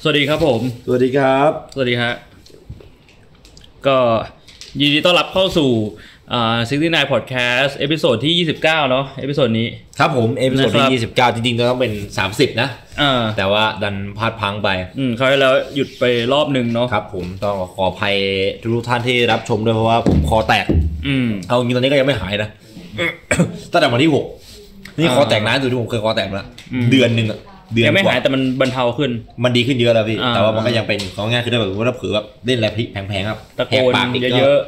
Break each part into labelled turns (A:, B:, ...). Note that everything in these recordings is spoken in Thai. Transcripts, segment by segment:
A: สวัสดีครับผม
B: สวัสดีครับ
A: สวัสดีฮะ ก็ยินดีต้อนรับเข้าสู่อ่า69 podcast เอพิโซดที่ 29 เนาะเอพิโซดนี้
C: ครับผม เอพิโซด
A: นะครับ
C: ที่29 จริงๆจะต้องเป็น 30 นะ
A: อ่า
C: แต่ว่าดันพลาดพลังไป
A: อืมเขาวที่แล้วหยุดไปรอบหนึ่งเนาะ
C: ครับผมต้องขออภัยทุกท่านที่รับชมด้วยเพราะว่าผมคอแตก
A: อืม
C: เอาจริงๆตอนนี้ก็ยังไม่หายนะ ตั้งแต่วันที่ 6 นี่
A: อ่า
C: คอแตกนานสุดที่ผมเคยคอแตกมาแล้ว
A: อืม
C: เดือนหนึ่งอะเดือน
A: ยังไม่
C: กว่
A: หายแต่มันบรรเทาขึ้น
C: มันดีขึ้นเยอะแล้วพี่
A: อ่า
C: แต่ว่ามันก็ยังเป็นของง่ายขึ้นได้แบบว่าถ้าเผือแบบเล่นอะไรพลิกแพงๆครับ
A: ตะโก
C: แห
A: น
C: ปากอีก
A: เย
C: ก็
A: อะ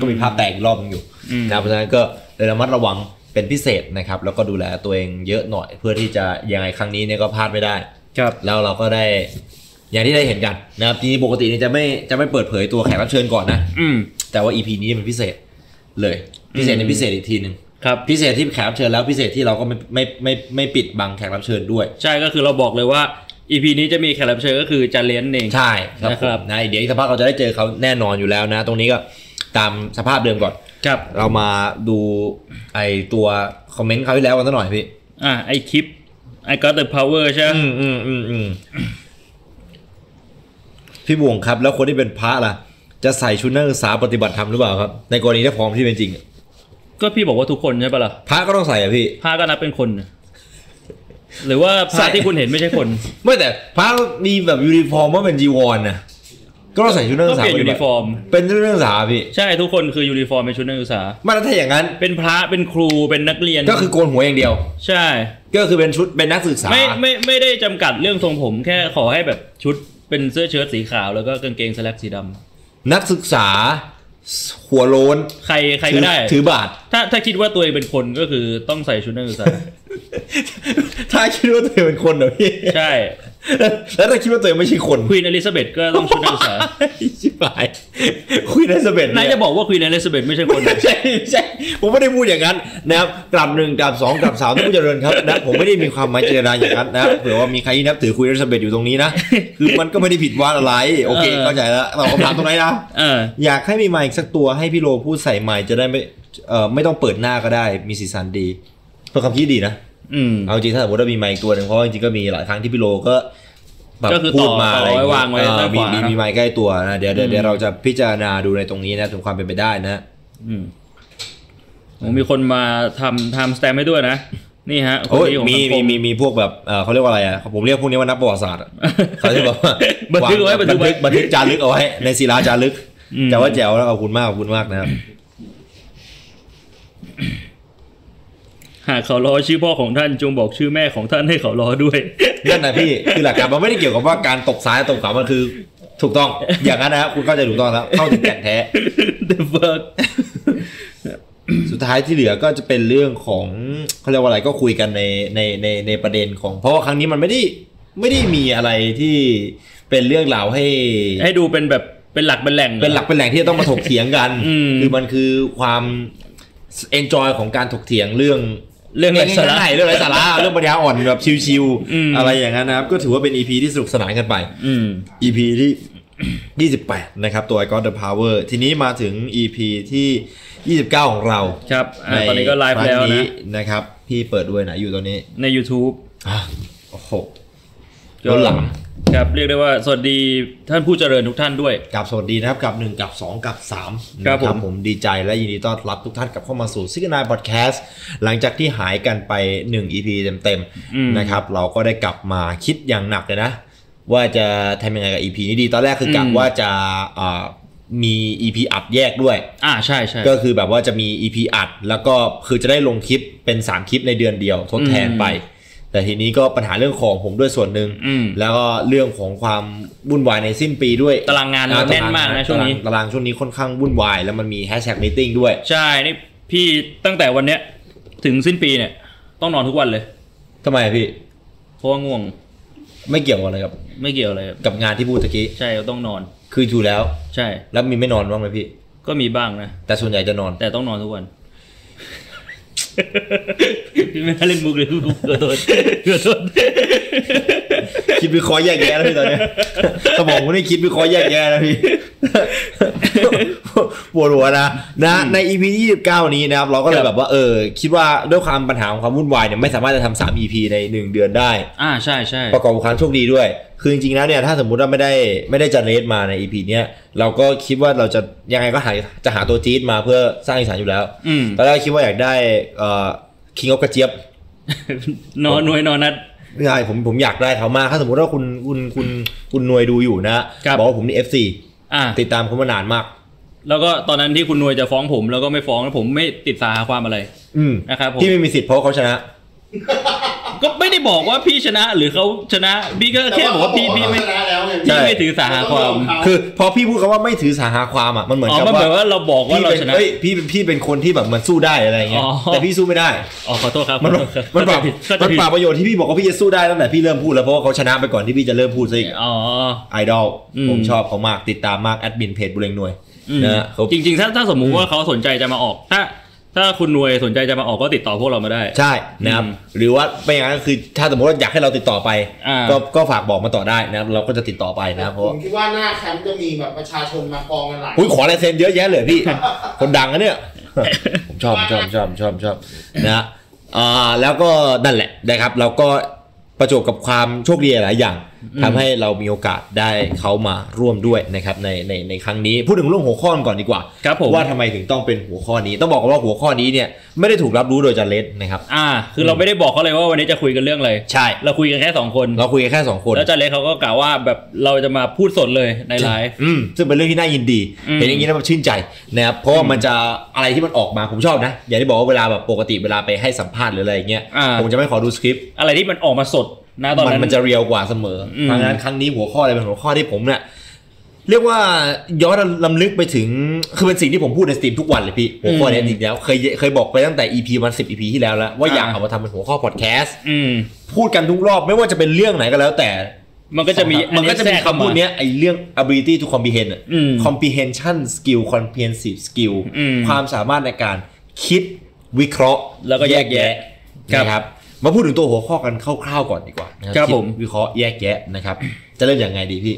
C: ก็มีภาพแตกอีกรอบหนึงอยู่
A: ๆอืม
C: นะครับเพราะฉะนั้นก็เลยระมัดระวังเป็นพิเศษนะครับ แล้วก็ดูแลตัวเองเยอะหน่อย เพื่อที่จะยังไงครั้งนี้เนี่ยก็พลาดไม่ได้
A: ครับ
C: แล้วเราก็ได้อย่างที่ได้เห็นกันนะครับจริงๆปกติเนี่ยจะไม่จะไม่เปิดเผยตัวแขกรับเชิญก่อนนะ
A: อืม
C: แต่ว่า EP นี้เป็นพิเศษเลยพิเศษใน
A: อืม
C: พิเศษอีกทีหนึ่ง
A: ครับ
C: พิเศษที่แขกรับเชิญแล้วพิเศษที่เราก็ไม่ไม่ไม่ไม่ปิดบังแขกรับเชิญด้วย
A: ใช่ก็คือเราบอกเลยว่า EP นี้จะมีแขกรับเชิญก็คือจันเลนเอง
C: ใช่ครับ
A: นะค
C: ผ
A: รับ
C: มนะเดี๋ยวอีกสักพักเราจะได้เจอเขาแน่นอนอยู่แล้วนะ ตรงนี้ก็ตามสภาพเดิมก่อน
A: ครับ
C: เรามาดูไอตัวคอมเมนต์เขาวที่แล้วกันสักหน่อยพี่
A: อ่าไอคลิป I got the power ใช่ไหม
C: อืมอืมอืมอืมพี่บวงครับ แล้วคนที่เป็นพระล่ะ จะใส่ชุดนักศึกษาปฏิบัติธรรมหรือเปล่าครับ ในกรณีถ้าพร้อมที่เป็นจริงอะ
A: ก็พี่บอกว่าทุกคนใช่ปะล่ะ
C: พระก็ต้องใส่อะพี่
A: พระก็นับเป็นคนนะหรือว่าพ
C: ใส่
A: ระที่คุณเห็นไม่ใช่คน
C: ไม่แต่พระมีแบบยูนิฟอร์มว่าเป็นจีวรนะก็ต้องใส่ชุดนัก
A: ก็
C: ศึกษา
A: เปลี่ยน
C: ป
A: ยู
C: ฏิบั
A: นิ
C: ติ
A: ฟอร์ม
C: เป็นชุดนักศึกษาพี่
A: ใช่ทุกคนคือยูนิฟอร์มเป็นชุดนักศึกษา
C: ไม่แล้วถ้าอย่างนั้น
A: เป็นพระเป็นครูเป็นนักเรียน
C: ก็คือโกนหัวอย่างเดียว
A: ใช่
C: ก็คือเป็นชุดเป็นนักศึกษา
A: ไม่ไม่ไม่ได้จำกัดเรื่องทรงผม แค่ขอให้แบบชุดเป็นเสื้อเชิ้ตสีขาวแล้วก็กางเกงสแลกสีดำ
C: นักศึกษา หัวโลน
A: ใครใครก็ได้
C: ถือบาท
A: ถ้าถ้าคิดว่าตัวเองเป็นคนก็คือต้องใส่ชุดนักศึกษา
C: ถ้าคิดว่าตัวเองเป็นคนเหรอพี่
A: ใช่
C: แล้วถ้าคิดว่าตัวเองไม่ใช่คน
A: ควีนอลิซาเบธก็ต้องชุดนัก ศึกษา
C: ชิบหายคุยในสเปน
A: นายจะบอกว่าควีนอลิซาเบธไม่ใช่คนเหร
C: ไม่
A: อ
C: ใช่ไม่ใช่ผมไม่ได้พูดอย่างนั้นนะครับกลับหนึ่งกลับสองกลับสามท่านผู้เจริญครับนะผมไม่ได้มีความหมายเจรนาอย่างนั้นนะครับเผื่อว่ามีใครที่นับถือคุยในสเปนอยู่ตรงนี้นะคือมันก็ไม่ได้ผิดว่าอะไร โอเคเข้าใจแล้วเราคำถามตรงไหนนะ
A: เออ
C: อยากให้มีไมค์สักตัวให้พี่โลพูดใส่ไมค์จะได้ไม่เอ่อไม่ต้องเปิดหน้าก็ได้มีสีสันดีเป็นคำที่ดีนะ
A: อืม
C: เอาจริงถ้าสมมติว่ามีไมค์อีกตัวหนึ่งเพราะว่าจริงๆก็มีหลายครั้งที่พี่โลก็แบบ
A: ก็คือต่อ
C: พูดมาอะไรอย่
A: ต่อไว้วางไว้
C: เออ
A: ด้านข
C: มี
A: วามี
C: มีมีไมค์ใกล้ตัวนะเดี๋ยวเดี๋ยวเดี๋ยวเราจะพิจารณาดูในตรงนี้นะถึงความเป็นไปได้นะ
A: อืมผมมีคนมาทำทำสแตมให้ด้วยนะ นี่ฮะคน
C: โอ้ย
A: นี้ของ
C: มี
A: สังค
C: มีมีมีพวกแบบเอ่อเขาเรียกว่าอะไรอ่ะผมเรียกพวกนี้ว่านักประวัติศาสต ร์อะเขาเรียกแบบว่า
A: บันทึกเอาไว้
C: วาง
A: บันทึกไว้
C: บันทึกจารึกเอาไว้ในศิลาจารึก
A: อืม
C: แต่ว่าแจ๋วแล้วขอบคุณมากขอบคุณมาก นะครับ
A: หากเขารอชื่อพ่อของท่านจงบอกชื่อแม่ของท่านให้เขารอด้วย
C: นั่นนะพี่คือหลักการมันไม่ได้เกี่ยวกับว่าการตกซ้ายตกขวามันคือ ถูกต้องอย่างนั้นนะครับคุณเข้าใจถูกต้องแล้วเข้าถึงแก่นแท้
A: The fuck
C: สุดท้ายที่เหลือก็จะเป็นเรื่องของเขาเรียกว่าอะไรก็คุยกันในในในในประเด็นของ เพราะว่าครั้งนี้มันไม่ได้ไม่ได้มีอะไรที่เป็นเรื่องราวให้
A: ให้ดูเป็นแบบเป็นหลักเป็นแหล่ง
C: เป็นหลักเป็นแหล่งที่จะต้องมาถกเถียงกัน
A: อืม
C: คือมันคือความเอนจอยของการถกเถียงเรื่อง
A: เรื่องไรสาระ
C: ง่ายๆเรื่องไร้ สาระ เรื่องปัญญาอ่อนแบบชิว
A: อืม
C: ๆอะไรอย่างนั้นนะครับ ก็ถือว่าเป็น EP ที่สนุกสนานกันไป
A: อืม
C: EP ที่ 28 นะครับ ตัว I Got The Power ทีนี้มาถึง EP ที่ 29 ของเรา
A: ครับอ่าตอนนี้ก็ไลฟ์
C: ครั้ง
A: แล้วนะ
C: นะครับ พี่เปิดด้วยไหนะอยู่ตอนนี้
A: ใน YouTube
C: อ่ะโอ้โห
A: ก็
C: ล้นหลัง
A: ครับเรียกได้ว่า สวัสดีท่านผู้เจริญทุกท่านด้วย
C: กับสวัสดีนะครับกับ 1 กับ 2 กับ 3
A: ครับผม
C: ผมดีใจและยินดีต้อนรับทุกท่านกลับเข้ามาสู่ซิกนายพอดแคสต์หลังจากที่หายกันไป 1 EP เต็มๆนะครับเราก็ได้กลับมาคิดอย่างหนักเลยนะ ว่าจะทำยังไงกับ EP นี้ดีตอนแรกคือกะว่าจะอ่ามี EP อัดแยกด้วย
A: อ่าใช่ใช่
C: ก็คือแบบว่าจะมี EP อัด แล้วก็คือจะได้ลงคลิปเป็น 3 คลิปในเดือนเดียวทดแทนไป แต่ทีนี้ก็ปัญหาเรื่องของผมด้วยส่วนหนึ่ง
A: อืม
C: แล้วก็เรื่องของความวุ่นวายในสิ้นปีด้วย
A: ตารางงาน
C: อ่
A: เราแน่นมากนะช่วงนี้
C: ตารางตารางช่วงนี้ค่อนข้างวุ่นวาย แล้วมันมีแฮชแท็กมีติ้งด้วย
A: ใช่นี่พี่ตั้งแต่วันเนี้ย ถึงสิ้นปีเนี่ย ต้องนอนทุกวันเลย
C: ทำไมอะพี่
A: เพราะว่าง่วง
C: ไม่เกี่ยวอะไรกับ
A: ไม่เกี่ยวอะไรครับ
C: กับงานที่พูดตะกี้
A: ใช่ก็ต้องนอน
C: คืออยู่แล้ว
A: ใช่
C: แล้วมีไม่นอนบ้างไหมพี่
A: ก็มีบ้างนะ
C: แต่ส่วนใหญ่จะนอน
A: แต่ต้องนอนทุก วัน พี่ไม่ได้เล่นมุกเลย มุกขอโทษขอโทษ
C: คิดวิเคราะห์แยกแยะแล้วพี่ตอนเนี้ย สมองผมนี่คิดวิเคราะห์แยกแยะแล้วพี่ ปวดหัวนะนะ ใน EP ที่29 นี้นะครับ เราก็เลยแบบว่าเออ คิดว่าด้วยความปัญหาของความวุ่นวายเนี่ยไม่สามารถจะทำ3 EP ใน 1 เดือนได้
A: อ่าใช่ใช่
C: ประกอบกับความโชคดีด้วย คือจริงๆแล้วเนี่ยถ้าสมมุติว่าไม่ได้ไม่ได้จะเลสมาใน EP เนี้ยเราก็คิดว่าเราจะยังไงก็หาจะหาตัวจี๊ดมาเพื่อสร้างอีสานอยู่แล้ว
A: อืม
C: ตอนแรกคิดว่าอยากได้เอ่อคิงออฟกระเจี๊ยบ
A: นอนหน่วยนอนนัด
C: ใช่ผมผมอยากได้เขามากถ้าสมมติว่าคุณคุณคุณคุณหน่วยดูอยู่นะครับ บอกว่าผมนี่ FC
A: อ่ะ
C: ติดตามเขามานานมาก
A: แล้วก็ตอนนั้นที่คุณหน่วยจะฟ้องผม แล้วก็ไม่ฟ้องแล้วผมไม่ติดสาหาความอะไร
C: อืม
A: นะครับผม
C: ที่ไม่มีสิทธิ์เพราะเขาชนะ
A: ก็ไม่ได้บอกว่าพี่ชนะหรือเขาชนะพี่ก็แค่บอกว่าพี่พี่ไม่
B: ชนะแล้วไง
A: พี่ไม่ถือสาความ
C: คือพอพี่พูดคำว่าไม่ถือสาหาความอ่ะมันเหมือน
A: อ๋อ
C: กับ
A: มันเหมือน
C: ว่า
A: ว่าเราบอกว่า
C: พี่
A: เรา
C: เป็น
A: ชนะ
C: เอ้ยพี่พี่เป็นคนที่แบบมันสู้ได้อะไรอย่างเงี้ย
A: อ๋อ
C: แต่พี่สู้ไม่ได้
A: อ๋อขอโทษครับ
C: มัน
A: ขอโทษครับ
C: มันปราบ
A: เข้าใจผิดเข้าใจ
C: มัน
A: ผิด
C: ปราบประโยชน์ที่พี่บอกว่าพี่จะสู้ได้ตั้งแต่พี่เริ่มพูดแล้วเพราะว่าเขาชนะไปก่อนที่พี่จะเริ่มพูดซะอีก
A: อ๋อ
C: ไอดอล
A: อืม
C: ผมชอบเขามากติดตามมากแอดมินเพจบุเรงหน่วย
A: อืม
C: นะฮะเขา
A: จริงๆ ถ้าถ้าสมมุติว่าเขาสนใจจะมาออก ถ้า ถ้าคุณหน่วยสนใจจะมาออกก็ติดต่อพวกเรามาได้
C: ใช่นะครับ
A: อืม
C: หรือว่าไม่อย่างนั้นก็คือถ้าสมมติว่าอยากให้เราติดต่อไป
A: อ่า
C: ก็ก็ฝากบอกมาต่อได้นะครับเราก็จะติดต่อไปนะครับเพ
B: ผ
C: ราะ
B: มคิดว่าหน้าแคมป์จะมีแบบประชาชนมากองกันหลาย
C: อุ้ยขอลายเซ็นเยอะแยะเลย พี่ คนดังนะเนี่ย ผมชอบผมชอบผมชอบผมชอบผมชอบนะฮะอ่าแล้วก็นั่นแหละนะครับ เราก็ประจวบกับความโชคดีหลายอย่างทำให้เรามีโอกาสได้เขามาร่วมด้วยนะครับในในในครั้งนี้พูดถึงเรื่องหัวข้อก่อนดีกว่า
A: ครับผม
C: ว่าทำไมถึงต้องเป็นหัวข้อนี้ ต้องบอกกอนว่าหัวข้อนี้เนี่ยไม่ได้ถูกรับรู้โดยจันเลสนะครับ
A: อ่า คือเราไม่ได้บอกเขาเลยว่าวันนี้จะคุยกันเรื่องอะไร
C: ใช่
A: เราคุยกันแค่สองคน
C: เราคุยกันแค่สองคน
A: แล้วอาจารย์เล็กเขาก็กล่าวว่าแบบเราจะมาพูดสดเลยในไลฟ์
C: อืมซึ่งเป็นเรื่องที่น่ายินดี
A: อืม
C: เห็นอย่างนี้แล้วมันชื่นใจนะครับ เพราะว่ามันจะอะไรที่มันออกมาผมชอบนะ อย่างที่บอกว่าเวลาแบบปกติเวลาไปให้สัมภาษณ์หรืออะไรอย่างเงี้ย
A: อ่า
C: ผมจะไม่ขอดูสคริปต์
A: อะไรที่มันออกมาสดนะตอน
C: มัน
A: นั้น
C: มันจะเรียวกว่าเสมอ
A: อืม
C: ดังนั้นครั้งนี้หัวข้ออะไรเป็นหัวข้อที่ผมเนี่ยเรียกว่าย้อนลำลึกไปถึงคือเป็นสิ่งที่ผมพูดในสตรีมทุกวันเลยพี่หัวข้อเนี้
A: อืม
C: จริงๆแล้วเคยเคยบอกไปตั้งแต่ EP มัน10 EP ที่แล้วแล้วว่า
A: อ่า
C: อยากเอามาทำเป็นหัวข้อพอดแคสต์
A: อืม
C: พูดกันทุกรอบไม่ว่าจะเป็นเรื่องไหนก็แล้วแต่
A: มันก็จะมี
C: มันก็จะมี
A: อัแทรเข้าา
C: คำพูดเนี้ยไอเรื่อง ability to comprehend อะ
A: อืม
C: comprehension skill comprehensive skill
A: อืม
C: ความสามารถในการคิดวิเคราะห์
A: แล้วก็แยกแยะครับ
C: นะครับ มาพูดถึงตัวหัวข้อกันคร่าวๆก่อนดีกว่านะครับ
A: ผม
C: ดวิเคราะห์แยกแยะนะครับ จะเริ่มอย่างไงดีพี่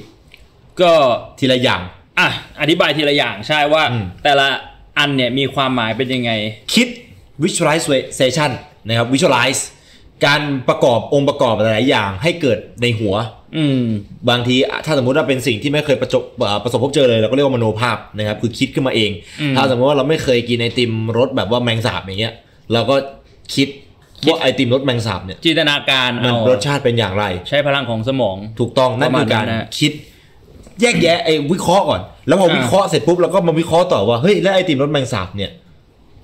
A: ก็
C: ทีละอย่าง
A: อ่ะ อธิบายทีละอย่างใช่ว่า
C: อืม
A: แต่ละอันเนี่ยมีความหมายเป็นยังไง
C: คิด visualization นะครับ visualize การประกอบองค์ประกอบหลายๆอย่างให้เกิดในหัว
A: อืม
C: บางทีอะถ้าสมมุติว่าเป็นสิ่งที่ไม่เคยประจบเอ่อประสบพบเจอเลยเราก็เรียกว่ามโนภาพนะครับคือคิดขึ้นมาเอง
A: อืม
C: ถ้าสมมติว่าเราไม่เคยกินไอติมรสแบบว่าแมงสาบอย่างเงี้ยเราก็คิด
A: คิด
C: ว่าไอติมรสแมงสาบเนี่ย
A: จินตนาการ
C: มัน
A: เอาม
C: รสชาติเป็นอย่างไร
A: ใช้พลังของสมอง
C: ถูกต้องนั่น
A: ประมา
C: คื
A: ณ
C: อการ
A: นั้นนะ
C: คิด แยกแยะไอวิเคราะห์ก่อน แล้วพอวิเคราะห์เสร็จปุ๊บเราก็มาวิเคราะห์ต่อว่าเฮ้ยแล้วไอติมรสแมงสาบเนี่ย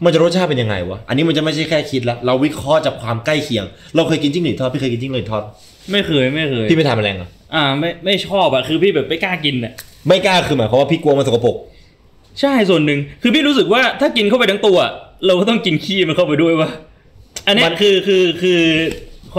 C: มันจะรสชาติเป็นยังไงวะอันนี้มันจะไม่ใช่แค่คิดละเราวิเคราะห์จากความใกล้เคียง เราเคยกินจิ้งหรีดทอดพี่เคยกินจิ้งหรีดทอด
A: ไม่เคยไม่เคย
C: พี่ไม่ทานแมลงเหรอ
A: อ่าไม่ไม่ชอบอะคือพี่แบบไม่กล้ากินอะ
C: ไม่กล้าคือหมายความว่าพี่กลัวมันสกปรก
A: ใช่ส่วนหนึ่งคือพี่รู้สึกว่าถ้ากินเข้าไปทั้งตัว เราก็ต้องกินขี้มันเข้าไปด้วยวะอันเนี้ย
C: มัน
A: คือคือคือ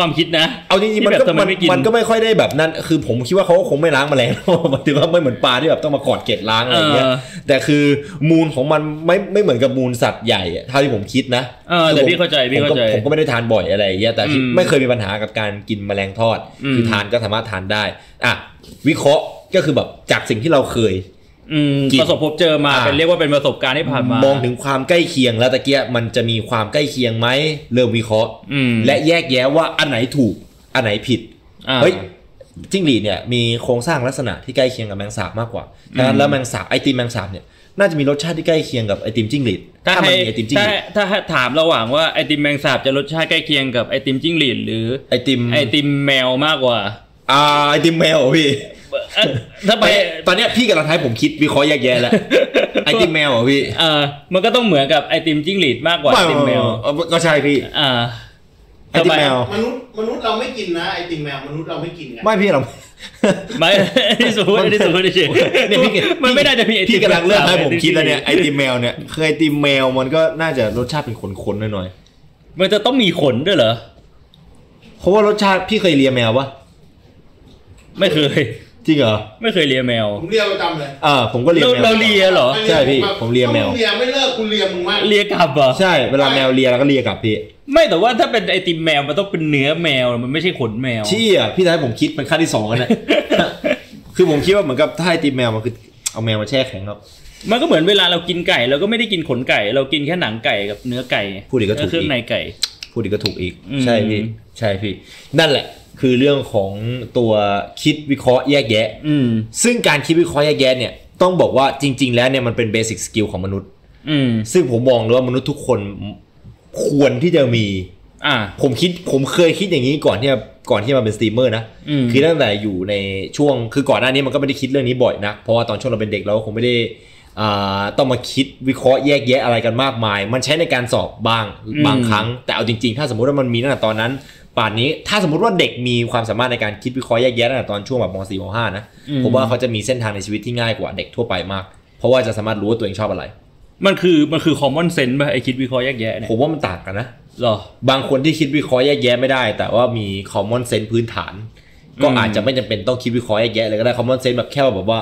A: ความคิดนะ
C: เอาจริงๆ
A: ที่
C: มัน
A: แบบ
C: ก็
A: ทำไม
C: มัน
A: ไม่กิน
C: มันก็ไม่ค่อยได้แบบนั้น คือผมคิดว่าเขาก็คงไม่ล้างแมา แล้ว หมันถือว่าไม่เหมือนปลาที่แบบต้องมากอดเกล็ดล้างอะไรอย่างเงี้ย
A: เออ
C: แต่คือมูลของมันไม่ไม่เหมือนกับมูลสัตว์ใหญ่อะเท่าที่ผมคิดนะ
A: เออแต่พี่เข้าใจพี่
C: ผม
A: เข้า
C: ก็
A: ใจ
C: ผมก็ไม่ได้ทานบ่อยอะไรอย่างเงี้ยแต่ที่
A: อืม
C: ไม่เคยมีปัญหากับการกินแมลงทอด
A: อืม
C: คือทานก็สามารถทานได้อ่ะวิเคราะห์ก็คือแบบจากสิ่งที่เราเคย
A: อืม
C: กิน
A: ประสบพบเจอมา
C: อ่า
A: เป็นเรียกว่าเป็นประสบการณ์ที่ผ่านมาม ม
C: องถึงความใกล้เคียงแล้วตะเกียมันจะมีความใกล้เคียงไหมเริ่มวิเคราะห์
A: อืม
C: และแยกแยะว่าอันไหนถูกอันไหนผิด
A: อ่า
C: เฮ้ยจิ้งหรีดเนี่ยมีโครงสร้างลักษณะที่ใกล้เคียงกับแมงสาบมากกว่าดังนั้นแล้วแมงสาบไอติมแมงสาบเนี่ยน่าจะมีรสชาติที่ใกล้เคียงกับไอติมจิ้งหรีด
A: ถ้า
C: มั
A: ให้
C: มีไอติมจิ้ง
A: ถ้า
C: หรีด
A: ถ้าให้ถามระหว่างว่าไอติมแมงสาบจะรสชาติใกล้เคียงกับไอติมจิ้งหรีดหรือ
C: ไอติม
A: ไอติมแมวมากกว่า
C: อ่าไอติมแมวเหรอพี่
A: เอ่อถ้าไป
C: ไปตอนเนี้ยพี่กำลังทายผมคิดวิเคราะห์แยก แยะแล้วไอติมแมวเหรอพี่
A: เออมันก็ต้องเหมือนกับไอติมจิ้งหรีดมากกว่าไอติมแมว
C: เออก็ใช่พี่
A: อ่า
C: ไอติมแมว
B: มนุษย์มนุษย์เราไม่กินนะไอติมแมวมนุษย์เราไม่กินไง
C: ไม่พี่เรา
A: ไม่ที่สมมติที่สมมติเฉย
C: เนี่ยพี่
A: มันไม่น่าจะมีไอติม
C: พี่กำลังเลือกให้
A: แสา
C: ผ
A: บ
C: มคิดแล้วเนี่ยไอติมแมวเนี่ยเคยไอติมแมวมันก็น่าจะรสชาติเป็นขนๆหน่อย
A: มันจะต้องมีขนด้วยเหรอ
C: ๆเพราะว่ารสชาติพี่เคยเลียแมวปะ
A: ไม่เคย
C: จริงเหรอ
A: ไม่เคยเลียแมว
B: ผมเลียประจำเลย
C: เออผมก็เลีย
A: เรา
C: แมว
A: เราเลียเหรอ
C: ใช่พี่ผมเลียแมว
B: ถ้างเลียไม่เลิกกูเลียมึงมาก
A: เลียกลับเหรอ
C: ใช่เวลาแมวเลียเราก็เลียกลับพี่
A: ไม่แต่ว่าถ้าเป็นไอติมแมวมันต้องเป็นเนื้อแมวมันไม่ใช่ขนแมว
C: เชี่ยพี่จะให้ผมคิดเป็นขั้นที่สองกันนะ คือผมคิดว่าเหมือนกับถ้าไอติมแมวมันคือเอาแมวมาแช่แข็งครับ
A: มันก็เหมือนเวลาเรากินไก่เราก็ไม่ได้กินขนไก่ เรากินแค่หนังไก่กับเนื้อไก่
C: พูดอีกก็ถูกอีก
A: เครื่องในไก่
C: พูดอีกก็ถูกอีก
A: อืม
C: ใช่พี่ใช่พี่ นั่นแหละ คือเรื่องของตัวคิดวิเคราะห์แยกแยะ
A: อืม
C: ซึ่งการคิดวิเคราะห์แยกแยะเนี่ยต้องบอกว่าจริง ๆ แล้วเนี่ยมันเป็นเบสิกสกิลของมนุษย์
A: อืม
C: ซึ่งผมมองเลยว่ามนุษย์ทุกคนควรที่จะมี
A: อ่า
C: ผมคิดผมเคยคิดอย่างนี้ก่อนที่จะก่อนที่จะมาเป็นสตรีมเมอร์นะ
A: อืม
C: คือตั้งแต่อยู่ในช่วงคือก่อนหน้านี้มันก็ไม่ได้คิดเรื่องนี้บ่อยนะเพราะว่าตอนช่วงเราเป็นเด็กเราก็คงไม่ได้อ่าต้องมาคิดวิเคราะห์แยกแยะอะไรกันมากมาย มันใช้ในการสอบบางบางครั้ง แต่เอาจริงๆ ถ้าสมมติว่ามันมีตั้งแต่ตอนนั้น ป่านนี้ถ้าสมมติว่าเด็กมีความสามารถในการคิดวิเคราะห์แยกแยะตั้งแต่ตอนช่วงแบบม .4 ม .5 นะ
A: อืม
C: ผมว่าเขาจะมีเส้นทางในชีวิตที่ง่ายกว่าเด็กทั่วไปมาก เพราะว่าจะสามารถรู้ว่าตัวเองชอบอะไร
A: มันคือมันคือ common sense ป่ะไอคิดวิเคราะห์แยกแยะเนี่ย
C: ผมว่ามันต่างกันนะ
A: เหรอ
C: บางคนที่คิดวิเคราะห์แยกแยะไม่ได้ แต่ว่ามี common sense พื้นฐาน ก็
A: อืม
C: อาจจะไม่จำเป็นต้องคิดวิเคราะห์แยกแยะเลยก็ได้ common sense แบบแค่แบบว่า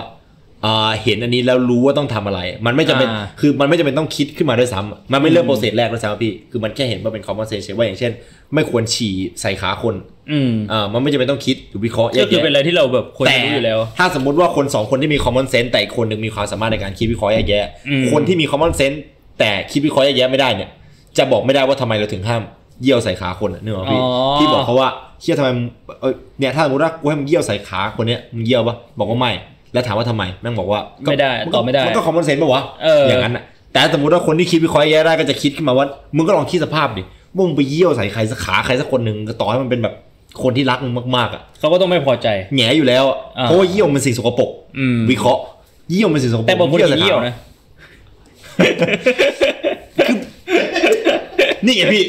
C: อ่าเห็นอันนี้แล้วรู้ว่าต้องทำอะไร มันไม่จำเป็นคือมันไม่จำเป็นต้องคิดขึ้นมาด้วยซ้ำมันไม่เริ่มโปรเซสแรกด้วยซ้ำพี่คือมันแค่เห็นว่าเป็น common sense เฉยๆว่าอย่างเช่น ไม่ควรฉี่ใส่ขาคน
A: อืม
C: อ่ามันไม่จำเป็นต้องคิดหรือวิเคราะห์แย
A: ก็
C: ก
A: คือ
C: แยะ
A: เป็นอะไรที่เราแบบควรจะรู้อยู่แล้ว
C: ถ้าสมมติว่าคนสองคนที่มี common sense แต่อีกคนหนึ่งมีความสามารถในการคิดวิเคราะห์แยกแยะ
A: อืม
C: คนที่มี common sense แต่คิดวิเคราะห์แยกแยะไม่ได้เนี่ย จะบอกไม่ได้ว่าทำไมเราถึงห้ามเยี่ยวใส่ขาคนอะนึกออกปะพี่
A: อ๋อ
C: ที่บอกเขาว่าเชี่ยทำไมมึงเอ้ยเนี่ยถ้าสมมติว่ากูให้มึงเยี่ยวใส่ขาคนเนี้ยมึงเยี่ยวปะบอกว่าไม่แล้วถามว่าทำไมแม่งบอกว่าก็
A: ไม่ได้
C: น
A: ต
C: ก็
A: อบไม่ได้
C: มันก็ common sense ปะวะ
A: เอออ
C: ย่างนั้นอะแต่สมมติว่าคนที่คิดวิเคราะห์แยกได้ก็จะคิดขึ้นมาว่ามึงก็ลองคิดสภาพดิว่ามึงไปเยี่ยวใส่ใครสักขาใครสักคนหนึ่งต่อให้มันเป็นแบบคนที่รักมึงมากๆอะ
A: เขาก็ต้องไม่พอใจ
C: แหงอยู่แล้วอะ
A: อ่า
C: เพราะว่าเยี่ยวมันสิ่งสกปรก
A: อืม
C: วิเคราะห์เยี่ยวมันสิ่งสกปรก
A: แต่บางคนขี้
C: เยี่
A: เยี่ย
C: ยว วนะ
A: นะ
C: นี่ไงพี่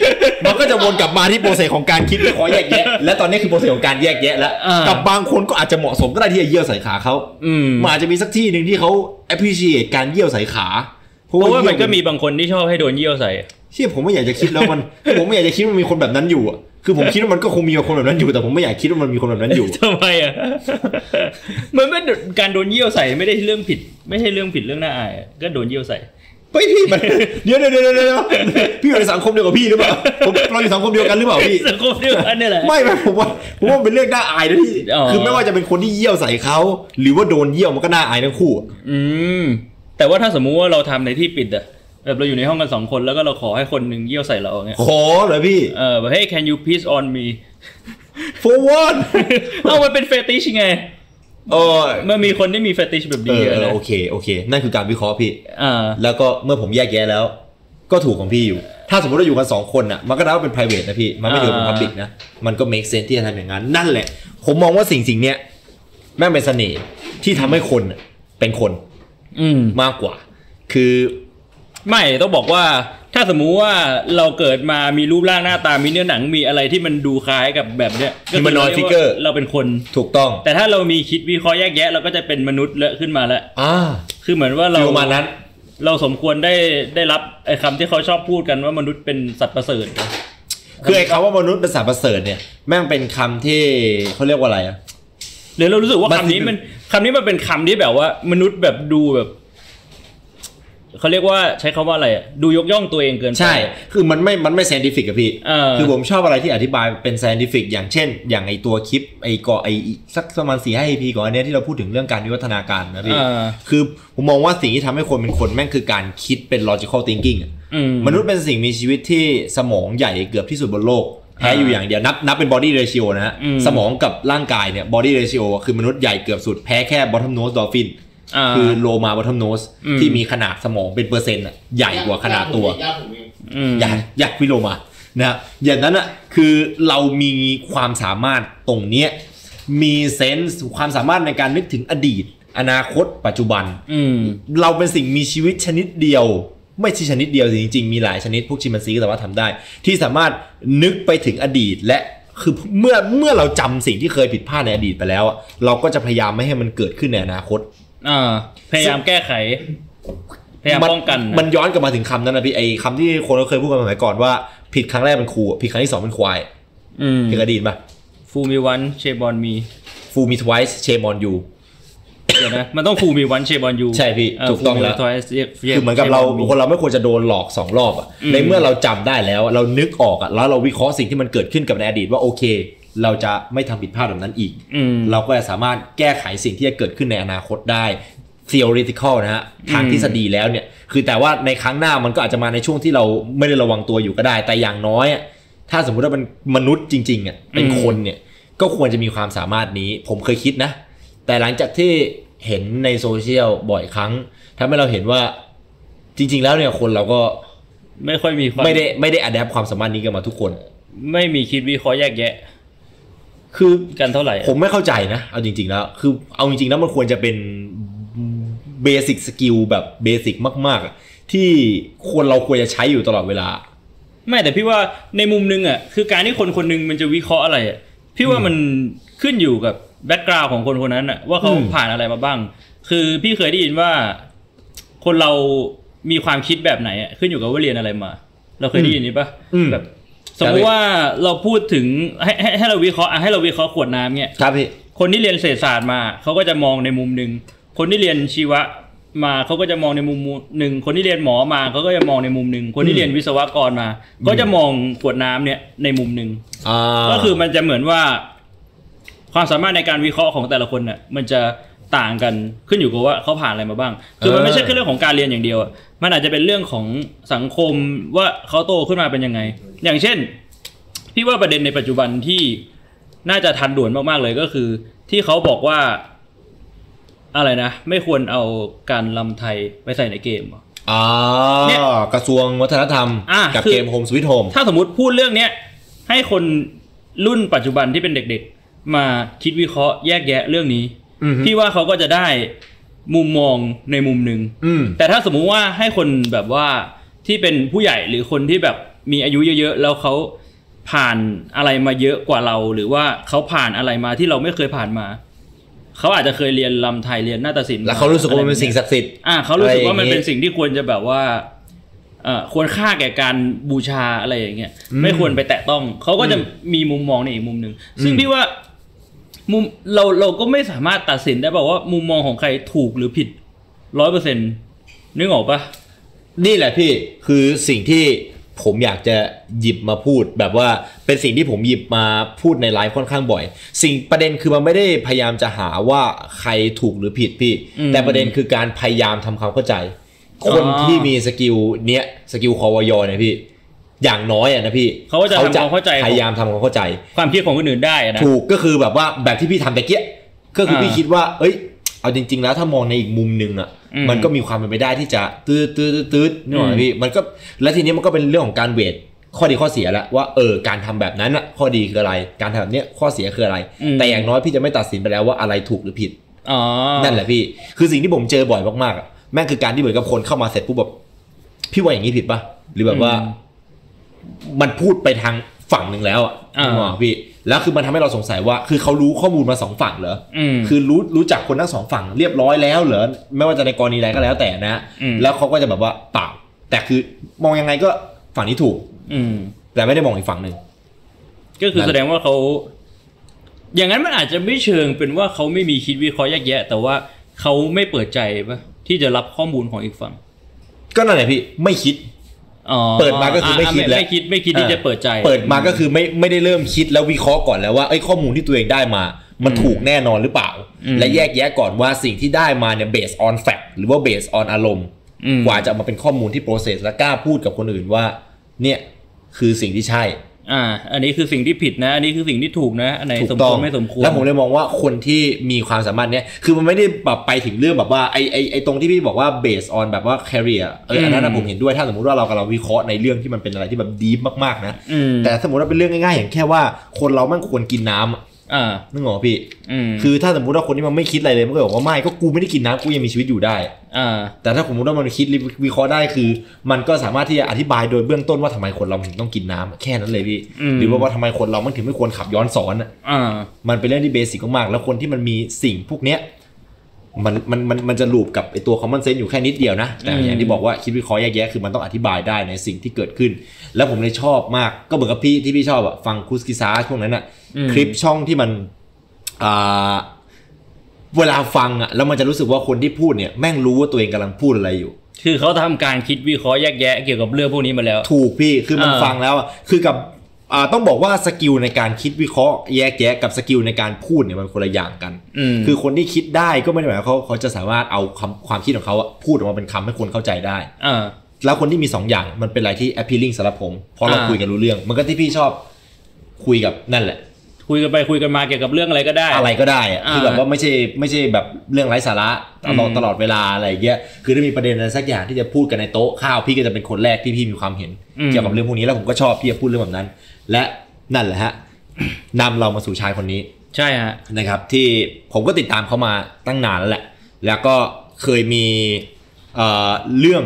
C: มันก็จะวนกลับมาที่โปรเซสของการคิดวิเคราะห์แยก แยะ และตอนนี้คือโปรเซสของการแยกแยะแล้ว
A: อ่ากั
C: กับบางคนก็อาจจะเหมาะสมก็ได้ที่จะเยี่ยวใส่ขาเขา
A: อืม
C: มันอาจจะมีสักที่หนึ่งที่เขา appreciate การเยี่ยวใส่ขา
A: เพราะว่า
C: เยี่ย
A: มันก็มีบางคนที่ชอบให้โดนเยี่ยวใส่
C: เชี่ยผมไม่อยากจะคิดแล้วมัน ผมไม่อยากจะคิดว่ามีคนแบบนั้นอยู่อะคือผมคิดว่ามันก็คงมีคนแบบนั้นอยู่แต่ผมไม่อยากคิดว่ามันมีคนแบบนั้นอยู่
A: ทำไมอ่ะ มันไม่การโดนเยี่ยวใส่ไม่ได้เรื่องผิด ไม่ใช่เรื่องผิดเรื่องน่าอายอะก็โดนเยี่ยวใส่
C: เฮ้ยพี่มัน เดี๋ยวเดี๋ยวเดี๋ยวเดี๋ยวพี่อยู่ในสังคมเดียวกับพี่หรือเปล่าผมเราอยู่สังคมเดียวกันหรือเปล่าพี่
A: สังคมเดียวกันเนี่ยแหละ
C: ไม่ไม่ผมว่าผมว่ามันเป็นเรื่องน่าอายนะพี่
A: อ๋อ
C: คือไม่ว่าจะเป็นคนที่เยี่ยวใส่เขาหรือว่าโดนเยี่ยวมันก็น่าอายทั้งคู่
A: อืม แต่ว่าถ้าสมมุติว่าเราทำในที่ปิดอะแบบเราอยู่ในห้องกันสองคนแล้วก็เราขอให้คนหนึ่งเยี่ยวใส่เราอย่างเงี้ย
C: ขอเหรอพี่
A: เออแบบ hey can you piss on me
C: for what
A: เอ้ามันเป็นเฟติชไง
C: เออ
A: มันมีคนที่มีเฟติชแบบ
C: เอ
A: นี้
C: อ
A: เยอะ
C: เออ
A: นะ
C: โอเคโอเค นั่นคือการวิเคราะห์พี่
A: อ่า
C: แล้วก็เมื่อผมแยกแยะแล้ว ก็ถูกของพี่อยู่ ถ้าสมมติเราอยู่กันสองคนอ่ะมันก็นับว่าเป็น p r i v a t นะพี่ มันไม่ถือเป็น
A: อ่า
C: public นะ มันก็ make sense ที่จะทำอย่างนั้น นั่นแหละ ผมมองว่าสิ่งสิ่งเนี้ยแม่งเป็นเสน่ห์ที่ทำให้คนน่ะเป็นคน
A: อืม
C: มากกว่า คือ
A: ไม่ต้องบอกว่าถ้าสมมุติว่าเราเกิดมามีรูปร่างหน้าตามีเนื้อหนังมีอะไรที่มันดูคล้ายกับแบบเนี้ยคืารียว่าเราเป็นคน
C: ถูกต้อง
A: แต่ถ้าเรามีคิดวิเคราะห์แยกแยะ เราก็จะเป็นมนุษย์เลอะขึ้นมาแล้ว
C: อ่า
A: คือเหมือนว่าเรา
C: อยู่ประมาณนั้น
A: เราสมควรได้ได้รับไอ้คำที่เขาชอบพูดกันว่ามนุษย์เป็นสัตว์ประเสริฐ
C: คือไอ้คำว่ามนุษย์เป็นสัตว์ประเสริฐเนี่ย แม่งเป็นคำที่เขาเรียกว่าอะไรอ่ะ
A: หรือเรารู้สึกว่า
C: มัน
A: คำนี้มันคำนี้มันเป็นคำที่แบบว่ามนุษย์แบบดูแบบเขาเรียกว่าใช้คำว่าอะไรอะดูยกย่องตัวเองเกินไป
C: ใช่ คือมันไม่ มันไม่ scientific อะพี่
A: เออ
C: คือผมชอบอะไรที่อธิบายเป็น scientific อย่างเช่น อย่างไอตัวคลิปไอก่อไอสักประมาณสี่ห้า EP ก่อนอันเนี้ยที่เราพูดถึงเรื่องการวิวัฒนาการนะพี่
A: เออ
C: คือผมมองว่าสิ่งที่ทำให้คนเป็นคนแม่งคือการคิดเป็น logical thinking อะ
A: อืม
C: มนุษย์เป็นสิ่งมีชีวิตที่สมองใหญ่เกือบที่สุดบนโลกแพ้อยู่อย่างเดียวนับนับเป็น body ratio นะฮะ
A: อืม
C: สมองกับร่างกายเนี่ย body ratio คือมนุษย์ใหญ่เกือบสุดแพ้แค่ bottom nose dolphin
A: อ่า
C: คือโลมา bottom nose
A: อืม
C: ที่มีขนาดสมองเป็นเปอร์เซ็นต์อะใหญ่กว่าขนาดตัว
B: ญาติผมเอง
A: อืม
C: อยากอยากพิโลมานะอย่างนั้นอะคือเรามีความสามารถตรงเนี้ยมีเซนส์ความสามารถในการนึกถึงอดีต อนาคต ปัจจุบัน
A: อืม
C: เราเป็นสิ่งมีชีวิตชนิดเดียว ไม่ใช่ชนิดเดียวสิจริงๆ มีหลายชนิดพวกชิมันซีก็สามารถทำได้ ที่สามารถนึกไปถึงอดีตและคือเมื่อเมื่อเราจำสิ่งที่เคยผิดพลาดในอดีตไปแล้วอะเราก็จะพยายามไม่ให้มันเกิดขึ้นในอนาคต
A: อ่า พยายามแก้ไข พยายามป้องกัน
C: มันย้อนกลับมาถึงคำนั้นนะพี่ไอคำที่คนเขาเคยพูดกันสมัยก่อนว่าผิดครั้งแรกเป็นครูอะผิดครั้งที่สองเป็นควาย
A: อืม
C: ผิดอดีตปะ
A: ฟูมีวันเชบอนมี
C: ฟูมิทไวส์เชมอนยู
A: เดี๋ยวนะ มันต้องฟูมีวันเชบอนยู
C: ใช่พี่ถูกต้องแล้ว คือเหมือนกับเราคนเราไม่ควรจะโดนหลอกสองรอบอะในเมื่อเราจำได้แล้วเรานึกออกอะแล้วเราวิเคราะห์สิ่งที่มันเกิดขึ้นกับในอดีตว่าโอเค เราจะไม่ทำผิดพลาดแบบนั้นอีก
A: อืม
C: เราก็จะสามารถแก้ไขสิ่งที่จะเกิดขึ้นในอนาคตได้ theoretical นะฮะทาง
A: อืม
C: ทฤษฎีแล้วเนี่ย คือแต่ว่าในครั้งหน้ามันก็อาจจะมาในช่วงที่เราไม่ได้ระวังตัวอยู่ก็ได้ แต่อย่างน้อยอะถ้าสมมุติว่ามันมนุษย์จริงๆอ่ะเป็นคนเนี่ย ก็ควรจะมีความสามารถนี้ ผมเคยคิดนะ แต่หลังจากที่เห็นในโซเชียลบ่อยครั้งทำให้เราเห็นว่าจริง ๆ แล้วเนี่ยคนเราก็
A: ไม่ค่อยมีความ
C: ไม่ได้ไม่ได้อัดแอปความสามารถนี้กันมาทุกคน
A: ไม่มีคิดวิเคราะห์แยกแยะ
C: คือ
A: กันเท่าไหร่อะ
C: ผมไม่เข้าใจนะ เอาจริง ๆ แล้ว คือเอาจริง ๆ แล้วมันควรจะเป็นเบสิกสกิลแบบเบสิกมาก ๆอะที่ควรเราควรจะใช้อยู่ตลอดเวลา
A: ไม่แต่พี่ว่าในมุมนึงอ่ะคือการที่คนคนหนึงมันจะวิเคราะห์อะไรอ่ะพี่ว่ามันขึ้นอยู่กับแบ็กกราวของคนคนนั้นอ่ะว่าเขา
C: อืม
A: ผ่านอะไรมาบ้าง คือพี่เคยได้ยินว่า คนเรามีความคิดแบบไหนอ่ะขึ้นอยู่กับว่าเรียนอะไรมา เราเคยได้ยินนี้ปะ
C: อืม
A: แบบ สมมติว่าเราพูดถึงให้ให้ให้เราวิเคราะห์อ่ะให้เราวิเคราะห์ขวดน้ำเนี่ย
C: ครับพี่
A: คนที่เรียนเศรษฐศาสตร์มาเขาก็จะมองในมุมหนึ่ง คนที่เรียนชีวะมาเขาก็จะมองในมุมหนึ่ง คนที่เรียนหมอมาเขาก็จะมองในมุมหนึ่ง คนที่เรียนวิศวกรมา ก็จะมองขวดน้ำเนี่ยในมุมหนึ่ง
C: อ่า
A: ก็คือมันจะเหมือนว่า ความสามารถในการวิเคราะห์ของแต่ละคนน่ะ มันจะต่างกันขึ้นอยู่กับว่าเขาผ่านอะไรมาบ้าง คือมันไม่ใช่แค่เรื่องของการเรียนอย่างเดียวอะมันอาจจะเป็นเรื่องของสังคมว่าเขาโตขึ้นมาเป็นยังไง อย่างเช่น พี่ว่าประเด็นในปัจจุบันที่น่าจะทันด่วนมากๆเลยก็คือ ที่เขาบอกว่าอะไรนะไม่ควรเอาการลำไทยไปใส่ในเกมเหรอ
C: อ่า
A: เนี่ย
C: กระทรวงวัฒนธรรม
A: อ่า
C: กับ
A: คือ
C: เกมโฮมสวิตโฮม
A: ถ้าสมมติพูดเรื่องเนี้ยให้คนรุ่นปัจจุบันที่เป็นเด็กๆ มาคิดวิเคราะห์แยกแยะเรื่องนี้ พี่ว่าเขาก็จะได้มุมมองในมุมหนึ่ง
C: อืม
A: แต่ถ้าสมมุติว่าให้คนแบบว่าที่เป็นผู้ใหญ่หรือคนที่แบบมีอายุเยอะๆ แล้วเขาผ่านอะไรมาเยอะกว่าเรา หรือว่าเขาผ่านอะไรมาที่เราไม่เคยผ่านมา เขาอาจจะเคยเรียนลำไทยเรียนนาฏศิลป์
C: แล้วเขารู้สึกว่ามันเป็นสิ่ง
A: อะไรแบบ
C: ศักดิ์สิทธิ์
A: ยอ่าเขารู้สึกว่ามัน
C: อะไรอย่างงี้
A: เป็นสิ่งที่ควรจะแบบว่าเอ่อควรค่าแก่การบูชาอะไรอย่างเงี้ยไม่ควรไปแตะต้องเขาก็จะมีมุมมองในอีกมุมหนึ่งซึ่งพี่ว่า มุมเราเราก็ไม่สามารถตัดสินได้บอกว่ามุมมองของใครถูกหรือผิดร้อยเปอร์เซ็นต์นึกออกปะ
C: นี่แหละพี่คือสิ่งที่ผมอยากจะหยิบมาพูด แบบว่าเป็นสิ่งที่ผมหยิบมาพูดในไลฟ์ค่อนข้างบ่อย สิ่งประเด็นคือมันไม่ได้พยายามจะหาว่าใครถูกหรือผิดพี่ แต่ประเด็นคือการพยายามทำความเข้าใจ คนที่มีสกิลเนี้ยสกิลคอวยเนี่ยพี่ อย่างน้อยอะนะพี่
A: เขาก็จะทำความเข้าใจ
C: พยายามทำความเข้าใจ
A: ความคิดของคนอื่นได้อะนะ
C: ถูกก็คือแบบว่าแบบที่พี่ทำตะเกียะก็คือพี่
A: อ่า
C: คิดว่า เอ้ย เอาจริง ๆ แล้วถ้ามองในอีกมุมหนึงอ่ะ
A: อืม
C: มันก็มีความเป็นไปได้ที่จะตืดตืดตืดตืดนี่หน่อ
A: อื
C: ย
A: ม
C: พี่ มันก็แล้วทีนี้มันก็เป็นเรื่องของการเวทข้อดีข้อเสียละว่าเออการทำแบบนั้นอ่ะข้อดีคืออะไร การทำแบบเนี้ยข้อเสียคืออะไร แต่อย่างน้อยพี่จะไม่ตัดสินไปแล้วว่าอะไรถูกหรือผิด
A: อ๋อ
C: นั่นแหละพี่ คือสิ่งที่ผมเจอบ่อยมากๆอะแม่งคือการที่เหมือนกับคนเข้ามาเสร็จปุ๊บแบบพี่ว่าอย่างนี้ผิดปะหรือแบบว่า
A: อืม
C: มันพูดไปทางฝั่งหนึ่งแล้วอ่ะ
A: อ่า
C: นึกออกปะพี่ แล้วคือมันทำให้เราสงสัยว่า คือเขารู้ข้อมูลมาสองฝั่งเหรอ
A: อืม
C: อคือรู้รู้จักคนทั้งสองฝั่งเรียบร้อยแล้วเหรอไม่ว่าจะในกรณีใดก็แล้วแต่นะ
A: อืม
C: แล้วเขาก็จะแบบว่าเปล่าแต่คือมองยังไงก็ฝั่งนี้ถูก
A: อืม
C: แต่ไม่ได้มองอีกฝั่งหนึ่ง
A: ก็คือ
C: นั่น
A: แสดงว่าเขา อย่างนั้นมันอาจจะไม่เชิงเป็นว่าเขาไม่มีคิดวิเคราะห์แยกแยะ แต่ว่าเขาไม่เปิดใจปะที่จะรับข้อมูลของอีกฝั่ง
C: ก็นั่นแหละพี่ไม่คิด
A: อ๋อ
C: เปิดมาก็คือไม่คิดแล้ว
A: ไม่คิดไม่คิดที่จะเปิดใจ
C: เปิดมาก็คือไม่ไม่ได้เริ่มคิดแล้ววิเคราะห์ก่อนแล้วว่าไอ้ยข้อมูลที่ตัวเองได้มา มันถูกแน่นอนหรือเปล่า
A: อืม
C: และแยกแยะก่อนว่าสิ่งที่ได้มาเนี่ย based on fact หรือว่า based on อารมณ์
A: อืม
C: กว่าจะเอามาเป็นข้อมูลที่ process และกล้าพูดกับคนอื่นว่า เนี่ยคือสิ่งที่ใช่
A: อ่า อันนี้คือสิ่งที่ผิดนะ อันนี้คือสิ่งที่ถูกนะ อันไหน
C: ถูก
A: สม
C: ต้
A: ค
C: อ
A: ว
C: ง
A: รไม่สมควร
C: แล้วผมเลยมองว่าคนที่มีความสามารถเนี่ยคือมันไม่ได้แบบไปถึงเรื่องแบบว่าไอ้ไอ้ไอ้ตรงที่พี่บอกว่า based on แบบว่า career เอออันนั้น
A: อื
C: นะ
A: ม
C: ผมเห็นด้วยถ้าสมมติว่าเรากำลังวิเคราะห์ในเรื่องที่มันเป็นอะไรที่แบบ deep มากๆนะ
A: อืม
C: แต่สมมติว่าเป็นเรื่องง่ายๆ อย่างแค่ว่าคนเรามันควรกินน้ำ
A: อ่า
C: นึกออกปะพี่
A: อืม
C: คือถ้าสมมติว่าคนที่มันไม่คิดอะไรเลยมันก็บอกว่าไม่ก็กูไม่ได้กินน้ำกูยังมีชีวิตอยู่ได้
A: อ่า
C: แต่ถ้าสมมติว่ามันคิดวิเคราะห์ได้คือ มันก็สามารถที่จะอธิบายโดยเบื้องต้นว่าทำไมคนเราถึงต้องกินน้ำแค่นั้นเลยพี่
A: อืม
C: หรือว่าว่าทำไมคนเรามันถึงไม่ควรขับย้อนสอนอะ
A: อ่า
C: มันเป็นเรื่องที่เบสิกมากๆแล้วคนที่มันมีสิ่งพวกเนี้ยมันมันมันมันจะลูปกับไอตัวคอมมอนเซนต์อยู่แค่นิดเดียวนะแต่อย่างที่บอกว่าคิดวิเคราะห์แยกแยะคือมันต้องอธิบายได้ในสิ่งที่เกิดขึ้น แล้วผมเลยชอบมากก็เหมือนกับพี่ที่พี่ชอบอะฟังคุสกิซาช่วงนั้นอะ
A: อืม
C: คลิปช่องที่มันอ่า เวลาฟังอ่ะแล้วมันจะรู้สึกว่าคนที่พูดเนี่ยแม่งรู้ว่าตัวเองกำลังพูดอะไรอยู่
A: คือเขาทำการคิดวิเคราะห์แยกแยะเกี่ยวกับเรื่องพวกนี้มาแล้ว
C: ถูกพี่คือมัน
A: อ่า
C: ฟังแล้วอะคือกับอ่าต้องบอกว่าสกิลในการคิดวิเคราะห์แยกแยะกับสกิลในการพูดเนี่ยมันคนละอย่างกัน
A: อืม
C: คือคนที่คิดได้ก็ไม่ได้หมายความว่าเขาเขาจะสามารถเอาคำความคิดของเขาอะพูดออกมาเป็นคำให้คนเข้าใจได้
A: อ่า
C: แล้วคนที่มีสองอย่างมันเป็นอะไรที่ appealing สำหรับผมเพราะเรา
A: อ่า
C: คุยกันรู้เรื่อง มันก็ที่พี่ชอบคุยกับนั่นแหละ
A: คุยกันไปคุยกันมาเกี่ยวกับเรื่องอะไรก็ได้
C: อะไรก็ได้อะ
A: อ่า
C: คือแบบว่าไม่ใช่ไม่ใช่แบบเรื่องไร้สาระตลอด
A: อืม
C: ตลอดเวลาอะไรอย่างเงี้ยคือถ้ามีประเด็นอะไรสักอย่างที่จะพูดกันในโต๊ะข้าวพี่ก็จะเป็นคนแรกที่พี่มีความเห็น เกี่ยวกับเรื่องพวกนี้แล้วผมก็ชอบที่จะพูดเรื่องแบบนั้น และนั่นแหละฮะ นำเรามาสู่ชายคนนี้
A: ใช่ฮะ
C: นะครับ ที่ผมก็ติดตามเขามาตั้งนานแล้วแหละ แล้วก็เคยมีเอ่อเรื่อง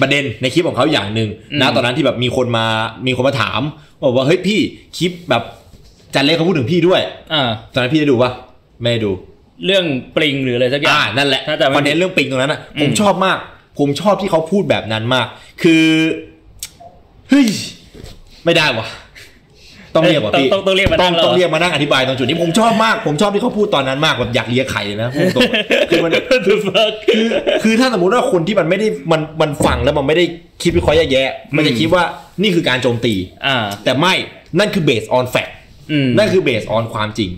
C: ประเด็นในคลิปของเขาอย่างหนึ่ง
A: อืม
C: นะตอนนั้นที่แบบมีคนมามีคนมาถามบอกว่าเฮ้ยพี่คลิปแบบจันเล็กเขาพูดถึงพี่ด้วย
A: อ่า
C: ตอนนั้นพี่ได้ดูปะไม่ได้ดู
A: เรื่องปริงหรืออะไรสักอย่า
C: อ่าง นั่นแหละ
A: ถ้าจำไม่ผิด
C: คอนเทนต์เรื่องปิงตรงนั้นอ่ะ
A: อืม
C: ผมชอบมาก ผมชอบที่เขาพูดแบบนั้นมาก คือเฮ้ยไม่ได้วะต้องเรียกว่า
A: ต้
C: พี่
A: ต้องต้องเรียกมา
C: ต้อ
A: นั่
C: ง
A: งแล้ว
C: ต้อง
A: เหร
C: เรี
A: อย
C: กมานั่งอธิบายตรงจุดนี้ผมชอบมาก ผมชอบที่เขาพูดตอนนั้นมากแบบอยากเลียไข่ เลยนะพูดตรงๆคือมัน
A: คือฟัก
C: คือคือถ้าสมมติว่าคนที่มันไม่ได้มันมันฟังแล้วมันไม่ได้คิดวิเคราะห์แยกแยะ มันจะ
A: อืม
C: คิดว่านี่คือการโจมตี
A: อ่า
C: แต่ไม่นั่นคือ based on fact
A: อืม
C: นั่นคือเบสออนความจริง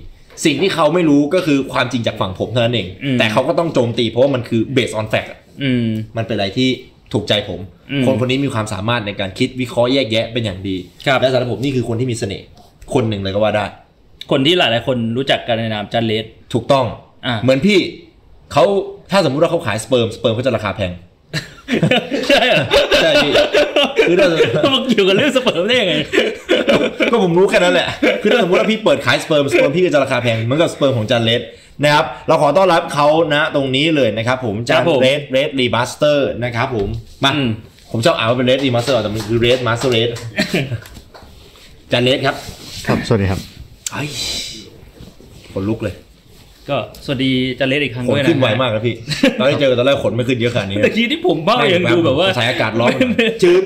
C: สิ่งที่เขาไม่รู้ก็คือความจริงจากฝั่งผมเท่านั้นเอง
A: อืม
C: แต่เขาก็ต้องโจมตีเพราะว่ามันคือเบสออนแฟก
A: อืม
C: มันเป็นอะไรที่ถูกใจผม
A: อืม
C: คนคนนี้มีความสามารถในการคิดวิเคราะห์แยกแยะเป็นอย่างดี
A: ครับ
C: และสำหรับผมนี่คือคนที่มีเสน่ห์คนหนึ่งเลยก็ว่าได้
A: คนที่หลาย ๆ คนรู้จักกันในนามจันเลส
C: ถูกต้อง
A: อ่ะ
C: เหมือนพี่เขาถ้าสมมุติว่าเขาขายสเปิร์มสเปิร์มเขาจะราคาแพง
A: ใช่เหรอ
C: ใช่พี่คือเรา
A: มันเกี่ยวกับเรื่องสเปิร์มได้ยังไง
C: ก็ผมรู้แค่นั้นแหละ คือถ้าสมมติว่าพี่เปิดขายสเปิร์มสเปิร์มพี่ก็จะราคาแพงเหมือนกับสเปิร์มของจันเลสนะครับ เราขอต้อนรับเขานะตรงนี้เลยนะครับผมจั
A: ครั
C: น
A: บผม
C: เรสเรสรีมาสเตอร์นะครับผม มา
A: อืม
C: ผมชอบอ่านว่าเป็นเรสรีมาสเตอร์แต่มันคือเรสมาสเตอร์เร สจันเลสครับ
D: ครับ สวัสดีครับ
C: ไอ้คนลุกเลย
A: ก็สวัสดีจันเลสอีกครั้ง
C: ขน
A: ด้วยนะ
C: ขึ้นไวมากนะพี่ ตอนที่เจอกันตอนแรกขนไม่ขึ้นเยอะขนาดนี้
A: ตะกี้ที่ผมเบ้ายังดูแบบว่า
C: ใช้อากาศร้อนมาหน่อยชื้น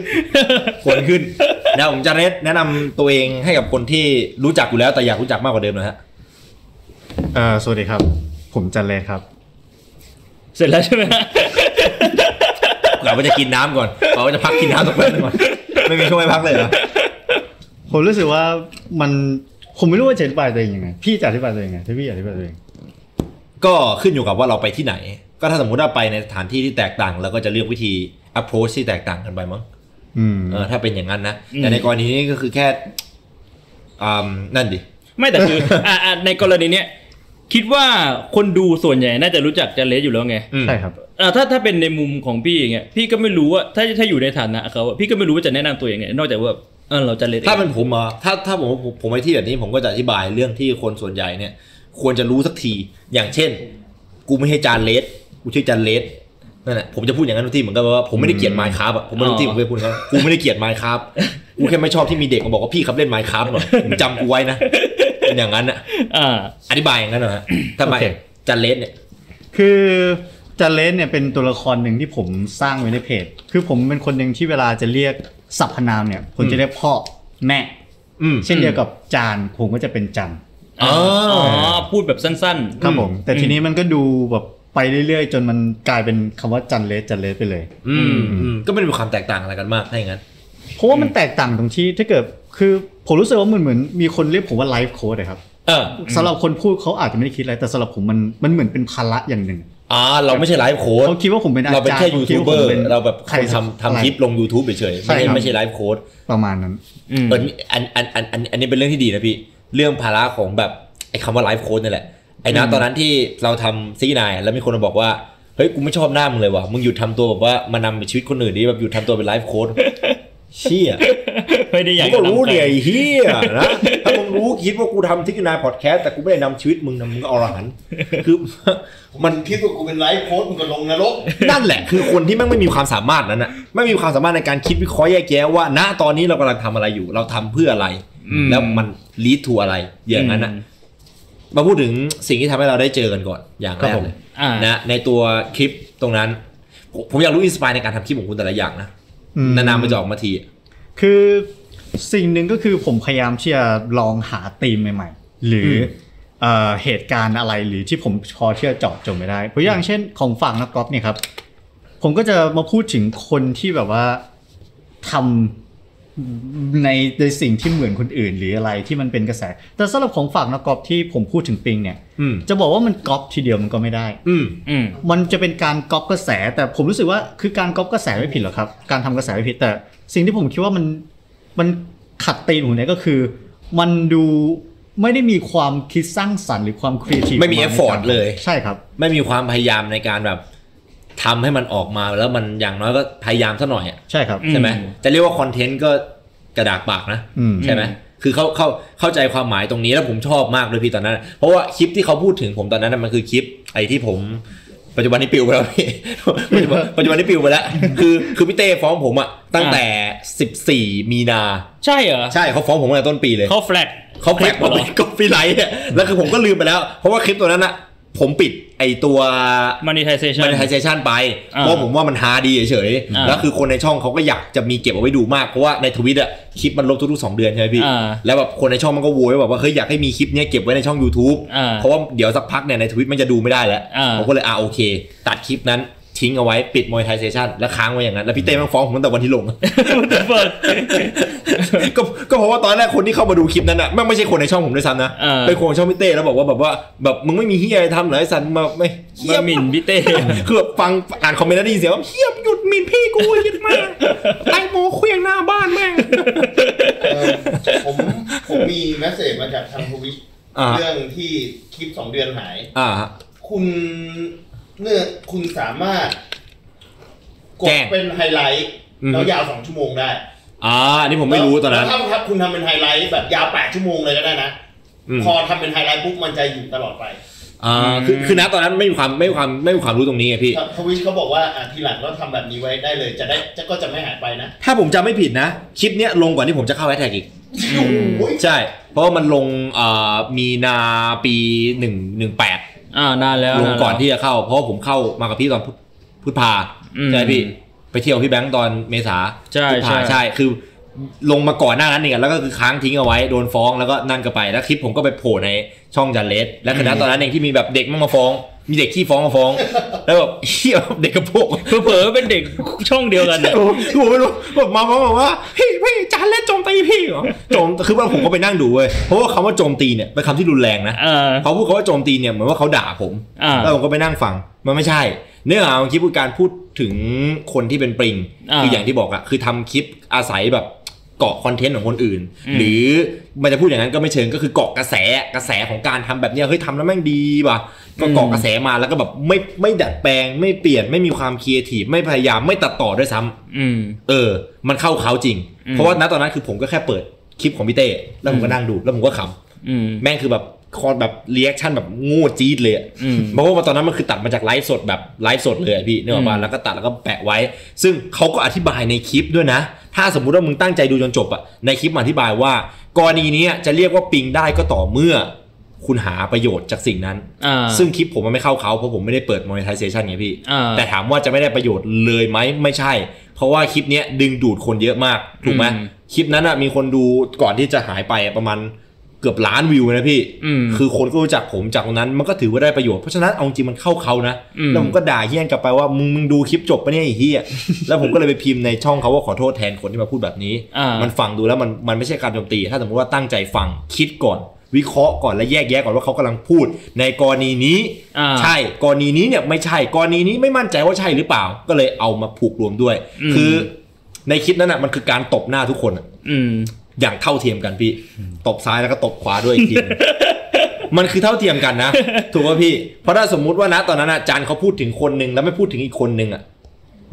C: ขนขึ้นนะผมจะเรสแนะนำตัวเองให้กับคนที่รู้จักอยู่แล้วแต่อยากรู้จักมากกว่าเดิมหนะฮะ
D: เอ่อ สวัสดีครับ ผมจันเลนครับ
A: เสร็จแล้วใช่ไหม ฮะ
C: กะว่าจะกินน้ำก่อนกะว่าจะพักกินน้ำตรงนั้นก่อนไม่มีช่วงให้พักเลยเหรอ
D: ผมรู้สึกว่ามัน ผมไม่รู้ว่าจะอธิบายตัวเองยังไง พี่จะอธิบายตัวเองยังไงถ้าพี่อธิบายตัวเอง
C: ก็ขึ้นอยู่กับว่าเราไปที่ไหน ก็ถ้าสมมติว่าไปในสถานที่ที่แตกต่างเราก็จะเลือกวิธี approach ที่แตกต่างกันไปมั้ง
D: อืม
C: เออ ถ้าเป็นอย่างนั้นนะ
A: อืม
C: แต่ในกรณีนี้ก็คือแค่อ่านั่นดิ
A: ไม่แต่คือ อ่ะอ่ะในกรณีเนี้ยคิดว่าคนดูส่วนใหญ่น่าจะรู้จักจันเลสอยู่แล้วไง
C: อืม
D: ใช่ครับ
A: อ่ะถ้าถ้าเป็นในมุมของพี่อย่างเงี้ยพี่ก็ไม่รู้ว่าถ้าถ้าอยู่ในฐานะเขาอะพี่ก็ไม่รู้ว่าจะแนะนำตัวยังไงนอกจากว่าเออเราจันเลสเอง
C: ถ้าเป็นผมเหรอ่ะถ้าถ้าผมผมผมไปที่แบบนี้ผมก็จะอธิบายเรื่องที่คนส่วนใหญ่เนี่ย ควรจะรู้สักที อย่างเช่น กูไม่ใช่จานเลสกูชื่อจานเลสนั่นแหละผมจะพูดอย่างนั้นทุกที่เหมือนกันว่าผมไม่ได้เกลียดไมค์ครับอ่ะผมไม่รู้ที่
A: อ๋
C: ผ
A: อ
C: มเคยพูดเขากูไม่ได้เกลียดไมค์ครับกูแค่ไม่ชอบที่มีเด็กมาบอกว่าพี่ครับเล่นไมค์ครับหน่อยมึงจำกูไว้นะเป็นอย่างนั้นอ่ะ
A: อ่า
C: อธิบายอย่างนั้นเหรอฮะทำไม
D: โอเค
C: จานเลสเนี่ย
D: คือจันเลนเนี่ยเป็นตัวละครหนึ่งที่ผมสร้างไว้ในเพจ คือผมเป็นคนหนึ่งที่เวลาจะเรียกสรรพนามเนี่ย ผมจะเรียกพ่อแม่
C: อืม
D: เช่นเดียวกับจานผมก็จะเป็นจัน
C: อ๋อ
A: อ๋อ
C: อ
A: พูดแบบสั้นๆ
D: ครับผม แต่ทีนี้
A: อื
D: มันก็ดูแบบไปเรื่อยๆ จนมันกลายเป็นคำว่าจันเลสจันเลสไปเลย
C: อืมอืมก็ไม่ได้มีความแตกต่างอะไรกันมากถ้าอย่างนั้น
D: เพราะว่ามันแตกต่างตรงที่ถ้าเกิดคือผมรู้สึกว่ามันเหมือนมีคนเรียกผมว่าไลฟ์โค้ดอะครับ
C: เออ
D: สำหรับคนพูดเขาอาจจะไม่ได้คิดอะไรแต่สำหรับผมมันมันเหมือนเป็นภาระอย่างหนึ่ง
C: อ่าเราไม่ใช่ไลฟ์โค้ด
D: เขาคิดว่าผมเป็นอาจารย์
C: เราเป็นแค่ยู
D: ขา
C: ทู
D: ด
C: บ
D: ว่า
C: เบอ
D: ผม
C: ร์
D: ป็น
C: เราแบบ
D: ใคร
C: ทำทำ
D: อะไร
C: คลิปลง YouTube เฉยๆ
D: ใช่
C: ไม่ได้
D: ครับ
C: ไม่ใช่ไลฟ์โค้ด
D: ประมาณนั้น
A: อืม
C: เออนี่อันอันอันอันอันนี้เป็นเรื่องที่ดีนะพี่ เรื่องภาระของแบบไอ้คำว่าไลฟ์โค้ดนี่แหละไอ้นะตอนนั้นที่เราทำซีนายแล้วมีคนมาบอกว่า เฮ้ย กูไม่ชอบหน้ามึงเลยว่ะมึงหยุดทำตัวแบบว่ามานำชีวิตคนอื่นดิแบบหยุดทำตัวเป็นไลฟ์โค้ ดเชี่ย
A: ไม่ได้อยาก
C: กูก็รู้
A: จะำใค
C: เนี่ยไอ้เฮียนะ ถ้ามึงรู้คิดว่ากูทำทิกนายพอดแคสต์แต่กูไม่ได้นำชีวิตมึงนะมึงก็อรหันต์คือ
B: มันคิดว่ากูเป็นไลฟ์โค้ดมึงก็ลงนรก
C: นั่นแหละคือคนที่แม่งไม่มีความสามารถนั้นน่ะไม่มีความสามารถในการคิดวิเคราะห์แยกแยะว่า ณตอนนี้เรากำลังทำอะไรอยู่ เราทำเพื่ออะไร
A: อื
C: แล้วมันลีดทูอะไรอย่างนั้นน่ะมาพูดถึงสิ่งที่ทำให้เราได้เจอกันก่อนอย่างแร
D: ครับ
C: ก
D: ผม
C: เลย
A: อ่า
C: นะในตัวคลิปตรงนั้น ผมผมอยากรู้อินสปายในการทำคลิปของคุณแต่ละอย่างนะ
D: อืม
C: นานๆมันจะออกมาที
D: คือสิ่งหนึ่งก็คือผมพยายามที่จะลองหาธีมใหม่ ๆ หรืออ
C: ม
D: เอ่อเหตุการณ์อะไรหรือที่ผมพอที่จะเจาะจงไม่ได้เพราะอย่างเช่นของฝั่งนักกอล์ฟเนี่ยครับ ผมก็จะมาพูดถึงคนที่แบบว่าทำในในสิ่งที่เหมือนคนอื่นหรืออะไรที่มันเป็นกระแส แต่สำหรับของฝั่งนักกอล์ฟที่ผมพูดถึงปิงเนี่ย
C: อืม
D: จะบอกว่ามันก๊อปทีเดียวมันก็ไม่ได้
C: อืม
A: อืม
D: มันจะเป็นการก๊อปกระแส แต่ผมรู้สึกว่าคือการก๊อปกระแสไม่ผิดหรอกครับ การทำกระแสไม่ผิดแต่ สิ่งที่ผมคิดว่ามันมันขัดตีนผมเนี่ยก็คือ มันดูไม่ได้มีความคิดสร้างสรรค์หรือความครีเอทีฟ
C: ไม่มี effort เลย
D: ใช่ครับ
C: ไม่มีความพยายามในการแบบทำให้มันออกมาแล้วมันอย่างน้อยก็พยายามซะหน่อยอะ
D: ใช่ครับ
A: อื
C: ใช่ไหมจะเรียกว่าคอนเทนต์ก็กระดากปากนะ
D: อืม
C: ใช่ไหมคือเขาเข้าเข้าใจความหมายตรงนี้แล้วผมชอบมากเลยพี่ตอนนั้น เพราะว่าคลิปที่เขาพูดถึงผมตอนนั้นนะมันคือคลิปไอ้ที่ผม ปัจจุบันนี้ปิวไปแล้วพี่ ปัจจุบันปัจจุบันนี้ปิวไปแล้ว คือคือพี่เต้ฟ้องผมอะตั้งแต่ 14 มีนา
A: ใช่เหรอ
C: ใช่เขาฟ้องผมตั้งแต่ต้นปีเลย
A: เขาแฟลต
C: เขาแพ็ก
A: ห
C: มา
A: อ
C: เป็นกอฟีไลท์เนี่ยแล้วคือผมก็ลืมไปแล้ว เพราะว่าคลิปตัวนั้นอะผมปิดไอตัว
A: มานิทเซชั
C: มัน นไทเซชันไป
A: อ่า
C: เพราะผมว่ามันฮาดีเฉย
A: อ่า
C: ๆ แล้วคือคนในช่องเขาก็อยากจะมีเก็บเอาไว้ดูมาก เพราะว่าในทวิตอะคลิปมันลบทุกๆสองเดือนใช่ไหมพี่
A: อ่า
C: แล้วแบบคนในช่องมันก็โวยแบบว่าเฮ้ยอยากให้มีคลิปเนี้ยเก็บไว้ในช่อง YouTube
A: อ่า
C: เพราะว่าเดี๋ยวสักพักเนี่ยในทวิตมันจะดูไม่ได้แล้ว
A: อ่า
C: ผมก็เลยอ่าโอเค ตัดคลิปนั้นทิ้งเอาไว้ปิดม e ไทเซชันแล้วค้างไว้อย่างนั้น แล้วพี่เต้แมันฟ้องผมตั้งแต่วัน ที่ลง
A: เปิด
C: ก็ก็เพราะว่าตอนแรกคนที่เข้ามาดูคลิปนั้นอ่ะแม่งไม่ใช่คนในช่องผมด้วยซ้ำนะ
A: เออ
C: เป็นคนของช่องพี่เต้แล้วบอกว่าแบบว่าแบบมึงไม่มีเฮียอะไรทำเหรอไอ้สันมาไม่เฮี
A: มาย หมิ่นพี่เต้
C: คือแบบฟังอ่านคอมเมนต์แล้วได้ยินเสียงว่าเฮียหยุดหมิ่นพี่กูหยุดมาก ไอ้โมเคลียงหน้าบ้านแม่ง
B: เออผมผมมีแมสเซจมาจากทางทวิต
C: อ่า
B: เรื่องที่คลิปสองเดือนหาย
C: อ่า
B: คุณเนื้อคุณสามารถกด
C: แจ้ง
B: เป็นไฮไลท์
C: อืม
B: แล้วยาวสองชั่วโมงได้
C: อ่าอันนี้ผมไม่รู้ตอนนั้น
B: แล้วถ้าครับคุณทำเป็นไฮไลท์แบบยาวแปดชั่วโมงเลยก็ได้นะ
C: อืม
B: พอทำเป็นไฮไลท์ปุ๊บมันจะอยู่ตลอดไป
C: อ่าคือคือณตอนนั้นไม่มีความไม่มีความไม่มีความรู้ตรงนี้ไงพี่
B: ทวิตเขาบอกว่าอ่ะทีหลังก็ทำแบบนี้ไว้ได้เลย จะได้จะก็จะไม่หายไปนะ
C: ถ้าผมจำไม่ผิดนะคลิปเนี้ยลงก่อนที่ผมจะเข้าแฮชแท็กอีก
B: โอ้ย
C: ใช่ เพราะว่ามันลงอ่ามีนาปีหนึ่งหนึ่งแปด
A: อ่านานแล้ว
C: ลงก่อน
A: านแล้ว
C: ที่จะเข้า เพราะผมเข้ามากับพี่ตอนพุธพุทธภา
A: อืม
C: ใช่ไหมพี่ไปเที่ยวพี่แบงค์ตอนเมษา
A: ใช่
C: พุทธภา
A: ใช่
C: ใช่คือลงมาก่อนหน้านั้นเองแล้วก็คือค้างทิ้งเอาไว้โดนฟ้องแล้วก็นั่นก็ไปแล้วคลิปผมก็ไปโผล่ในช่องจันเลสและคณะตอนนั้นเองที่มีแบบเด็กมันมาฟ้อง มีเด็กที่ฟ้องมาฟ้อง แล้วแบบ เฮียเด็กกระโปง
A: เผลอๆเป็นเด็กช่องเดียวกันน่ะ
C: กูไม่รู้แบบมาบอกว่าพี่พี่จานเล่นโจมตีพี่เหรอโจมคือว่าผมก็ไปนั่งดูเว้ยเพราะว่าคำว่าโจมตีเนี่ยเป็นคำที่รุนแรงนะ
A: เออ
C: เขาพูดคำว่าโจมตีเนี่ยเหมือนว่าเขาด่าผม
A: อ่า
C: แล้วผมก็ไปนั่งฟังมันไม่ใช่ เนื้อหาของคลิปคือการพูดถึงคนที่เป็นปริง
A: อ่า
C: คืออย่างที่บอกอะคือทำคลิปอาศัยแบบเกาะคอนเทนต์ของคนอื่น
A: อืม
C: หรือมันจะพูดอย่างนั้นก็ไม่เชิงก็คือเกาะกระแสกระแสของการทำแบบเนี้ยเฮ้ยทำแล้วแม่งดีว่ะก็เกาะ
A: อืม
C: กระแสมาแล้วก็แบบไม่ไม่ดัดแปลง ไม่เปลี่ยนไม่มีความครีเอทีฟไม่พยายามไม่ตัดต่อด้วยซ้ำ
A: อืม
C: เออ มันเข้าเขาจริง
A: อืม
C: เพราะว่าณตอนนั้นคือผมก็แค่เปิดคลิปของพี่เต้แล้วผมก็นั่งดูแล้วผมก็ข
A: อืม
C: ำแม่งคือแบบคอแบบรีแอคชั่นแบบงูจี๊ดเลยอะ
A: อืม
C: เพราะว่าตอนนั้นมันคือตัดมาจากไลฟ์สดแบบไลฟ์สดเลยอะพี่เนื้ออกมา
A: อืม
C: แล้วก็ตัดแล้วก็แปะไว้ ซึ่งเขาก็อธิบายในคลิปด้วยนะ ถ้าสมมุติว่ามึงตั้งใจดูจนจบอะในคลิปมันอธิบายว่ากรณีเนี้ยจะเรียกว่าปิงได้ก็ต่อเมื่อ คุณหาประโยชน์จากสิ่งนั้น
A: อ่า
C: ซึ่งคลิปผมมันไม่เข้าเขาเพราะผมไม่ได้เปิด monetization ไงพี่
A: อ่า
C: แต่ถามว่าจะไม่ได้ประโยชน์เลยไหมไม่ใช่ เพราะว่าคลิปเนี้ยดึงดูดคนเยอะมากถูกไหม
A: อืม
C: คลิปนั้นอะมีคนดูก่อนที่จะหายไปอะประมาณเกือบล้านวิวนะพี่
A: อืม
C: คือคนก็รู้จักผมจากตรงนั้นมันก็ถือว่าได้ประโยชน์เพราะฉะนั้นเอาจริงมันเข้าเขานะ
A: อืม
C: แล้วผมก็ด่าเฮี้ยนกลับไปว่ามึงมึงดูคลิปจบปะเนี่ยไอ้เฮี้ย แล้วผมก็เลยไปพิมพ์ในช่องเขาว่าขอโทษแทนคนที่มาพูดแบบนี้
A: อ่ามั
C: มันฟังดูแล้วมันมันไม่ใช่การโจมตี ถ้าสมมติว่าตั้งใจฟังคิดก่อน วิเคราะห์ก่อนและแยกแยะก่อนว่าเขากำลังพูด ในกรณีนี้
A: อ่า
C: ใช่กรณีนี้เนี่ยไม่ใช่กรณีนี้ไม่มั่นใจว่าใช่หรือเปล่า ก็เลยเอามาผูกรวมด้วย
A: อืม
C: คือในคลิปนั้นอ่ะมันคือการตบหน้าทุกคนอะ
A: อืม
C: อย่างเท่าเทียมกันพี่ ตบซ้ายแล้วก็ตบขวาด้วยอีกทีห นึ่ง มันคือเท่าเทียมกันนะ ถูกป่ะพี่ เพราะถ้าสมมุติว่านะตอนนั้นอาจารย์เขาพูดถึงคนหนึ่งแล้วไม่พูดถึงอีกคนหนึ่งอ่ะ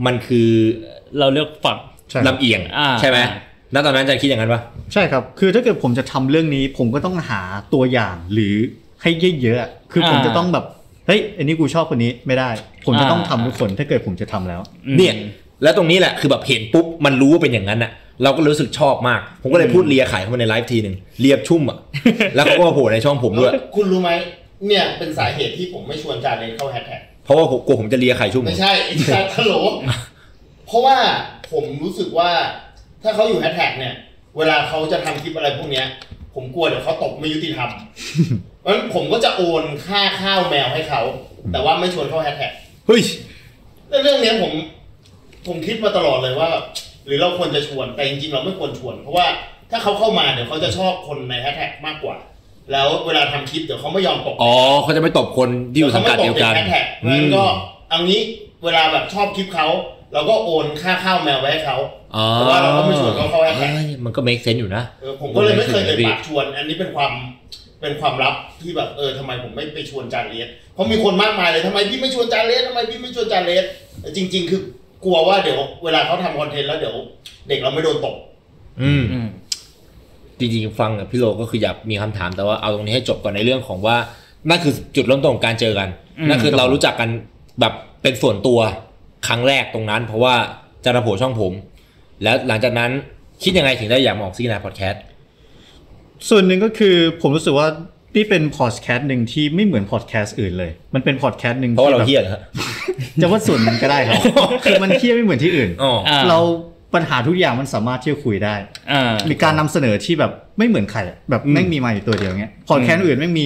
C: มันคือ
A: เราเลือกฝั่ง
D: ใช่ครับ
C: ลำเอียง
A: อ่า
C: ใช่ไหม
A: อ่า
C: ณตอนนั้นอาจารย์คิดอย่างนั้นปะ
D: ใช่ครับ คือถ้าเกิดผมจะทำเรื่องนี้ ผมก็ต้องหาตัวอย่างหรือให้เยอะๆอะคือผม
A: อ่า
D: จะต้องแบบเฮ้ยอันนี้กูชอบคนนี้ไม่ได้ ผมจะ
A: อ่า
D: ต้องทำทุกคนถ้าเกิดผมจะทำแล้ว
A: อืม
C: เนี่ยแล้วตรงนี้แหละคือแบบเห็นปุ๊บมันรู้ว่าเป็นอย่างนั้นอะเราก็รู้สึกชอบมาก ผมก็เลยพูดเลียขายเข้ามาในไลฟ์ทีหนึ่งเลียบชุ่มอะ แล้วเขาก็มาโผล่ในช่องผมด้วย
B: คุณรู้ไหมเนี่ยเป็นสาเหตุที่ผมไม่ชวนจานเลยเข้าแฮชแท็ก
C: เพราะว่าผมกลัวผมจะเลียขายชุ่ม
B: ไม่ใช่ไอ้จานตลกเพราะว่าผมรู้สึกว่า ถ้าเขาอยู่แฮชแท็กเนี่ย เวลาเขาจะทำคลิปอะไรพวกเนี้ย ผมกลัวเดี๋ยวเขาตกไม่ยุติ ธรรมเพราะฉะนั้นผมก็จะโอนค่าข้าวแมวให้เขา แต่ว่าไม่ชวนเข้าแฮชแท็ก
C: เฮ้ย
B: แล้วเรื่องเนี้ยผม ผมคิดมาตลอดเลยว่า หรือเราควรจะชวนแต่จริงๆเราไม่ควรชวน เพราะว่าถ้าเขาเข้ามาเดี๋ยวเขาจะชอบคนในแฮชแท็กมากกว่า แล้วเวลาทำคลิปเดี๋ยวเขาไม่ยอมตก
C: อ๋อเขาจะไม่ตบคนที่อยู่สังกัดเดียวกัน
B: แฮชแท็ก
C: อืม
B: งั้นก็เอางี้เวลาแบบชอบคลิปเขาเราก็โอนค่าข้าวแมวไว้ให้เขา
C: อ๋อ
B: เพราะว่าเราก็ไม่ชวนเขาเข้าแฮชแท็ก
C: ฮ้ยมันก็ make sense อยู่นะ
B: เออผมก็เลยไม่เคยเอ่ยปากชวน อันนี้เป็นความเป็นความลับที่แบบเออทำไมผมไม่ไปชวนจานเลสเพราะมีคนมากมายเลยทำไมพี่ไม่ชวนจานเลสทำไมพี่ไม่ชวนจานเลสแต่จริง ๆ คือกลัวว่าเดี๋ยวเวลาเขาทำคอนเทนต์แล้วเดี๋ยว เด็กเราไม่โดนตก
C: อืม
A: อืม
C: จริงๆฟังกับพี่โลก็คืออยากมีคำถามแต่ว่าเอาตรงนี้ให้จบก่อนในเรื่องของว่านั่นคือจุดเริ่มต้นของการเจอกัน
A: อืม
C: นั่นคือเรารู้จักกันแบบเป็นส่วนตัวครั้งแรกตรงนั้น เพราะว่าจารโผช่องผม แล้วหลังจากนั้นคิดยังไงถึงได้อยากมาออกซีนาพอดแคสต์
D: ส่วนหนึ่งก็คือผมรู้สึกว่านี่เป็นพอดแคสต์หนึ่งที่ไม่เหมือนพอดแคสต์อื่นเลย มันเป็นพอดแคสต์หนึ่ง
C: เพราะว่าเรา
D: แบบ
C: เฮี้ยนฮะ
D: จะว่าส่วนหนึ่งก็ได้ ครับ คือมันเทียบไม่เหมือนที่อื่น
C: อ๋อ
A: อ่า
D: เราปัญหาทุกอย่างมันสามารถที่จะคุยได้
A: อ่า
D: หรือการนำเสนอที่แบบไม่เหมือนใครอะแบบแม่งมีไมค์อยู่ตัวเดียวเงี้ยพอดแคสต์อื่นไม่มี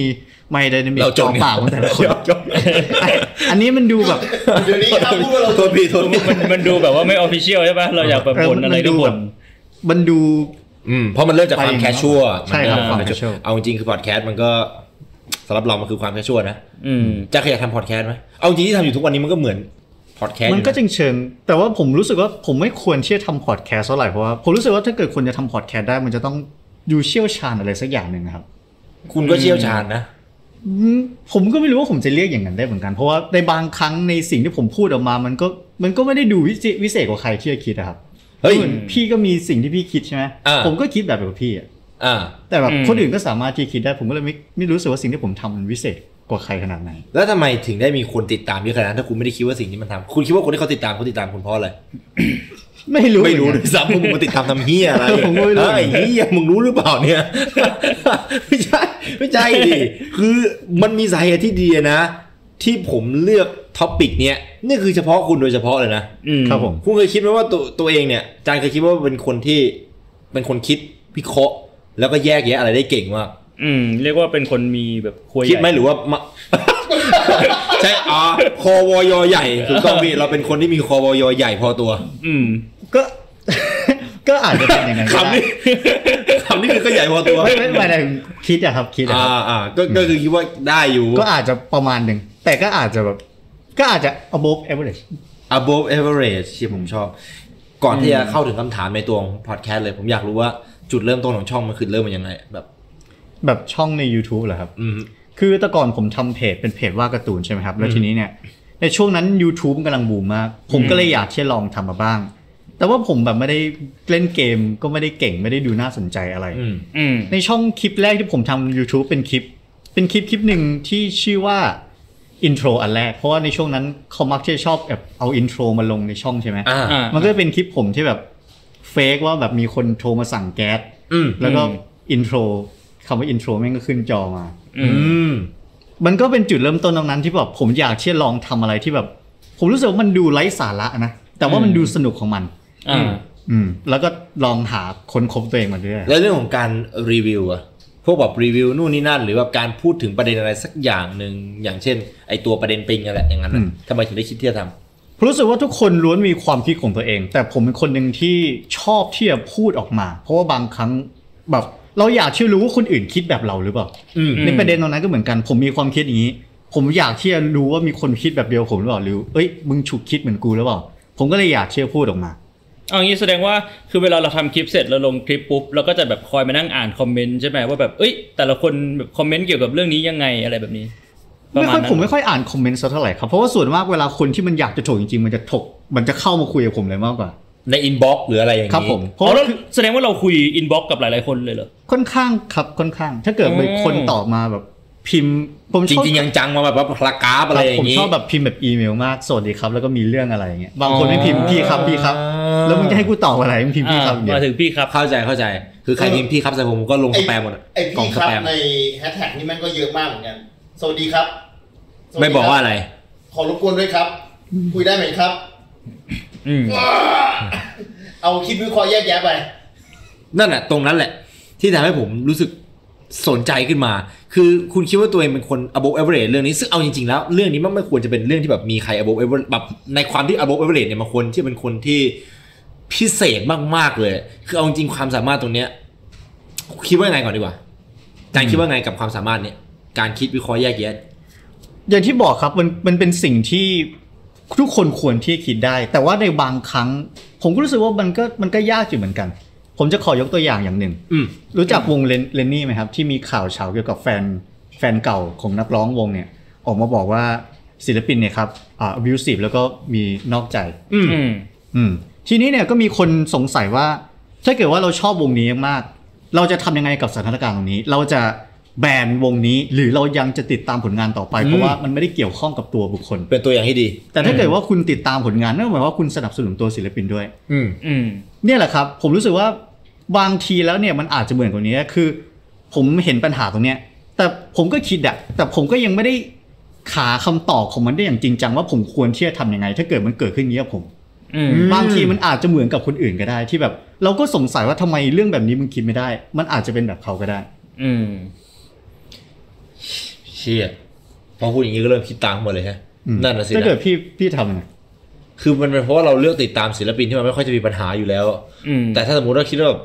D: ไมค์ไดนามิก
C: เราจ
D: จ
C: บ
D: อปากของแต่ละคน
C: เดี๋ยวจบ
D: อันนี้มันดูแบบ
B: เดี๋ยวนี้ครับพูดว่าเรา
C: โทษพี่โทษพี่
A: มันมันดูแบบว่าไม่ออฟฟิเชียลใช่ป่ะ เราอยากแบบบ่นอะไรก็
D: ดู
A: บ่น
D: มันดู
C: อืมเพราะมันเริ่มจากความแคชชัว
D: ใช่ครับความ casual
C: เอาจริงๆคือพอดแคสต์มันก็สำหรับเรามันคือความแคชชัวนะ
A: อืม
C: จะเคยอยากทำพอดแคสต์ไหมเอาจริงๆที่ทำอยู่ทุกวันนี้มันก็เหมือนพอดแคสต์
D: มันก็จึงเชิง แต่ว่าผมรู้สึกว่าผมไม่ควรที่จะทำพอดแคสต์เท่าไหร่เพราะว่าผมรู้สึกว่าถ้าเกิดคนจะทำพอดแคสต์ได้มันจะต้องอยู่เชี่ยวชาญอะไรสักอย่างหนึ่งนะครับ
C: คุณก็เชี่ยวชาญนะ
D: อืมผมก็ไม่รู้ว่าผมจะเรียกอย่างนั้นได้เหมือนกัน เพราะว่าในบางครั้งในสิ่งที่ผมพูดออกมา มันก็มันก็ไม่ได้ดูวิเศษวิเศษกว่าใครที่จะคิดอะครับ
C: เฮ้ย
D: เหมือนพี่ก็มีสิ่งที่พี่คิดใช่ไหม
C: อ่า
D: ผมก็คิดแบบเดียวกับพี่อะ
C: อ่า
D: แต่แบบ
A: อืม
D: คนอื่นก็สามารถที่จะคิดได้ ผมก็เลยไม่ไม่รู้สึกว่าสิ่งที่ผมทำมันวิเศษกว่าใครขนาดไหน
C: แล้วทำไมถึงได้มีคนติดตามเยอะขนาดนั้นถ้าคุณไม่ได้คิดว่าสิ่งที่มันทำคุณคิดว่าคนที่เขาติดตามเขาติดตามคุณเพราะอะไร
D: ไม่รู้
C: ไม่รู้
D: เห
C: ด้วยซ้ำ
D: มือนกัน
C: ว่ามึงมาติดตามทำเฮียอะไร
D: ผมก็ไม่รู้
C: เอ้ยเฮียมึงรู้หรือเปล่าเนี่ย ไม่ใช่ไม่ใช่ดิคือมันมีสาเหตุที่ดีนะ ที่ผมเลือกท็อปิกเนี้ยนี่คือเฉพาะคุณโดยเฉพาะเลยนะ
A: อืม
D: ครับผม
C: คุณเคยคิดไหมว่าตัวตัวเองเนี่ยจานเคยคิดว่าเป็นคนที่เป็นคนคิดวิเคราะห์ แล้วก็แยกแยะอะไรได้เก่งมาก
A: อืม เรียกว่าเป็นคนมีแบบครัวให
C: คิด
A: ญ่
C: ไหมหรือว่า มา ใช่อ่าคอวอยใหญ่ถูกต้องพี่เราเป็นคนที่มีคอวอยใหญ่พอตัว
A: อืม
D: ก็ ก็อาจจะเป็นอย่างนั้นก็
C: คำ
D: ได้
C: นี้ คำนี้คือก็ใหญ่พอตัว
D: ไม่ไม่ไม่ได้คิดอะครับคิดอะครับ
C: อ่าอ่าก็ก็คือคิดว่าได้อยู่
D: ก็อาจจะประมาณหนึ่ง แต่ก็อาจจะแบบ ก็อาจจะ above average
C: above average ที่ผมชอบ ก่อนที่จะเข้าถึงคำถามในตัวของพอดแคสต์เลย ผมอยากรู้ว่าจุดเริ่มต้นของช่องมันคือเริ่มมันยังไงแบบ
D: แบบช่องใน YouTube เหรอครับ
C: อืม
D: คือแต่ก่อนผมทำเพจเป็นเพจว่าดการ์ตูนใช่ไหมครับ แล้วทีนี้เนี่ย ในช่วงนั้น YouTube มันกำลังบูมมาก ผมก็เลยอยากที่จะลองทำมาบ้าง แต่ว่าผมแบบไม่ได้เล่นเกมก็ไม่ได้เก่งไม่ได้ดูน่าสนใจอะไร
C: อืม
A: อืม
D: ในช่องคลิปแรกที่ผมทำ YouTube เป็นคลิป เป็นคลิปคลิปหนึ่งที่ชื่อว่าอินโทรอันแรก เพราะว่าในช่วงนั้นเขามักจะชอบแบบเอาอินโทรมาลงในช่องใช่ไหม
C: อ่า
A: อ่า
D: มันก็จะเป็นคลิปผมที่แบบเฟกว่าแบบมีคนโทรมาสั่งแก๊ส
C: อืม
D: แล้วก็
A: อืม
D: อินโทรคำว่าอินโทรแม่งก็ขึ้นจอมา
A: อื
C: อื
A: ม
C: ม
D: มันก็เป็นจุดเริ่มต้นตรงนั้นที่แบบผมอยากที่จะลองทำอะไรที่แบบ ผมรู้สึกว่ามันดูไร้สาระนะแต่ว่ามัน
A: อืม
D: ดูสนุกของมัน
A: อ่า
D: อืม แล้วก็ลองหาคนคบตัวเองมาเรื่อย
C: แล้วเรื่องของการรีวิวอะพวกแบบรีวิวนู่นนี่นั่น หรือแบบการพูดถึงประเด็นอะไรสักอย่างหนึ่งอย่างเช่น ไอตัวประเด็นปิงอะไรอย่างนั้นอะทำไมถึงได้คิดที่จะทำ
D: ผมรู้สึกว่าทุกคนล้วนมีความคิดของตัวเอง แต่ผมเป็นคนหนึ่งที่ชอบที่จะพูดออกมา เพราะว่าบางครั้งแบบเราอยากที่จะรู้ว่าคนอื่นคิดแบบเราหรือเปล่า
C: อืม
A: อืม
D: ในประเด็นตรงนั้นก็เหมือนกัน ผมมีความคิดอย่างนี้ ผมอยากที่จะรู้ว่ามีคนคิดแบบเดียวผมหรือเปล่าหรือเอ้ยมึงฉุกคิดเหมือนกูหรือเปล่า ผมก็เลยอยากที่จะพูดออกมา
A: เอางี้แสดงว่าคือเวลาเราทำคลิปเสร็จเราลงคลิปปุ๊บเราก็จะแบบคอยมานั่งอ่านคอมเมนต์ใช่ไหมว่าแบบเอ้ย แต่ละคนแบบคอมเมนต์เกี่ยวกับเรื่องนี้ยังไงอะไรแบบนี้ประ
D: ไม่
A: มาณ
D: ค่อย
A: นั้น
D: ผมไม่ค่อยอ่านคอมเมนต์สักเท่าไหร่ครับเพราะว่าส่วนมากเวลาคนที่มันอยากจะถกจริงๆมันจะถกมันจะเข้ามาคุยกับผมเลยมากกว่า
C: ในอินบ็อกหรืออะไรอย่างนี้
D: ครับผมเพ
A: อ๋อ
D: ราะว่า
A: แล้วแสดงว่าเราคุยอินบ็อกกับหลาย ๆคนเลยเหรอ
D: ค่อนข้างครับค่อนข้าง ถ้าเกิดมี
A: อืม
D: คนตอบมาแบบพิมพ์ ผม
C: จริ
D: ช
C: ง
D: อบ
C: จริงยังจังๆมาแบบว่าพลากราฟ
D: ค
C: อะไร
D: รับ
C: อย่า
D: ผม
C: งนี้
D: ชอบแบบพิมพ์แบบอีเมลมากสวัสดีครับแล้วก็มีเรื่องอะไรอย่างเงี้ยบางคนไม่พิมพ์พี่ครับพี่ครับ แล้วมึงจะให้กูตอบอะไรมึงพิมพ์พี่ครับอย่างเดีย
A: อ่าว มาถึงพี่ครับ
C: เข้าใจเข้าใจ คือใครพิมพ์พี่ครับใส่ผมก็ลงสแปมหมดอะ
B: ไอ้
C: กล่อง
B: พี่ค
C: ส
B: รับ
C: แปม
B: ในแฮชแท็กนี่แม่งก็เยอะมากเหมือนกัน สวัสดีครับสวัสดี
C: ไม่บอกว่า
B: ค
C: อะไร
B: ขอรบกวนด้วยครับ คุยได้ไหมครับ
A: อืม
B: เอาคิดวิเคราะห์แยกแยะไป
C: นั่นแหละตรงนั้นแหละ ที่ทำให้ผมรู้สึกสนใจขึ้นมา คือคุณคิดว่าตัวเองเป็นคน above average เรื่องนี้ซึ่งเอาจริงๆแล้ว เรื่องนี้มันไม่ควรจะเป็นเรื่องที่แบบมีใคร above average แบบในความที่ above average เนี่ยมันควรที่เป็นคนที่พิเศษมากๆเลย คือเอาจริงๆความสามารถตรงเนี้ยคิดว่ายังไงก่อนดีกว่าอาจารย์คิดว่าไงกับความสามารถเนี่ยการคิดวิเคราะห์แยกแยะ
D: อย่างที่บอกครับมันมันเป็นสิ่งที่ ทุกคนควรที่จะคิดได้ แต่ว่าในบางครั้ง ผมก็รู้สึกว่ามันก็มันก็ยากอยู่เหมือนกัน ผมจะขอยกตัวอย่างอย่างหนึ่ง
A: อืม
D: รู้จักวงเลนเลนนี่ไหมครับ ที่มีข่าวเฉาเกี่ยวกับแฟนแฟนเก่าของนักร้องวงเนี่ย ออกมาบอกว่าศิลปินเนี่ยครับอ่า abusive แล้วก็มีนอกใจ
A: อืม
D: อืมทีนี้เนี่ยก็มีคนสงสัยว่า ถ้าเกิดว่าเราชอบวงนี้มากๆเราจะทำยังไงกับสถานการณ์ตรงนี้ เราจะแบนวงนี้หรือเรายังจะติดตามผลงานต่อไป เพ
A: อื
D: ราะ
A: ม
D: ว่ามันไม่ได้เกี่ยวข้องกับตัวบุคคล
C: เป็นตัวอย่างที่ดี
D: แต่ถ้าเกิดว่าคุณติดตามผลงานนั่นหมายว่าคุณสนับสนุนตัวศิลปินด้วย
C: อืม
A: อืม
D: เนี่ยแหละครับ ผมรู้สึกว่าบางทีแล้วเนี่ยมันอาจจะเหมือนกว่านี้คือ ผมเห็นปัญหาตรงเนี้ย แต่ผมก็คิดอะแต่ผมก็ยังไม่ได้ขาคำตอบของมันได้อย่างจริงจังว่าผมควรที่จะทำยังไง ถ้าเกิดมันเกิดขึ้นอย่างนี้กับผม
A: อืม
D: บางทีมันอาจจะเหมือนกับคนอื่นก็ได้ที่แบบ เราก็สงสัยว่าทำไมเรื่องแบบนี้มึงคิดไม่ได้ มันอาจจะเป็นแบบเขาก็ได้
A: อืม
C: เชี่ยพอพูดอย่างนี้ก็เริ่มคิดตามหมดเลยฮะ
D: อืม
C: นั่นน่ะสิ
D: ถ้าเกิด
C: นะ
D: พี่พี่ทำยังไง
C: คือมันเป็นเพราะว่าเราเลือกติดตามศิลปินที่มันไม่ค่อยจะมีปัญหาอยู่แล้ว
A: อืม
C: แต่ถ้าสมมติเราคิดว่าแบบ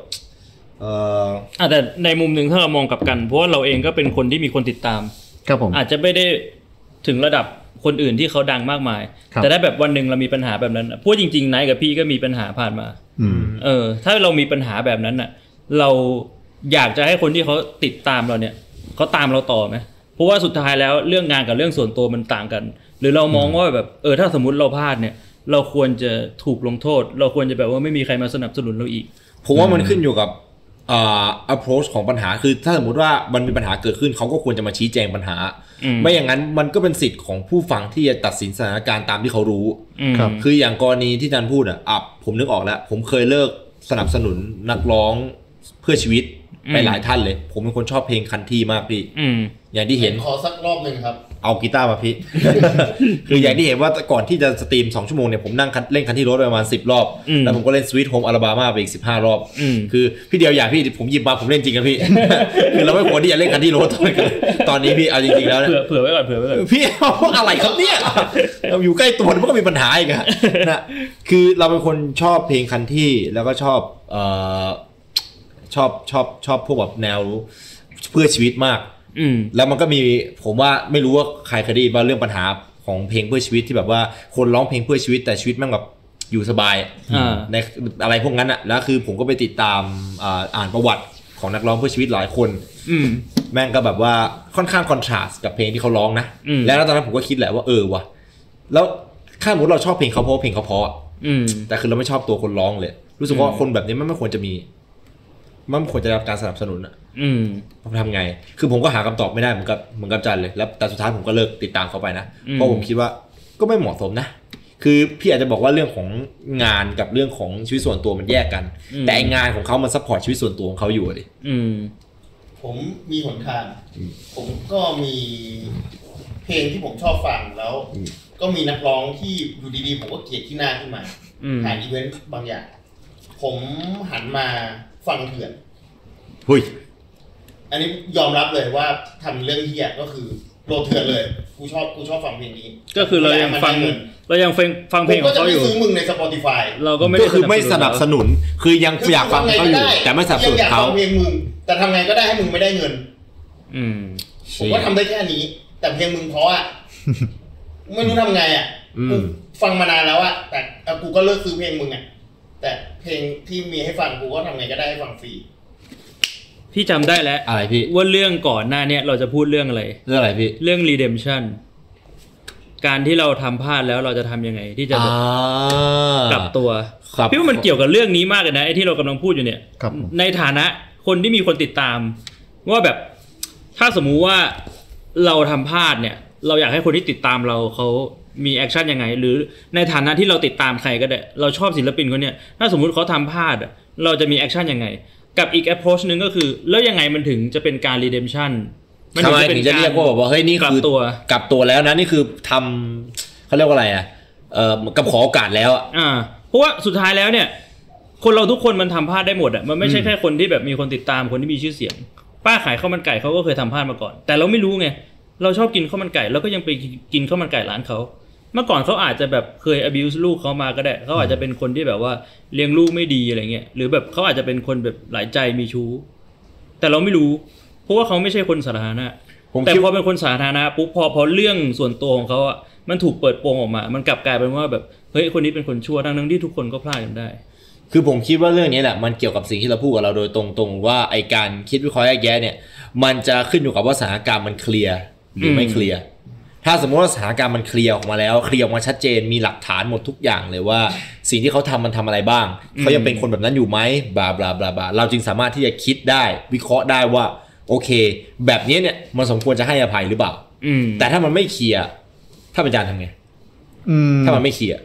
C: เออ
A: อ่ะแต่ในมุมหนึ่งถ้าเรามองกลับกัน เพราะว่าเราเองก็เป็นคนที่มีคนติดตาม
D: ครับผม
A: อาจจะไม่ได้ถึงระดับคนอื่นที่เขาดังมากมาย
D: ครับ
A: แต่ถ้าแบบวันหนึ่งเรามีปัญหาแบบนั้นน่ะพูดจริงๆนายกับพี่ก็มีปัญหาผ่านมา
D: อืม
A: เออ ถ้าเรามีปัญหาแบบนั้นน่ะ เราอยากจะให้คนที่เขาติดตามเราเนี่ยเขาตามเราต่อไหมเพราะว่าสุดท้ายแล้วเรื่องงานกับเรื่องส่วนตัวมันต่างกัน หรือเรามองว่าแบบเออถ้าสมมติเราพลาดเนี่ย เราควรจะถูกลงโทษ เราควรจะแบบว่าไม่มีใครมาสนับสนุนเราอีก
C: ผมว่ามันขึ้นอยู่กับเอ่อ approach ของปัญหาคือถ้าสมมติว่ามันมีปัญหาเกิดขึ้นเขาก็ควรจะมาชี้แจงปัญหา
A: อืม
C: ไม่อย่างนั้นมันก็เป็นสิทธิ์ของผู้ฟังที่จะตัดสินสถานการณ์ตามที่เขารู้
A: อืม
D: ครับ
C: คืออย่างกรณีที่จันพูดอ่ะอ่ะผมนึกออกแล้ว ผมเคยเลิกสนับสนุนนักร้องเพื่อชีวิตไปหลายท่านเลย ผมเป็นคนชอบเพลงคันที่มากพี่
A: อืม
C: อย่างที่เห็น
B: ขอสักรอบหนึ่งครับ
C: เอากีตาร์มาพี่ คืออย่างที่เห็นว่าก่อนที่จะสตรีม 2 ชั่วโมงเนี่ยผมนั่งคันเล่นคันที่รถประมาณ 10 รอบ
A: อืม
C: แล้วผมก็เล่นสวิตโฮมอ a ล b ามาไปอีก 15 รอบ
A: อืม
C: คือพี่เดียวอย่างพี่ผมหยิบมาผมเล่นจริงนะพี่ คือเราไม่ควรที่จะเล่นคันที่รถ ตอนนี้ตอนนี้พี่เอาจริงๆแล้วนะ
A: เผื่อเผื่อไว้ก่อนเผื่อไว้ก่อน
C: พี่ เอาพวกอะไรครับเนี่ยเราอยู่ใกล้ตัวมันก็มีปัญหาอีกอะ นะคือเราเป็นคนชอบเพลงคันที่แล้วก็ชอบเอ่อชอบชอบชอบพวกแบบแนวเพื่อชีวิตมาก
A: อืม
C: แล้วมันก็มีผมว่าไม่รู้ว่าใครเคยได้ยินว่างเรื่องปัญหาของเพลงเพื่อชีวิตที่แบบว่าคนร้องเพลงเพื่อชีวิตแต่ชีวิตแมันแบบอยู่สบาย
A: อ่า
C: ในอะไรพวกนั้นอะแล้วคือผมก็ไปติดตามอ่าอ่านประวัติของนักร้องเพื่อชีวิตหลายคน
A: อืม
C: แม่งก็แบบว่าค่อนข้างคอนทราสต์กับเพลงที่เขาร้องนะ
A: อืม
C: แล้วตอนนั้นผมก็คิดแหละว่าเออว่ะ แล้วข้ามมุดเราชอบเพลงเขาเพราะว่าเพลงเขาเพราะอะ
A: อืม
C: แต่คือเราไม่ชอบตัวคนร้องเลย รู้สึกว่าคนแบบนี้มันไม่ควรจะมี มันไม่ควรจะได้รับการสนับสนุนอะ
A: อืม
C: ผมทำไง คือผมก็หาคำตอบไม่ได้เหมือนกับเหมือนกับจันเลย แล้วแต่สุดท้ายผมก็เลิกติดตามเขาไปนะ
A: อืม
C: เพราะผมคิดว่าก็ไม่เหมาะสมนะ คือพี่อาจจะบอกว่าเรื่องของงานกับเรื่องของชีวิตส่วนตัวมันแยกกัน แต่ไอ้งานของเขามันซัพพอร์ตชีวิตส่วนตัวของเขาอยู่อะดิ
A: อืม
B: ผมมีหนทาง ผมก็มีเพลงที่ผมชอบฟังแล้ว
C: อืม
B: ก็มีนักร้องที่อยู่ดีๆ ผมก็เกลียดที่หน้าขึ้นมา
A: อืม
B: ผ่านอีเวนต์บางอย่าง ผมหันมาฟังเถื่อน
C: เฮ้ย
B: อันนี้ยอมรับเลยว่าทำเรื่องเฮียก็คือโลดเถื่อนเลย กูชอบกูชอบฟังเพลงนี้
A: ก็คือเรายังฟัง เรายังฟังฟังเพ
B: ผ
A: ล
B: ม
A: งข
B: ก็
A: อง
B: จะ
A: เขา
B: ไม่
A: อยู่
B: ซื้อมึงใน Spotify
A: เราก็ไม่ได้
C: ก็คือไม่สนับสนุน คือยังอยากฟัง
B: ทำไ
C: เขาอยู่
B: ก็ด้
C: แต่ไม่สนับสนุน
B: ยังอยก
C: เขา
B: ฟังเพลงมึงแต่ทำไงก็ได้ให้มึงไม่ได้เงิน
A: อืม
B: ผมก็ทำได้แค่นี้ แต่เพลงมึงเพราะ อ่ะ ไม่รู้ทำไงอ่ะ
C: อืม
B: กูฟังมานานแล้วอ่ะแต่แต่กูก็เลิกซื้อเพลงมึงอ่ะแต่เพลงที่มีให้ฟังกูก็ทำไงก็ได้ให้ฟังฟรี
A: พี่จำได้แล้ว
C: อะไรพี่
A: ว่าเรื่องก่อนหน้าเนี่ยเราจะพูดเรื่องอะไร
C: เรื่องอะไรพี่
A: เรื่อง redemption การที่เราทำพลาดแล้วเราจะทำยังไง ที่จะ
C: อ่า
A: กลับตัว
C: ครับ
A: พี่ว่ามันเกี่ยวกับเรื่องนี้มากเลยนะไอ้ที่เรากำลังพูดอยู่เนี่ย
D: ครับผม
A: ในฐานะคนที่มีคนติดตาม ว่าแบบถ้าสมมุติว่าเราทำพลาดเนี่ย เราอยากให้คนที่ติดตามเราเขามีแอคชั่นยังไง หรือในฐานะที่เราติดตามใครก็ได้ เราชอบศิลปินคนเนี้ยถ้าสมมุติเขาทำพลาดอะเราจะมีแอคชั่นยังไง กับอีก approach หนึ่งก็คือ แล้วยังไงมันถึงจะเป็นการ redemption น
C: ทำไม
A: ป็
C: ถึ
A: น
C: งจะเรียกว่าแบบว่าเฮ้ยนี่
A: กลั
C: คื
A: บ
C: อ
A: ตัว
C: กลับตัวแล้วนะนี่คือทำเขาเรียกว่าอะไรอ่ะเออเหมือนกับขอโอกาสแล้วอะ
A: อ่าเพราะว่าสุดท้ายแล้วเนี่ย คนเราทุกคนมันทำพลาดได้หมดอ่ะมันไม่ใช่แค่คนที่แบบมีคนติดตามคนที่มีชื่อเสียง ป้าขายข้าวมันไก่เขาก็เคยทำพลาดมาก่อน แต่เราไม่รู้ไงเราชอบกินข้าวมันไก่เราก็ยังไปกินข้าวมันไก่ร้านเขาเมื่อก่อนเขาอาจจะแบบเคย abuse ลูกเขามาก็ได้เขาอาจจะเป็นคนที่แบบว่าเลี้ยงลูกไม่ดีอะไรเงี้ยหรือแบบเขาอาจจะเป็นคนแบบหลายใจมีชู้ แต่เราไม่รู้ เพราะว่าเขาไม่ใช่คนสาธารณะ
C: ผม
A: แต่
C: คิด
A: พอเป็นคนสาธารณะปุ๊บพอพอเรื่องส่วนตัวของเขาอะ มันถูกเปิดโปงออกมา มันกลับกลายเป็นว่าแบบเฮ้ยคนนี้เป็นคนชั่วทั้งๆที่ทุกคนก็พลาดกันได้
C: คือผมคิดว่าเรื่องนี้แหละมันเกี่ยวกับสิ่งที่เราพูดกับเราโดยตรงๆ ว่าไอการคิดวิเคราะห์แยกแยะเนี่ย มันจะขึ้นอยู่กับว่าสถานการณ์มันเคลียร์หรือไม่
A: อืม
C: เคลียร์ถ้าสมมติว่าสถานการณ์มันเคลียร์ออกมาแล้วเคลียร์ออกมาชัดเจนมีหลักฐานหมดทุกอย่างเลยว่า สิ่งที่เขาทำมันทำอะไรบ้างเขายังเป็นคนแบบนั้นอยู่ไหมบลาบลาบลาบลาเราจึงสามารถที่จะคิดได้วิเคราะห์ได้ว่าโอเค แบบนี้เนี่ยมันสมควรจะให้อภัยหรือเปล่า
A: อืม
C: แต่ถ้ามันไม่เคลียร์ถ้าเป็นอาจารย์ทำไง
D: อืม
C: ถ้ามันไม่เคลียร์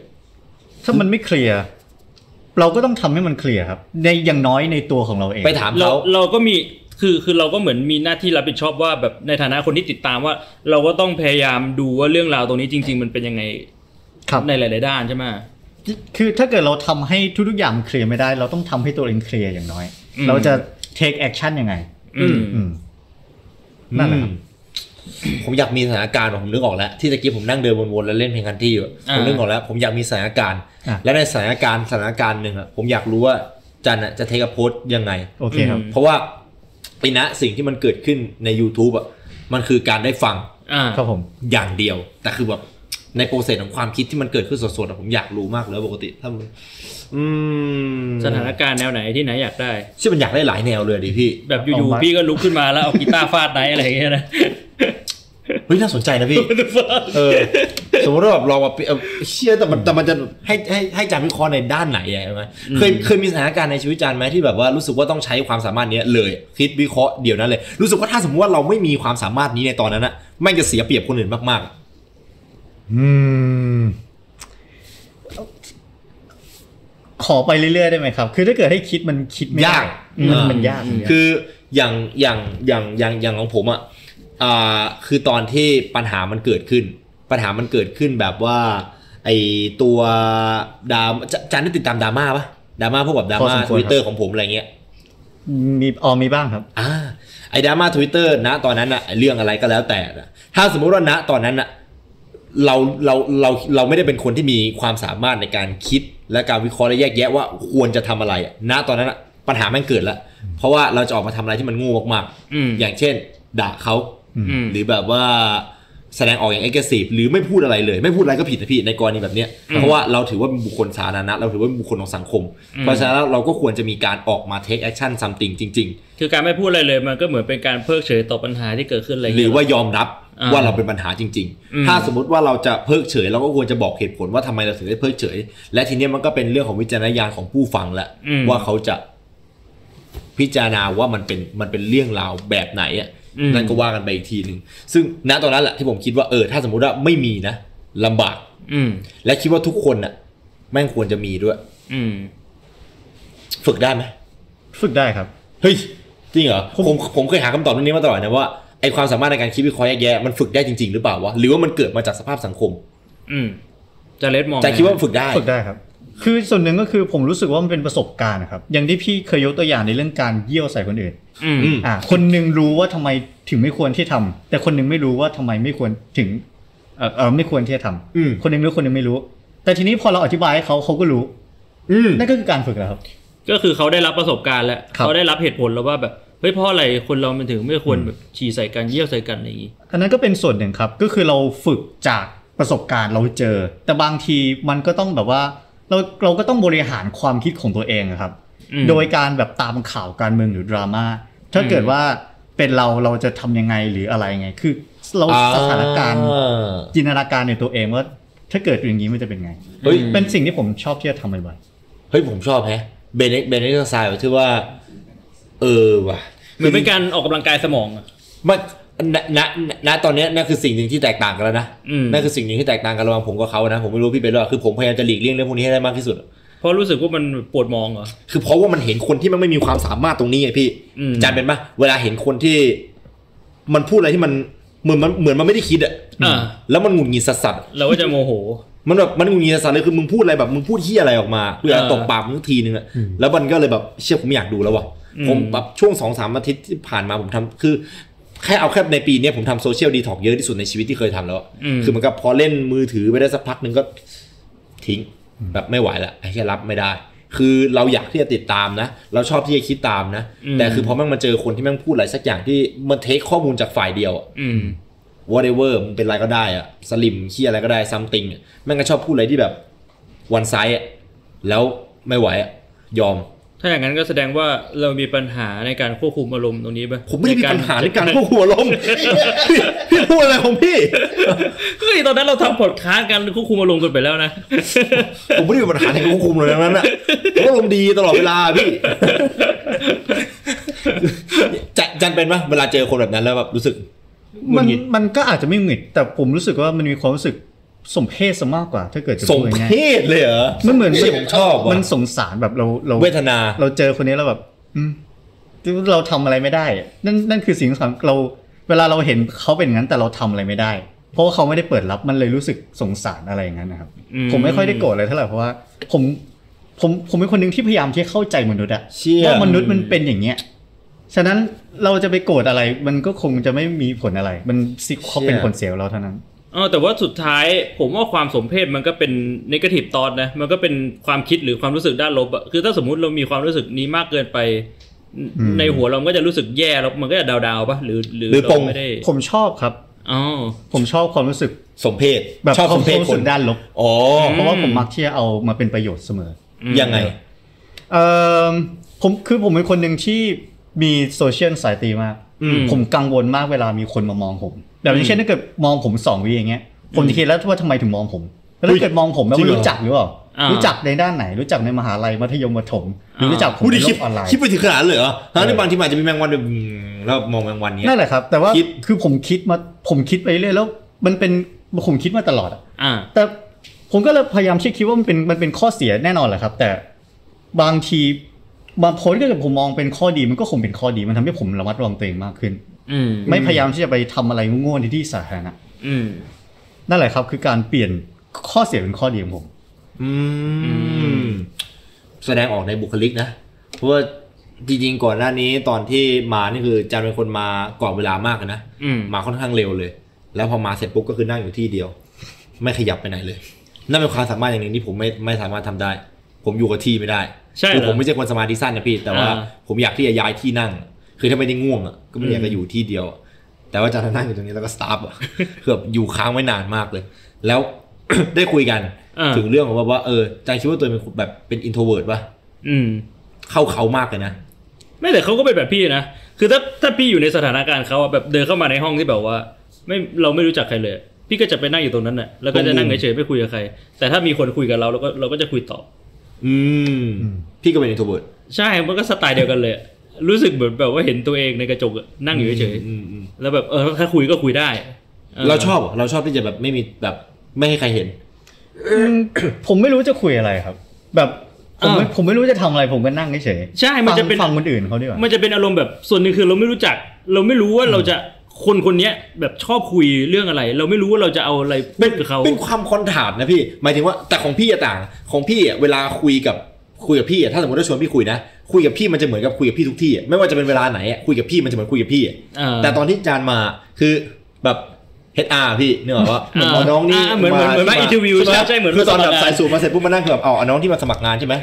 D: ถ้ามันไม่เคลียร์เราก็ต้องทำให้มันเคลียร์ครับ ในอย่างน้อยในตัวของเราเอง
C: ไปถาม
A: เรา
C: เขา
A: เราก็มีคือคือเราก็เหมือนมีหน้าที่รับผิดชอบว่าแบบในฐานะคนที่ติดตามว่า เราก็ต้องพยายามดูว่าเรื่องราวตรงนี้จริง ๆ มันเป็นยังไง
D: ครับ
A: ในหลาย ๆ ด้านใช่ไหม
D: คือถ้าเกิดเราทำให้ทุกๆอย่างมันเคลียร์ไม่ได้ เราต้องทำให้ตัวเองเคลียร์อย่างน้อย
A: อืม
D: เราจะ take action ยังไง
A: อืม
D: อืม นั่นแหละครับ
C: อืมผมอยากมีสถานการณ์ผมนึกออกแล้ว ที่ตะกี้ผมนั่งเดินวนๆแล้วเล่นเพลงคันที่อยู่
A: อ่า
C: ผมนึกออกแล้ว ผมอยากมีสถานการณ์
D: อ่ะ
C: และในสถานการณ์สถานการณ์หนึ่งอะผมอยากรู้ว่าจันอะจะเทคโพสยังไง
D: โอเคครับ
C: เพราะว่าไอ้นะสิ่งที่มันเกิดขึ้นใน YouTube อะมันคือการได้ฟัง
A: อ่า
D: ครับผม
C: อย่างเดียว แต่คือแบบในโปรเซสของความคิดที่มันเกิดขึ้นสดๆอะผมอยากรู้มากเลยว่าปกติถ้ามันอืม
A: สถานการณ์แนวไหนที่ไหนอยากได้
C: ใช่มันอยากได้หลายแนวเลยดิพี่
A: แบบอ
D: เอา
A: ยู่
D: มา
A: ๆพี่ก็ลุกขึ้นมาแล้วเอากีตาร์ฟาดไหนอะไรอย่างเงี้ยนะ
C: เฮ้ยน่าสนใจนะพี่ เออสมมติว่าแบบลองมาเปรียบเออเชี่ยแต่มันแต่มันจะให้ให้ให้จานวิเคราะห์ในด้านไหนอะใช่ไหมเคยเคยมีสถานการณ์ในชีวิตจานไหมที่แบบว่ารู้สึกว่าต้องใช้ความสามารถเนี้ยเลย คิดวิเคราะห์เดี๋ยวนั้นเลย รู้สึกว่าถ้าสมมติว่าเราไม่มีความสามารถนี้ในตอนนั้นอะแม่งจะเสียเปรียบคนอื่นมาก
D: อืม ขอไปเรื่อยๆได้ไหมครับ คือถ้าเกิดให้คิดมันคิดไม่
C: ๆ
D: ได้
C: ยาก
D: อืม
C: เออ
D: มันยากมันยาก
C: คืออย่างอย่างอย่างอย่างอย่างของผมอะอ่าคือตอนที่ปัญหามันเกิดขึ้น ปัญหามันเกิดขึ้นแบบว่าไอตัวดรามจจานได้ติดตามดราม่าปะดราม่าพวกแบบดราม่าทวิตเตอร์ของผมอะไรเงี้ย
D: มีอ๋อมีบ้างครับ
C: อ่าไอ้ดราม่าทวิตเตอร์นะตอนนั้นอะไอ้เรื่องอะไรก็แล้วแต่นะถ้าสมมุติว่าณตอนนั้นอะเราเราเราเราไม่ได้เป็นคนที่มีความสามารถในการคิดและการวิเคราะห์และแยกแยะว่าควรจะทำอะไรอะณตอนนั้นอะปัญหาแม่งเกิดละเพราะว่าเราจะออกมาทำอะไรที่มันโงูมาก
A: อืม
C: อย่างเช่น ด่าเขา
A: อืม
C: หรือแบบว่าแสดงออกอย่างเอ็กซ์ซีฟหรือไม่พูดอะไรเลย ไม่พูดอะไรก็ผิดนะพี่ในกรณีแบบเนี้ยเพราะว่าเราถือว่าเป็นบุคคลสาธารณะเราถือว่าเป็นบุคคลของสังคม เพราะฉะนั้นเราก็ควรจะมีการออกมาเทคแอคชั่นซัมติงจริง ๆ
A: คือการไม่พูดอะไรเลยมันก็เหมือนเป็นการเพิกเฉยต่อปัญหาที่เกิดขึ้นอะไรอย่าง
C: หรื
A: เงี้
C: อย ว่ายอมรับ
A: อ่า
C: ว่าเราเป็นปัญหาจริง
A: อืม
C: ๆ ถ้าสมมติว่าเราจะเพิกเฉย เราก็ควรจะบอกเหตุผลว่าทำไมเราถึงได้เพิกเฉย และทีเนี้ยมันก็เป็นเรื่องของวิจารณญาณของผู้ฟังแหละว่าเขาจะพิจารณาว่ามันเป็นมันเป็นเรื่องราวแบบไหนอ่ะนั่นก็ว่ากันไปอีกทีหนึ่งซึ่งณตอนนั้นแหละที่ผมคิดว่าเออถ้าสมมติว่าไม่มีนะลำบาก
A: อืม
C: และคิดว่าทุกคนน่ะ แม่งควรจะมีด้วย
A: อืม
C: ฝึกได้ไหม
D: ฝึกได้ครับ
C: เฮ้ยจริงเหรอผมผมเคยหาคำตอบเรื่องนี้มาตลอดนะว่าไอความสามารถในการคิดวิเคราะห์แยกแยะมันฝึกได้จริง ๆ หรือเปล่าวะหรือว่ามันเกิดมาจากสภาพสังคม
A: อืมจะเลดมอง
C: จารย์คิดว่ามันฝึกได้
D: ฝึกได้ครับ คือส่วนหนึ่งก็คือผมรู้สึกว่ามันเป็นประสบการณ์นะครับ อย่างที่พี่เคยยกตัวอย่างในเรื่องการเยี่ยวใส่คนอื่น
A: อืม
C: อืม
D: อ่า คนหนึ่งรู้ว่าทำไมถึงไม่ควรที่ทำ แต่คนหนึ่งไม่รู้ว่าทำไมไม่ควรถึง เออเออไม่ควรที่จะทำ
C: อืม
D: คนหนึ่งรู้คนหนึ่งไม่รู้ แต่ทีนี้พอเราอธิบายให้เขาเขาก็รู้
C: อืม
D: นั่นก็คือการฝึกแล้วครับ
A: ก็คือเขาได้รับประสบการณ์แล้ว
D: ครับ
A: เขาได้รับเหตุผลแล้วว่าแบบเฮ้ยเพราะอะไรคนเรามันถึงไม่ควรแบบฉี่ใส่กันเยี่ยวใส่กันอะไรอย่างงี้
D: อันนั้นก็เป็นส่วนหนึ่งครับ ก็คือเราฝึกจากประสบการณ์เราเจอ แต่บางทีมันก็ต้องแบบว่า เราเราก็ต้องบริหารความคิดของตัวเองอะครับ
A: อืม
D: โดยการแบบตามข่าวการเมืองหรือดราม่า ถ้า
A: อืม
D: เกิดว่าเป็นเราเราจะทำยังไงหรืออะไรไง คือเราสถานการณ์
C: อ่า
D: จินตนาการในตัวเองว่า ถ้าเกิดอย่างนี้มันจะเป็นไง
C: เฮ้ย
D: เป็นสิ่งที่ผมชอบที่จะทำบ่อย
C: เฮ้ยผมชอบแฮะเบนเน็กเบนเน็กซ์ไซด์ที่ว่า เออว่ะ
A: เหมือนเป็นการออกกำลังกายสมองอะ
C: มันณณณณตอนเนี้ยนั่นคือสิ่งหนึ่งที่แตกต่างกันแล้วนะ
A: อืม
C: นั่นคือสิ่งหนึ่งที่แตกต่างกันระหว่างผมกับเขานะผมไม่รู้พี่เป็นหรอเปล่าคือผมพยายามจะหลีกเลี่ยงเรื่องพวกนี้ให้ได้มากที่สุด
A: เพราะรู้สึกว่ามันปวดมองเหรอ
C: คือเพราะว่ามันเห็นคนที่มันไม่มีความสามารถตรงนี้ไงพี่
A: อืม
C: จานเป็นปะเวลาเห็นคนที่ มันพูดอะไรที่มันเหมือนมันเหมือนมันไม่ได้คิดอะ
A: อ่า
C: แล้วมันหงุดหงิดสัสๆ
A: เราก็จะโมโห
C: มันแบบมันหงุดหงิดสัสเลยคือมึงพูดอะไรแบบมึงพูดเฮียอะไรออกมาเพื่อ
A: เออ
C: ตบปากมึงทีนึงอะแล้วมันก็เลยแบบเชื่อผมไม่อยากดูแล้วว่ะ
A: อืม
C: ผมแบบช่วงสองสามอาทิตย์ที่ผ่านมาผมทำคือแค่เอาแค่ในปีเนี้ยผมทำโซเชียลดีท็อกเยอะที่สุดในชีวิตที่เคยทำแล้วอะคือเหมันก็พอเล่นมือถือไปได้สักพักหนึ่งก็ทิ้งแบบไม่ไหวละไอ้เหี้ยรับไม่ได้ คือเราอยากที่จะติดตามนะ เราชอบที่จะคิดตามนะ แต่คือพอแม่งมาเจอคนที่แม่งพูดอะไรสักอย่างที่มันเทคข้อมูลจากฝ่ายเดียวอะ
A: อืม
C: whatever มึงเป็นอะไรก็ได้อะสลิมเคียอะไรก็ได้ something อะแม่งก็ชอบพูดอะไรที่แบบวันไซส์แล้วไม่ไหวอะยอม
A: ถ้าอย่างนั้นก็แสดงว่าเรามีปัญหาในการควบคุมอารมณ์ตรงนี้ป่ะ
C: ผมไม่ได้มีปัญหาในการควบคุมอารมณ์พี่พี่พูดอะไรของพี่
A: เฮ้ยตอนนั้นเราทำพอดคาสต์กันควบคุมอารมณ์กันไปแล้วนะ
C: ผมไม่ได้มีปัญหาในการควบคุมเลยทั้งนั้นอ่ะผมอารมณ์ดีตลอดเวลาพี่ จะจันเป็นปะเวลาเจอคนแบบนั้นแล้วแบบรู้สึกหงุ
D: มั
C: ด
D: น
C: หงิด
D: มันก็อาจจะไม่หงุดหงิดแต่ผมรู้สึกว่ามันมีความรู้สึกสมเพศซะมากกว่า ถ้าเกิดจะ
C: สม
D: พูดง่าย
C: เพศเลยเหรอ
D: ๆมันเหมือน
B: สมเพศ
C: ผมชอบว่ะ
D: มันสงสารแบบเราเรา
C: เวทนา
D: เราเจอคนนี้เราแบบ อืมเราทำอะไรไม่ได้อะนั่นนั่นคือสิ่งสำคัญเรา เวลาเราเห็นเขาเป็นอย่างนั้นแต่เราทำอะไรไม่ได้ เพราะว่าเขาไม่ได้เปิดรับมันเลยรู้สึกสงสารอะไรอย่างนั้นนะครับ
A: อืม
D: ผมไม่ค่อยได้โกรธอะไรเท่าไหร่เพราะว่าผมผมผมเป็นคนหนึ่งที่พยายามที่เข้าใจมนุษย์อะ
C: เชี่ย
D: ว่ามนุษย์มันเป็นอย่างเงี้ยฉะนั้นเราจะไปโกรธอะไร มันก็คงจะไม่มีผลอะไร มันสิเขาเป็นผลเสียกับเราเท่านั้น
A: เออแต่ว่าสุดท้ายผมว่าความสมเพศมันก็เป็นนกาทีฟตอนนะมันก็เป็นความคิดหรือความรู้สึกด้านลบอะคือถ้าสมมุติเรามีความรู้สึกนี้มากเกินไป
D: อืม
A: ในหัวเรามันก็จะรู้สึกแย่แล้วมันก็จะดาวๆปะหรือหรือ
C: หรือป
A: เรา
C: ม
A: ไม่ได้
D: ผมชอบครับ
A: อ๋อ
D: ผมชอบความรู้สึก
C: สมเพศ
D: แบบ
C: ชอบสมเพศ
D: ความ
C: คน
D: รู้สึกด้านลบ
C: อ๋อ
A: ม
D: เพราะว่าผมมักที่จะเอามาเป็นประโยชน์เสมอ
A: อื
C: อ
A: ม
C: ยังไง
D: เอ่อผมคือผมเป็นคนหนึ่งที่มีโซเชียลสายตีมาก
A: อืม
D: ผมกังวลมากเวลามีคนมามองผม แบบอย่างเช่นถ้าเกิดมองผมสองวิอย่างเงี้ย ผมจะคิดแล้วว่าทำไมถึงมองผม แล้วถ้าเกิดมองผมแล้ว
C: จริงเหรอ
D: รู้จักหรือเปล่า
A: อ่ารู้
D: รู้จักในด้านไหน รู้จักในมหาลัยมัธยมประถมหรืออา รู้จักผม
C: พูด
D: ใน
C: ดิ
D: โล
C: คิด
D: กออนไลน์
C: คิดไปถึงขนาดนั้นเลยเหรอ
D: เออ
C: ทั้งที่บางที่มันอาจจะมีแมงวันแบบอืมแล้วมองแมงวันเนี้ย
D: นั่นแหละครับ แต่ว่า
C: คิด
D: คือผมคิดมาผมคิดไปเรื่อยแล้ว มันเป็นผมคิดมาตลอดอะ
A: อ่า
D: แต่ผมก็เลยพยายามคิดคิดว่ามันเป็นมันเป็นข้อเสียแน่นอนแหละครับ แต่บางทีบางคนก็จะผมมองเป็นข้อดีมันก็คงเป็นข้อดีมันทำให้ผมระมัดระวังตัวเองมากขึ้น
A: อืม
D: ไม่พยายามที่จะไปทำอะไรโง่ๆในที่สาธารณะ
A: อืม
D: นั่นแหละครับ คือการเปลี่ยนข้อเสียเป็นข้อดีของผม
C: อืม แสดงออกในบุคลิกนะ เพราะว่าจริงๆก่อนหน้านี้ตอนที่มานี่คือจันเป็นคนมาก่อนเวลามากเลยนะ
A: อืม
C: มาค่อนข้างเร็วเลย แล้วพอมาเสร็จปุ๊บก็คือนั่งอยู่ที่เดียว ไม่ขยับไปไหนเลย นั่นเป็นความสามารถอย่างหนึ่งที่ผมไม่ไม่สามารถทำได้ ผมอยู่กับที่ไม่ได้
A: ใช่เหรอ
C: คือผมไม่ใช่คนสมาธิสั้นนะพี่แต่ว่า
A: อ่า
C: ผมอยากที่จะย้ายที่นั่ง คือถ้าไม่ได้ง่วงอ่ะก็ไม่อยากจะอยู่ที่เดียวอะแต่ว่าจันนั่งอยู่ตรงนี้แล้วก็สตาร์ อ่ะ คือแบบอยู่ค้างไว้นานมากเลย แล้ว ได้คุยกัน
A: อ่า
C: ถึงเรื่องของว่าว่าเออจันคิดว่าตัวเองเป็นคนแบบเป็นอินโทรเวิร์ดป่ะ
A: อืม
C: เข้าเขามากเลยนะ
A: ไม่แต่เขาก็เป็นแบบพี่นะ คือถ้าถ้าพี่อยู่ในสถานการณ์เขาอะแบบเดินเข้ามาในห้องที่แบบว่า ไม่เราไม่รู้จักใครเลย พี่ก็จะไปนั่งอยู่ตรงนั้นน่ะแล้วก็จะนั่งเฉยๆไม่คุยกับใคร แต่ถ้ามีคนคุยกับเราเราก็เราก็จะคุยตอบ
C: อืม พี่ก็เป็นอินโทรเวิร์ด
A: ใช่ มันก็สไตล์เดียวกันเลยอะรู้สึกเหมือนแบบว่าเห็นตัวเองในกระจกอะนั่งอยู่เฉย
C: อืมอืม
A: ๆ แล้วแบบเออถ้าคุยก็คุยได้
C: เราชอบเหรอเราชอบที่จะแบบไม่มีแบบไม่ให้ใครเห็น
D: ผมไม่รู้จะคุยอะไรครับ แบบผมไม่ผมไม่รู้จะทำอะไรผมก็นั่งเฉยๆ
A: ใช่ มันจะเป็น
D: ฟังฟังคนอื่นเขาดีกว่า
A: มันจะเป็นอารมณ์แบบส่วนหนึ่งคือเราไม่รู้จัก เราไม่รู้ว่าเราจะคนคนเนี้ยแบบชอบคุยเรื่องอะไร เราไม่รู้ว่าเราจะเอาอะไรพูดกับเขา
C: เป็นความคอนถามนะพี่ หมายถึงว่าแต่ของพี่อะต่าง ของพี่อะเวลาคุยกับคุยกับพี่อะถ้าสมมติว่าชวนพี่คุยนะ คุยกับพี่มันจะเหมือนกับคุยกับพี่ทุกที่อะไม่ว่าจะเป็นเวลาไหนอะคุยกับพี่มันจะเหมือนคุยกับพี่อะ
A: เออ
C: แต่ตอนที่จานมาคือแบบเฮดอาร์พี่เนกอะว่าเหมือนเอาน้องนี่
A: อ่าเหมือนเหมือนเหมือนมา interview ใช่ไหมใช่เหมือน
C: คือตอน
A: มาสมัคร
C: แบบ
A: งาน
C: สายสูบมาเสร็จปุ๊บมานั่งคือแบบเอาเอาน้องที่มาสมัครงานใช่ไหม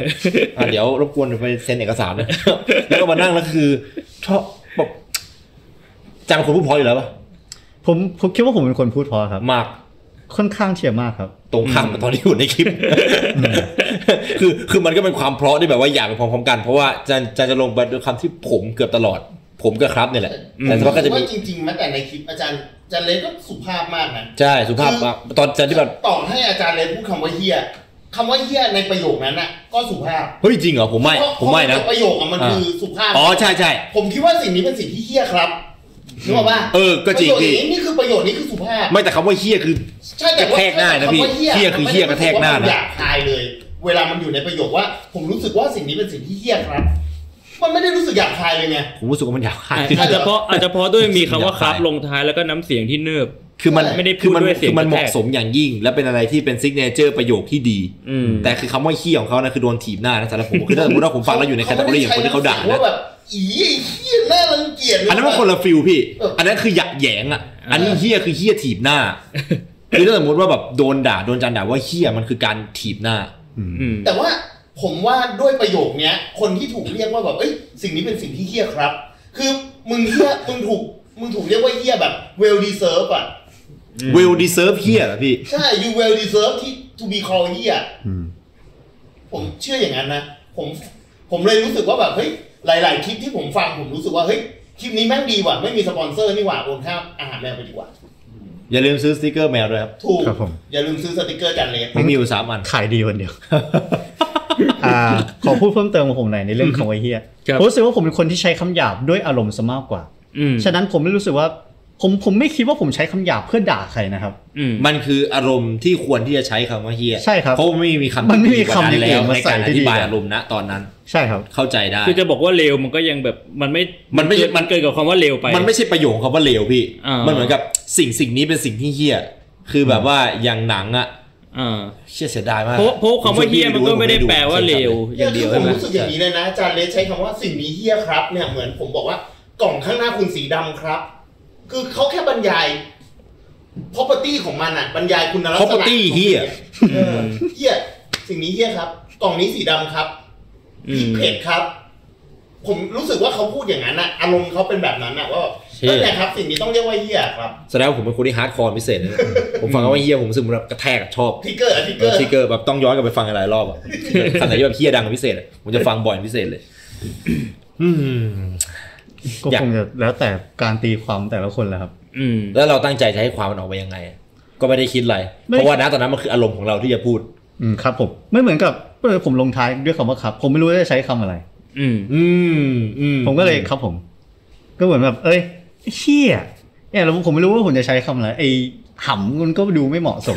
C: อ่ะเดี๋ยวรบกวนไปเซ็นเอกสารนะ แล้วก็มานั่งแล้วคือชอบแบบจานเป็นคนพูดเพออยู่แล้วปะ
D: ผมผมคิดว่าผมเป็นคนพูดเพอครับ
C: มาก
D: ค่อนข้างเฉียบมากครับ
C: ตรงข้ามกับตอนที่อยู่ในคลิป คือคือมันก็เป็นความเพราะที่แบบว่าอยากไปพร้อมๆกัน เพราะว่าจันจันจะลงไปด้วยคำที่ผมเกือบตลอด ผมกับครับเนี่ยแหละ แต่สักพักก็จะมี
B: ว่าจริงๆแม้แต่ในคลิปอาจารย์อาจารย์เลสก็สุภาพมากนะ
C: ใช่สุภาพมากตอนจันที่แบบ
B: ต่อให้อาจารย์เลสพูดคำว่าเฮียคำว่าเฮียในประโยคนั้นน่ะ ก็สุภาพ
C: เฮ้ยจริงเหรอผมไม่
B: เพราะ
C: ผมไม่นะ
B: เพราว่าประโยคอะมันคือสุภาพ
C: อ๋อใช่ใช่
B: ผมคิดว่าสิ่งนี้เป็นสิ่งที่เฮี้ยครับนึกออกป่ะ
C: เออก็จริง
B: ปะ
C: พ
B: โยค
C: ี่
B: นี้นี่คือประโยชน์นี้คือสุภาพ
C: ไม่แต่คำว่าเฮี้ยคือ
B: ใช่แต่
C: ระ
B: ว่าก
C: แทกหน้านะพี่
B: คำว่หี้
C: เหี้ยคือเหี้ยกระแทกหน้านะ
B: มัไม่ได้รู้สึว่มัอยากคายเลย เวลามันอยู่ในประโยคว่า ผมรู้สึกว่าสิ่งนี้เป็นสิ่งที่เฮี้ยครับ มันไม่ได้รู้สึกอยากคายเลยไง
C: ผมรู้สึกว่ามันหยาบคาย
A: อาจ
B: ใช่
A: อาจจะเพราะอาจจะเพราะด้วยมีคำว่าครับลงท้ายแล้วก็น้ำเสียงที่เนิบ
C: คือมัน
A: ไม่ได้พูด
C: คือมัน
A: ด้วยเสียง
C: คือมั
A: ก
C: น
A: ระ
C: เห
A: แทก
C: มาะสมอย่างยิ่ง และเป็นอะไรที่เป็นซิกเนเจอร์ประโยคที่ดี
A: อืม
C: แต่คือคำว่าเฮี้ยของเขานะคือโดนถีบหน้านะสำหรับผมคือถ้าสมมติว่าผมฟังแล้วอยู่ในแคตตาล็อของคนที่เขาด่า
B: เขไม่ได้ใช้
C: นะ
B: น้ำสียงว่าแบบอีไอ้เฮี้ยน่ารังเกียจ
C: อันนั้นมันคนละฟิลพี่
B: เอออั
C: อันนั้นคือหยักแหยงอ่ะ อันนี้เฮี้ยคือเฮี้ยถีบหน้า คือถ้าสมมติว่าแบบโดนด่าโดนจันด่าว่าเฮี้ยมันคือการถีบหน้า
A: อืม
B: แต่ว่าผมว่าด้วยประโยคเนี้ย คนที่ถูกเรียกว่าแบบเอ้ยสิ่งนี้เป็นสิ่งที่เฮี้ยครับ คือมึงเฮี้ยมึงถูกมึงถูกเรียกว่าเฮี้ยแบบ well deserve อ่ะ
C: will deserve here เหรอพี่
B: ใช่ you well deserve ที่ to be called here
D: อืม
B: ผมเชื่ออย่างนั้นนะ ผม ผมเลยรู้สึกว่าแบบเฮ้ย หลาย ๆ คลิปที่ผมฟังผมรู้สึกว่าเฮ้ย คลิปนี้แม่งดีว่ะ ไม่มีสปอนเซอร์นี่หว่าโอนค่าอาหารแมวไปดีกว่า
C: อย่าลืมซื้อสติกเกอร์แมวด้วยครับ
B: ถูก
D: ครับผม
B: อย่าลืมซื้อสติกเกอร์จันเลส
C: ผมมีอยู่สามอัน
D: ขายดีคนเดียว อ่า ขอพูดเพิ่มเติมของผมหน่อยในเรื่องของไอ้เฮีย
A: ครับ
D: ผมรู้สึกว่าผมเป็นคนที่ใช้คำหยาบด้วยอารมณ์ซะมากกว่า
A: อืม
D: ฉะนั้นผมไม่รู้สึกว่า ผมผมไม่คิดว่าผมใช้คำหยาบเพื่อด่าใครนะครับ
A: อืม
C: มันคืออารมณ์ที่ควรที่จะใช้คำว่าเฮีย
D: ใช่ครับ
C: เพราะไม่มีคำ
D: มันไม่
C: ที่ดี
D: มี
C: กว่า
D: คำอย่าง
C: แล้ว
D: อื่นมา
C: ใน
D: ใส่
C: การอ
D: ที่ดี
C: ธิบาย
D: กว่า
C: อารมณ์ณตอนนั้น
D: ใช่ครับ
C: เข้าใจได้
A: คือจะบอกว่าเลวมันก็ยังแบบมันไม่
C: มันไม่
A: เกิมันเกินกับคำว่าเลวไป
C: มันไม่ใช่ประโยคของคำว่าเลวพี่
A: อ่ามั
C: มันเหมือนกับสิ่งสิ่งนี้เป็นสิ่งที่เฮียคือแบบว่าอย่างหนังอะ
A: อ่า
C: เชี่ยเสียดายมาก
A: เพราะเพราะคำว่าเฮียมันก็ไม่ได้แปลว่าเลวอ
B: เนี่
A: ย่าย ง
B: คื
A: เดียว
B: ผ
A: ใช่
B: ม
A: ไหม
B: รู้สึกอย่างนี้เลยนะจันเลสใช้คำว่าสิ่งนี้เฮี้ยครับ เนี่ย เหมือนผมบอกว่ากล่องข้างหน้าคุณสีดำครับ คือเขาแค่บรรยาย property ของมันอะบรรยายคุณลักษณะ
C: เขาปาร์ตี้เฮีย
B: เออเฮี้ย สิ่งนี้เฮี้ยครับ กล่องนี้สีดำครับ
A: อืม
B: เผ็ดครับ ผมรู้สึกว่าเขาพูดอย่างนั้นนะอารมณ์เขาเป็นแบบนั้นนะว่าแบบนั่นแหละครับ สิ่งนี้ต้องเรียกว่าเหี้ยครับ
C: แสดงว่าผมเป็นคนที่ฮาร์ดคอร์พิเศษนะผมฟังคำว่าเฮียผมรู้สึกเหมือนแบบกระแทกกับชอบ
B: ทิกเกอร์อะทิกเกอร์
C: ทิกเกอร์แบบต้องย้อนกลับไปฟังหลายรอบ อะขนาดที่แบบเฮียดังเป็นพิเศษอะผมจะฟังบ่อยเป็นพิเศษเลยอืม
D: ก็
C: อยาก
D: คงจะแล้วแต่การตีความแต่ละคนแหละครับ
A: อืม
C: แล้วเราตั้งใจจะให้ความมันออกไปยังไง ก็ไม่ได้คิดอะไร
D: ไม่
C: เพราะว่านะตอนนั้นมันคืออารมณ์ของเราที่จะพูด
D: อืมครับผมไม่เหมือนกับเออผมลงท้ายด้วยคำว่าครับ ผมไม่รู้จะใช้คำอะไร
A: อืม
C: อืมอืม
D: ผมก็เลยครับผม ก็เหมือนแบบ เอ้ยเฮียเนี่ยแล้วผมไม่รู้ว่าผมจะใช้คำอะไรไอ้หำมันก็ดูไม่เหมาะสม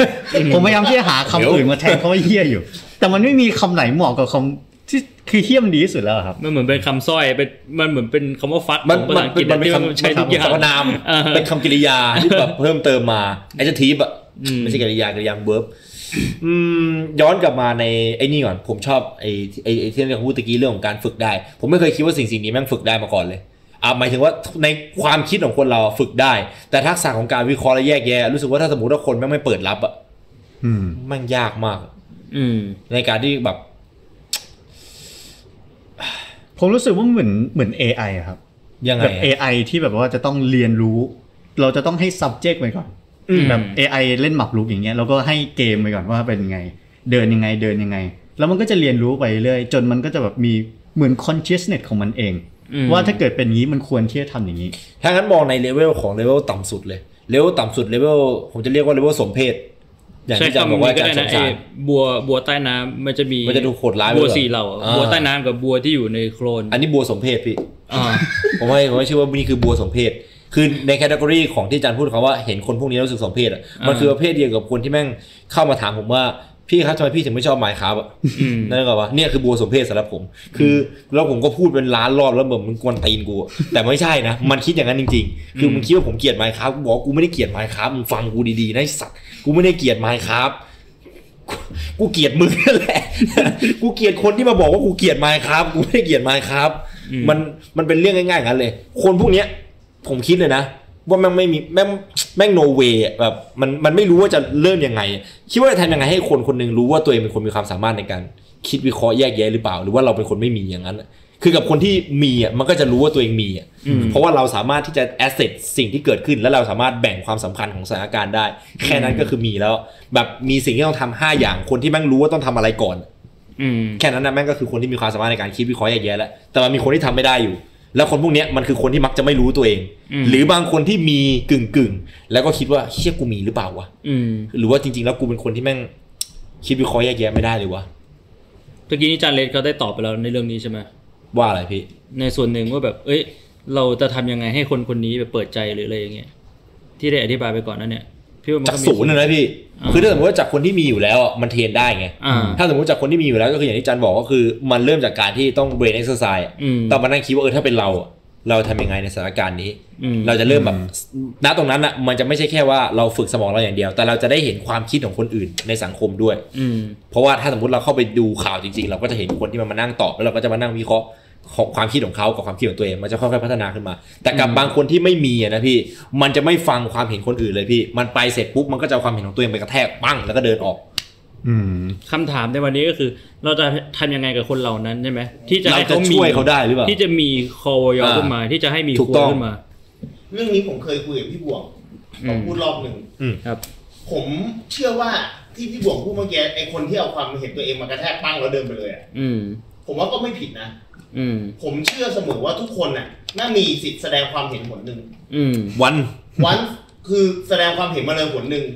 D: ผมพยายามที่จะหาคำอื่นมาแทนคำว่าเฮียอยู่ แต่มันไม่มีคำไหนเหมาะกับคำที่คือเฮียมันดีที่สุดแล้วอะครับ
A: มันเหมือนเป็นคำสร้อยเป็นมันเหมือนเป็นคำว่าฟัด
C: มัน
A: ของภา
C: มั
A: ษาน อังกฤษ
C: มันเป็น
A: ที่
C: ค
A: มันใช้ทุกอ
C: ำ
A: ย่าง
C: สรรพนาม
A: อ่าฮะ
C: เป็นคำกริยาที่ แบบเพิ่มเติมมาไอ้จะทีบอะ
A: อืม
C: ไม่ใช่กริยากริยาเบิร์บอืมย้อนกลับมาในไอ้นี่ก่อน ผมชอบไอ้ไอ้ไอ้ที่เราพูดตะกี้เรื่องของการฝึกได้ ผมไม่เคยคิดว่าสิ่งสิ่งนี้แม่งฝึกได้มาก่อนเลยอ่ะหมายถึงว่าในความคิดของคนเราฝึกได้ แต่ทักษะของการวิเคราะห์และแยกแยะรู้สึกว่าถ้าสมมติว่าคนแม่งไม่เปิดรับอะ
D: อืม
C: แม่งยากมาก
A: อืม
C: ในการที่แบบ
D: ผมรู้สึกว่าเหมือนเหมือน AI อะครับ
C: ยังไง
D: แบบ
C: อะ
D: AI ที่แบบว่าจะต้องเรียนรู้ เราจะต้องให้ subject ไปก่อน
A: อืม
D: แบบ AI เล่นหมากรุกอย่างเงี้ยแล้วก็ให้เกมไปก่อนว่าเป็นยังไง เดินยังไงเดินยังไง แล้วมันก็จะเรียนรู้ไปเรื่อยจนมันก็จะแบบมีเหมือน consciousness ของมันเอง
A: อืม
D: ว่าถ้าเกิดเป็นอย่างนี้มันควรที่จะทำอย่างนี้
C: ถ้างั้นมองในเลเวลของเลเวลต่ำสุดเลย เลเวลต่ำสุดเลเวลผมจะเรียกว่าเลเวลสมเพศอย่าง
A: ใช้
C: ที่อาจารย์บ
A: คำ
C: อกว่า
A: นี้
C: อา
A: ก็
C: จาร
A: ได้
C: ย์
A: นะ
C: สง
A: ไอ้
C: สาร
A: บัวบัวใต้น้ำมันจะมี
C: มันจะดูโหดร้ายไป
A: บัว
C: เหรอ
A: สี่เหล่าอะ
C: อ่า
A: บัวใต้น้ำกับบัวที่อยู่ในโคลน
C: อันนี้บัวสมเพศพี่
A: อ่า
C: ผมให้ผมให้ชื่อว่านี่คือบัวสมเพศคือในแคตตากรีของที่อาจารย์พูดคำว่าเห็นคนพวกนี้แล้วรู้สึกสมเพศอ่ะมัน
A: อ่า
C: คือประเภทเดียวกับคนที่แม่งเข้ามาถามผมว่าพี่ครับทำไมพี่ถึงไม่ชอบหมายครับอะ
A: อืม
C: นั่นก็ว่าเนี่ยคือบัวสมเพศสำหรับผม คือแล้วผมก็พูดเป็นล้านรอบแล้วเหมือนมึงกวนตีนกูอะแต่ไม่ใช่นะ มันคิดอย่างนั้นจริง ๆ คือมึงคิดว่าผมเกลียดหมายครับกูบอกว่ากูไม่ได้เกลียดหมายครับมึงฟังกูดีๆนะไอ้สัตว์กูไม่ได้เกลียดหมายครับ กูเกลียดมึงนั่นแหละ กูเกลียดคนที่มาบอกว่ากูเกลียดไมค์ครับ กูไม่ได้เกลียดไมค์ครับ
A: อืม
C: มัน มันเป็นเรื่องง่ายๆอย่างนั้นเลย คนพวกเนี้ย ผมคิดเลยนะ ว่าแม่งไม่มีแม่งแม่งโนเวแบบ มัน มันไม่รู้ว่าจะเริ่มยังไง คิดว่าจะทำยังไงให้คนคนหนึงรู้ว่าตัวเองเป็นคนมีความสามารถในการ คิดวิเคราะห์แยกแยะหรือเปล่า หรือว่าเราเป็นคนไม่มีอย่างนั้นอะคือกับคนที่มีอ่ะ มันก็จะรู้ว่าตัวเองมีอ่ะ เพราะว่าเราสามารถที่จะแอสเซทสิ่งที่เกิดขึ้น แล้วเราสามารถแบ่งความสำคัญของสถานการณ์ได้ แค่นั้นก็คือมีแล้ว แบบมีสิ่งที่ต้องทำห้าอย่าง คนที่แม่งรู้ว่าต้องทำอะไรก่อน
A: อืม
C: แค่นั้นนะแม่งก็คือคนที่มีความสามารถในการคิดวิเคราะห์แยกแยะแล้วแต่มันมีคนที่ทำไม่ได้อยู่ แล้วคนพวกเนี้ยมันคือคนที่มักจะไม่รู้ตัวเอง
A: อืม
C: หรือบางคนที่มีกึ่งกึ่งๆแล้วก็คิดว่าเชี่ยกูมีหรือเปล่าวะ
A: อืม
C: หรือว่าจริงๆ แล้วกูเป็นคนที่แม่งคิดวิเคราะห์แยกแยะไม่ได้เลยวะ
A: เมื่อกี้นี้จานเลสเขาได้ตอบไปแล้วในเรื่องนี้ใช่ไหม
C: ว่าอะไรพี่
A: ในส่วนหนึ่งว่าแบบ เอ้ย เราจะทำยังไงให้คนคนนี้แบบเปิดใจหรืออะไรอย่างเงี้ยที่ได้อธิบายไปก่อนนั่นเนี่ยพี่ว่ามัน
C: จาก
A: ก็มี
C: ศูนย์นะนะพี่
A: อ่า
C: คือถ้าสมมติว่าจากคนที่มีอยู่แล้วอะมันเทรนได้ไง
A: อ่า
C: ถ้าสมมติจากคนที่มีอยู่แล้วก็คืออย่างที่จันบอกก็คือ มันเริ่มจากการที่ต้อง brain exercise อะ
A: อืม
C: ต้องมานั่งคิดว่าเออถ้าเป็นเราอะเราทำยังไงในสถานการณ์นี้
A: อืม
C: เราจะเริ่มแบบ ณ ตรงนั้นอ่ะ มันจะไม่ใช่แค่ว่าเราฝึกสมองเราอย่างเดียว แต่เราจะได้เห็นความคิดของคนอื่นในสังคมด้วย
A: อืม
C: เพราะว่าถ้าสมมติเราเข้าไปดูข่าวจริงๆ เราก็จะเห็นคนที่มันมานั่งตอบแล้วเราก็จะมานั่งวิเคราะห์ของความคิดของเขากับความคิดของตัวเองมันจะค่อยๆพัฒนาขึ้นมา แต่กับ
A: อืม
C: บางคนที่ไม่มีอะนะพี่ มันจะไม่ฟังความเห็นคนอื่นเลยพี่ มันไปเสร็จปุ๊บมันก็จะเอาความเห็นของตัวเองไปกระแทกปั้งแล้วก็เดินออก
D: อืม
A: คำถามในวันนี้ก็คือ เราจะทำยังไงกับคนเหล่านั้นใช่ไหมที่จะ
C: เรา
A: ให้
C: จะ
A: เขามี
C: ช่วยเขาได้หรือเปล่า
A: ที่จะมีคอวยอขึ้นมาที่จะให้มี
C: ถู
A: ค
C: ก
A: รัว
C: ต้อง
A: ขึ้นมา
B: เรื่องนี้ผมเคยคุยกับพี่บวง ผมพูดรอบหนึ่ง
E: ครับ
B: ผมเชื่อว่าที่พี่บวงพูดเมื่อกี้ไอคนที่เอาความเห็นตัวเองมากระแทกปั้งแล้วเดินไปเลยอะ
E: อืม
B: ผมว่าก็ไม่ผิดนะ
E: อืม
B: ผมเชื่อเสมอว่าทุกคนน่ะน่ามีสิทธิ์แสดงความเห็นหนหนึ่ง
E: อืม
C: วัน
B: วันคือแสดงความเห็นมาเลยหนหนึ่ง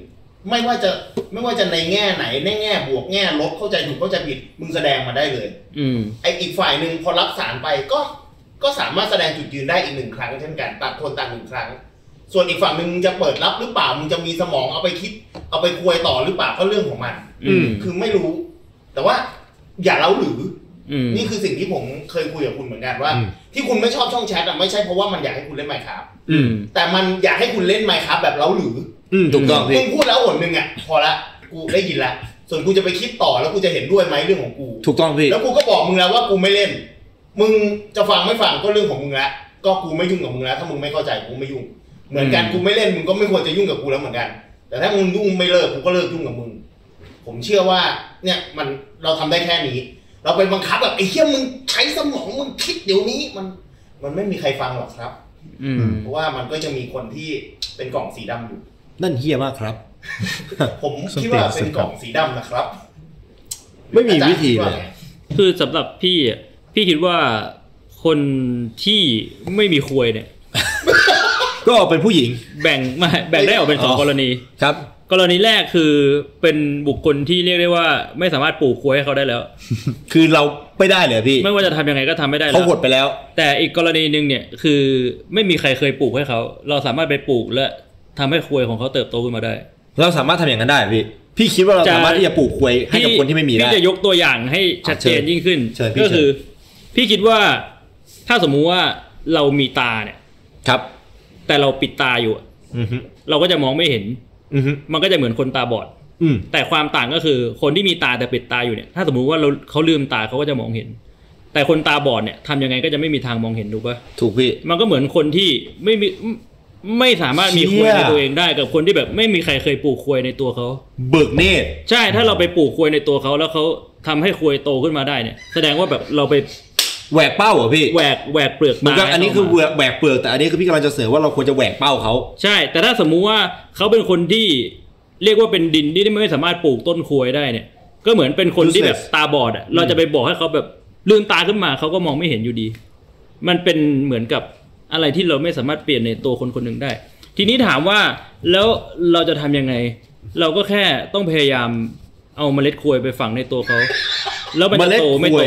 B: ไม่ว่าจะไม่ว่าจะในแง่ไหนในแง่บวกแง่ลบเข้าใจถูกเข้าใจผิดมึงแสดงมาได้เลย
E: อืม
B: ไออีกฝ่ายหนึ่งพอรับสารไปก็ก็สามารถแสดงจุดยืนได้อีกหนึ่งครั้งเช่นกันต่างคนต่างหนึ่งครั้ง ส่วนอีกฝั่งหนึ่งมึงจะเปิดรับหรือเปล่ามึงจะมีสมองเอาไปคิด เอาไปคุยต่อหรือเปล่าก็เรื่องของมัน
E: อืม
B: คือไม่รู้ แต่ว่าอย่าเล้าหรือ
E: อืม
B: นี่คือสิ่งที่ผมเคยคุยกับคุณเหมือนกันว่า ที่คุณไม่ชอบช่องแชทอ่ะไม่ใช่เพราะว่ามันอยากให้คุณเล่นไมครับ
E: อืม
B: แต่มันอยากให้คุณเล่นไมครับแบบเล้าหรือ
C: อืมถูกต้องพี่
B: มึงพูดแล้วหนหนึ่งอ่ะพอละกูได้ยินละส่วนกูจะไปคิดต่อแล้วกูจะเห็นด้วยไหมเรื่องของกู
C: ถูกต้องพี่
B: แล้วกูก็บอกมึงแล้วว่ากูไม่เล่น มึงจะฟังไม่ฟังก็เรื่องของมึงละก็กูไม่ยุ่งกับมึงแล้วถ้ามึงไม่เข้าใจกูไม่ยุ่ง เหมือนกัน
E: อืม
B: กูไม่เล่นมึงก็ไม่ควรจะยุ่งกับกูแล้วเหมือนกัน แต่ถ้ามึงยุ่งไม่เลิกกูก็เลิกยุ่งกับมึง ผมเชื่อว่าเนี่ยมันเราทำได้แค่นี้ เราไปบังคับแบบไอ้เหี้ยมึงใช้สมองมึงคิดเดี๋ยวนี้มันมันไม่มีใครฟังหรอกครับ
E: อืม
B: เพราะว่ามันก็จะมีคนที่เป็นกล่องสีดำอยู่
C: นั่นเฮี้ยมากครับ
B: ผมคิดว่าเป็นกล่องสีดำนะครับ
C: ไม่มีวิธีเลย
A: คือสำหรับพี่อะพี่คิดว่าคนที่ไม่มีควยเนี่ย
C: ก็เป็นผู้หญิง
A: แบ่ง ไมาแบ่งได้ออกเป็นสองกรณี
C: ครับ
A: กรณีแรกคือเป็นบุคคลที่เรียกได้ว่าไม่สามารถปลูกควยให้เขาได้แล้ว
C: คือเราไม่ได้เลยพี่
A: ไม่ว่าจะทำยังไงก็ทำไม่ได้แล้
C: เขา
A: ว
C: หดไปแล้ว
A: แต่อีกกรณีหนึ่งเนี่ยคือไม่มีใครเคยปลูกให้เขา เราสามารถไปปลูกและทำให้ควยของเขาเติบโตขึ้นมาได้
C: เราสามารถทำอย่างนั้นได้เหรอพี่ พี่คิดว่าเรา
A: จะ
C: สามารถที่จะปลูกควยให้กับคนที่ไม่มีได้
A: พี่จะยกตัวอย่างให้ชัดเจนยิ่งขึ้น
C: เชิญพี่
A: ก็คือ พี่คิดว่าถ้าสมมุติว่าเรามีตาเนี่ย
C: ครับ
A: แต่เราปิดตาอยู่อะ
C: อือฮึ
A: เราก็จะมองไม่เห็น
C: อือฮึ
A: มันก็จะเหมือนคนตาบอด
C: อืม
A: แต่ความต่างก็คือคนที่มีตาแต่ปิดตาอยู่เนี่ย ถ้าสมมุติว่าเราเขาลืมตาเขาก็จะมองเห็น แต่คนตาบอดเนี่ยทำยังไงก็จะไม่มีทางมองเห็นถูกปะ
C: ถูกพี่
A: มันก็เหมือนคนที่ไม่มีไม่ไม่สามารถมี
C: เชี่
A: ควย ยในตัวเองได้กับคนที่แบบไม่มีใครเคยปลูกควยในตัวเขา
C: เบิกเนตร
A: ใช่ถ้าเราไปปลูกควยในตัวเขาแล้วเขาทำให้ควยโตขึ้นมาได้เนี่ย แสดงว่าแบบเราไป
C: แหวกเป้าเหรอพี่
A: แหวกแหวกเปลือก
C: เหมือน
A: ตา
C: กับอันนี้คือ
A: ให้เขามาก
C: แหวแหวกเปลือกแต่อันนี้คือพี่กำลังจะเสนอว่าเราควรจะแหวกเป้าเขา
A: ใช่ แต่ถ้าสมมุติว่าเขาเป็นคนที่เรียกว่าเป็นดินที่ไม่สามารถปลูกต้นควยได้เนี่ย ก็เหมือนเป็นคนที่แบบตาบอดอะเราจะไปบอกให้เขาแบบลืมตาขึ้นมาเขาก็มองไม่เห็นอยู่ดี มันเป็นเหมือนกับอะไรที่เราไม่สามารถเปลี่ยนในตัวคนคนหนึ่งได้ ทีนี้ถามว่าแล้วเราจะทำยังไง เราก็แค่ต้องพยายามเอาเมล็ดควยไปฝังในตัวเขาแล้วมันจะโตไม่โต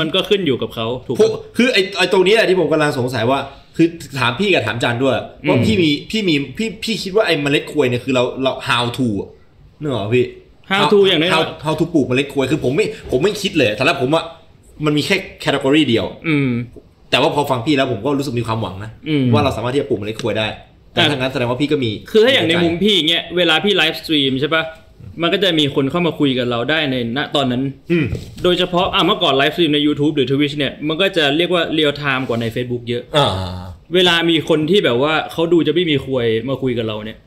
A: มันก็ขึ้นอยู่กับเขาถูก
C: พวก
A: ปะ
C: คือไอ้ไอ้ตรงนี้แหละที่ผมกำลังสงสัยว่า คือถามพี่กับถามจันด้วยว่า
A: อืม
C: พี่มีพี่มีพี่พี่คิดว่าไอ้เมล็ดควยเนี่ยคือเราเรา how to อะนึกออกปะพี่
A: how to อย่างน้อย
C: how how to ปลูกเมล็ดควยคือผมไม่ผมไม่คิดเลยสำหรับผมอะมันมีแค่แคตตากรีเดียว
A: อืม
C: แต่ว่าพอฟังพี่แล้วผมก็รู้สึกมีความหวังนะ
A: อืม
C: ว่าเราสามารถที่จะปลูกเมล็ดควยได้ แต่
A: แต่
C: ทางนั้นแสดงว่าพี่ก็มี
A: คือถ้าอย่างในมุมพี่อย่างเงี้ยเวลาพี่ไลฟ์สตรีมใช่ปะมันก็จะมีคนเข้ามาคุยกับเราได้ในณตอนนั้น
C: อืม
A: โดยเฉพาะอ่ะเมื่อก่อนไลฟ์สตรีมใน YouTube หรือ Twitch เนี่ยมันก็จะเรียกว่าเรียลไทม์กว่าใน Facebook เยอะ
C: อ่า
A: เวลามีคนที่แบบว่าเขาดูจะไม่มีควยมาคุยกับเราเนี่ย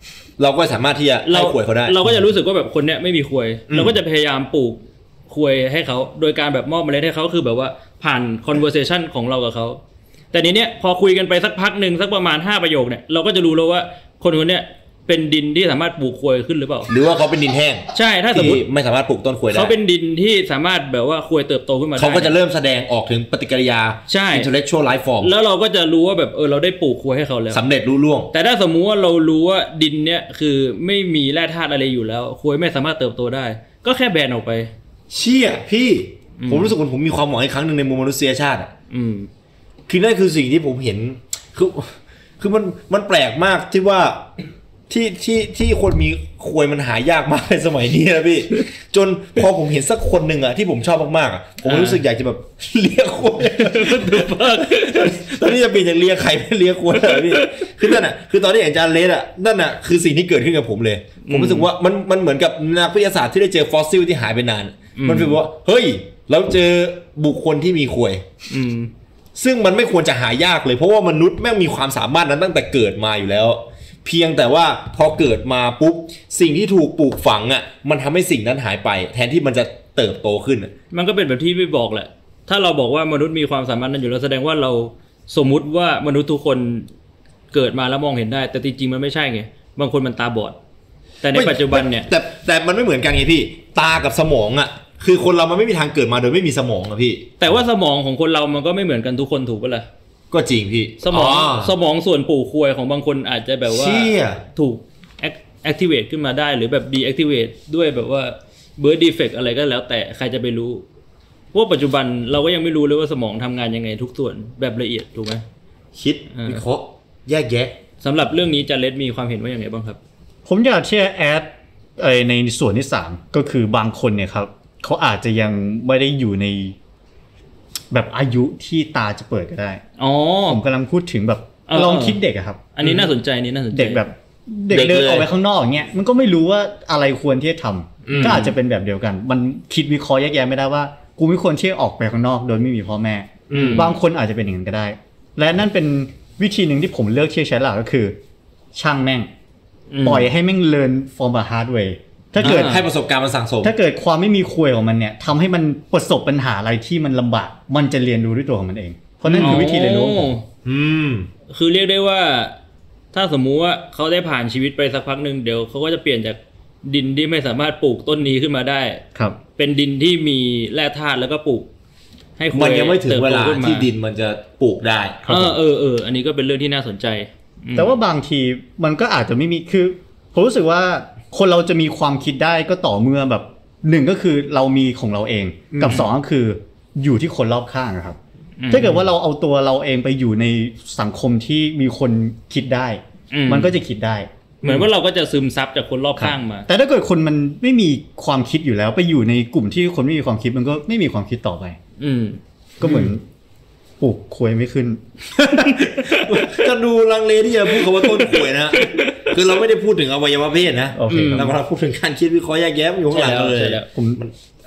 C: เราก็สามารถที่จะให้ควยเขาได้
A: เราก็จะรู้สึกว่าแบบคนเนี้ยไม่มีควย เราก็จะพยายามปลูกควยให้เขา โดยการแบบมอบเมล็ดให้เขาคือแบบว่าผ่าน conversation ของเรากับเขา แต่ทีเนี้ยพอคุยกันไปสักพักหนึ่งสักประมาณ 5 ประโยคเนี่ยเราก็จะรู้แล้วว่าคนคนเนี้ยเป็นดินที่สามารถปลูกควยขึ้นหรือเปล่า
C: หรือว่าเขาเป็นดินแห้ง
A: ใช่ถ้าสมม
C: ที่
A: ติ
C: ไม่สามารถปลูกต้นควยได้
A: เขาเป็นดินที่สามารถแบบว่าควยเติบโตขึ้นมาได้
C: เขาก็จะเริ่มแสดงออกถึงปฏิกิริยา
A: ใช่
C: intellectual life form
A: แล้วเราก็จะรู้ว่าแบบเออเราได้ปลูกควยให้เขาแล้ว
C: สำเร็จรู้ล่วง
A: แต่ถ้าสมมุติว่าเรารู้ว่าดินเนี่ยคือไม่มีแร่ธาตุอะไรอยู่แล้วควยไม่สามารถเติบโตได้ ก็แค่แบนออกไป
C: เชี่ยพี่ ผมรู้สึกว่าผมมีความหวังอีกครั้งหนึ่งในมุมมนุษยชาติอะ
A: อืม
C: คือนั่นคือสิ่งที่ผมเห็น คือ คือมัน มันแปลกมากที่ว่า ที่ ที่ ที่คนมีควยมันหายากมากในสมัยนี้นะพี่ จนพอผมเห็นสักคนหนึ่งอะที่ผมชอบมากๆอะผม
A: อ่า
C: รู้สึกอยากจะแบบ เลี้ยควย
A: ดูเพิก
C: ตอนนี้จะเปลี่ยนจากเลี้ยไข่ เป็นเลี้ยควยแล้วพี่ คือนั่นอะคือตอนที่เห็นอาจารย์เลสอะนั่นอะคือสิ่งที่เกิดขึ้นกับผมเลย ผมรู้สึกว่ามัน มันเหมือนกับนักวิทยาศาสตร์ที่ได้เจอฟอสซิลที่หายไปนาน มันเป็นว่า เฮ้ย เราเจอบุคคลที่มีควย
A: อืม
C: ซึ่งมันไม่ควรจะหายากเลย เพราะว่ามนุษย์แม่งมีความสามารถนั้นตั้งแต่เกิดมาอยู่แล้ว เพียงแต่ว่าพอเกิดมาปุ๊บ สิ่งที่ถูกปลูกฝังอะ่ะ มันทำให้สิ่งนั้นหายไป แทนที่มันจะเติบโตขึ้นอะ
A: มันก็เป็นแบบที่พี่บอกแหละ ถ้าเราบอกว่ามนุษย์มีความสามารถนั้นอยู่แล้วแสดงว่าเราสมมุติว่ามนุษย์ทุกคนเกิดมาแล้วมองเห็นได้ แต่จริงๆมันไม่ใช่ไง บางคนมันตาบอด แต่ในปัจจุบันเนี่ย
C: แต่แต่มันไม่เหมือนกันไงพี่ ตากับสมองอ่ะ คือคนเรามันไม่มีทางเกิดมาโดยไม่มีสมองอะพี่
A: แต่ว่าสมองของคนเรามันก็ไม่เหมือนกันทุกคนถูกปะล่ะ
C: ก็จริงพี่
A: สมองส
C: สมอง
A: มองส่วนปู่ควยของบางคนอาจจะแบบว่า
C: เชี่ย
A: ถูก act- activate ขึ้นมาได้หรือแบบ deactivate ด้วยแบบว่า birth defect อะไรก็แล้วแต่ใครจะไปรู้ว่าปัจจุบันเราก็ยังไม่รู้เลยว่าสมองทำงานยังไงทุกส่วนแบบละเอียดถูกไหม
C: คิด
A: เออ
C: วิเคราะห์แยกแยะ
A: สำหรับเรื่องนี้จะเลดมีความเห็นว่าอย่างไรบ้างครับ
D: ผมอยากที่จะแอดไอ้ในส่วนที่สามก็คือบางคนเนี่ยครับเขาอาจจะยังไม่ได้อยู่ใน แบบอายุที่ตาจะเปิดก็ได้
A: อ๋อ
D: ผมกำลังพูดถึงแบบ
A: เออ
D: ลองคิดเด็กอะครับ
A: อันนี้น่าสนใจอันนี่น่าสนใจ
D: เด็กแบบเด็ก
C: เด็ก
D: เดินออก
C: เล
D: ไป
C: ย
D: ข้างนอกอย่างเงี้ยมันก็ไม่รู้ว่าอะไรควรที่จะทำก็อาจจะเป็นแบบเดียวกัน มันคิดวิเคราะห์แยกแยะไม่ได้ว่า กูไม่ควรที่จะออกไปข้างนอก โดยไม่มีพ่อแม่ บางคนอาจจะเป็นอย่างนั้นก็ได้ และนั่นเป็นวิธีหนึ่งที่ผมเลือกที่จะใช้หลักก็คือ ช่างแม่ง
A: ม
D: ปล่อยให้แม่งเรียน from a hard way ถ้าเกิด
A: อ่า
C: ให้ประสบการณ์มันสั่งสม
D: ถ้าเกิดความไม่มีควยของมันเนี่ยทำให้มันประสบปัญหาอะไรที่มันลำบาก มันจะเรียนรู้ด้วยตัวของมันเอง เพราะนั่นคือวิธีเรียนรู้ของผม
C: อืม
A: คือเรียกได้ว่า ถ้าสมมุติว่าเขาได้ผ่านชีวิตไปสักพักหนึ่งเดี๋ยวเขาก็จะเปลี่ยนจากดินที่ไม่สามารถปลูกต้นนี้ขึ้นมาได้
D: ครับ
A: เป็นดินที่มีแร่ธาตุแล้วก็ปลูก ให้คว
C: มันยังไม่ถึงเวลา
A: ติบโตขึ้นม
C: ที่ดินมันจะปลูก ได้
A: เออเออเอออันนี้ก็เป็นเรื่องที่น่าสนใจอืม
D: แต่ว่าบางทีมันก็อาจจะไม่มีคือผมรู้สึกว่าคนเราจะมีความคิดได้ก็ต่อเมื่อแบบหนึ่งก็คือเรามีของเราเอง กับสองก็คืออยู่ที่คนรอบข้างอะครับ
A: อืม
D: ถ้าเกิดว่าเราเอาตัวเราเองไปอยู่ในสังคมที่มีคนคิดได้
A: อืม
D: มันก็จะคิดได้
A: เหมือนว่าเราก็จะซึมซับจากคนรอบข้างมา
D: แต่ถ้าเกิดคนมันไม่มีความคิดอยู่แล้ว ไปอยู่ในกลุ่มที่คนไม่มีความคิดมันก็ไม่มีความคิดต่อไป
A: อืม
D: ก็เหมือนปลูกควยไม่ขึ้น
C: จะดูลังเลที่จะพูดคำว่าต้นข่วยนะ คือเราไม่ได้พูดถึงอวัยวะเพศนะ
D: โอเคครับ
C: เรากำลังพูดถึงการคิดวิเคราะห์แยกแยะมันอยู่ข้างหลังเลย
A: ใช่แล้ว
D: ผม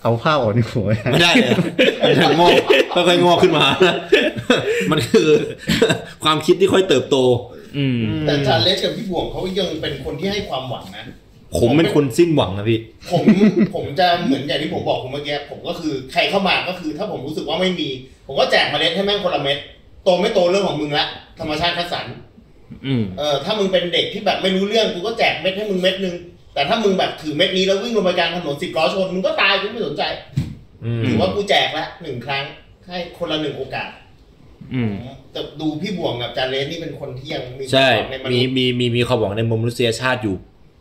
D: เอาผ้าออกในหัว
C: ไม่ได้เลย มันจะงอกค่อยๆงอกขึ้นมานะ มันคือ ความคิดที่ค่อยเติบโต
A: อืม
B: แต่อาจารย์เล็กกับพี่บ่วงเขายังเป็นคนที่ให้ความหวังนะ
C: ผมเป็นคนสิ้นหวังนะพี่
B: ผม ผมจะเหมือนอย่างที่ผมบอกคุณเมื่อกี้ผมก็คือใครเข้ามาก็คือ ถ้าผมรู้สึกว่าไม่มี ผมก็แจกเมล็ดให้แม่งคนละเม็ดโตไม่โตเรื่องของมึงละธรรมชาติคัดสรร
A: อืม
B: เออถ้ามึงเป็นเด็กที่แบบไม่รู้เรื่องกูก็แจกเม็ดให้มึงเม็ดนึงแต่ถ้ามึงแบบถือเม็ดนี้แล้ววิ่งลงไปกลางถนนสิบล้อชนมึงก็ตายกูไม่สนใจ
C: อืม
B: ถือว่ากูแจกละหนึ่งครั้งให้คนละหนึ่งโอกาส
A: อืม
B: แต่ดูพี่บ่วงกับอาจารย์เลสนี่เป็นคนที่ยังมี
C: ใช่
B: ความหวังในม
C: มี
B: นุษย์
C: มีมีมีความหวังในมนุษยชาติอยู่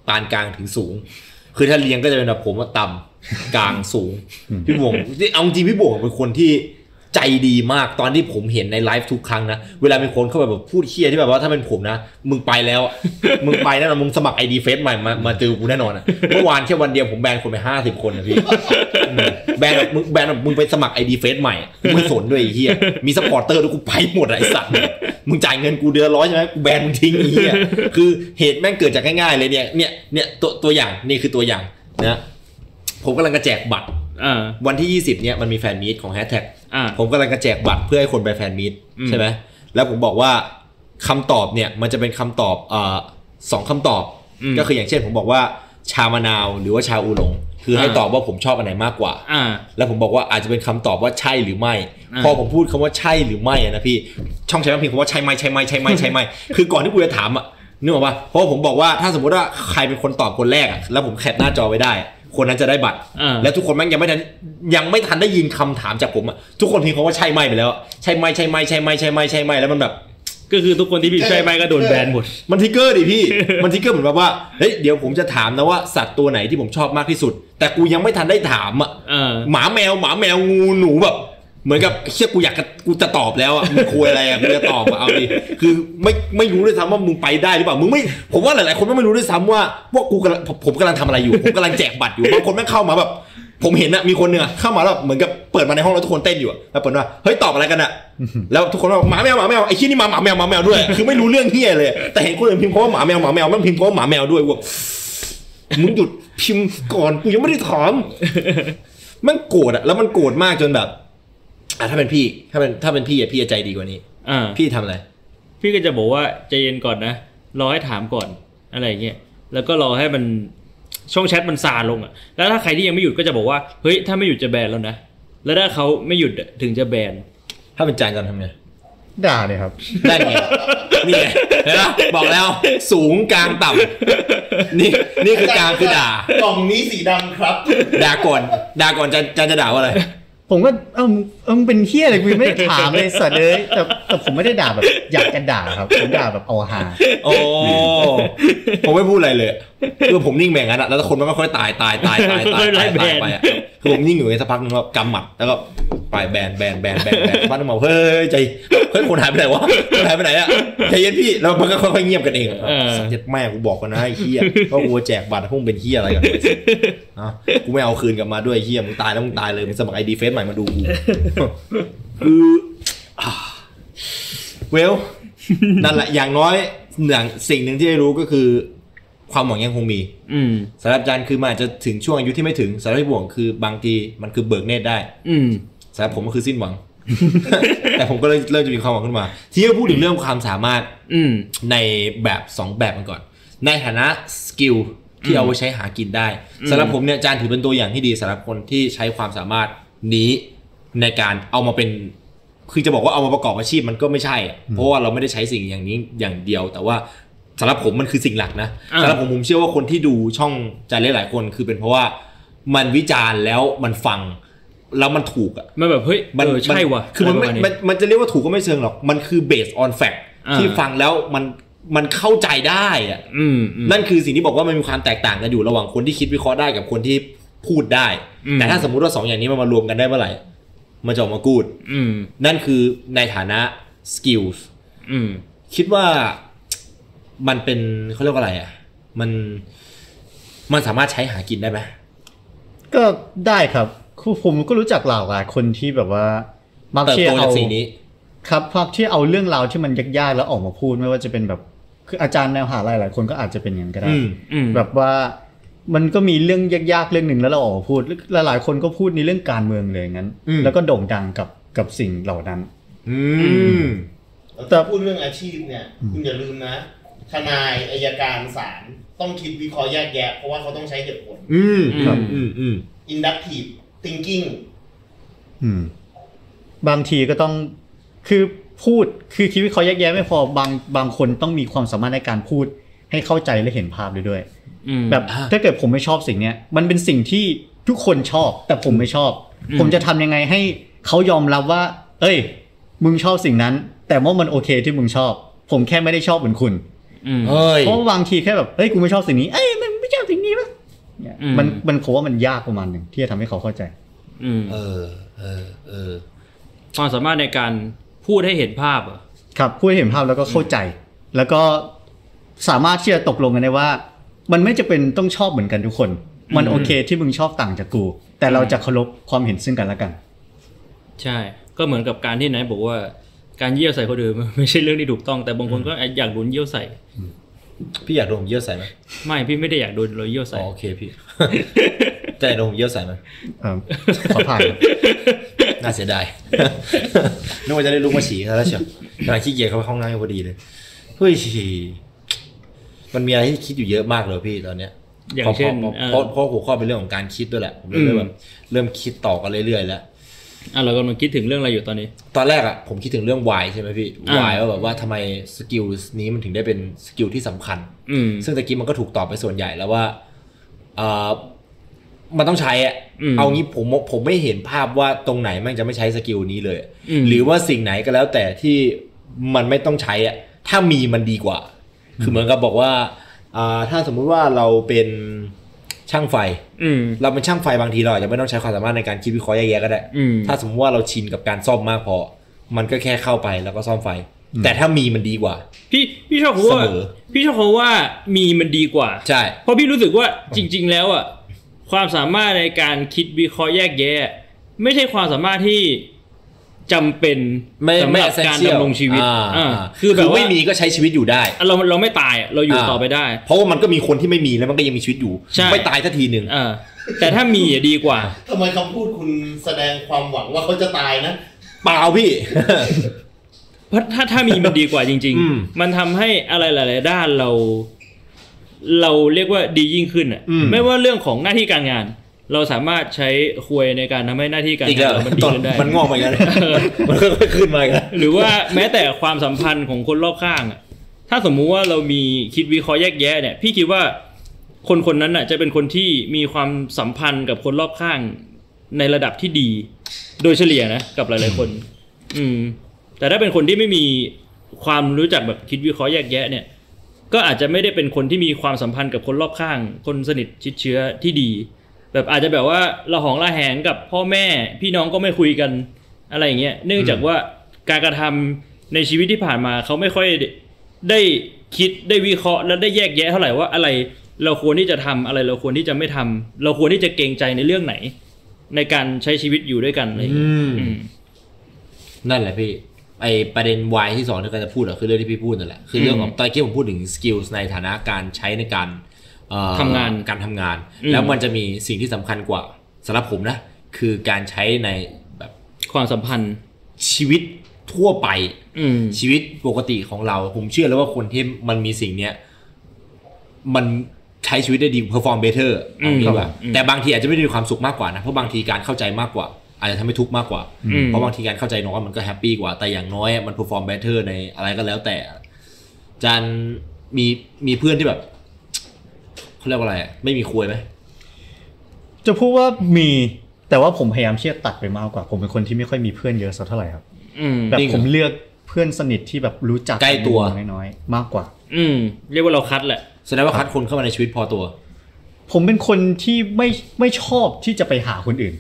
C: ปานกลางถึงสูง คือถ้าเลี้ยงก็จะเป็นแบบผมว่าต่ำกลางสูง พี่บวงนี่เอาจริงพี่บวงเป็นคนที่ใจดีมากตอนที่ผมเห็นในไลฟ์ทุกครั้งนะ เวลาเป็นคนเข้าไปแบบพูดเคียที่แบบว่าถ้าเป็นผมนะ มึงไปแล้ว มึงไปแน่นอนมึงสมัครไอดีเฟซใหม่มามาเจอกูแน่นอนอะเมื่อวานแค่วันเดียวผมแบนคนไปห้าสิบคนนะพี่ แบนแบบมึงแบนแบบมึงไปสมัครไอดีเฟซใหม่กูไม่สนด้วยไอ้เหี้ยมีสปอร์เตอร์ด้วยกูไปหมดอะไอ้สัตว์เนี่ยมึงจ่ายเงินกูเดือนร้อยใช่ไหมกูแบนมึงทิ้งไอ้เหี้ยคือเหตุแม่งเกิดจากง่ายๆเลยเนี่ยเนี่ยเนี่ยตัวตัวอย่างนี่คือตัวอย่างนะผมกำลังจะแจกบัตร
A: อ่า
C: วันที่ 20เนี่ยมันมีแฟนมีตของแฮชแท็ก
A: อ่า
C: ผมกำลังจะแจกบัตรเพื่อให้คนไปแฟนมีต
A: อืม
C: ใช่ไหมแล้วผมบอกว่าคำตอบเนี่ยมันจะเป็นคำตอบเอ่อสองคำตอบ ก็คืออย่างเช่น ผมบอกว่าชามะนาวหรือว่าชาอูหลง คือให้ตอบว่าผมชอบอันไหนมากกว่า
A: อ่า
C: แล้วผมบอกว่าอาจจะเป็นคำตอบว่าใช่หรือไม่
A: อ่า
C: พอผมพูดคำว่าใช่หรือไม่อะนะพี่ ช่องใช้พิมพ์คำว่าใช่ไหมใช่ไหมใช่ไหมใช่ไหม คือก่อนที่กูจะถามอ่ะนึกออกปะเพราะผมบอกว่าถ้าสมมติว่าใครเป็นคนตอบคนแรกอะแล้วผมแคปหน้าจอไว้ได้ คนนั้นจะได้บัตร
A: อ่า
C: แล้วทุกคนแม่งยังไม่ทันยังไม่ทันได้ยินคำถามจากผมอ่ะทุกคนพิมพ์คำว่าใช่ไหมไปแล้วอะใช่ไหมใช่ไหมใช่ไหมใช่ไหมใช่ไหมแล้วมันแบบ
A: ก็คือทุกคนที่ผิดใจไปก็โดนแบนหมด
C: มันทิกเกอร์ดิพี่ มันทิกเกอร์เหมือนแบบว่า เฮ้ย เดี๋ยวผมจะถามนะว่าสัตว์ตัวไหนที่ผมชอบมากที่สุด แต่กูยังไม่ทันได้ถามอ่ะ
A: เออ
C: หมาแมวหมาแมวงูหนูแบบ เหมือนกับเชี่ยกูอยากจะกูจะตอบแล้วอ่ะมึงคุยอะไรอ่ะกูจะตอบอ่ะเอาดิคือไม่ไม่รู้ด้วยซ้ำว่ามึงไปได้หรือเปล่ามึงไม่ผมว่าหลายๆคนไม่รู้ด้วยซ้ำว่าว่ากูกำลังผมผมกำลังทำอะไรอยู่ ผมกำลังแจกบัตรอยู่บางคนแม่งเข้ามาแบบ ผมเห็นอะมีคนหนึ่งอะเข้ามาแล้วแบบเหมือนกับเปิดมาในห้องแล้วทุกคนเต้นอยู่อะแล้วเปิดว่าเฮ้ยตอบอะไรกันอะแล้วทุกคนว่าหมาแมวหมาแมวไอ้ขี้ยนี่มาหมาแมวหมาแมวด้วย คือไม่รู้เรื่องเฮียเลย แต่เห็นคนอื่นพิมพ์เพราะว่าหมาแมวหมาแมวแม่งพิมพ์เพราะว่าหมาแมวด้วยกูแบบมึงหยุดพิมพ์ก่อนกูยังไม่ได้ถาม มันโกรธอะแล้วมันโกรธมากจนแบบอ่ะถ้าเป็นพี่ ถ้าเป็นถ้าเป็นพี่อะพี่จะใจดีกว่านี้
A: อ่า
C: พี่ทำอะไร
A: พี่ก็จะบอกว่าใจเย็นก่อนนะ รอให้ถามก่อนอะไรอย่างเงี้ยแล้วก็รอให้มันช่องแชทมันซาลงอ่ะ แล้วถ้าใครที่ยังไม่หยุดก็จะบอกว่าเฮ้ยถ้าไม่หยุดจะแบนแล้วนะ แล้วถ้าเขาไม่หยุดอะถึงจะแบน
C: ถ้าเป็นจานจานทำไง
D: ด่าเลยครับ
C: ได้ไงนี่ไงเห็นปะบอกแล้วสูงกลางต่ำนี่นี่คือกลางคือด่า
B: กล่องนี้สีดำครับ
C: ด่าก่อนด่าก่อนจะจะจะด่าว่าอะไร
D: ผมก็เออเออมึงเป็นเฮียอะไรกูยังไม่ได้ถามเลยสัตว์เลยแต่แต่ผมไม่ได้ด่าแบบอยากจะด่าครับ ผมด่าแบบเอาหา
C: โอ้ผมไม่พูดอะไรเลยคือผมนิ่งแบ่งกันอะแล้วคนมันก็ค่อยตายตายตายตายตายตายตายไปอะคือผมนิ่งอยู่ในสักพักนึงแล้วกำหมัดแล้วก็ไปแบนแบนแบนแบนแบนบ้านนึงบอกเฮ้ยใจเฮ้ยคนหายไปไหนวะคนหายไปไหนอะใจเย็นพี่แล้วมันก็ค่อยๆเงียบกันเองอะ
A: เออ
C: สัตว์เจ็ดแม่กูบอกกันนะไอ้เฮียว่ากูจะแจกบัตรพวกมึงเป็นเฮียอะไรกันเนี่ยอ่ะกูไม่เอาคืนกลับมาด้วยไอ้เฮียมึงตายแล้วมึงตายเลยมึงสมัครไอดีเฟซใหม่มาดูกูคือเวล นั่นแหละอย่างน้อยอย่างสิ่งหนึ่งที่ได้รู้ก็คือ ความหวังยังคงมี
A: อืม
C: สำหรับอาจารย์คือมันอาจจะถึงช่วงอายุที่ไม่ถึงสำหรับพี่บ่วงคือบางทีมันคือเบิกเนตรได้
A: อืม
C: สำหรับผมก็คือสิ้นหวัง แต่ผมก็เลยเริ่มจะมีความหวังขึ้นมา ทีนี้เราพูดถึงเรื่องความสามารถ
A: อืม
C: ในแบบสองแบบกันก่อน ในฐานะสกิลที่เอาไว้ใช้หากินได้
A: อืม
C: สำหรับผมเนี่ยอาจารย์ถือเป็นตัวอย่างที่ดีสำหรับคนที่ใช้ความสามารถนี้ในการเอามาเป็น คือจะบอกว่าเอามาประกอบอาชีพมันก็ไม่ใช่อะเพราะว่าเราไม่ได้ใช้สิ่งอย่างนี้อย่างเดียว แต่ว่าสำหรับผมมันคือสิ่งหลักนะ
A: อ่า
C: สำหรับผมผมเชื่อว่าคนที่ดูช่องจานเล่หลายๆคน คือเป็นเพราะว่ามันวิจารณ์แล้วมันฟังแล้วมันถูกอ่ะ
A: มันแบบเฮ้ย
C: มั
A: เออใช่ว่ะ
C: คือมัน
A: ไรป
C: ไม่
A: ระาณ
C: มันมันจะเรียกว่าถูกก็ไม่เชิงหรอก มันคือ based on fact
A: อ่า
C: ที่ฟังแล้วมันมันเข้าใจได้อ่ะ
A: อืมอืม
C: นั่นคือสิ่งที่บอกว่ามันมีความแตกต่างกันอยู่ระหว่างคนที่คิดวิเคราะห์ได้กับคนที่พูดได้
A: อืม
C: แต่ถ้าสมมุติว่าสองอย่างนี้มันมารวมกันได้เมื่อไหร่มันจะออกมากูด
A: อืม
C: นั่นคือในฐานะสกิลส์
A: อืม
C: คิดว่ามันเป็นเขาเรียกว่าอะไรอ่ะ มันมันสามารถใช้หากินได้ไหม
D: ก็ได้ครับคือผมก็รู้จักหลากหลายคนที่แบบว่ามัก
C: เติบ
D: ที่
C: โตจา
D: เอา
C: กสิ่งนี้
D: ครับมักที่เอาเรื่องราวที่มันยากๆแล้วออกมาพูดไม่ว่าจะเป็นแบบคืออาจารย์ในมหาลัยหลายคนก็อาจจะเป็นอย่างนั้นก็ได้
C: อืม
A: อืม
D: แบบว่ามันก็มีเรื่องยากๆเรื่องหนึ่งแล้วเราออกมาพูดหลายๆคนก็พูดในเรื่องการเมืองเลยงั้น
C: อืม
D: แล้วก็โด่งดังกับกับสิ่งเหล่านั้น
C: อืม
B: แต่พูดเรื่องอาชีพเนี่ยคุณอย่าลืมนะ ทนายอายการศาลต้องคิดวิเคราะห์แยกแยะ เพราะว่าเขาต้องใช้เหตุผล
C: อืม
A: อืม
C: ครับอืมอืม
B: inductive thinking
D: อืม บางทีก็ต้องคือพูดคือคิดวิเคราะห์แยกแยะไม่พอบางบางคนต้องมีความสามารถในการพูดให้เข้าใจและเห็นภาพด้วยด้วย
A: อืม
D: แบบ
C: อ่า
D: ถ้าเกิดผมไม่ชอบสิ่งเนี้ยมันเป็นสิ่งที่ทุกคนชอบ แต่ผมไม่ชอบ
A: อืม
D: ผมจะทำยังไงให้เขายอมรับว่า เอ้ย มึงชอบสิ่งนั้น แต่ว่ามันโอเคที่มึงชอบ ผมแค่ไม่ได้ชอบเหมือนคุณ
A: อืม
C: เฮ้ย
D: เพราะบางทีแค่แบบเอ้ยกูไม่ชอบสิ่งนี้เอ้ยมันไม่ชอบสิ่งนี้ปะเนี่ย
A: อืม
D: มันมันผมว่ามันยากประมาณหนึ่งที่จะทำให้เขาเข้าใจ
A: อืม
C: เออ เออ เออ
A: ความสามารถในการพูดให้เห็นภาพเหรอ่ะ
D: ครับพูดให้เห็นภาพแล้วก็เข้าใจ แล้วก็สามารถที่จะตกลงกันได้ว่า มันไม่จะเป็นต้องชอบเหมือนกันทุกคน มัน
A: อืม
D: โอเคที่มึงชอบต่างจากกู แต่เราจะเคารพความเห็นซึ่งกันและกัน
A: ใช่ ก็เหมือนกับการที่ไหนายบอกว่าการเยี่ยวใส่คนอื่น มันไม่ใช่เรื่องที่ถูกต้อง แต่บางคนก็อยากโดนเยี่ยวใส่
C: พี่อยากโดนผมเยี่ยวใส่ไหม
A: ไม่พี่ไม่ได้อยากโดนเราเยี่ยว
C: อ๋
A: ใส่
C: อโอเคพี่ แต่โดนผมเยี่ยวใส่ไหม
D: เออขอผ่านครับ
C: น่าเสีย ดาย นึกว่าจะได้ลุกมาฉี่ซะแล้วเชียวกำลังขี้เกียจเข้าไปห้องน้ำพอดีเลยเฮ้ยมันมีอะไรที่คิดอยู่เยอะมากเลยพี่ตอนเนี้ย
A: อย่างเช่น
C: พราะ
A: เอ่อ
C: เพราะเพราะหัวข้อเป็นเรื่องของการคิดด้วยแหละผมเลยเริ่ม
A: อืม
C: แบบเริ่มคิดต่อกันเรื่อยๆแล้ว
A: อ่ะเรากำลังคิดถึงเรื่องอะไรอยู่ตอนนี้
C: ตอนแรกอ่ะผมคิดถึงเรื่อง why ใช่ไหมพี่
A: อ่า
C: why ว่าแบบว่าทำไมสกิลนี้มันถึงได้เป็นสกิลที่สำคัญ
A: อืม
C: ซึ่งตะกี้มันก็ถูกตอบไปส่วนใหญ่แล้วว่าเอ่อมันต้องใช้อ่ะ
A: อืม
C: เอางี้ผมผมไม่เห็นภาพว่าตรงไหนแม่งจะไม่ใช้สกิลนี้เลย
A: อืม
C: หรือว่าสิ่งไหนก็แล้วแต่ที่มันไม่ต้องใช้อ่ะถ้ามีมันดีกว่า คือเหมือนกับบอกว่าอ่าถ้าสมมุติว่าเราเป็นช่างไฟ
A: อืม
C: เราเป็นช่างไฟบางทีเราอาจจะไม่ต้องใช้ความสามารถในการคิดวิเคราะห์แยกแยะก็ได้
A: อืม
C: ถ้าสมมติว่าเราชินกับการซ่อมมากพอ มันก็แค่เข้าไปแล้วก็ซ่อมไฟ แต่ถ้ามีมันดีกว่า
A: พี่พี่ชอบเขาว่า
C: เสมอ
A: พี่ชอบเขาว่ามีมันดีกว่า
C: ใช่
A: เพราะพี่รู้สึกว่าจริง ๆ แล้วอ่ะความสามารถในการคิดวิเคราะห์แยกแยะ ไม่ใช่ความสามารถที่จำเป็น
C: ไม่
A: สำ
C: ไม่
A: หรับการ
C: essential
A: ดำรงชีวิต
C: อ่า
A: อ่า
C: คื
A: คือ อ
C: แบ
A: แบบ บ
C: ไม่
A: ว่า
C: มีก็ใช้ชีวิตอยู่ได้
A: เราเราไม่ตายอะเราอยู่
C: อ่า
A: ต่อไปได้
C: เพราะว่ามันก็มีคนที่ไม่มีแล้วมันก็ยังมีชีวิตอยู่
A: ใช่
C: ไม่ตายสักทีหนึ่ง
A: เออแต่ถ้ามีอะดีกว่า
B: ทำไมคำพูดคุณแสดงความหวังว่าเขาจะตายนะ
C: เปล่า พี่
A: เพราะถ้าถ้ามีมันดีกว่าจริง
C: อืม
A: ๆ มันทำให้อะไรหลาย ๆ ด้านเรา เราเรียกว่าดียิ่งขึ้นอ่ะ ไม่ว่าเรื่องของหน้าที่การงาน เราสามารถใช้ควยในการทำให้หน้าที่การ
C: อีก
A: งา
C: แล้
A: น
C: ว
A: เรามันดี
C: ตอน
A: ขึ้นได้
C: มันงอกมาอีก แล้วมันค่อยๆขึ้นมาอีกแล้ว
A: หรือว่าแม้แต่ความสัมพันธ์ของคนรอบข้างอะถ้าสมมุติว่าเรามีคิดวิเคราะห์แยกแยะเนี่ย พี่คิดว่าคนคนนั้นน่ะ จะเป็นคนที่มีความสัมพันธ์กับคนรอบข้างในระดับที่ดี โดยเฉลี่ยนะกับหลายๆคน อืม แต่ถ้าเป็นคนที่ไม่มีความรู้จักแบบคิดวิเคราะห์แยกแยะเนี่ย ก็อาจจะไม่ได้เป็นคนที่มีความสัมพันธ์กับคนรอบข้าง คนสนิทชิดเชื้อที่ดี แบบอาจจะแบบว่าระหองระแหงกับพ่อแม่ พี่น้องก็ไม่คุยกันอะไรอย่างเงี้ยเนื่องจากว่าการกระทำในชีวิตที่ผ่านมาเขาไม่ค่อยได้คิดได้วิเคราะห์และได้แยกแยะเท่าไหร่ว่าอะไรเราควรที่จะทำอะไรเราควรที่จะไม่ทำเราควรที่จะเกรงใจในเรื่องไหน ในการใช้ชีวิตอยู่ด้วยกันอะไรอย่างเงี้ย
C: อืม
A: อืม
C: นั่นแหละพี่ไอประเด็นวายที่สองที่กำลังจะพูดอะคือเรื่องที่พี่พูดนั่นแหละคือเรื่องของตอนที่ผมพูดถึงสกิลในฐานะการใช้ในการเอ่อ
A: ทำงาน
C: การทำงาน
A: อืม
C: แล้วมันจะมีสิ่งที่สำคัญกว่าสำหรับผมนะ คือการใช้ในแบบ
A: ความสัมพันธ์
C: ชีวิตทั่วไป
A: อืม
C: ชีวิตปกติของเรา ผมเชื่อแล้วว่าคนที่มันมีสิ่งเนี้ยมันใช้ชีวิตได้ดีเพอร์ฟอร์มเบเตอร์
A: อืม
C: ดีก
A: ครั
C: ว่า
A: บผมอืม
C: แต่บางทีอาจจะไม่ได้มีความสุขมากกว่านะเพราะบางทีการเข้าใจมากกว่า อาจจะทำให้ทุกข์มากกว่า
A: อืม
C: เพราะบางทีการเข้าใจน้อยมันก็แฮปปี้กว่า แต่อย่างน้อยมันเพอร์ฟอร์มเบเตอร์ในอะไรก็แล้วแต่จันมีมีเพื่อนที่แบบเขาเรียกว่าอะไรอะไม่มีคุยไหม
D: จะพูดว่ามีแต่ว่าผมพยายามเชี่ยตัดไปมากกว่า ผมเป็นคนที่ไม่ค่อยมีเพื่อนเยอะสักเท่าไหร่ครับ
A: อืม
D: แบบผมเลือกเพื่อนสนิทที่แบบรู้จัก
C: ใกล้ตัว
D: น้อยน้อยๆมากกว่า
A: อืม เรียกว่าเราคัดแหละ
C: แสดงว่าคัดคนเข้ามาในชีวิตพอตัว
D: ผมเป็นคนที่ไม่ไม่ชอบที่จะไปหาคนอื่น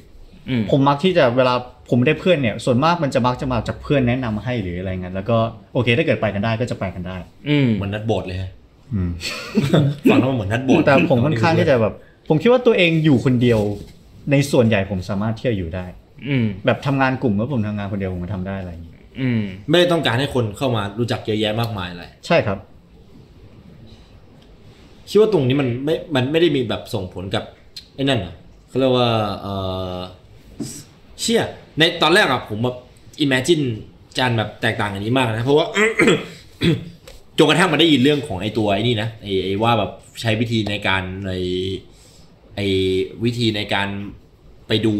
A: อืม
D: ผมมักที่จะเวลาผมได้เพื่อนเนี่ย ส่วนมากมันจะมักจะมาจากเพื่อนแนะนำให้หรืออะไรเงี้ยแล้วก็โอเค ถ้าเกิดไปกันได้ก็จะไปกันได้
A: อืม
C: เหมือนนัดโบสถ์เลยฮะ
D: อืม
C: ฟังแล้วมันเหมือนนัดโบสถ์
D: แต่ผมค่อนข้างที่จะแบบ ผมคิดว่าตัวเองอยู่คนเดียว ในส่วนใหญ่ผมสามารถที่จะอยู่ได้
A: อืม
D: แบบทำงานกลุ่มแล้วผมทำงานคนเดียวผมก็ทำได้อะไรอย่างงี้
A: อืม
C: ไม่ได้ต้องการให้คนเข้ามารู้จักเยอะแยะมากมายอะไร
D: ใช่ครับ
C: คิดว่าตรงนี้มันไม่ มันไม่ได้มีแบบส่งผลกับไอ้นั่นเหรอเขาเรียกว่าเออเชี่ย ในตอนแรกอะผมแบบอิมเมจินจานแบบแตกต่างกันนี้มากนะ เพราะ ว่า จนกระทั่งมาได้ยินเรื่องของไอ้ตัวไอ้นี่นะไอ้ไอ้ว่าแบบใช้วิธีในการในไอ้วิธีในการไปดู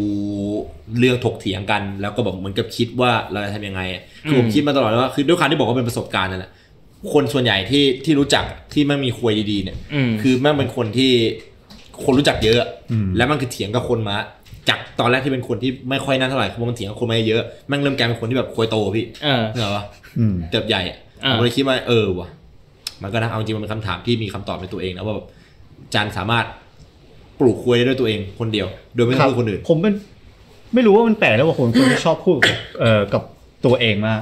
C: เรื่องถกเถียงกัน แล้วก็แบบเหมือนกับคิดว่าเราจะทำยังไงอะคือผม
A: อืม
C: คิดมาตลอดเลยว่าคือด้วยความที่บอกว่าเป็นประสบการณ์นั่นแหละคนส่วนใหญ่ที่ที่รู้จักที่ไม่มีควยดีๆเนี่ย
A: อืม
C: คือแม่งเป็นคนที่คนรู้จักเยอะ
D: อืม
C: แล้วมันคือเถียงกับคนมา จากตอนแรกที่เป็นคนที่ไม่ค่อยนั่นเท่าไหร่คือมันเถียงกับคนมาเยอะแม่งเริ่มกลายเป็นคนที่แบบควยโตพี่
A: เออ
C: เหรอวะ
D: อืม
C: เติบใหญ่อะ
A: อ่า
C: ผมเลยคิดว่าเออวะมันก็นะเอาจริงมันเป็นคำถามที่มีคำตอบในตัวเองนะว่าแบบจานสามารถปลูกควยได้ด้วยตัวเองคนเดียว โดยไม่ต้องพูดคนอื่น
D: ผมเป็นไม่รู้ว่ามันแปลกแล้วว่าผมเป็นคนที่ชอบพูดกับเอ่อกับตัวเองมาก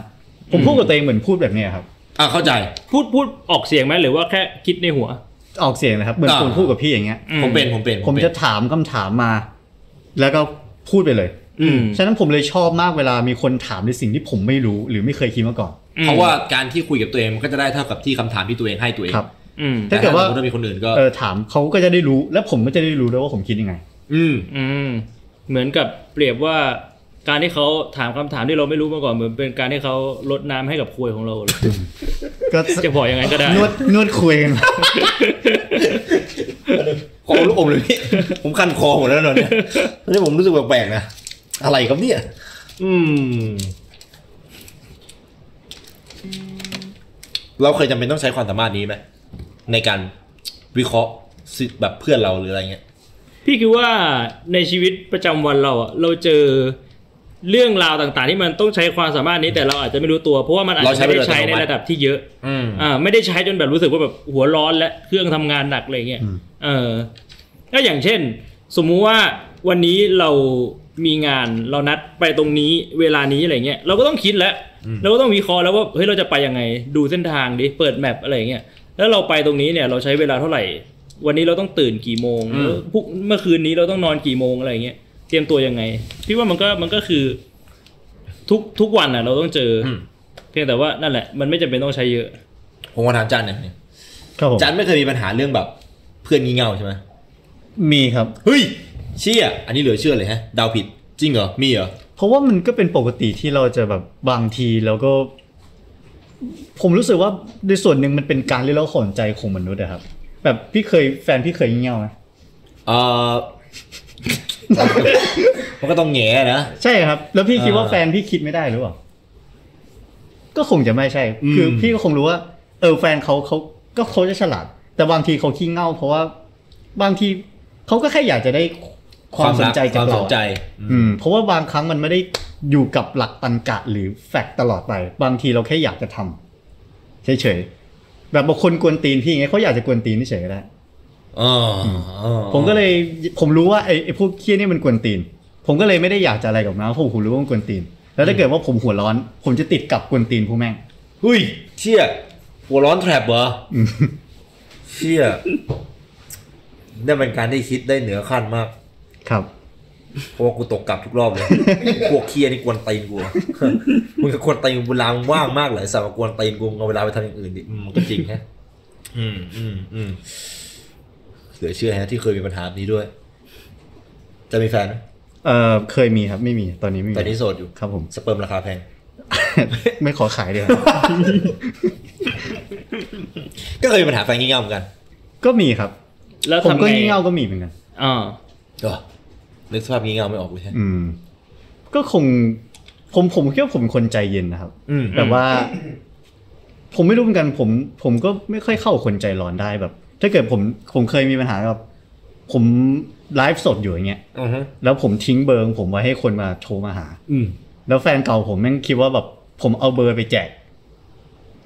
D: ผมพูดกับตัวเองเหมือนพูดแบบเนี้ยครับ
C: อ่ะเข้าใจ
A: พูดพูดออกเสียงไหมหรือว่าแค่คิดในหัว
D: ออกเสียงนะครับเหมือน
C: อ่า
D: ผมพูดกับพี่อย่างเงี้ย
A: อืม
C: ผมเป็นผมเป็น
D: ผม
C: เป็น
D: จะถามคำถามมา แล้วก็พูดไปเลย
A: อืม
D: ฉะนั้นผมเลยชอบมากเวลามีคนถามในสิ่งที่ผมไม่รู้หรือไม่เคยคิดมาก่อน
A: อืม
C: เพราะว่าการที่คุยกับตัวเองมันก็จะได้เท่ากับที่คำถามที่ตัวเองให้ตัวเอง
D: ครับ
A: อืม
C: แต่
D: ถ้าเกิดว่า
C: สมมติมีคนอื่นก็
D: เออถามเขาก็จะได้รู้ และผมก็จะได้รู้ด้วยว่าผมคิดยังไง
C: อืม
A: อืม เหมือนกับเปรียบว่า การที่เขาถามคำถามที่เราไม่รู้มาก่อนเหมือนเป็นการที่เขาลดน้ำให้กับควยของเราเลย
D: ก็
A: จะบอกยังไงก็ ได้
D: นวดนวดคุยกัน
C: ขอลูกอมเลยพี่ ผมคันคอหมดแล้วตอนเนี่ยตอนนี้ผมรู้สึกแปลกๆนะ อะไรครับเนี่ย อืม เราเคยจำเป็นต้องใช้ความสามารถนี้ไหมในการวิเคราะห์สิแบบเพื่อนเราหรืออะไรเงี้ย
A: พี่คิดว่าในชีวิตประจำวันเราอะเราเจอเรื่องราวต่างๆ ที่มันต้องใช้ความสามารถนี้แต่เราอาจจะไม่รู้ตัว เพราะว่ามันอาจ
C: เราใช้
A: จะ
C: ไป
A: ไม่
C: โด
A: ได้
C: ย
A: ใช้
C: อัตโน
A: ใน
C: มัติ
A: ระดับที่เยอะ
C: อืม
A: อ่าไม่ได้ใช้จนแบบรู้สึกว่าแบบหัวร้อนและเครื่องทำงานหนักอะไรเงี้ย
D: อืม
A: เออก็อย่างเช่น สมมุติว่าวันนี้เรามีงานเรานัดไปตรงนี้เวลานี้อะไรเงี้ยเราก็ต้องคิดแล้วเราก็ต้องวิเคราะห์แล้วว่าเฮ้ยเราจะไปยังไงดูเส้นทางดิเปิดแมปอะไรเงี้ยแล้วเราไปตรงนี้เนี่ยเราใช้เวลาเท่าไหร่ วันนี้เราต้องตื่นกี่โมง
C: อืม
A: แล้วพรุ่งเมื่อคืนนี้เราต้องนอนกี่โมงอะไรเงี้ยเตรียมตัวยังไงพี่ว่ามันก็มันก็คือทุกทุกวันอ่ะเราต้องเจออ
C: อืม
A: เพียงแต่ว่านั่นแหละ มันไม่จำเป็นต้องใช้เยอะ
C: ผมมาถามจันหน่อยหนึ่ง
D: ครับผม
C: จันไม่เคยมีปัญหาเรื่องแบบ เพื่อนงี่เง่าใช่ไหม
D: มีครับ
C: เฮ้ย เชี่ย อันนี้เหลือเชื่อเลยฮะเดาวผิด จริงเหรอ มีเหรอ
D: เพราะว่ามันก็เป็นปกติที่เราจะแบบบางทีเราก็ ผมรู้สึกว่าในส่วนหนึ่งมันเป็นการเรียกร้องขอนใจของ มนุษย์อะครับ แบบพี่เคยแฟนพี่เคยเงี้ยวไหม
C: เออ มันก็ต้องแง่นะ
D: ใช่ครับ แล้วพี่คิดว่า
C: อ่า
D: แฟนพี่คิดไม่ได้หรือเปล่า ก็คงจะไม่ใช่ คืออ
A: ม
D: พี่ก็คงรู้ว่า เออแฟนเขาเขาก็เขาจะฉลาด แต่บางทีเขาขี้เง่าเพราะว่าบางทีเขาก็แค่อยากจะได้ความสนใจ
C: ค
D: จาก
C: วามส
D: เรา
C: นใจ
D: อะ
C: อืม
D: อืม เพราะว่าบางครั้งมันไม่ได้อยู่กับหลักตรรกะหรือแฟกต์ตลอดไป บางทีเราแค่อยากจะทำเฉยๆ แบบบางคนกวนตีนพี่ไงยเขาอยากจะกวนตีนเฉยๆก็ได้
C: อ๋ออ๋อ
D: ผมก็เลยผมรู้ว่าไอ้ไอ้พวกเคี้ยนี่มันกวนตีน ผมก็เลยไม่ได้อยากจะอะไรกับมันเพราะผมรู้ว่ามันกวนตีน แล้วถ้าเกิดว่าผมหัวร้อน ผมจะติดกับกวนตีนพวกแม่ง
C: เฮ้ยเชี่ยหัวร้อนแทรปเหรอ
D: อืม
C: เชี่ยนั่นเป็นการที่คิดได้เหนือขั้นมาก
D: ครับ
C: เพราะว่ากูตกกลับทุกรอบเลย พวกเคียนี่กวนตีนกูอะ มึงก็กวนตีนกูลางว่างมากเลยสามารถกวนตีนกูเอาเวลาไปทำอย่างอื่นดิอืมมันก็จริงฮะ อืมอืมอืมเหลือเชื่อฮะที่เคยมีปัญหาแบบนี้ด้วย จะมีแฟนไหม
D: เออเคยมีครับไม่มีตอนนี้ไม่มี
C: แต่นี่โสดอยู่
D: ครับผม
C: สเปิร์มราคาแพง
D: ไม่ขอขายเลย
C: ก็เคยมีปัญหาแฟนงี่เง่าเหมือนกัน
D: ก็มีครับ
A: แล้ว
D: ผม
A: ทำ
D: ก็
A: ไง
D: งี่เง่าก็มีเหมือนกัน
A: อ่า
C: เหรอนึกสภาพงี่เง่าไม่ออกเลยฮะ
D: อืม ก็คง ผมผมคิดว่าผมเป็นคนใจเย็นนะครับ
C: อืม
D: แต่ว่า ผมไม่รู้เหมือนกัน ผม ผมก็ไม่ค่อยเข้าคนใจร้อนได้แบบ ถ้าเกิดผมผมเคยมีปัญหาแบบผมไลฟ์สดอยู่อย่างเงี้ย
C: อือฮะ
D: แล้วผมทิ้งเบอร์ของผมไว้ให้คนมาโทรมาหา
C: อืม
D: แล้วแฟนเก่าผมแม่งคิดว่าแบบผมเอาเบอร์ไปแจก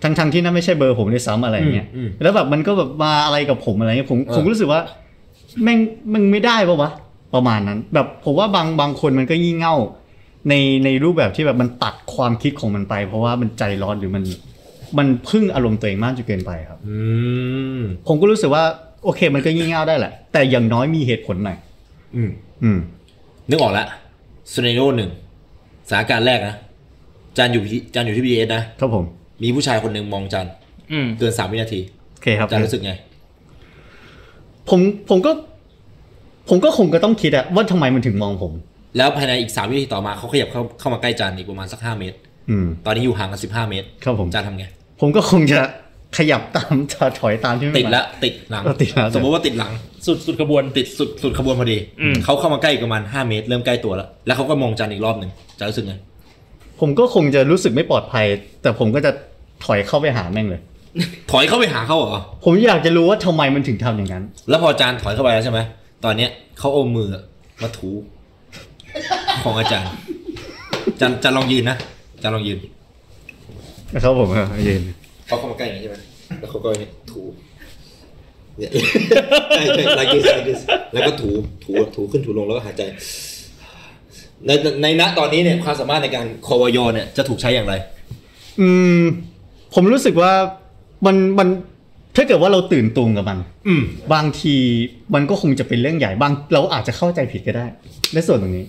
D: ทั้งๆที่นั่นไม่ใช่เบอร์ผมด้วยซ้ำอะไรอย่างเงี้ย
C: อืมอืม
D: แล้วแบบมันก็แบบมาอะไรกับผมอะไรเงี้ยผม
C: เออ
D: ผมรู้สึกว่า แม่งมึงไม่ได้ปะวะประมาณนั้น แบบผมว่าบางบางคนมันก็งี่เง่า ในในรูปแบบที่แบบมันตัดความคิดของมันไป เพราะว่ามันใจร้อนหรือมัน มันพึ่งอารมณ์ตัวเองมากจนเกินไปครับ
C: อืม
D: ผมก็รู้สึกว่าโอเค มันก็งี่เง่าได้แหละ แต่อย่างน้อยมีเหตุผลหน่อย
C: อืม
D: อืม
C: นึกออกละสเนโอหนึ่งสถานการณ์แรกนะจานอยู่ที่จานอยู่ที่บีเอสนะ
D: ครับผม
C: มีผู้ชายคนหนึ่งมองจัน
A: อืม
C: เกินสามวินาที
D: โอเคครับ
C: จันรู้สึกไง
D: ผมผมก็ ผมก็คงก็ต้องคิดอะว่าทำไมมันถึงมองผม
C: แล้วภายในอีกสามวินาทีต่อมาเขาขยับเข้าเข้ามาใกล้จันอีกประมาณสักห้าเมตร
D: อืม
C: ตอนนี้อยู่ห่างกันสิบห้าเมตร
D: ครับผม
C: จันทำไง
D: ผมก็คงจะขยับตาม ถอยถอยตามที่มัน
C: ติดละติดหลัง
D: เออติดหลัง
C: สมมติว่าติดหลัง
A: สุดสุดขบวน
C: ติดสุดสุดขบวนพอดี
A: อืม
C: เขาเข้ามาใกล้อีกประมาณห้าเมตร เริ่มใกล้ตัวแล้ว แล้วเขาก็มองจันอีกรอบหนึ่งจันรู้สึกไง
D: ผมก็คงจะรู้สึกไม่ปลอดภัย แต่ผมก็จะถอยเข้าไปหาแม่งเลย
C: ถอยเข้าไปหาเขาเหรอ
D: ผมอยากจะรู้ว่าทำไมมันถึงทำอย่างนั้น
C: แล้วพออาจารย์ถอยเข้าไปแล้วใช่ไหม ตอนเนี้ยเขาเอามือมาถู ของอาจารย์อาจารย์อาจารย์ลองยืนนะอาจารย์ลองยืน
D: นะครับผมเออเย็น
C: เขาเข้ามาใกล้อย่างนี้ใช่ไหมแล้วเขาก็เนี่ยถู เนี่ย ใช่ใช่ like this like this แล้วก็ถูถูถูขึ้นถูลงแล้วก็หายใจ ในในณตอนนี้เนี่ยความสามารถในการคอวยเนี่ยจะถูกใช้อย่างไร
D: อืม ผมรู้สึกว่ามันมันถ้าเกิดว่าเราตื่นตูมกับมัน
C: อืม
D: บางทีมันก็คงจะเป็นเรื่องใหญ่บางเราอาจจะเข้าใจผิดก็ได้ ในส่วนตรงนี้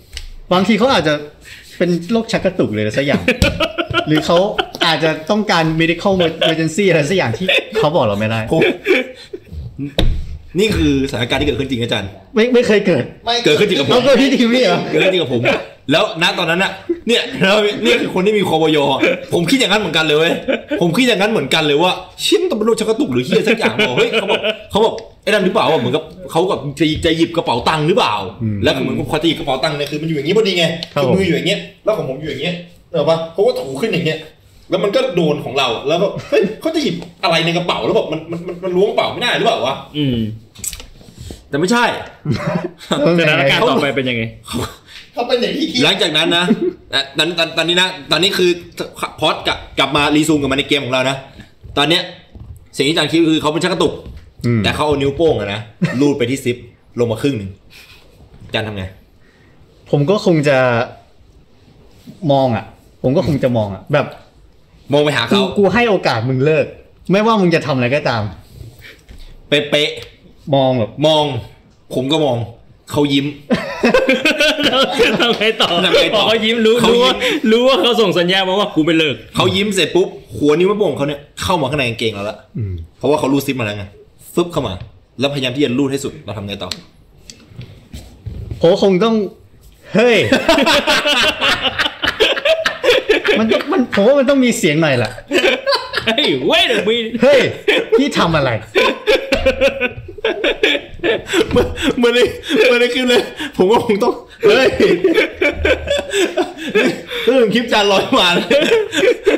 D: บางทีเขาอาจจะเป็นโรคชักกระตุกเลยอะไร สักอย่าง หรือเขาอาจจะต้องการ medical emergency อะไรสักอย่างที่เขาบอกเราไม่ได้
C: นี่คือสถานการณ์ที่เกิดขึ้นจริงอาจารย์
D: ไม่ไม่เคยเกิด
B: ไม่
C: เกิดขึ้นจริงกับผม
D: เอาเกิดที่ทีวีเหรอ
C: เกิดขึ้นจริงกับผม แล้วณตอนนั้นน่ะ เนี่ยแล้วเนี่ยคือคนที่มีคอวยผมคิดอย่างนั้นเหมือนกันเลยเว้ย ผมคิดอย่างนั้นเหมือนกันเลยว่าชิ้นต้องเป็นโรคชักกระตุกหรือเฮียสักอย่างบอกเฮ้ยเขาบอกเขาบอกไอ้นั่นหรือเปล่าว่าเหมือนกับเขากับจะจะหยิบกระเป๋าตังค์หรือเปล่า แล้วเหมือนกับพอจะหยิบกระเป๋าตังค์เนี่ยคือมันอยู่อย่างนี้พอดีไงคือมืออยู่อย่างเงี้ย แล้วของผมอยู่อย่างเงี้ยเนกอะปะเขาก็ถูขึ้นอย่างเงี้ย แล้วมันก็โดนของเราแล้วก็เฮ้ยเขาจะหยิบอะไรในกระเป๋าแล้วแบบมันมันมันมันล้วงกระเป๋าไม่ได้หรือเปล่าวะ
A: อืม
C: แต่ไม่ใช่
A: สถานการณ์ต่อไปเป็นยังไง
B: เขาเป็นอย่างที่คิด
C: หลังจากนั้น นะอ่ะตอนตอนตอนนี้นะ ตอนนี้คือพอดกลับกลับมารีซูมกับมาในเกมของเรานะ ตอนเนี้ยสิ่งที่อาจารย์คิดคือเขาเป็นชักกระตุก
D: อืม
C: แต่เขาเอานิ้วโป้งอะนะ ลูดไปที่ซิป ลงมาครึ่งหนึ่งอาจารย์ทำไง
D: ผมก็คงจะมองอ่ะ ผมก็คงจะมองอ่ะ แบบ
C: มองไปหา
D: กู
C: เขา
D: กูให้โอกาสมึงเลิก ไม่ว่ามึงจะทำอะไรก็ตาม
C: เป๊ะ
D: มองแบบ
C: ๆมอง ผมก็มอง เขายิ้ม
A: ทำไงต่อ
C: ทำไงต่อ
A: เขายิ้มรู้
C: เขา
A: รู้
C: ยิ้ม
A: ว่ารู้ว่าเขาส่งสัญญาณมาว่ากูไม่เลิก
C: เขายิ้มเสร็จปุ๊บ หัวนิ้วแม่โป้งของเขาเนี่ยเข้ามาข้างในกางเกงเราละ
D: อืม
C: เพราะว่าเขารูดซิปมาแล้วไงฟึบเข้ามา แล้วพยายามที่จะรูดให้สุดเราทำไงต่อ
D: ผมคงต้อง เฮ้ย มันต้องมันผมว่ามันต้องมีเสียงหน่อยล่ะ
A: เฮ้ย wait a minute
D: เฮ้ย พี่ทำอะไร
C: เหมือนเหมือนในเหมือนในคลิปเลย ผมก็คงต้องเฮ้ยเรื่องคลิปจานลอยมาเลย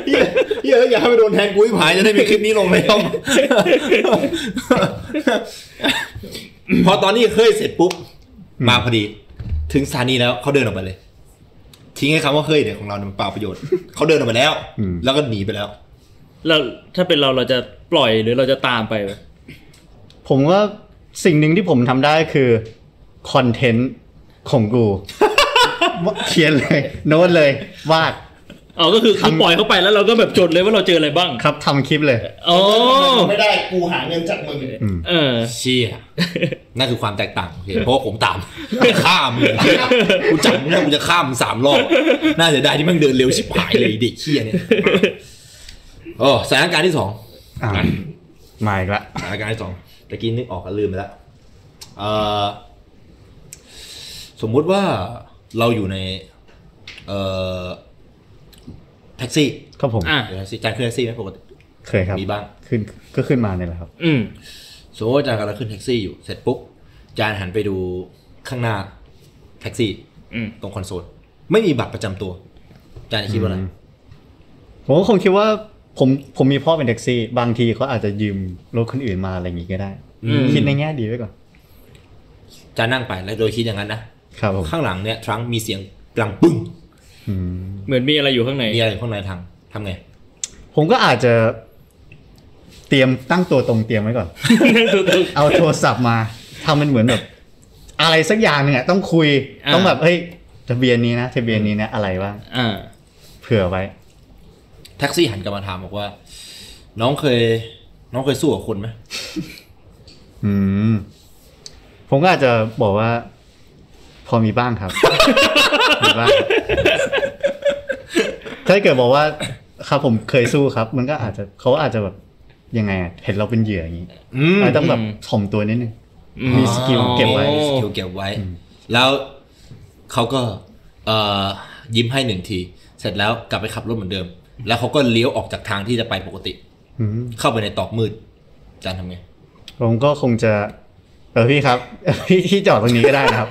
C: เหี้ยเหี้ยแล้วอย่าให้ไปโดนแทงกุ้ยผายจะได้มีคลิปนี้ลงในช่องพอตอนนี้เคยเสร็จปุ๊บ มาพอดี ถึงสถานีแล้วเขาเดินออกไปเลย ทิ้งให้คำว่าเคยเนี่ยของเราเนี่ยมันเปล่าประโยชน์เขาเดินออกไปแล้ว
D: อืม
C: แล้วก็หนีไปแล้ว
A: แล้วถ้าเป็นเราเราจะปล่อยหรือเราจะตามไปวะ
D: ผมว่าสิ่งหนึ่งที่ผมทำได้คือคอนเทนต์ของกู เขียนเลย โน้ตเลยวาด
A: เอาก็คือคือ
D: ทำ
A: ปล่อยเข้าไปแล้วเราก็แบบจดเลยว่าเราเจออะไรบ้าง
D: ครับทำคลิปเลย
A: โอ้
B: ไม่ได้กูหาเงินจากมึง
A: เออ
C: เชี่ย นั่นคือความแตกต่างโอเคเพราะว่าผมต ามข้ามเลย กูจำได้กูจะข้ามสามรอบ น่าเสียดายที่แมันเดินเร็วชิบหายเลยไอ้เด็กเชี่ย เนี่ยโอ้สถานการณ์ที่สอง
D: อ่ามาอีกละ
C: สถานการณ์ที่สองตะกี้นึกออกก็ลืมไปแล้วเอ่อสมมุติว่าเราอยู่ใน เอ่อแท็กซี่
D: ครับผม
A: อ่ะ
C: เดี๋ยวแท็กซี่จานขึ้นแท็กซี่ไหมปกติ
D: เคยครับ
C: มีบ้าง
D: ขึ้นก็ขึ้นมาเนี่ยแหละครับ
A: อืม
C: สมมติว่าจานกำลังขึ้นแท็กซี่อยู่ เสร็จปุ๊บจานหันไปดูข้างหน้าแท็กซี่
A: อืม
C: ตรงคอนโซลไม่มีบัตรประจำตัวอาจารย์คิดว่าอะไร
D: อืม ผมก็คงคิดว่าผมผมมีพ่อเป็นแท็กซี่ บางทีเขาอาจจะยืมรถคนอื่นมาอะไรอย่างงี้ก็ได้ คิดในแง่ดีไว้ก่อน
C: อาจารย์นั่งไปแล้วโดยคิดอย่างนั้นนะ
D: ครับผม
C: ข้างหลังเนี่ยทรังก์มีเสียงกลังปึ้ง
D: อืม
A: เหมือนมีอะไรอยู่ข้างใน
C: มีอะไรอยู่ข้างในทางทำไง
D: ผมก็อาจจะเตรียมตั้งตัวตรงเตรียมไว้ก่อน เอาโทรศัพท์มาทำมันเหมือนแบบ อะไรสักอย่างหนึ่งอะต้องคุย
A: อ่า
D: ต้องแบบเฮ้ยทะเบียนนี้นะทะเบียนนี้นะอะไรบ้าง
A: อ่า
D: เผื่อไว้
C: แท็กซี่หันกลับมาถามบอกว่า น้องเคย น้องเคยสู้กับคนไหม
D: อืม ผมก็อาจจะบอกว่า พอมีบ้าง ครับ มีบ้างครับถ้าเกิดบอกว่า ครับผมเคยสู้ครับ มันก็อาจจะเขาอาจจะแบบยังไงอะเห็นเราเป็นเหยื่ออย่างนี้
C: อืม
D: เราต้องแบบ
A: อืม
D: ถ่อมตัวนิดนึง
A: อื
D: มีสกิลเก็บไว้
A: โอ้
C: สกิลเก็บไว้ แล้วเขาก็เอ่อยิ้มให้หนึ่งที เสร็จแล้วกลับไปขับรถเหมือนเดิม แล้วเขาก็เลี้ยวออกจากทางที่จะไปปกติ
D: อืม
C: เข้าไปในตอกมืดอาจารย์ทำไง
D: ผมก็คงจะ เออพี่ครับ พี่พี่จอดตรงนี้ก็ได้ นะครับ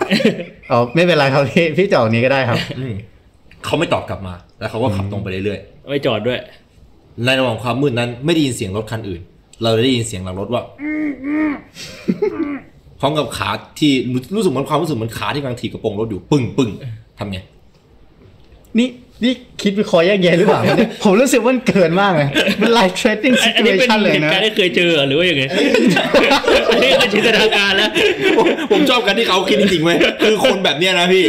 D: เออไม่เป็นไรครับพี่พี่จอดตรงนี้ก็ได้ครับ
C: อืมเขาไม่ตอบกลับมา แล้วเขาก็ขับตรงไปเรื่อยๆ
A: ไม่จอดด้วย
C: ในระหว่างความมืดนั้นไม่ได้ยินเสียงรถคันอื่น เราได้ยินเสียงหลังรถว่า พร้อมกับขาที่รู้รู้สึกเหมือนความรู้สึกเหมือนขาที่กำลังถีบกระโปรงรถอยู่ปึ้งปึ้งทำไง
D: นี่นี่คิดวิเคราะห์แยกแยะหรือเปล่าเนี่ยผมรู้สึกว่ามันเกินมากเลยมันไลฟ์เทรดดิ้งซิ
A: อัน
D: ทูเอ
A: นี้เป็น
D: ชันเลย
A: เหตุ
D: นะ
A: การณ์ที่เคยเจอหรือว่า ยังไง อันนี้คือจินตนาการแล้ว
C: ผมผมชอบกันที่เขาคิดจริงๆเว้ยคือคนแบบเนี้ยนะพี่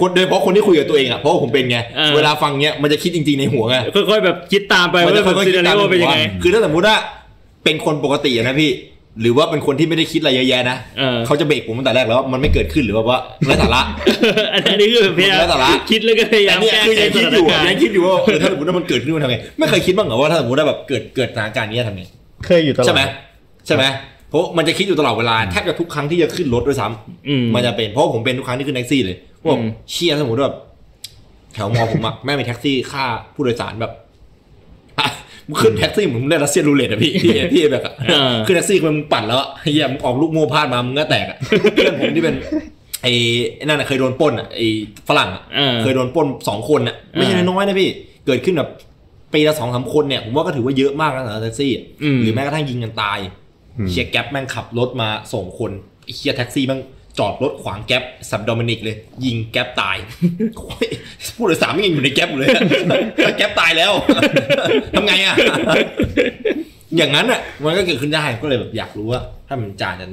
C: คนโดยเฉพาะคนที่คุยกับตัวเองอ่ะเพราะว่าผมเป็นไง
A: อ่า
C: เวลาฟังเนี้ยมันจะคิดจริงๆในหัวไง
A: ค่อยๆแบบคิดตามไป
C: มันจะ
A: ว่า
C: ค่
A: แบ
C: อบ ยๆ
A: ซี
C: คิด
A: นา
C: ตา
A: รี
C: ม
A: โอ
C: ใน
A: เป็นยัง
C: หัว
A: ไง
C: คือถ้าสมมติว่าเป็นคนปกติอะนะพี่ หรือว่าเป็นคนที่ไม่ได้คิดอะไรเยอะแยะนะ
A: เออ
C: เขาจะเบรกผมตั้งแต่แรกแล้วว่ามันไม่เกิดขึ้นหรือว่า ว่าไร้สาระ
A: อันนี้คือพยายาม
C: แล้วแต่ละ
A: คิดแล้วก็พยายา
C: แต่
A: ม
C: เนี่ย
A: แก้
C: คือ
A: ไข
C: ยัง
A: ส
C: คิด
A: ถา
C: อน ยู่
A: กา
C: อะ
A: ร
C: ยัง
A: ณ์
C: คิดอยู่ว่าเออถ้าสมมติว่ามันเกิดขึ้นมันทำไงไม่เคยคิดบ้างเหรอว่าถ้าสมมติว่าแบบเกิดเกิดสถานการณ์นี้จะทำไง
D: เคยอยู่ตลอด
C: ใช่ไหมใช่ไหมเพราะมันจะคิดอยู่ตลอดเวลาแทบจะทุกครั้งที่จะขึ้นรถด้วยซ้
A: อืม
C: ำมันจะเป็นเพราะผมเป็นทุกครั้งที่ขึ้นแท็กซี่เลยว่า
A: อืม
C: เชี่ยสมมติว่าแบบแถวมอผมอะ แม่งมีแท็กซี่ค่าผู้โดยสารแบบ อ่ะมึงขึ้นแท็กซี่เหมือนมึงได้รัสเซียรูเล็ตอะพี่ พี่พี่แบบอะ
A: อ่า
C: ขึ้นแท็กซี่มันมึงปั่นแล้วอะ เฮียมึงออกลูกโม่พลาดมามึงก็แตกอะ เพื่อนผมที่เป็นไอ้นั่นอะเคยโดนปล้นอะไอ้ฝรั่งอะ
A: เออ
C: เคยโดนปล้นสองคนน่ะไม่ใช่
A: อ่า
C: น้อยๆนะพี่ เกิดขึ้นแบบปีละสองสามคนเนี่ย ผมว่าก็ถือว่าเยอะมากนะสำหรับแท็กซี่อะ
A: อืม
C: หรือแม้กระทั่งยิงกันตาย เชียร์แก๊ปแม่งขับรถมาส่งคนไอ้เชียร์แท็กซี่แม่งจอดรถขวางแก๊ปสับโดมินิกเลย ยิงแก๊ปตายโอ้ยผู้โดยสารไม่งยังอยู่ในแก๊ปอยู่เลยอะแล้วแก๊ปตายแล้ว ทำไงอ่ะ อย่างนั้นอ่ะ มันก็เกิดขึ้นได้ก็เลยแบบอยากรู้ว่า ถ้ามันจานจะ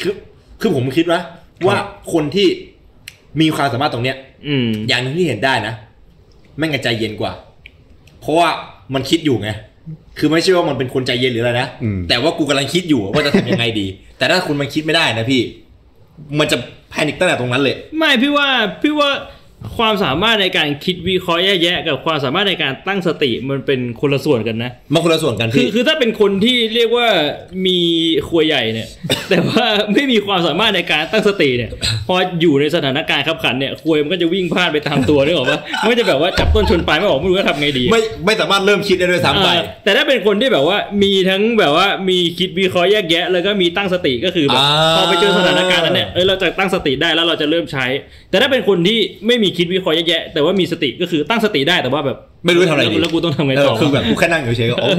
C: คือคือผมคิดว่าว่าคนที่มีความสามารถตรงเนี้ย
A: อืม
C: อย่างหนึงที่เห็นได้นะแม่งใจเย็นกว่า เพราะว่ามันคิดอยู่ไง คือไม่ใช่ว่ามันเป็นคนใจเย็นหรืออะไรนะ
D: อืม
C: แต่ว่ากูกำลังคิดอยู่ว่าจะทำยังไงดี แต่ถ้าคุณมันคิดไม่ได้นะพี่ มันจะแพนิคตั้งแต่ตรงนั้นเลย
A: ไม่พี่ว่าพี่ว่าความสามารถในการคิดวิเคราะห์แยกแยะกับความสามารถในการตั้งสติมันเป็นคนละส่วนกันนะ
C: มันคนละส่วนกัน
A: คือ
C: พี่
A: คือถ้าเป็นคนที่เรียก ว่ามีครัวใหญ่เนี่ย แต่ว่าไม่มีความสามารถในการตั้งสติเนี่ย พ ออยู่ในสถานการณ์ขับขันเนี่ยควยมันก็จะวิ่งพลาดไปตามตัวนึกออกปะ มันก็จะแบบว่าจับต้นชนปลายไม่ออกไม่รู้จะทำไงดี
C: ไม่ไม่สามารถเริ่มคิดได้ด้วยซ้ำไป
A: เออแต่ถ้าเป็นคนที่แบบว่ามีทั้งแบบว่ามีคิดวิเคราะห์แยกแยะ แล้วก็มีตั้งสติก็คือแบบ
C: อ่า
A: พอไปเจอสถานการณ์นั้นเนี่ยเอ้ยเราจะตั้งสติได้แล้วเราจะเริ่มใช้ แต่ถ้าเป็นคนที่ไม่มีคิดวิเคราะห์แยกแยะ แต่ว่ามีสติก็คือตั้งสติได้แต่ว่าแบบ
C: ไม่รู้จะทำอะไรดี
A: แล้วแล้วกูต้องทำไง
C: เอ
A: ต่
C: อ
A: อ
C: คือแบบกูแค่นั่งอยู่เฉยๆก็ โอ้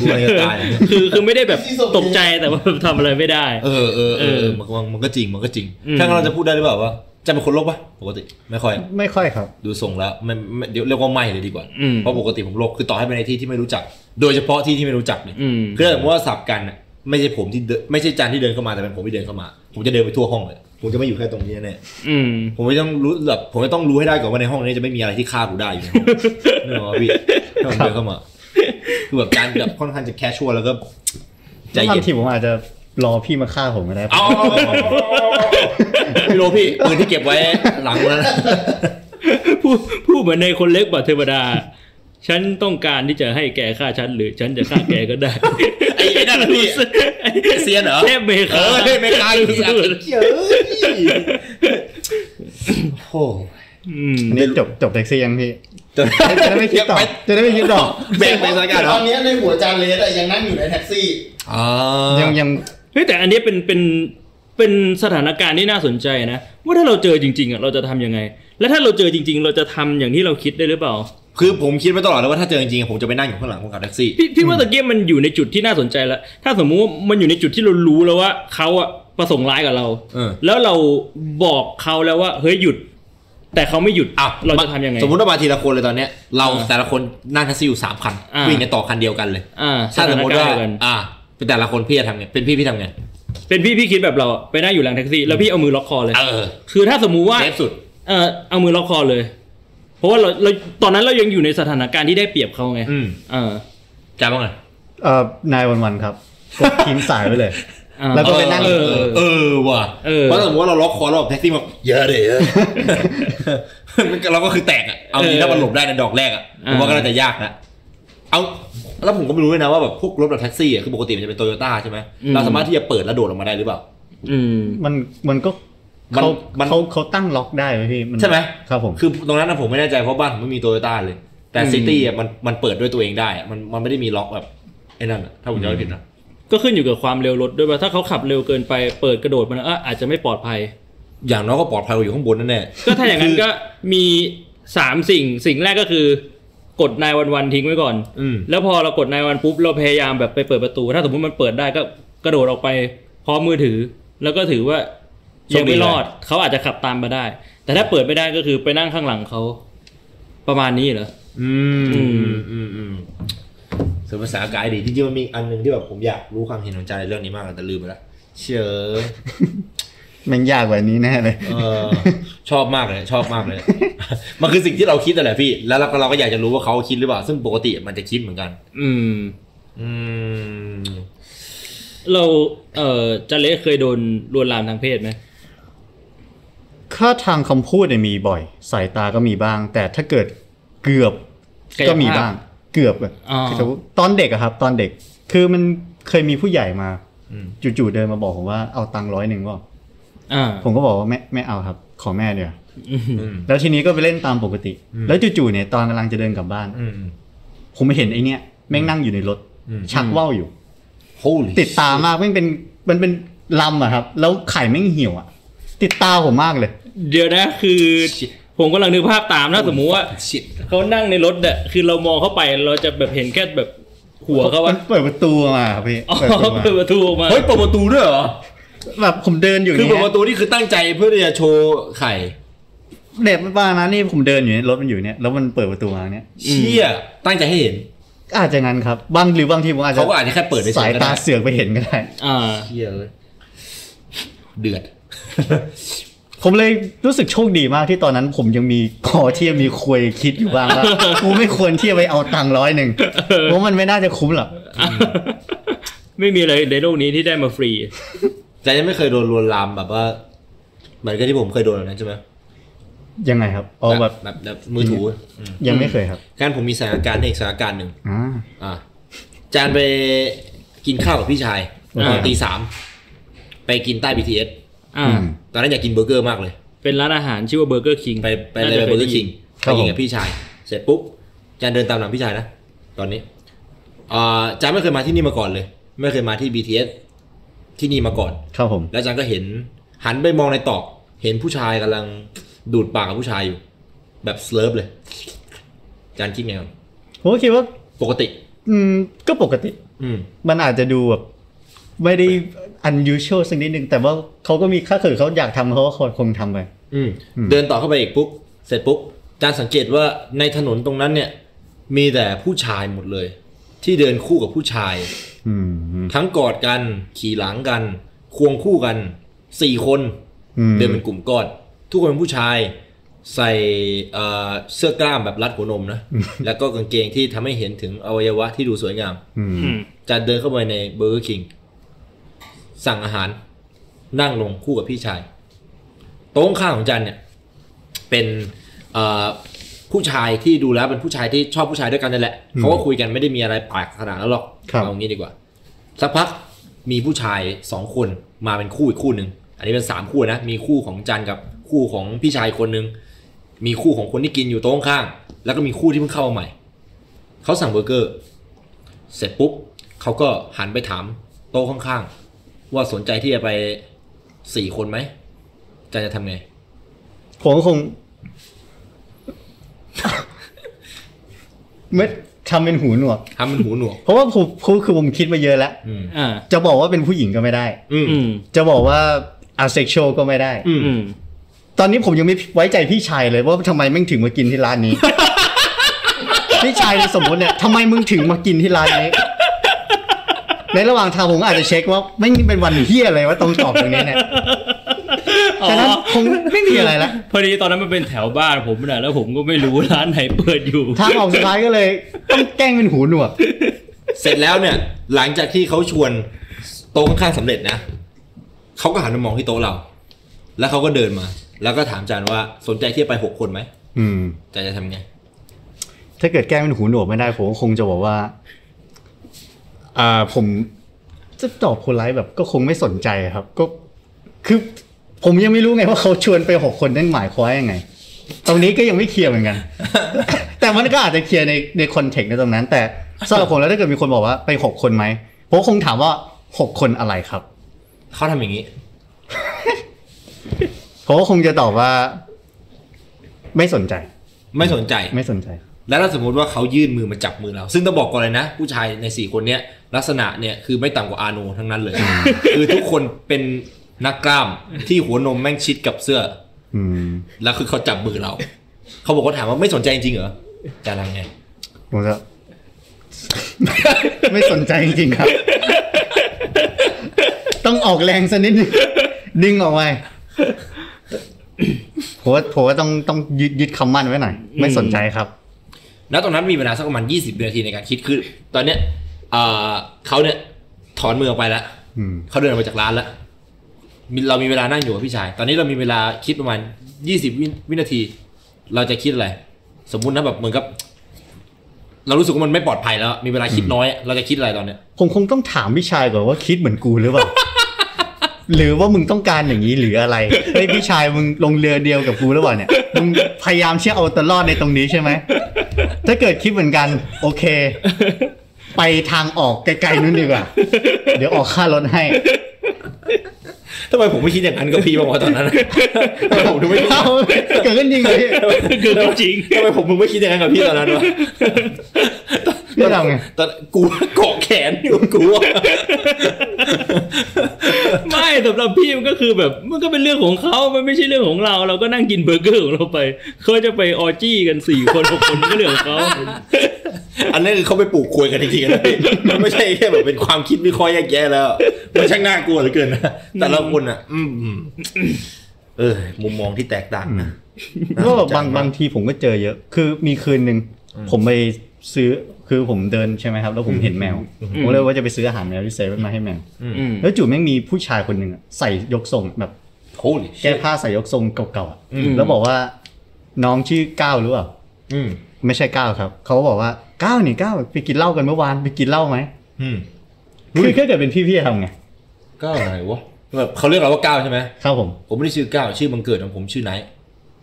C: กูอะไรจะตายเนี่ย
A: คือคือไม่ได้แบบตกใจแต่ว่าแบบทำอะไรไม่ได้
C: เออเออเออ
A: เออ
C: มันก็มันก็จริงมันก็จริง
A: อืม
C: ถ้าเราจะพูดได้หรือเปล่าว่าจะเป็นคนโรคปะปกติไม่ค่อย
D: ไม่ค่อยครับ
C: ดูทรงแล้วไม่ไม่เดี๋ยวเรียกว่าไม่เลยดีกว่า
A: อืม
C: เพราะปกติผมโลกคือต่อให้ไปในที่ที่ไม่รู้จัก โดยเฉพาะที่ที่ไม่รู้จักเนี่ย
A: อืม
C: คือถ้าสมมติว่าสับกันน่ะไม่ใช่ผมที่เดินไม่ใช่จันที่เดินเข้ามาแต่เป็นผมที่เดินเข้ามา ผมจะเดินไปทั่วห้องเลย ผมจะไม่อยู่แค่ตรงนี้แน่
A: อืม
C: ผมไม่ต้องรู้แบบผมจะต้องรู้ให้ได้ก่อนว่าในห้องนี้จะไม่มีอะไรที่ฆ่ากูได้อยู่ในห้องนึกออกปะพี่ถ้าผมเดินเข้ามาคือแบบการแบบค่อนข้างจะแคชชวลแล้วก็ใจ
D: ควา
C: เย็
D: ม
C: น
D: ที่ผมอาจจะรอพี่มาฆ่าผมก็ได้
C: เอาเอาเอาเอาเอาไม่รู้พี่ปืนที่เก็บไว้หลังนั้นนะ
A: ผู้ผู้เหมือนในคนเล็กบัตเทวดา ฉันต้องการที่จะให้แกฆ่าฉันหรือฉันจะฆ่าแกก็ได้
C: ไอ้ไอ้นั่นนะพี่เซียนเหรอ
A: เทพเม
C: เอ
A: ฆา
C: อได้ไม่ไกล
A: สุ
C: เย
A: ด
C: โอ้โห
A: ๆอืม
D: อันนี้จบจบแท็กซี่ยังพี่
C: จะ
D: จะได้ไม่คิดต่อจะได้ไม่คิดต่อ
C: แบ่งไปสักการ
B: ต
C: เนาะ
B: อนเนี้ยในหัวจานเลสอะยังนั่งอยู่ในแท็กซี่
C: อ่า
D: ยังยัง
A: เฮ้ยแต่อันนี้เป็นเป็นเป็นสถานการณ์ที่น่าสนใจนะ ว่าถ้าเราเจอจริงๆอ่ะเราจะทำยังไง และถ้าเราเจอจริง ๆ เราจะทำอย่างที่เราคิดได้หรือเปล่า
C: คือผมคิดไว้ตลอดเลยว่าถ้าเจอจริงๆผมจะไปนั่งอยู่ข้างหลังคนขับแท็กซี่
A: พี่พี่ว่าตะเกียบมันอยู่ในจุดที่น่าสนใจแล้ว ถ้าสมมุติว่ามันอยู่ในจุดที่เรารู้แล้วว่าเขาอ่ะประสงค์ร้ายกับเรา
C: เออ
A: แล้วเราบอกเขาแล้วว่าเฮ้ยหยุด แต่เขาไม่หยุด
C: อ่ะ
A: เราจะทำยังไง
C: สมมติว่ามาทีละคนเลยตอนเนี้ย เรา
A: อ่า
C: แต่ละคนนั่งแท็กซี่อยู่สามคัน
A: อ่า
C: วิ่งกันต่อคันเดียวกันเลย
A: อ่า
C: ถ้าสมมติว่า
A: ถนกรณ์เดียกัน
C: อ่า เป็นแต่ละคนพี่จะทำไงเป็นพี่พี่ทำไง
A: เป็นพี่พี่คิดแบบเราอะไปนั่งอยู่หลังแท็กซี่แล้วพี่เอามือล็อกคอเลย
C: เออ
A: คือถ้าสมมุติว่า
C: เซฟสุด
A: เออเอามือล็อกคอเลย เพราะว่าเราเราตอนนั้นเรายังอยู่ในสถานการณ์ที่ได้เปรียบเขาไง
C: อืม
A: เออ
C: จำว่าไง
D: เอ่อนายวันวันๆครับกดทิ้งสายไป เลย
A: อ่า
D: แล้วก็ไปนั่ง
C: เออเออเออว่ะ
A: เออ
C: เพราะสมมติว่าเราล็อกคอแล้วแบบแท็กซี่แบบเยอะเลยเยอะ มันก็เราก็คือแตกอะเอาจริงถ้ามันหลบได้ในดอกแรกอะผมว่าก็น่าจะยากนะเอาแล้วผมก็ไม่รู้ด้วยนะว่าแบบพวกรถแบบแท็กซี่อะคือปกติมันจะเป็นโตโยต้าใช่ไหม
A: อืม
C: เราสามารถที่จะเปิดแล้วโดดลงมาได้หรือเปล่า
A: อืม
D: มันมันก็
C: มัน
D: เขาม
C: น
D: เขาเขาตั้งล็อกได้ไหมพี่น
C: ใช่ไหม
D: ครับผม
C: คือตรงนั้นนะผมไม่แน่ใจเพราะบ้านผมไม่มีโตโยต้าเลย แต่
A: อืม
C: ซิตี้อะมันมันเปิดด้วยตัวเองได้อะมันมันไม่ได้มีล็อกแบบไอ้นั่นอะถ้าผมจำไม่ผิดนะ
A: ก็ขึ้นอยู่กับความเร็วรถด้วยว่าถ้าเขาขับเร็วเกินไปเปิดกระโดดมันเอออาจจะไม่ปลอดภัย
C: อย่างน้อยก็ปลอดภัยกว่าอยู่ข้างบนนั่นแน่
A: ก็ถ้าอย่างนั้นก็มีสามสิ่งสิ่งแรกก็คือ กดนายวันวันๆทิ้งไว้ก่อน
C: อืม
A: แล้วพอเรากดนายวันปุ๊บเราพยายามแบบไปเปิดประตู ถ้าสมมติมันเปิดได้ก็กระโดดออกไปพร้อมมือถือ แล้วก็ถือว่ายังไม่รอดเขาอาจจะขับตามมาได้ แต่ถ้าเปิดไม่ได้ก็คือไปนั่งข้างหลังเขาประมาณนี้เหรอ
C: อืม
A: อื
C: อื
A: ม
C: มอืมอืมส่วนภาษากายดีที่จริงมันมีอันหนึงที่แบบผมอยากรู้ความเห็นของใจเรื่องนี้มากแต่ลืมไปแล้วเชย
D: แมันยากกว่านี้แน่เลย
C: เออ ชอบมากเลย ชอบมากเลย มันคือสิ่งที่เราคิดนั่นแหละพี่ แล้วเราก็เราก็อยากจะรู้ว่าเขาคิดหรือเปล่า ซึ่งปกติมันจะคิดเหมือนกัน
A: อืม
C: อืม
A: เราเอ่อจะเละเคยโดนลวนลามทางเพศไหม
D: ค่าทางคำพูดเนี่ยมีบ่อย สายตาก็มีบ้าง แต่ถ้าเกิดเกือบ
A: กายภาพ
D: ก็มีบ้าง เกือบอะ
A: อ๋อ
D: คือสมมุติตอนเด็กอะครับ ตอนเด็กคือมันเคยมีผู้ใหญ่มา
C: อืม
D: จู่ๆเดินมาบอกผมว่าเอาตังค์ร้อยหนึ่งว่า
A: อ่า
D: ผมก็บอกว่าไม่ไม่เอาครับ ขอแม่เดี๋ยวา
A: อืม
C: อืม
D: แล้วทีนี้ก็ไปเล่นตามปกติ
C: อืม
D: แล้วจู่ๆเนี่ยตอนกำลังจะเดินกลับบ้าน
C: อืม
D: ผมไม่เห็นไอเนี้ยแม่งนั่งอยู่ในรถ
C: อืม
D: ชักว่าวอยู่
C: โอ้
D: ติดตามากแม่งเป็นมันเป็นลำอะครับ แล้วไข่แม่งเหี่ยวอะติดตาผมมากเลย
A: เดี๋ยวนะคือ ผมกำลังนึกภาพตามนะสมมุติว่า
C: ชิด
A: เขานั่งในรถอะคือเรามองเข้าไปเราจะแบบเห็นแค่แบบหัวเขา
D: มั
A: ว่าน
D: เปิดประตูมาครับพี่
A: อ๋อ
D: เปิดประตูมา
A: เปิดประตูออกมา
C: เฮ้ยเปิดประตูด้วยเหรอ
D: แบบผมเดินอยู่
C: คือเปิ
D: เนี่
C: ดป
D: ย
C: ระตูนี่คือตั้งใจเพื่อที่จะโชว์ไข่
D: เด็กบ้านนั้นนี่ผมเดินอยู่เนี่ยรถมันอยู่เนี่ยแล้วมันเปิดประตูมาเนี่ย
A: อืม
C: เชี่ย ตั้งใจให้เห็น
D: อาจจะงั้นครับบางหรือบางทีผมอาจจะ
C: เขาก็อาจจะแค่เปิดเฉ
D: สาย
C: ยๆก็
D: ตา
C: ได้
D: เสือกไปเห็นก็ได้
A: อ่า
C: เชี่ยเลยเดือด
D: ผมเลยรู้สึกโชคดีมากที่ตอนนั้น ผมยังมีคอที่ยังมีควยคิดอยู่บ้าง ว่า กูไม่ควรที่จะไปเอาตังค์ร้อยหนึ่งเพราะมันไม่น่าจะคุ้มหรอก
A: ไม่มีอะไรในโลกนี้ที่ได้มาฟรี
C: แต่ยังไม่เคยโดนลวนลามแบบว่า เหมือนกับที่ผมเคยโดนแบบนั้นใช่ไหม
D: ยังไงครับอ๋อแบบ
C: แบบแบบมือถืออืม
D: ยังไม่เคยครับ
C: การผมมีสถานการณ์ในอีกสถานการณ์หนึ่ง
D: อ่า
C: อ่ะจานไปกินข้าวกับพี่ชาย
D: อ่า
C: ตอนตีสามไปกินใต้ BTS
A: อ่า
D: อืม
C: ตอนนั้นอยากกินเบอร์เกอร์มากเลย
A: เป็นร้านอาหารชื่อว่าเบอร์เกอร์คิง
C: ไปไปเลยไปเบอร์เกอร์คิงไป
D: ครับผม
C: กินกับพี่ชาย เสร็จปุ๊บจานเดินตามหลังพี่ชายนะ ตอนนี้อ่าจานไม่เคยมาที่นี่มาก่อนเลย ไม่เคยมาที่ BTS ที่นี่มาก่อน
D: ครับผม
C: แล้วจานก็เห็นหันไปมองในตอก เห็นผู้ชายกำลังดูดปากกับผู้ชายอยู่ แบบสเลิฟเลยจานคิดไงครับ
D: ผมก็คิดว่า
C: ปกติ
D: อืม ก็ปกติ
C: อืม
D: มันอาจจะดูแบบไม่ได้ unusual สักนิดนึง แต่ว่าเขาก็มีค่าเขินเขาอยากทำเขาก็คงทำไป
C: อืม
D: อืม
C: เดินต่อเข้าไปอีกปุ๊บเสร็จปุ๊บจานสังเกตว่าในถนนตรงนั้นเนี่ย มีแต่ผู้ชายหมดเลย ที่เดินคู่กับผู้ชาย
D: อืม
C: ทั้งกอดกัน ขี่หลังกัน ควงคู่กันสี่คน
D: อืม
C: เดินเป็นกลุ่มก้อน ทุกคนเป็นผู้ชาย ใส่เอ่อเสื้อกล้ามแบบรัดหัวนมนะ แล้วก็กางเกงที่ทำให้เห็นถึงอวัยวะที่ดูสวยงาม
D: อืม
A: อืม
C: จะเดินเข้าไปในเบอร์เกอร์คิง สั่งอาหาร นั่งลงคู่กับพี่ชาย โต๊ะข้างของจันเนี่ย เป็นเอ่อผู้ชายที่ดูแล้วเป็นผู้ชายที่ชอบผู้ชายด้วยกันนั่นแหละเขาก็คุยกันไม่ได้มีอะไรแปลกขนาดนั้นหรอก
D: ครับ
C: เอางี้ดีกว่า สักพักมีผู้ชายสองคนมาเป็นคู่อีกคู่หนึ่งอันนี้เป็นสามคู่นะมีคู่ของจันกับคู่ของพี่ชายคนหนึ่งมีคู่ของคนที่กินอยู่โต๊ะข้างๆแล้วก็มีคู่ที่เพิ่งเข้ามาใหม่เขาสั่งเบอร์เกอร์ เสร็จปุ๊บเขาก็หันไปถามโต๊ะข้างๆ ว่าสนใจที่จะไปสี่คนไหมจันจะทำไง
D: ผมก็คง ไม่ทำเป็นหูหนวก
C: ทำเป็นหูหนวก
D: เพราะว่าผมผมคือผมคิดมาเยอะแล้ว
C: อืม
A: อ่า
D: จะบอกว่าเป็นผู้หญิงก็ไม่ได้
C: อืม
A: อืม
D: จะบอกว่า asexual ก็ไม่ได้
C: อืม
A: อืม
D: ตอนนี้ผมยังไม่ไว้ใจพี่ชายเลยว่าทำไมแม่งถึงมากินที่ร้านนี้ พี่ชายเนี่ยสมมติเนี่ยทำไมมึงถึงมากินที่ร้านนี้ ในระหว่างทางผมก็อาจจะเช็คว่าไม่งเป็นวันเฮียอะไรว่าตรงตอบตรงนี้เนี่ย
A: อ๋อ
D: ฉะนั้นคงไม่มีอะไรละ
A: พอดีตอนนั้นมันเป็นแถวบ้านผมน่ะแล้วผมก็ไม่รู้ ร้านไหนเปิดอยู่
D: ทางออกสุดท้ายก็เลย ต้องแกล้งเป็นหูหนวก
C: เสร็จแล้วเนี่ย หลังจากที่เขาชวนโต๊ะข้างๆสำเร็จนะ เขาก็หันมามองที่โต๊ะเรา แล้วเขาก็เดินมา แล้วก็ถามจันว่าสนใจที่จะไปหกคนไหม
D: อืม
C: จันจะทำไง
D: ถ้าเกิดแกล้งเป็นหูหนวกไม่ได้ผมก็คงจะบอกว่า อ่าผมจะตอบคนไลฟ์แบบก็คงไม่สนใจครับ ก็คือ ผมยังไม่รู้ไงว่าเขาชวนไปหกคนนั่นหมายความยังไง ตรงนี้ก็ยังไม่เคลียร์เหมือน กัน แต่มันก็อาจจะเคลียร์ในในคอนเทกต์ในตรงนั้น แต่สำหรับผมแล้วถ้าเกิดมีคนบอกว่าไปหกคนไหมผมก็คงถามว่าหกคนอะไรครับ
C: เขาทำอย่างนี้
D: ผมก็คงจะตอบว่า ไม่สนใจ
C: ไม่สนใจ
D: ไม่สนใจ
C: แล้วถ้าสมมติว่าเขายื่นมือมาจับมือเรา ซึ่งต้องบอกก่อนเลยนะ ผู้ชายในสี่คนเนี้ยลักษณะเนี่ยคือไม่ต่ำกว่าอาโนทั้งนั้นเลย คือทุกคนเป็นนักกล้ามที่หัวนมแม่งชิดกับเสื้อ
D: อืม
C: แล้วคือเขาจับมือเรา เขาบอกเขาถามว่าไม่สนใจจริงๆเหรอจะทำไง
D: ผมจะ ไม่สนใจจริงๆครับ ต้องออกแรงสักนิดนึงดึงออกไปผมว่าผมว่าต้องต้องยึดยึดคำมั่นไว้หน่อย ไม่สนใจครับ
C: แล้วตรงนั้นมีเวลาสักประมาณ 20วินาทีในการคิดคือ ตอนเนี้ยเอ่อเขาเนี่ยถอนมือออกไปแล้ว
D: อืม
C: เขาเดินออกไปจากร้านแล้วมีเรามีเวลานั่งอยู่กับพี่ชาย ตอนนี้เรามีเวลาคิดประมาณ 20 วิวินาที เราจะคิดอะไร สมมุตินะแบบเหมือนกับ เรารู้สึกว่ามันไม่ปลอดภัยแล้ว มีเวลาคิดน้อย เราจะคิดอะไรตอนเนี้ย
D: ผมคงต้องถามพี่ชายก่อนว่าคิดเหมือนกูห รือเปล่า หรือว่ามึงต้องการอย่างนี้หรืออะไรเฮ้ยพี่ชายมึงลงเรือเดียวกับกูหรือเปล่าเนี่ยมึงพยายามเชื่อเอาตัวรอดในตรงนี้ใช่ไหมถ้าเกิดคิดเหมือนกัน โอเค ไปทางออกไกลๆนู้นดีกว่า เดี๋ยวออกค่ารถให้
C: ทำไมผมไม่คิดอย่างนั้นกับพี่บ้างวะตอนนั้น ทำไมผมถึงไม่คิด
D: เอ้าเกิดขึ้นจริงเลย
A: คือไม่จริง
C: ทำไมผมถึงไม่คิดอย่างนั้นกับพี่ตอนนั้นวะ
D: พี่เราไง
C: ตอนกูเกาะแขนอยู่กูอะ
A: ไม่สำหรับพี่มันก็คือแบบ มันก็เป็นเรื่องของเขามันไม่ใช่เรื่องของเรา เราก็นั่งกินเบอร์เกอร์ของเราไปเขาจะไปออจี้กันสี่คนหกคนก็เรื่องของเขา
C: อันนั้นคือเขาไปปลูกควยกันจริงๆนะพี่มันไม่ใช่แค่แบบเป็นความคิดวิเคราะห์แยกแยะแล้วมันช่างน่ากลัวเหลือเกินนะแต่ละคนอ่ะ อืมอืมเออ มุมมองที่แตกต่างนะ
D: ก็บางบางทีผมก็เจอเยอะ คือมีคืนหนึ่งผมไปซื้อคือผมเดินใช่ไหมครับ แล้วผมเห็นแมวผมเลยว่าจะไปซื้ออาหารแมวที่เซเว่นมาให้แมว
A: อืม
D: แล้วจู่แม่งมีผู้ชายคนหนึ่งอะใส่ยกทรงแบบ
C: โอ้ย
D: แก้ผ้าใส่ยกทรงเก่าๆอะแล้วบอกว่าน้องชื่อก้าวหรือเปล่า
C: อืม
D: ไม่ใช่ก้าวครับเขาก็บอกว่าก้าวนี่ก้าวไปกินเหล้ากันเมื่อวานไปกินเหล้าไหม
C: อืม
D: คือถ้าเกิดเป็นพี่ๆทำไง
C: ก็อะไรวะ แบบเขาเรียกเราว่าก้าวใช่ไหม
D: ครับผม
C: ผมไม่ได้ชื่อก้าวชื่อบังเกิดของผมชื่อไนท์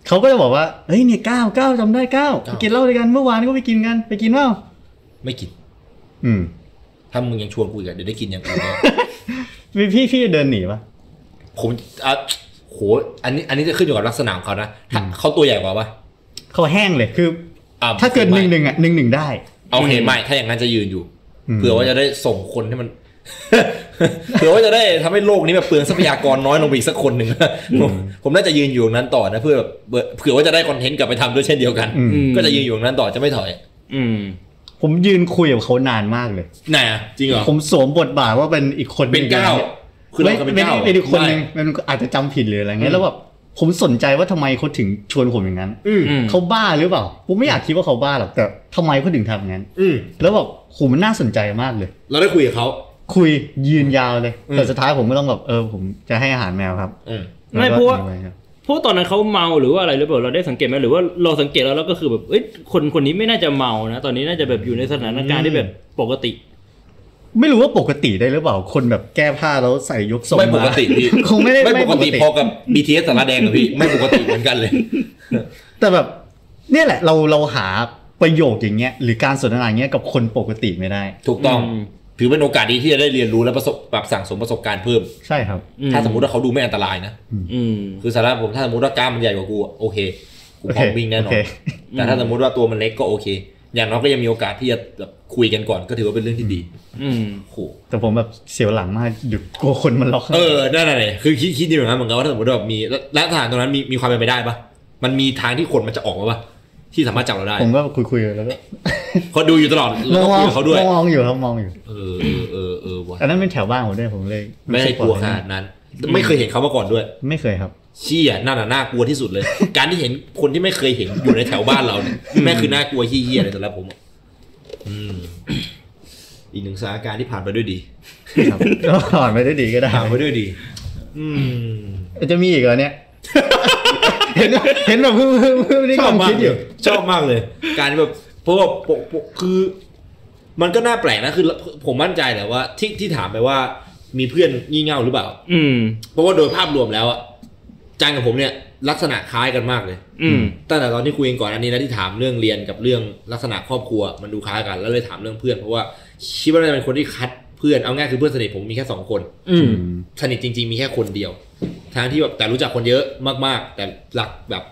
D: เขาก็จะบอกว่าเฮ้ยเนี่ยก้าวก้าวจำได้ก้าวไป
C: ก้าว
D: กินเหล้าด้วยกันเมื่อวานก็ไปกินกันไปกินเหล้า
C: ไม่กิน
D: อืม
C: ถ้ามึงยังชวนกูอีกอะเดี๋ยวได้กินอย่างอื่นนะ
D: พี่พี่พี่เดินหนีปะ
C: ผมอ่ะโหอันนี้อันนี้จะขึ้นอยู่กับลักษณะของเขานะถ้าเขาตัวใหญ่กว่าปะ
D: เขาแห้งเลยคือ
C: อ่ะ
D: ถ้าเกิดห
C: ไม่
D: นึ่งหนึ่งอ่ะหนึ่งหนึ่งได้
C: เอาโอเคไม่ถ้าอย่างนั้นจะยืนอยู่
D: อืม
C: เผื่อว่าจะได้ส่งคนให้มัน เผื่อว่าจะได้ทำให้โลกนี้แบบเปลืองทรัพยากรน้อยลงไปอีกสักคนหนึ่ง ผมผมน่าจะยืนอยู่ตรงนั้นต่อนะเพื่อแบบเผื่อว่าจะได้คอนเทนต์กลับไปทำด้วยเช่นเดียวกัน
D: อืม
A: อืม
C: ก็จะยืนอยู่ตรงนั้นต่อจะไม่ถอย
A: อืม
D: ผมยืนคุยกับเขานานมากเลย
C: ไหนอะจริงเหรอ
D: ผมสวมบทบาทว่าเป็นอีกคนห
C: เป็น
D: ง
C: เก้าคือเรา
D: ไม่
C: ก็เป็น
D: ไม่
C: เก้า
D: ได้เป็นอีกคนหนึง
C: ไ
D: มันอาจจะจำผิดหรืออะไร
C: อื
D: เงี้ย
C: ม
D: แล้วแบบผมสนใจว่าทำไมเขาถึงชวนผมอย่างนั้น
C: อืม
A: อืม
D: เขาบ้าหรือเปล่าผมไม่อยากคิดว่าเขาบ้าหรอกแต่ทำไมเขาถึงทำอย่างนั้น
C: อืม
D: แล้วแบบโหมันน่าสนใจมากเลย
C: เราได้คุยกับเขา
D: คุยยืนยาวเลย
C: อืม
D: แต่สุดท้ายผมก็ต้องแบบเออผมจะให้อาหารแมวครับ
C: อืม
A: ไม่
D: แล้ว
A: เพ
D: ก็
A: ราะว่า
D: ทิ้งว้ครับ
A: พวกตอนนั้นเขาเมาหรือว่าอะไรหรือเปล่าเราได้สังเกตไหมหรือว่าเราสังเกตแล้วเราก็คือแบบเอ้ยคนคนนี้ไม่น่าจะเมานะ ตอนนี้น่าจะแบบอยู่ในสถานการณ์ที่แบบปกติ
D: ไม่รู้ว่าปกติได้หรือเปล่าคนแบบแก้ผ้าแล้วใส่ยกทรง
C: ไม่ปก
D: า
C: ติพี่
D: คงไม่ได้
C: ไม่
D: ไม่
C: ป
D: ป
C: ก
D: กติ
C: ติพอกับ BTS สาระแดงอะพี่ ไม่ปกติเหมือนกันเลย
D: แต่แบบเนี่ยแหละเราเราหาประโยคอย่างเงี้ยหรือการสนทนาอย่างเงี้ยกับคนปกติไม่ได้
C: ถูกต้อง
A: อืม
C: ถือเป็นโอกาสดีที่จะได้เรียนรู้และประสบแบบสั่งสมประสบการณ์เพิ่ม
D: ใช่ครับ
A: อื
C: ถ้าสมมติว่าเขาดูไม่อันตรายนะ
A: อืม
C: คือสาระผมถ้าสมมติว่ากล้ามมันใหญ่กว่ากูอะโอเคกูพร้อม
D: โอเค
C: วิ่งแน่นอ
D: โอนเค
C: แต่ถ้าสมมติว่าตัวมันเล็กก็โอเค อย่างน้อยก็ยังมีโอกาสที่จะแบบคุยกันก่อนก็ถือว่าเป็นเรื่องที่ดี
A: อืม
C: โอ้โห
D: แต่ผมแบบเสียวหลังมากเดี๋ยวกลัวคนมันล็อก
C: เออนั่นน่ะเลยคือคิดคิดอยู่นะเหมือนกันว่าถ้าสมมติว่าแบบมีแล้วแล้วสถานตรงนั้นมีมีความเป็นไปได้ปะมันมีทางที่คนมันจะออกมาปะที่สามารถจับเราได้
D: ผมก็คุยคุยๆแล้วก็
C: เขาดูอยู่ตลอดเราก็คุยกับเขาด้วย
D: มองๆอยู่ครับมองอยู่
C: เออเออเออเออวะ
D: อันนั้นเป็นแถวบ้านผมด้วยผมเลย
C: ไม่ได้กลัวขนาดนั้น ไม่เคยเห็นเขามาก่อนด้วย
D: ไม่เคยครับ
C: เชี่ยนั่นน่ะน่ากลัวที่สุดเลย การที่เห็นคนที่ไม่เคยเห็นอยู่ในแถวบ้านเราเนี่ยแม่งคือน่ากลัวเฮี้ยๆเลยสำหรับผมอ่ะอืมอีกหนึ่งสถานการณ์ที่ผ่านไปด้วยดี
D: ครับ ก็ผ่านไปด้วยดีก็ได้
C: ผ่านไปด้วยดี อืม
D: จะมีอีกเหรอเนี่ย เห็นเห็นแบบเพิ่ง เพิ่งเพิ่งนี่
C: ชอ
D: กำลั
C: บ
D: ง
C: มาก
D: คิด
C: เล
D: อยู่
C: ยชอบมากเลย การที่แบบเพราะว่าปกปกคือ มันก็น่าแปลกนะคือ ผมมั่นใจแหละว่า ที่ที่ถามไปว่า มีเพื่อนงี่เง่าหรือเปล่า
A: อืม
C: เพราะว่าโดยภาพรวมแล้วอะจันกับผมเนี่ยลักษณะคล้ายกันมากเลย
A: อืม
C: ตั้งแต่ตอนที่คุยกันก่อนอันนี้นะที่ถามเรื่องเรียนกับเรื่องลักษณะครอบครัวมันดูคล้ายกันแล้วเลยถามเรื่องเพื่อนเพราะว่าคิดว่าน่าจะเป็นคนที่คัดเพื่อนเอาง่ายคือเพื่อนสนิทผมมีแค่สองคน
A: อืม
C: สนิทจริง ๆ มีแค่คนเดียวทั้งที่แบบแต่รู้จักคนเยอะมากๆ แต่หลักแบบ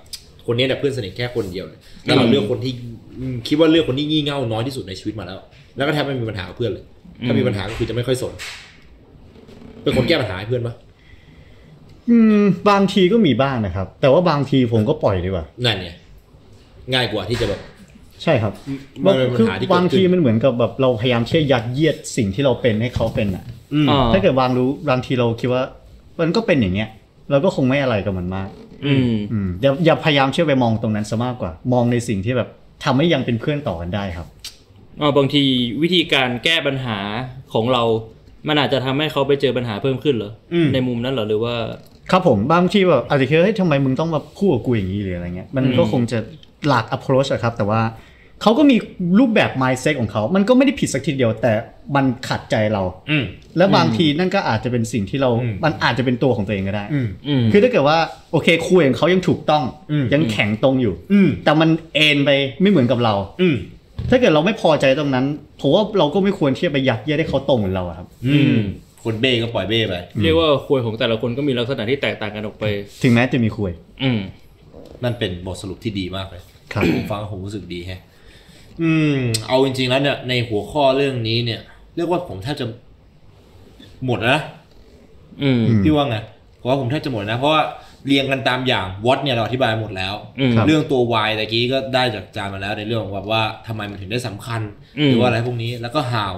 C: คนเนี้ยแต่เพื่อนสนิทแค่คนเดียวเลยแล้วเรา
A: อืม
C: เลือกคนที่อืมคิดว่าเลือกคนที่งี่เง่าน้อยที่สุดในชีวิตมาแล้ว แล้วก็แทบไม่มีปัญหากับเพื่อนเลย ถ้า
A: อื
C: มี
A: ม
C: ปัญหาก็คือจะไม่ค่อยสนเป็นคนแก้ปัญหาให้เพื่อนปะ
D: อืมบางทีก็มีบ้างนะครับ แต่ว่าบางทีผมก็ปล่อยดีกว่า
C: นั่นเนี่ยง่ายกว่าที่จะแบบ
D: ใช่ครับ
C: มันเป็นปัญหาที่เกิดขึ้น
D: คือบางทีมันเหมือนกับแบบเราพยายามเชื่อยัดเยียดสิ่งที่เราเป็นให้เขาเป็นอ่ะ
C: อืม
A: อ่า
D: ถ้าเกิดวางรู้บางทีเราคิดว่า มันก็เป็นอย่างเงี้ย เราก็คงไม่อะไรกับมันมาก
A: อืม
D: อืมอย่าอย่าพยายามเชื่อไปมองตรงนั้นซะมากกว่า มองในสิ่งที่แบบทำให้ยังเป็นเพื่อนต่อกันได้ครับ
A: เออบางทีวิธีการแก้ปัญหาของเรา มันอาจจะทำให้เขาไปเจอปัญหาเพิ่มขึ้นเหรออ
D: ม
A: ในมุมนั้นเหรอหรือว่า
D: ครับผมบางทีแบบอาจจะคิดว่าเฮ้ยทำไมมึงต้องมาพูดกับกูอย่างนี้หรืออะไรเงี้ยมัน
A: อืม
D: ก็คงจะหลาก approach อะครับ แต่ว่าเขาก็มีรูปแบบ mindset ของเขา มันก็ไม่ได้ผิดสักทีเดียว แต่มันขัดใจเรา
C: อืม
D: และบางทีนั่นก็อาจจะเป็นสิ่งที่เรา
C: อืม
D: มันอาจจะเป็นตัวของตัวเองก็ได้
C: อืม
A: อืม
D: คือถ้าเกิดว่าโอเคคุยของเขายังถูกต้อง
C: อืม
D: ยังแข็งตรงอยู่
C: อืม
D: แต่มันเอ็นไปไม่เหมือนกับเรา
C: อืม
D: ถ้าเกิดเราไม่พอใจตรงนั้นผมว่าเราก็ไม่ควรที่จะไปยัดเยียดให้เขาตรงเหมือนเราอะครับ
A: อืม
C: คนเบ้ก็ปล่อยเบ้ไป
A: เรียกว่าควยของแต่ละคนก็มีลักษณะที่แตกต่างกันออกไป
D: ถึงแม้จะมีคุย
A: อืม
C: นั่นเป็นบทสรุปที่ดีมากเลย
D: ครับ
C: ผมฟังแล้วผมรู้สึกดีแฮะ อืม เอาจริงๆแล้วเนี่ย ในหัวข้อเรื่องนี้เนี่ย เรียกว่าผมแทบจะหมดแล้วนะ
A: อืม
D: ม
C: พี่ว่าไงเพราะว่าผมแทบจะหมดนะ เพราะว่าเรียงกันตามอย่างวอตเนี่ยเราอธิบายหมดแล้ว
A: อืม
D: ครับ
C: เรื่องตัววายตะกี้ก็ได้จากจานมาแล้วในเรื่องของแบบว่าทำไมมันถึงได้สำคัญ
A: อืม
C: หรือว่าอะไรพวกนี้แล้วก็ how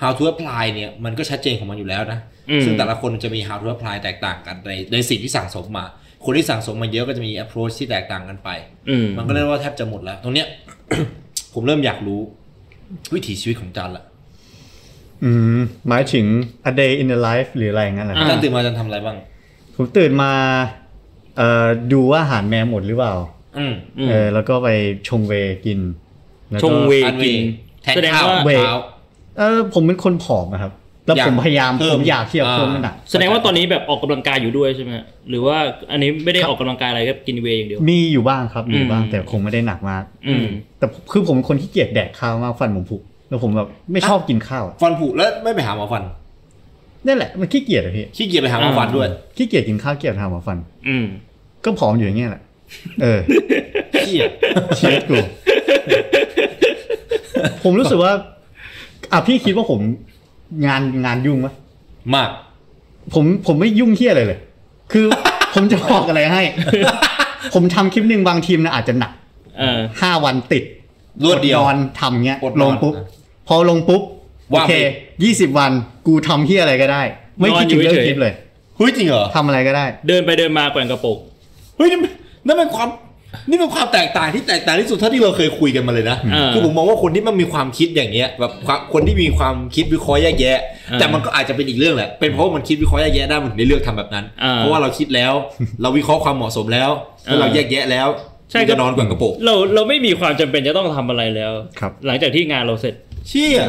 C: how to apply เนี่ย มันก็ชัดเจนของมันอยู่แล้วนะ
A: อืม
C: ซึ่งแต่ละคนจะมี how to apply แตกต่างกันในในสิ่งที่สั่งสมมา คนที่สั่งสมมาเยอะก็จะมี approach ที่แตกต่างกันไป
A: อืม
C: มันก็เรียกว่าแทบจะหมดแล้ว ตรงเนี้ย ผมเริ่มอยากรู้ วิถีชีวิตของจันละ
D: อืมหมายถึง a day in the life หรืออะไรอย่างนั้นแหละ
A: อ่า
C: จันตื่นมาจันทำอะไรบ้าง
D: ผมตื่นมาเอ่อดูว่าอาหารแมวหมดหรือเปล่า
C: อืม
A: อืม
D: เออแล้วก็ไปชงเวย์กินแล้ว
A: ช
D: ก็
A: งเวย์
C: อันเว
A: กิน
C: ย์แทน
A: แสดง
C: ข้าว
A: ว่า
D: เวย์
C: เช้า
D: เออผมเป็นคนผอมนะครับ แล้ว
C: อยาก
D: ผมพยายาม
C: เพิ่
D: ผม มอยากที่จะเพิ่มน้ำหนัก
A: แสดงว่าตอนนี้แบบออกกำลังกายอยู่ด้วยใช่ไหมฮะหรือว่าอันนี้ไม่ได้ออกกำลังกายอะไรก็กินเวย์อย่างเดียว
D: มีอยู่บ้างครับมีอยู่บ้าง
A: อืม
D: แต่คงไม่ได้หนักมาก
A: อืม
D: แต่คือผมเป็นคนที่เกลียดแดกข้าวมากฟันผมผุแล้วผมแบบไม่ชอบกินข้าวอะ
C: ฟันผุแล้วไม่ไปหาหมอฟัน
D: นั่นแหละมันขี้เกียจอะพี่
C: ขี้เกียจไปหาหมอฟันด้วย
D: ขี้เกียจกินข้าวเกลียจทำหมอฟัน
A: อืม
D: ก็ผอมอยู่อย่างเงี้ยแหละเออ
C: เชี่ย
D: ชีวิตกู ผมรู้สึกว่า อ่ะพี่คิดว่าผมงานงานยุ่งปะ
C: มาก
D: ผมผมไม่ยุ่งเที่ยอะไรเลย คือ ผมจะบอกอะไรให้ ผมทำคลิปหนึ่งบางทีมนะอาจจะหนัก
A: เออ
D: ห้าวันติด
C: รวดเดียว
D: อดนอนทำเงี้ย
C: อดนอน
D: ลงปุ๊บ พอลงปุ๊บโอ
C: ว่าง
D: เค
C: ไป
D: ยี่สิบวันกูทำเที่ยอะไรก็ได้ ไม่คิดถึงเรื่อง
A: นอนอยู่เฉย
D: คลิปเลย
C: เฮ้ยจริงเหรอ
D: ทำอะไรก็ได้
A: เดินไปเดินมาแกว่งกระโปรง
C: เฮ้ยนี่มันนั่นเป็นความนี่เป็นความแตกต่างที่แตกต่างที่สุดเท่าที่เราเคยคุยกันมาเลยนะ
A: เ
C: คือผมมองว่าคนที่มันมีความคิดอย่างเงี้ยแบบความคนที่มีความคิดวิเคราะห์แยกแยะ
A: อ่า
C: แต่มันก็อาจจะเป็นอีกเรื่องแหละเป็นเพราะว่ามันคิดวิเคราะห์แยกแยะได้มันถึงได้เลือกทำแบบนั้น
A: อ่า
C: เพราะว่าเราคิดแล้ว เราวิเคราะห์ความเหมาะสมแล้วแล้วเราแยกแยะแล้ว
A: ใช่
C: ที่
A: ก็
C: จะนอนกว่ากระโปรง
A: เราเราไม่มีความจำเป็นจะต้องทำอะไรแล้ว
D: ครับ
A: หลังจากที่งานเราเสร็จ
C: เชี่ย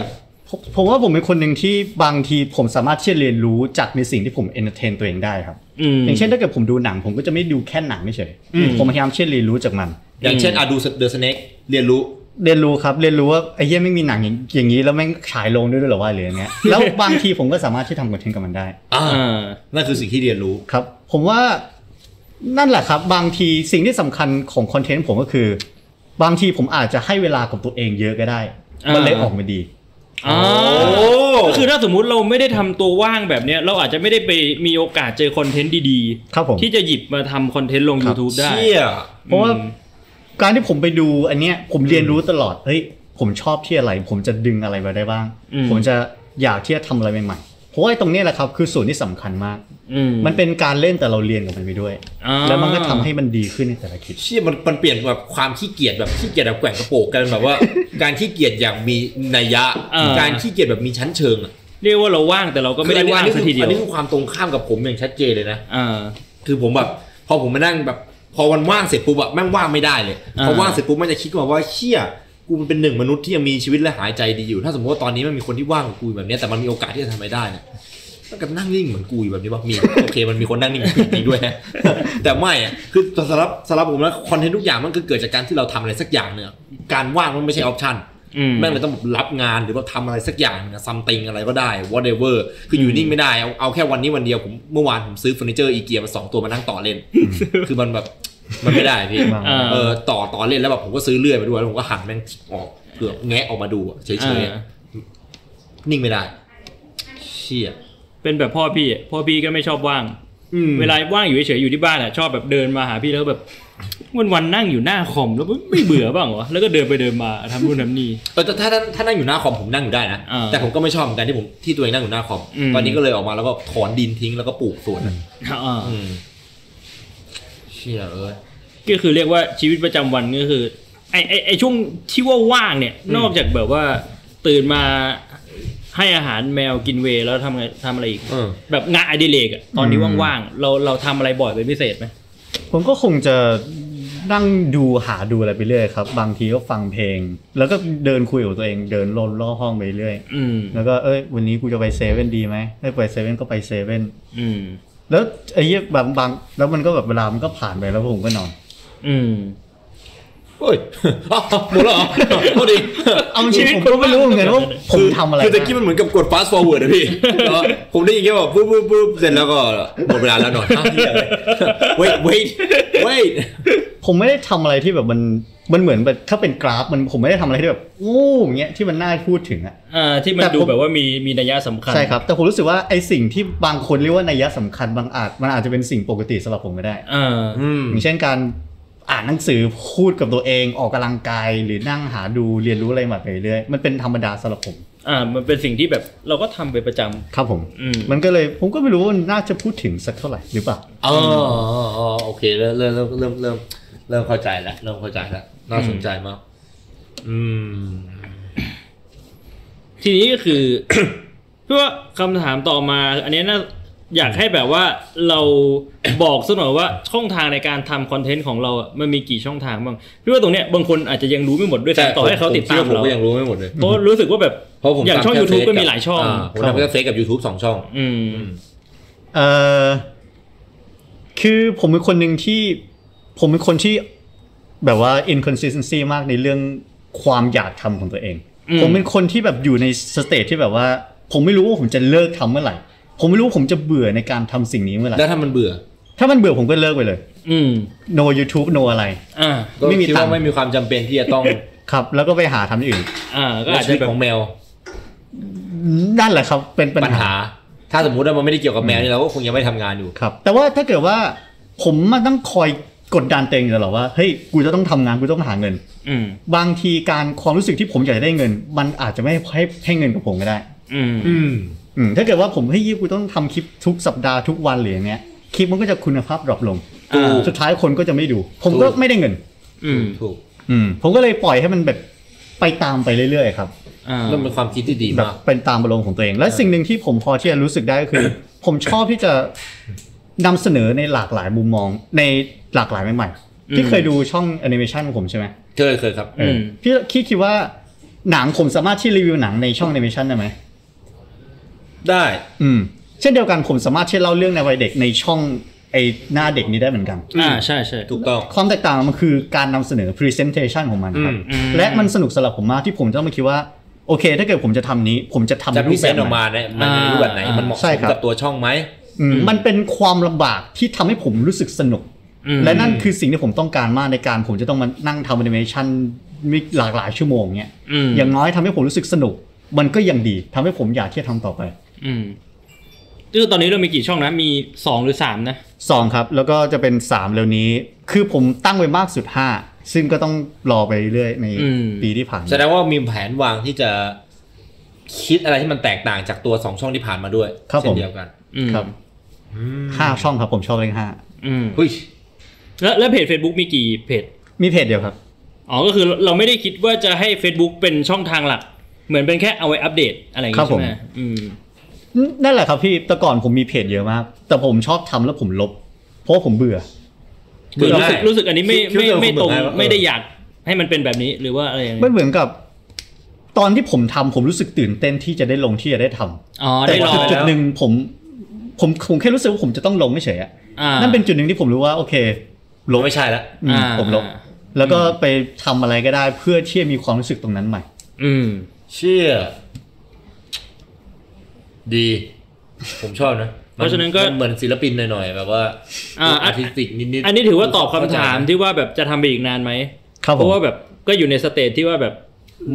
D: ผมผมว่าผมเป็นคนหนึ่งที่บางทีผมสามารถที่จะเรียนรู้จากในสิ่งที่ผมเอนเตอร์เทนตัวเองได้ครับ
A: อืม
D: อย่างเช่นถ้าเกิดผมดูหนังผมก็จะไม่ดูแค่หนังเฉยๆ
C: อืม
D: ผมพยายามเช่นเรียนรู้จากมัน
C: อย่างเช่นอะดูเดอะสเน็กเรียนรู้
D: เรียนรู้ครับเรียนรู้ว่าไอ้เหี้ยไม่มีหนังอย่างอย่างนี้แล้วแม่งฉายลงด้วยด้วยเหรอวะหรืออย่างเงี้ย แล้วบางทีผมก็สามารถที่ทำคอนเทนต์กับมันได้
C: อ่า
A: อ่า
C: นั่นคือสิ่งที่เรียนรู้
D: ครับ ผมว่านั่นแหละครับ บางทีสิ่งที่สำคัญของคอนเทนต์ผมก็คือ บางทีผมอาจจะให้เวลากับตัวเองเยอะก็ได้ มันเลย
A: อ่า
D: ออกมาดี
A: อ๋อ
C: โอ้
A: ก็คือถ้าสมมุติเราไม่ได้ทำตัวว่างแบบเนี้ย เราอาจจะไม่ได้ไปมีโอกาสเจอคอนเทนต์ดี
D: ครับผม
A: ๆ ที่จะหยิบมาทำคอนเทนต์ลง
D: ครับ
A: YouTube ได้
C: เชี่ย
D: เพราะว่า
A: อืม
D: การที่ผมไปดูอันเนี้ยผมเรียนรู้ตลอดเฮ้ยผมชอบที่อะไร ผมจะดึงอะไรมาได้บ้าง
A: อืม
D: ผมจะอยากที่จะทำอะไรใหม่ๆเพราะว่าไอ้ตรงเนี้ยแหละครับคือส่วนที่สำคัญมาก
A: อืม
D: มันเป็นการเล่นแต่เราเรียนกับมันไปด้วย
A: อ่า
D: แล้วมันก็ทำให้มันดีขึ้นในแต่ละคลิป
C: เชี่ยมันมันเปลี่ยนแบบความขี้เกียจแบบขี้เกียจแบบแกว่งกระโปรงกันแบบ ว่า การขี้เกียจอย่างมีนัยยะ
A: อ่า
C: การขี้เกียจแบบมีชั้นเชิงอะ
A: เรียกว่าเราว่างแต่เราก็ไม่ได้
C: คือ
A: ว่าง
C: อันนี้
A: สั
C: คื
A: ก
C: อ
A: ทีเดีย
C: อั
A: วน
C: นี้คือความตรงข้ามกับผมอย่างชัดเจนเลยนะ
A: อ่า
C: คือผมแบบพอผมมานั่งแบบพอวันว่างเสร็จปุ๊บอะแม่งว่างไม่ได้เลยพอ
A: อ่า
C: ว่างเสร็จปุ๊บมันจะคิดว่าว่าเชี่ยกูมันเป็นหนึ่งมนุษย์ที่ยังมีชีวิตและหายใจดีอยู่ ถ้าสมมติว่าตอนนี้มันมีคนที่ว่างกับกูแบบเนี้ยแต่มันมีโอกาสที่จะทำไม่ได้เนี่ยมันก็นั่งนิ่งเหมือนกูอยู่แบบนี้ป่ะมี โอเคมันมีคนนั่งนิ่งเหมือนกูจริงด้วยนะ แต่ไม่อะคือสำหรับสำหรับผมแล้วคอนเทนต์ทุกอย่างมันคือเกิดจากการที่เราทำอะไรสักอย่างเนี่ยการว่างมันไม่ใช่ออปชั่น
A: อืม
C: แม่งเลยต้องแบบรับงานหรือว่าทำอะไรสักอย่างซัมติงอะไรก็ได้ whatever คืออยู่นิ่งไม่ได้ เอาเอาแค่วันนี้วันเดียวผมเมื่อวานผมซื้อเฟอร์นิเจอร์อีเกียมาสองตัวมานั่งต่อเล่น คือมันแบบมันไม่ได้พี่
A: อ่า
C: เออต่อต่อเล่นแล้วแบบผมก็ซื้อเลื่อยมาด้วยแล้วผมก็หันแม่งออกเกือบแงะออกมาดูอะเฉยๆอะ
A: อ่า
C: นิ่งไม่ได้ เชี่ย
A: เป็นแบบพ่อพี่อะพ่อพี่ก็ไม่ชอบว่าง
C: อืม
A: เวลาว่างอยู่เฉยๆอยู่ที่บ้านอ่ะชอบแบบเดินมาหาพี่แล้วแบบวันวันๆนั่งอยู่หน้าคอมแล้วไม่เบื่อบ้างเหรอแล้วก็เดินไปเดินมาทำนู่นทำนี่
C: เออแต่ถ้าถ้าถ้านั่งอยู่หน้าคอมผมนั่งอยู่ได้นะ
A: อ่า
C: แต่ผมก็ไม่ชอบเหมือนกันที่ผมที่ตัวเองนั่งอยู่หน้าคอม
A: อืม
C: ตอนนี้ก็เลยออกมาแล้วก็ถอนดินทิ้งแล้วก็ปลูกสวนอะ
A: อ่า
C: อืมเชี่ยเอ้ย
A: ก็คือเรียกว่าชีวิตประจำวันก็คือไอไอไอช่วงที่ว่าว่างเนี่ยนอกจากแบบว่าตื่นมาให้อาหารแมวกินเวย์แล้วทำไงทำอะไรอีก
C: เออ
A: แบบงานอดิเรกอะตอนนี้
D: อืม
A: ว่างๆเราเราทำอะไรบ่อยเป็นพิเศษไหม
D: ผมก็คงจะนั่งดูหาดูอะไรไปเรื่อยครับ บางทีก็ฟังเพลง แล้วก็เดินคุยกับตัวเองเดินลนล่อบห้องไปเรื่อย
A: อืม
D: แล้วก็เอ้ยวันนี้กูจะไปเซเว่นดีไหมได้ไปเซเว่นก็ไปเซเว่น
A: อืม
D: แล้วไอ้เหี้ยบางบางแล้วมันก็แบบเวลามันก็ผ่านไปแล้วผมก็นอน
A: อืม
C: เฮ้ย อ้าวหมดแล้วเหรอโทษดี
D: เอาจริงๆผมก็ไม่รู้เหมือนกันว่าผมทำอะไร
C: คือตะกี้มันเหมือนกับกด fast forward นะพี่เออผมได้ยินแค่แบบปุ๊บปุ๊บปุ๊บเสร็จแล้วก็หมดเวลาแล้วหน่อย อ้าวเหี้ยเลย wait wait wait
D: ผมไม่ได้ทำอะไรที่แบบมันมันเหมือนแบบถ้าเป็นกราฟมันผมไม่ได้ทำอะไรที่แบบโอ้อย่างเงี้ยที่มันน่าพูดถึงอะ
A: อ่าที่มัน
D: แต่
A: ดู
D: ผม
A: แบบว่ามีมีนัยยะสำคัญ
D: ใช่ครับ แต่ผมรู้สึกว่าไอ้สิ่งที่บางคนเรียกว่านัยยะสำคัญบางอาจ มันอาจจะเป็นสิ่งปกติสำหรับผมก็ได้
A: อ่า
C: อืม
D: อย่างเช่นการอ่านหนังสือพูดกับตัวเองออกกำลังกาย หรือนั่งหาดูเรียนรู้อะไรใหม่ไปเรื่อยมันเป็นธรรมดาสำหรับผม
A: อ่ามันเป็นสิ่งที่แบบเราก็ทำเป็นประจำ
D: ครับผม
A: อืม
D: มันก็เลยผมก็ไม่รู้ว่าน่าจะพูดถึงสักเท่าไหร่หรือเปล่า
C: อ๋ออ๋อโอเคเริ่มเริ่มเริ่มเริ่มเริ่มเริ่มเข้าใจแล้วเริ่มเข้าใจแล้วน่าสนใจมาก อืม
A: ทีนี้ก็คือ เพื่อคำถามต่อมา อันนี้น่า อยากให้แบบว่าเราบอกสักหน่อยว่าช่องทางในการทำคอนเทนต์ของเราอะมันมีกี่ช่องทางบ้างพี่ว่าตรงเนี้ยบางคนอาจจะยังรู้ไม่หมดด้วยซ้ำต่อให้เขาติดตาม
C: ผม
A: เรา
C: ก็ยังรู้ไม่หมดเลย
A: เพราะรู้สึกว่าแบบ
C: เพราะผม
A: อย่างช่อง
C: ทำแค่
A: YouTube
C: เฟซ
A: ก็มีหลายช่อง
C: าผมทำแค่เฟซกับ YouTube สองช่อง
A: อืม
D: เออคือผมเป็นคนหนึ่งที่ผมเป็นคนที่แบบว่า inconsistency มากในเรื่องความอยากทำของตัวเอง
A: อืม
D: ผมเป็นคนที่แบบอยู่ในสเตจที่แบบว่า ผมไม่รู้ว่าผมจะเลิกทำเมื่อไหร่ ผมไม่รู้ว่าผมจะเบื่อในการทำสิ่งนี้เมื่อไหร่
C: แล้วถ้ามันเบื่อ
D: ถ้ามันเบื่อผมก็เลิกไปเลย
A: อืม
D: no YouTube no อะไร
A: อ่า
C: ก็
D: ไม่มี
C: คิด
D: ตัง
C: ว่า
D: ค์
C: ไม่มีความจำเป็นที่จะต้อง
D: ครับ แล้วก็ไปหาทำอย่างอื่น
A: อ่า ก็
C: และ
A: อาจ
C: ชี
A: จะ
C: วิต
A: แบบ
C: ของแมว
D: นั่นแหละครับ เป็นปัญ
C: ปัญ
D: หา
C: หา ถ้าสมมุติว่ามันไม่ได้เกี่ยวกับแมวนี่เราก็คงยังไม่ทำงานอยู่
D: ครับแต่ว่าถ้าเกิดว่าผมมาต้องคอยกดดันตัวเองอยู่ตลอดว่าเฮ้ยกูจะต้องทำงานกูต้องหาเงิน
A: อืม
D: บางทีการความรู้สึกที่ผมอยากจะได้เงิน มันอาจจะไม่ให้ให้เงินกับผมก็ได้
A: อืม
C: อืม
D: อืมถ้าเกิดว่าผมเฮ้ยกูต้องทำคลิปทุกสัปดาห์ทุกวันหรืออย่างเงี้ยคลิปมันก็จะคุณภาพดรอปลง
A: อ่า
D: สุดท้ายคนก็จะไม่ดู ผมก็
C: ถูก
D: ไม่ได้เงิน
A: อืม
C: ถูก
D: อืมผมก็เลยปล่อยให้มันแบบไปตามไปเรื่อยๆครับ
A: อ่า
C: นั่นเป็นความคิดที่ดี
D: แบบ
C: มาก
D: เป็นตามอารมณ์ของตัวเอง และสิ่งหนึ่งที่ผมพอที่จะรู้สึกได้ก็คือ ผมชอบที่จะนำเสนอในหลากหลายมุมมองในหลากหลายใหม่ๆที่เคยดูช่องแอนิเมชันของผมใช่ไหม
C: เคยเคยครับ
A: อืม
D: พี่พี่คิดว่าหนังผมสามารถที่รีวิวหนังในช่องแอนิเมชันได้ไหม
C: ได้
D: อืมเช่นเดียวกันผมสามารถที่เล่าเรื่องในวัยเด็กในช่องไอหน้าเด็กนี้ได้เหมือนกัน
A: อ่าใช่ใช่
C: ถูกต้อง
D: ความแตกต่างมันคือการนำเสนอ presentation ของมันครับ
A: อืม
D: และมันสนุกสำหรับผมมากที่ผมจะต้องมาคิดว่าโอเค ถ้าเกิดผมจะทำนี้ ผมจะทำ
C: จะ
D: ในรู
C: พิ
D: ป
C: เศ
D: แบ
C: ษ
D: บ
C: ออก
D: ไหน
C: มาเนี่ยมันในรูปแบบไหน
A: อ่ามั
C: มันเหมาะส
D: ใช่
C: ม
D: ครับ
C: กับตัวช่องไหม
D: อืมมันเป็นความลำบากที่ทำให้ผมรู้สึกสนุก
A: อืม
D: และนั่นคือสิ่งที่ผมต้องการมากในการผมจะต้องมานั่งทำแอนิเมชันมีหลากหลายชั่วโมงเนี่ย
A: อืม
D: อย่างน้อยทำให้ผมรู้สึกสนุก มันก็ยังดีทำให้ผมอยากที่จะทำต่อไป
A: อืมคือตอนนี้เรามีกี่ช่องนะ มีสองหรือสามนะ
D: สองครับ แล้วก็จะเป็นสามเร็วนี้ คือผมตั้งไว้มากสุดห้าซึ่งก็ต้องรอไปเรื่อยๆใน
A: อืม
D: ปีที่ผ่านมา
C: แสดงว่ามีแผนวางที่จะคิดอะไรที่มันแตกต่างจากตัวสองช่องที่ผ่านมาด้วยเช่นเดียวกัน
A: อืม
D: ครับห้าช่องครับผมชอบเลขห้า
A: อืม
C: หุ้ย
A: แล้วแล้วเพจ Facebook มีกี่เพจ
D: มีเพจเดียวครับ
A: อ๋อ ก็คือเราไม่ได้คิดว่าจะให้ Facebook เป็นช่องทางหลัก เหมือนเป็นแค่เอาไว้อัปเดตอะไรอย่าง
D: ครั
A: งี้
D: บ
A: ใช่ไหม
D: ผม
A: อืม
D: นั่นแหละครับพี่แต่ก่อนผมมีเพจเยอะมาก แต่ผมชอบทำแล้วผมลบ เพราะว่าผมเบื่อ
C: เบื่อ
A: รู้
C: ง่า
A: สึก
C: ย
A: รู้สึกอันนี้ไม่
C: คิด
A: ไม่
C: ว่า
A: ไม่ตรง
C: เบื่อาย
A: ไม่ได้อยากให้มันเป็นแบบนี้หรือว่าอะไรอย่าง
D: มัน
A: เงี้ย
D: เหมือนกับตอนที่ผมทำผมรู้สึกตื่นเต้นที่จะได้ลงที่จะได้ทำ
A: อ๋อ
D: แต่
A: ได้ลอ
D: จุด
A: ง
D: จุดหนึ่งผมผมผมแค่รู้สึกว่าผมจะต้องลงไม่เฉยอะ
A: อ่า
D: นั่นเป็นจุดหนึ่งที่ผมรู้ว่าโอเค
C: ลงไม่ใช่ละ
D: อืม
A: อ่า
D: ผมลงแล้วก็ไปทำอะไรก็ได้เพื่อที่จะมีความรู้สึกตรงนั้นใหม่
A: อืม
C: เชี่ยดี ผมชอบนะ
A: เพราะฉะนั้นก็
C: มัเหมือนศิลปินหน่อยๆแบบว่า
A: อ่า
C: อาร์ติสติกนิดๆ
A: อันนี้ถือว่าตอบคำถาม
C: เข้ใจ
A: ที่ว่าแบบจะทำไปอีกนานไหม
D: ครับผม
A: เพราะว่าแบบก็อยู่ในสเตจที่ว่าแบบ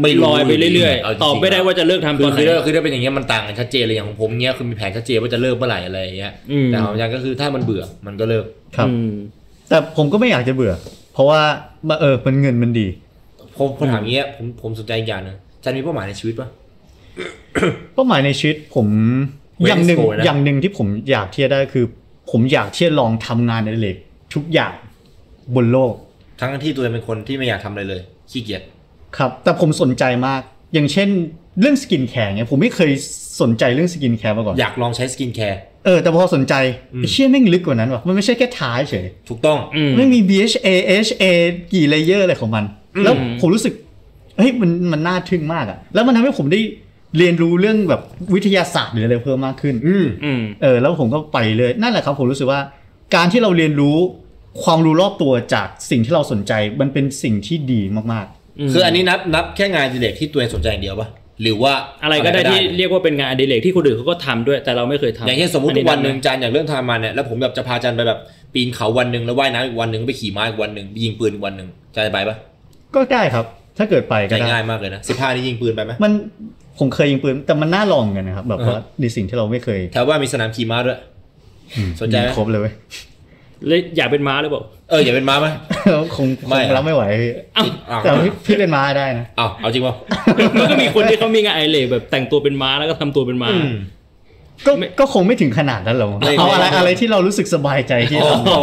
C: ไม่
A: ลอยไปเรื่อย
C: าจง
A: ๆ ตอบไม่ได้ว่าจะเลิกทำ
C: คื
A: ตอ
C: อน
A: ไหน
C: คือถ้าคือถ้าเป็นอย่างเงี้ยมันต่างกันชัดเจนเลยอย่างของผมเงี้ยคือมีแผนชัดเจนว่าจะเลิกเมื่อไหร่อะไรอย่างเงี้ย
A: อืม
C: แต่ของอาจารย์ก็คือถ้ามันเบื่อมันก็เลิก
D: ครับ
A: อืม
D: แต่ผมก็ไม่อยากจะเบื่อ เพราะว่าเออมันเงินมันดี
C: ผมผมถามอย่างเงี้ยผมผมสนใจอีกอย่างหนึงอาจารย์มีเป้าหมายในชีวิตปะ
D: เป้าหมายในชีวิตผม
C: เว้น
D: อย่างหนึ่ง
C: โซนนะ
D: อย่างหนึ่งที่ผมอยากที่จะได้คือ ผมอยากที่จะลองทำงานในเหล็กทุกอย่างบนโลก
C: ทั้งที่ตัวเองเป็นคนที่ไม่อยากทำอะไรเลยขี้เกียจ
D: ครับ แต่ผมสนใจมาก อย่างเช่น เรื่องสกินแคร์เนี่ยผมไม่เคยสนใจเรื่องสกินแคร์มาก่อน
C: อยากลองใช้สกินแคร์
D: เออ แต่พอสนใจ
C: อืม
D: ไอ้เชี่ยแม่งลึกกว่านั้นว่ะ มันไม่ใช่แค่ท้ายเฉย
C: ถูกต้อง
A: อืม
D: ไม่งมี BHA HA กี่เลเยอร์อะไรของมัน
C: อืม
D: แล้วผมรู้สึก เฮ้ย มัน มันน่าทึ่งมากอะแล้วมันทำให้ผมได้เรียนรู้เรื่องแบบวิทยาศาสตร์หรืออะไรเพิ่มมากขึ้น
C: อืม
A: อืม
D: เออ แล้วผมก็ไปเลย นั่นแหละครับ ผมรู้สึกว่า การที่เราเรียนรู้ความรู้รอบตัวจากสิ่งที่เราสนใจ มันเป็นสิ่งที่ดีมาก
C: คืออันนี้นับนับแค่งานอดิเรกที่ตัวเองสนใจอย่างเดียวปะหรือว่า
A: อะไรก็ได้ที่เรียกว่าเป็นงานอดิเรกที่คนอื่นเขาก็ทำด้วย แต่เราไม่เคยทำ
C: อ
A: อย่าง
C: เช่นสมมติทุกวันหนึ่งจานอย่างเรื่องทามันเนี่ยแล้วผมแบบจะพาจันไปแบบปีนเขาวันหนึ่งแล้วว่ายน้ำอีกวันหนึ่งไปขี่ม้าอีกวันหนึ่งไปยิงปืนอีกวันหนึ่งจานจะไปปะ
D: ๆ ก็ได้ครับ ถ้าเกิดไป
C: ใจ
D: ก็ได้
C: ง่ายมากเลยนะสิบห้านี่ยิงปืนไปไหม
D: มันผมเคยยิงปืนแต่มันน่าลองเหมือนกันนะครับ แบบ
C: อ่าฮะ
D: ว่าในสิ่งที่เราไม่เคย
C: แถวว่านมีสนามขี่ม้าด้วย สนใจไหม
D: ครบเลยเว้ย
A: เลยอยากเป็นม้าหรือเปล่า
C: เอออย่าเป็นม้าไหม
D: คงค
C: ไม่
D: ง
C: อะ
D: รับไม่ไหว
C: อ้าวอ้าว
D: แต่พี่พี่เป็นม้าได้นะ
C: อ้าวเอาจริงปะ
A: มันก็มีคนที่เขามีงานอดิเรกแบบแต่งตัวเป็นม้าแล้วก็ทำตัวเป็นม้า
C: อืม
D: ก็
A: ไม่
D: ก็คงไม่ถึงขนาดนั้นหรอก
C: ไม่
D: เอาอะไร
C: ไม่
D: อะไรที่เรารู้สึกสบายใจที่
C: โอ้
D: ท
C: โห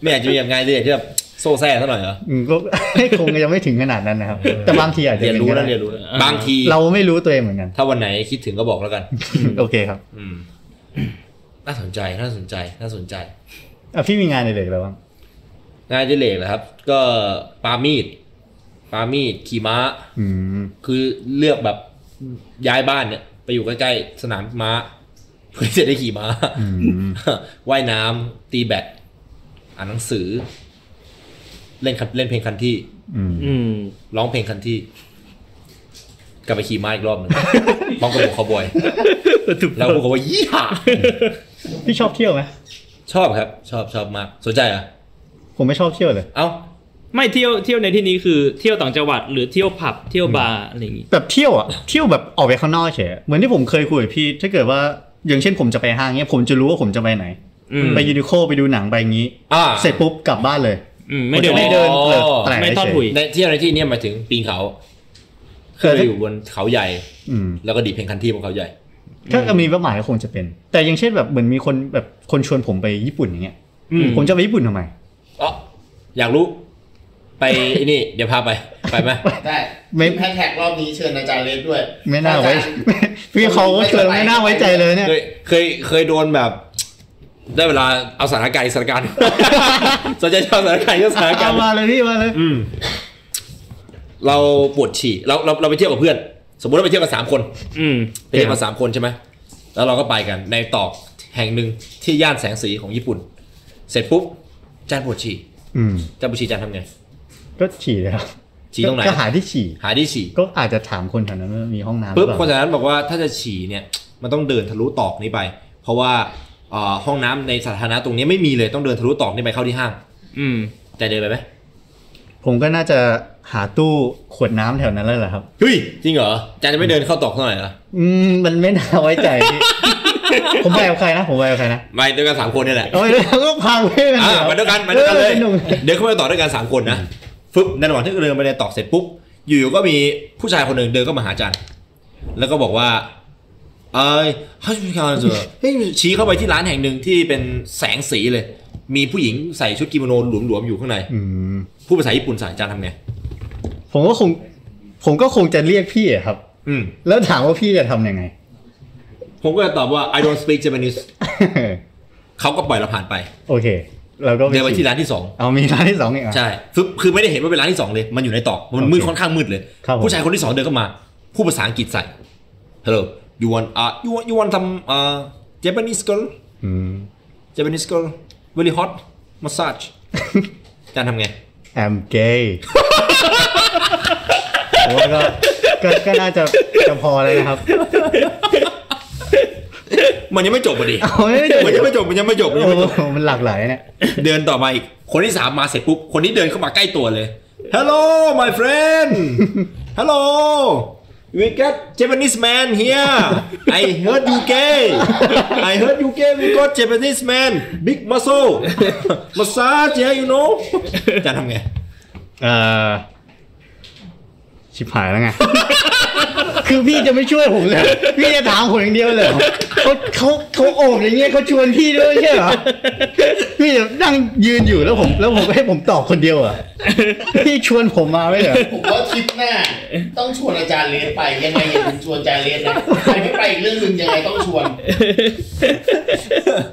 C: ไม่อยากจะมีแบบงานอดิเรกที่แบบโซ่แซ่ซะหน่อยเหรอ
D: ำอืมก็ คงยังไม่ถึงขนาดนั้นนะครับ แต่บางทีอาจจะ
C: เรียนรู้
D: ป็
C: นะ
D: ก็ได้
C: เรียนรู้นะ
A: อ่า
C: บางที
D: เราไม่รู้ตัวเองเหมือนกัน
C: ถ้าวันไหนคิดถึงก็บอกแล้วกัน
D: โอเคครับ
C: อืม น่าสนใจน่าสนใจน่าสนใจ
D: อ่ะพี่มีงานในเด็กอะไรบ้าง
C: งานอดิเลกนะครับ ก็ปามีดปามีดขี่ม้า
D: อืม
C: คือเลือกแบบย้ายบ้านเนี่ย ไปอยู่ใกล้ๆสนามม้า เพื่อจะได้ขี่ม้า
D: อืม
C: ว่ายน้ำตีแบดอ่านหนังสือ เล่นคันเล่นเพลงคันที่
D: อืม
A: อืม
C: ร้องเพลงคันที่ กลับไปขี่ม้าอีกรอบหนึ่ง พร้อมกับหมวกคาวบอย แล้วพวกเขาว่ายี่ห้า
D: พี่ชอบเที่ยวไหม
C: ชอบครับ ชอบชอบมาก สนใจเหรอ่ะ
D: ผมไม่ชอบเที่ยวเลย
C: เอ้า
A: ไม่เที่ยวเที่ยวในที่นี้คือเที่ยวต่างจังหวัดหรือเที่ยวผับเที่ยวบาร์อะไรอย่างงี้
D: แบบเที่ยวอ่ะ เที่ยวแบบออกไปข้างนอกเฉยเหมือนที่ผมเคยคุยกับพี่ ถ้าเกิดว่าอย่างเช่นผมจะไปห้างเนี้ย ผมจะรู้ว่าผมจะไปไหน
A: อืม
D: ไปยูนิโคไปดูหนังไปอย่างงี้
C: อ่า
D: เสร็จปุ๊บกลับบ้านเลย
A: อืมไม่เดิน
D: ผ
A: ไม่
D: จะ
A: เดิน
D: นเออแปลก
A: ไม่ทอด
D: เฉย
A: หุย
C: ในเที่ยวในที่เนี้หมายถึงปีนเขาเคยอยู่บนเขาใหญ่
D: อืม
C: แล้วก็ดีดเพลงคันที่บนเขาใหญ่
D: ถ้ามีเป้าหมายก็คงจะเป็น แต่อย่างเช่นแบบเหมือนมีคนแบบคนชวนผมไปญี่ปุ่นอย่างเงี้ย
A: อืม
D: ผมจะไปญี่ปุ่นทำไม
C: อ๋ออยากรู้ ไป ไอ้นี่ เดี๋ยวพาไป ไปไหม
B: ได้
D: ไม่
B: แฮชแท็กรอบนี้เชิญอาจารย์เลสด้วย
D: ไม่น่า ไว้
B: อจรย์
D: พี่เขาก็เชิญไม่น่าไว้ใจเลยเนี่ย
C: เคยเคยเคยโดนแบบ ได้เวลาเอาสถานการณ์อีกสถานการณ์ สนใจชอบสถานการณ์ก็สถานการ
D: เอา
C: ณ์
D: มาเลยพี่มาเลย
C: อืม เราปวดฉี่เราเราเราไปเที่ยวกับเพื่อน สมมติเราไปเที่ยวกันสามคน
A: อืม
C: ไปเที่ยวกันสามคนใช่ไหม แล้วเราก็ไปกันในตอกแห่งหนึ่งที่ย่านแสงสีของญี่ปุ่น เสร็จปุ๊บจานปวดฉี่
D: อืม
C: จานปวดฉี่จานทำไง
D: ก็ฉี่เลยครับ
C: ฉี่ตรงไหน
D: ก็หาที่ฉี่
C: หาที่ฉี่
D: ก็อาจจะถามคนแถวนั้นว่ามีห้องน้ำหรื
C: ปุ๊
D: อบ เปล่า
C: คนจากนั้นบอกว่าถ้าจะฉี่เนี่ยมันต้องเดินทะลุตอกนี้ไป เพราะว่าเอ่อห้องน้ำในสาธารณะตรงนี้ไม่มีเลยต้องเดินทะลุตอกนี้ไปเข้าที่ห้าง
A: อืม
C: ใจเดินไปไหม
D: ผมก็น่าจะหาตู้ขวดน้ำแถวนั้นเลยแหละครับ
C: เฮ้ยจริงเหรอจานจะไม่เดินเข้าตอกเท่าไหร่ละ
D: อืม มันไม่น่าไว้ใจพี่ ผมไปกับใครนะ ผมไปกับใครนะ
C: ไปด้วยกันสามคนนี่แหละ
D: โอ้ยแล้วก็พังพี่
C: อ่ะ
D: เดี๋
C: ไปด้วยกันไปด้วยกันเล
D: อย อหม
C: เดินเข้าไปตอกด้วยกันสามคนนะฟึบในระหว่างที่เดินไปในตอกเสร็จปุ๊บอยู่ๆก็มีผู้ชายคนหนึ่งเดินเข้ามาหาจันแล้วก็บอกว่าเอยเฮ้ยเฮ้ยชี้เข้าไปที่ร้านแห่งหนึ่งที่เป็นแสงสีเลย มีผู้หญิงใส่ชุดกิโมโนหลวมๆอยู่ข้างใน
D: อืม
C: พูดภาษาญี่ปุ่นสายจานทำไง
D: ผมก็คง ผมก็คงจะเรียกพี่อะครับ
C: อืม
D: แล้วถามว่าพี่จะทำยังไง
C: ผมก็จะตอบว่า I don't speak Japanese เขาก็ปล่อยเราผ่านไป
D: โอเค เราก็
C: เดินไปที่ร้านที่สอง
D: เอามีร้านที่สองอีกเหรอ่ะ
C: ใช่คือคือไม่ได้เห็นว่าเป็นร้านที่สองเลย มันอยู่ในตอก มันมืด
D: โอเค
C: ค่อนข้างมืดเลย
D: ครับผม
C: ผู้ชายคนที่สองเดินเข้ามา พูดภาษาอังกฤษใส่ Hello you want uh you want you want some uh Japanese girl
D: อืม
C: Japanese girl very hot massage จานทำไง
D: แอมเก ย์ผมว่าก็ก็ก็น่าจะจะพอเลยนะครับ
C: มันยังไม่จบอ่ะดิ
D: เอาไม่ได้
C: มันยังไม่จบ มันยังไม่จบ มันยัง
D: โอ้
C: ไม่จบ
D: โหมันหลากหลายเนี่ย
C: เดินต่อมาอีก คนที่สามมาเสร็จปุ๊บ คนที่เดินเข้ามาใกล้ตัวเลย Hello my friend Hello we got Japanese man here I heard you gay I heard you gay we got Japanese man big muscle massage yeah you know จะทำไง
D: เออชิบหายแล้วไง คือพี่จะไม่ช่วยผมเลย พี่จะถามผมอย่างเดียวเลยเหรอเขาเขาเขาโอบอย่างเงี้ยเขาชวนพี่ด้วยไม่ใช่เหรอ พี่จะนั่งยืนอยู่แล้วผม แล้วผมให้ผมตอบคนเดียวเหรอ่ะ พี่ชวนผมมาไม่เหรอ
B: ผมว่าคลิปหน้า ต้องชวนอาจารย์เลสไปยังไงอย่าลืมชวนอาจารย์เลสนะใครไม่ไปอีกเรื่องหนึ่งยังไงต้องชวน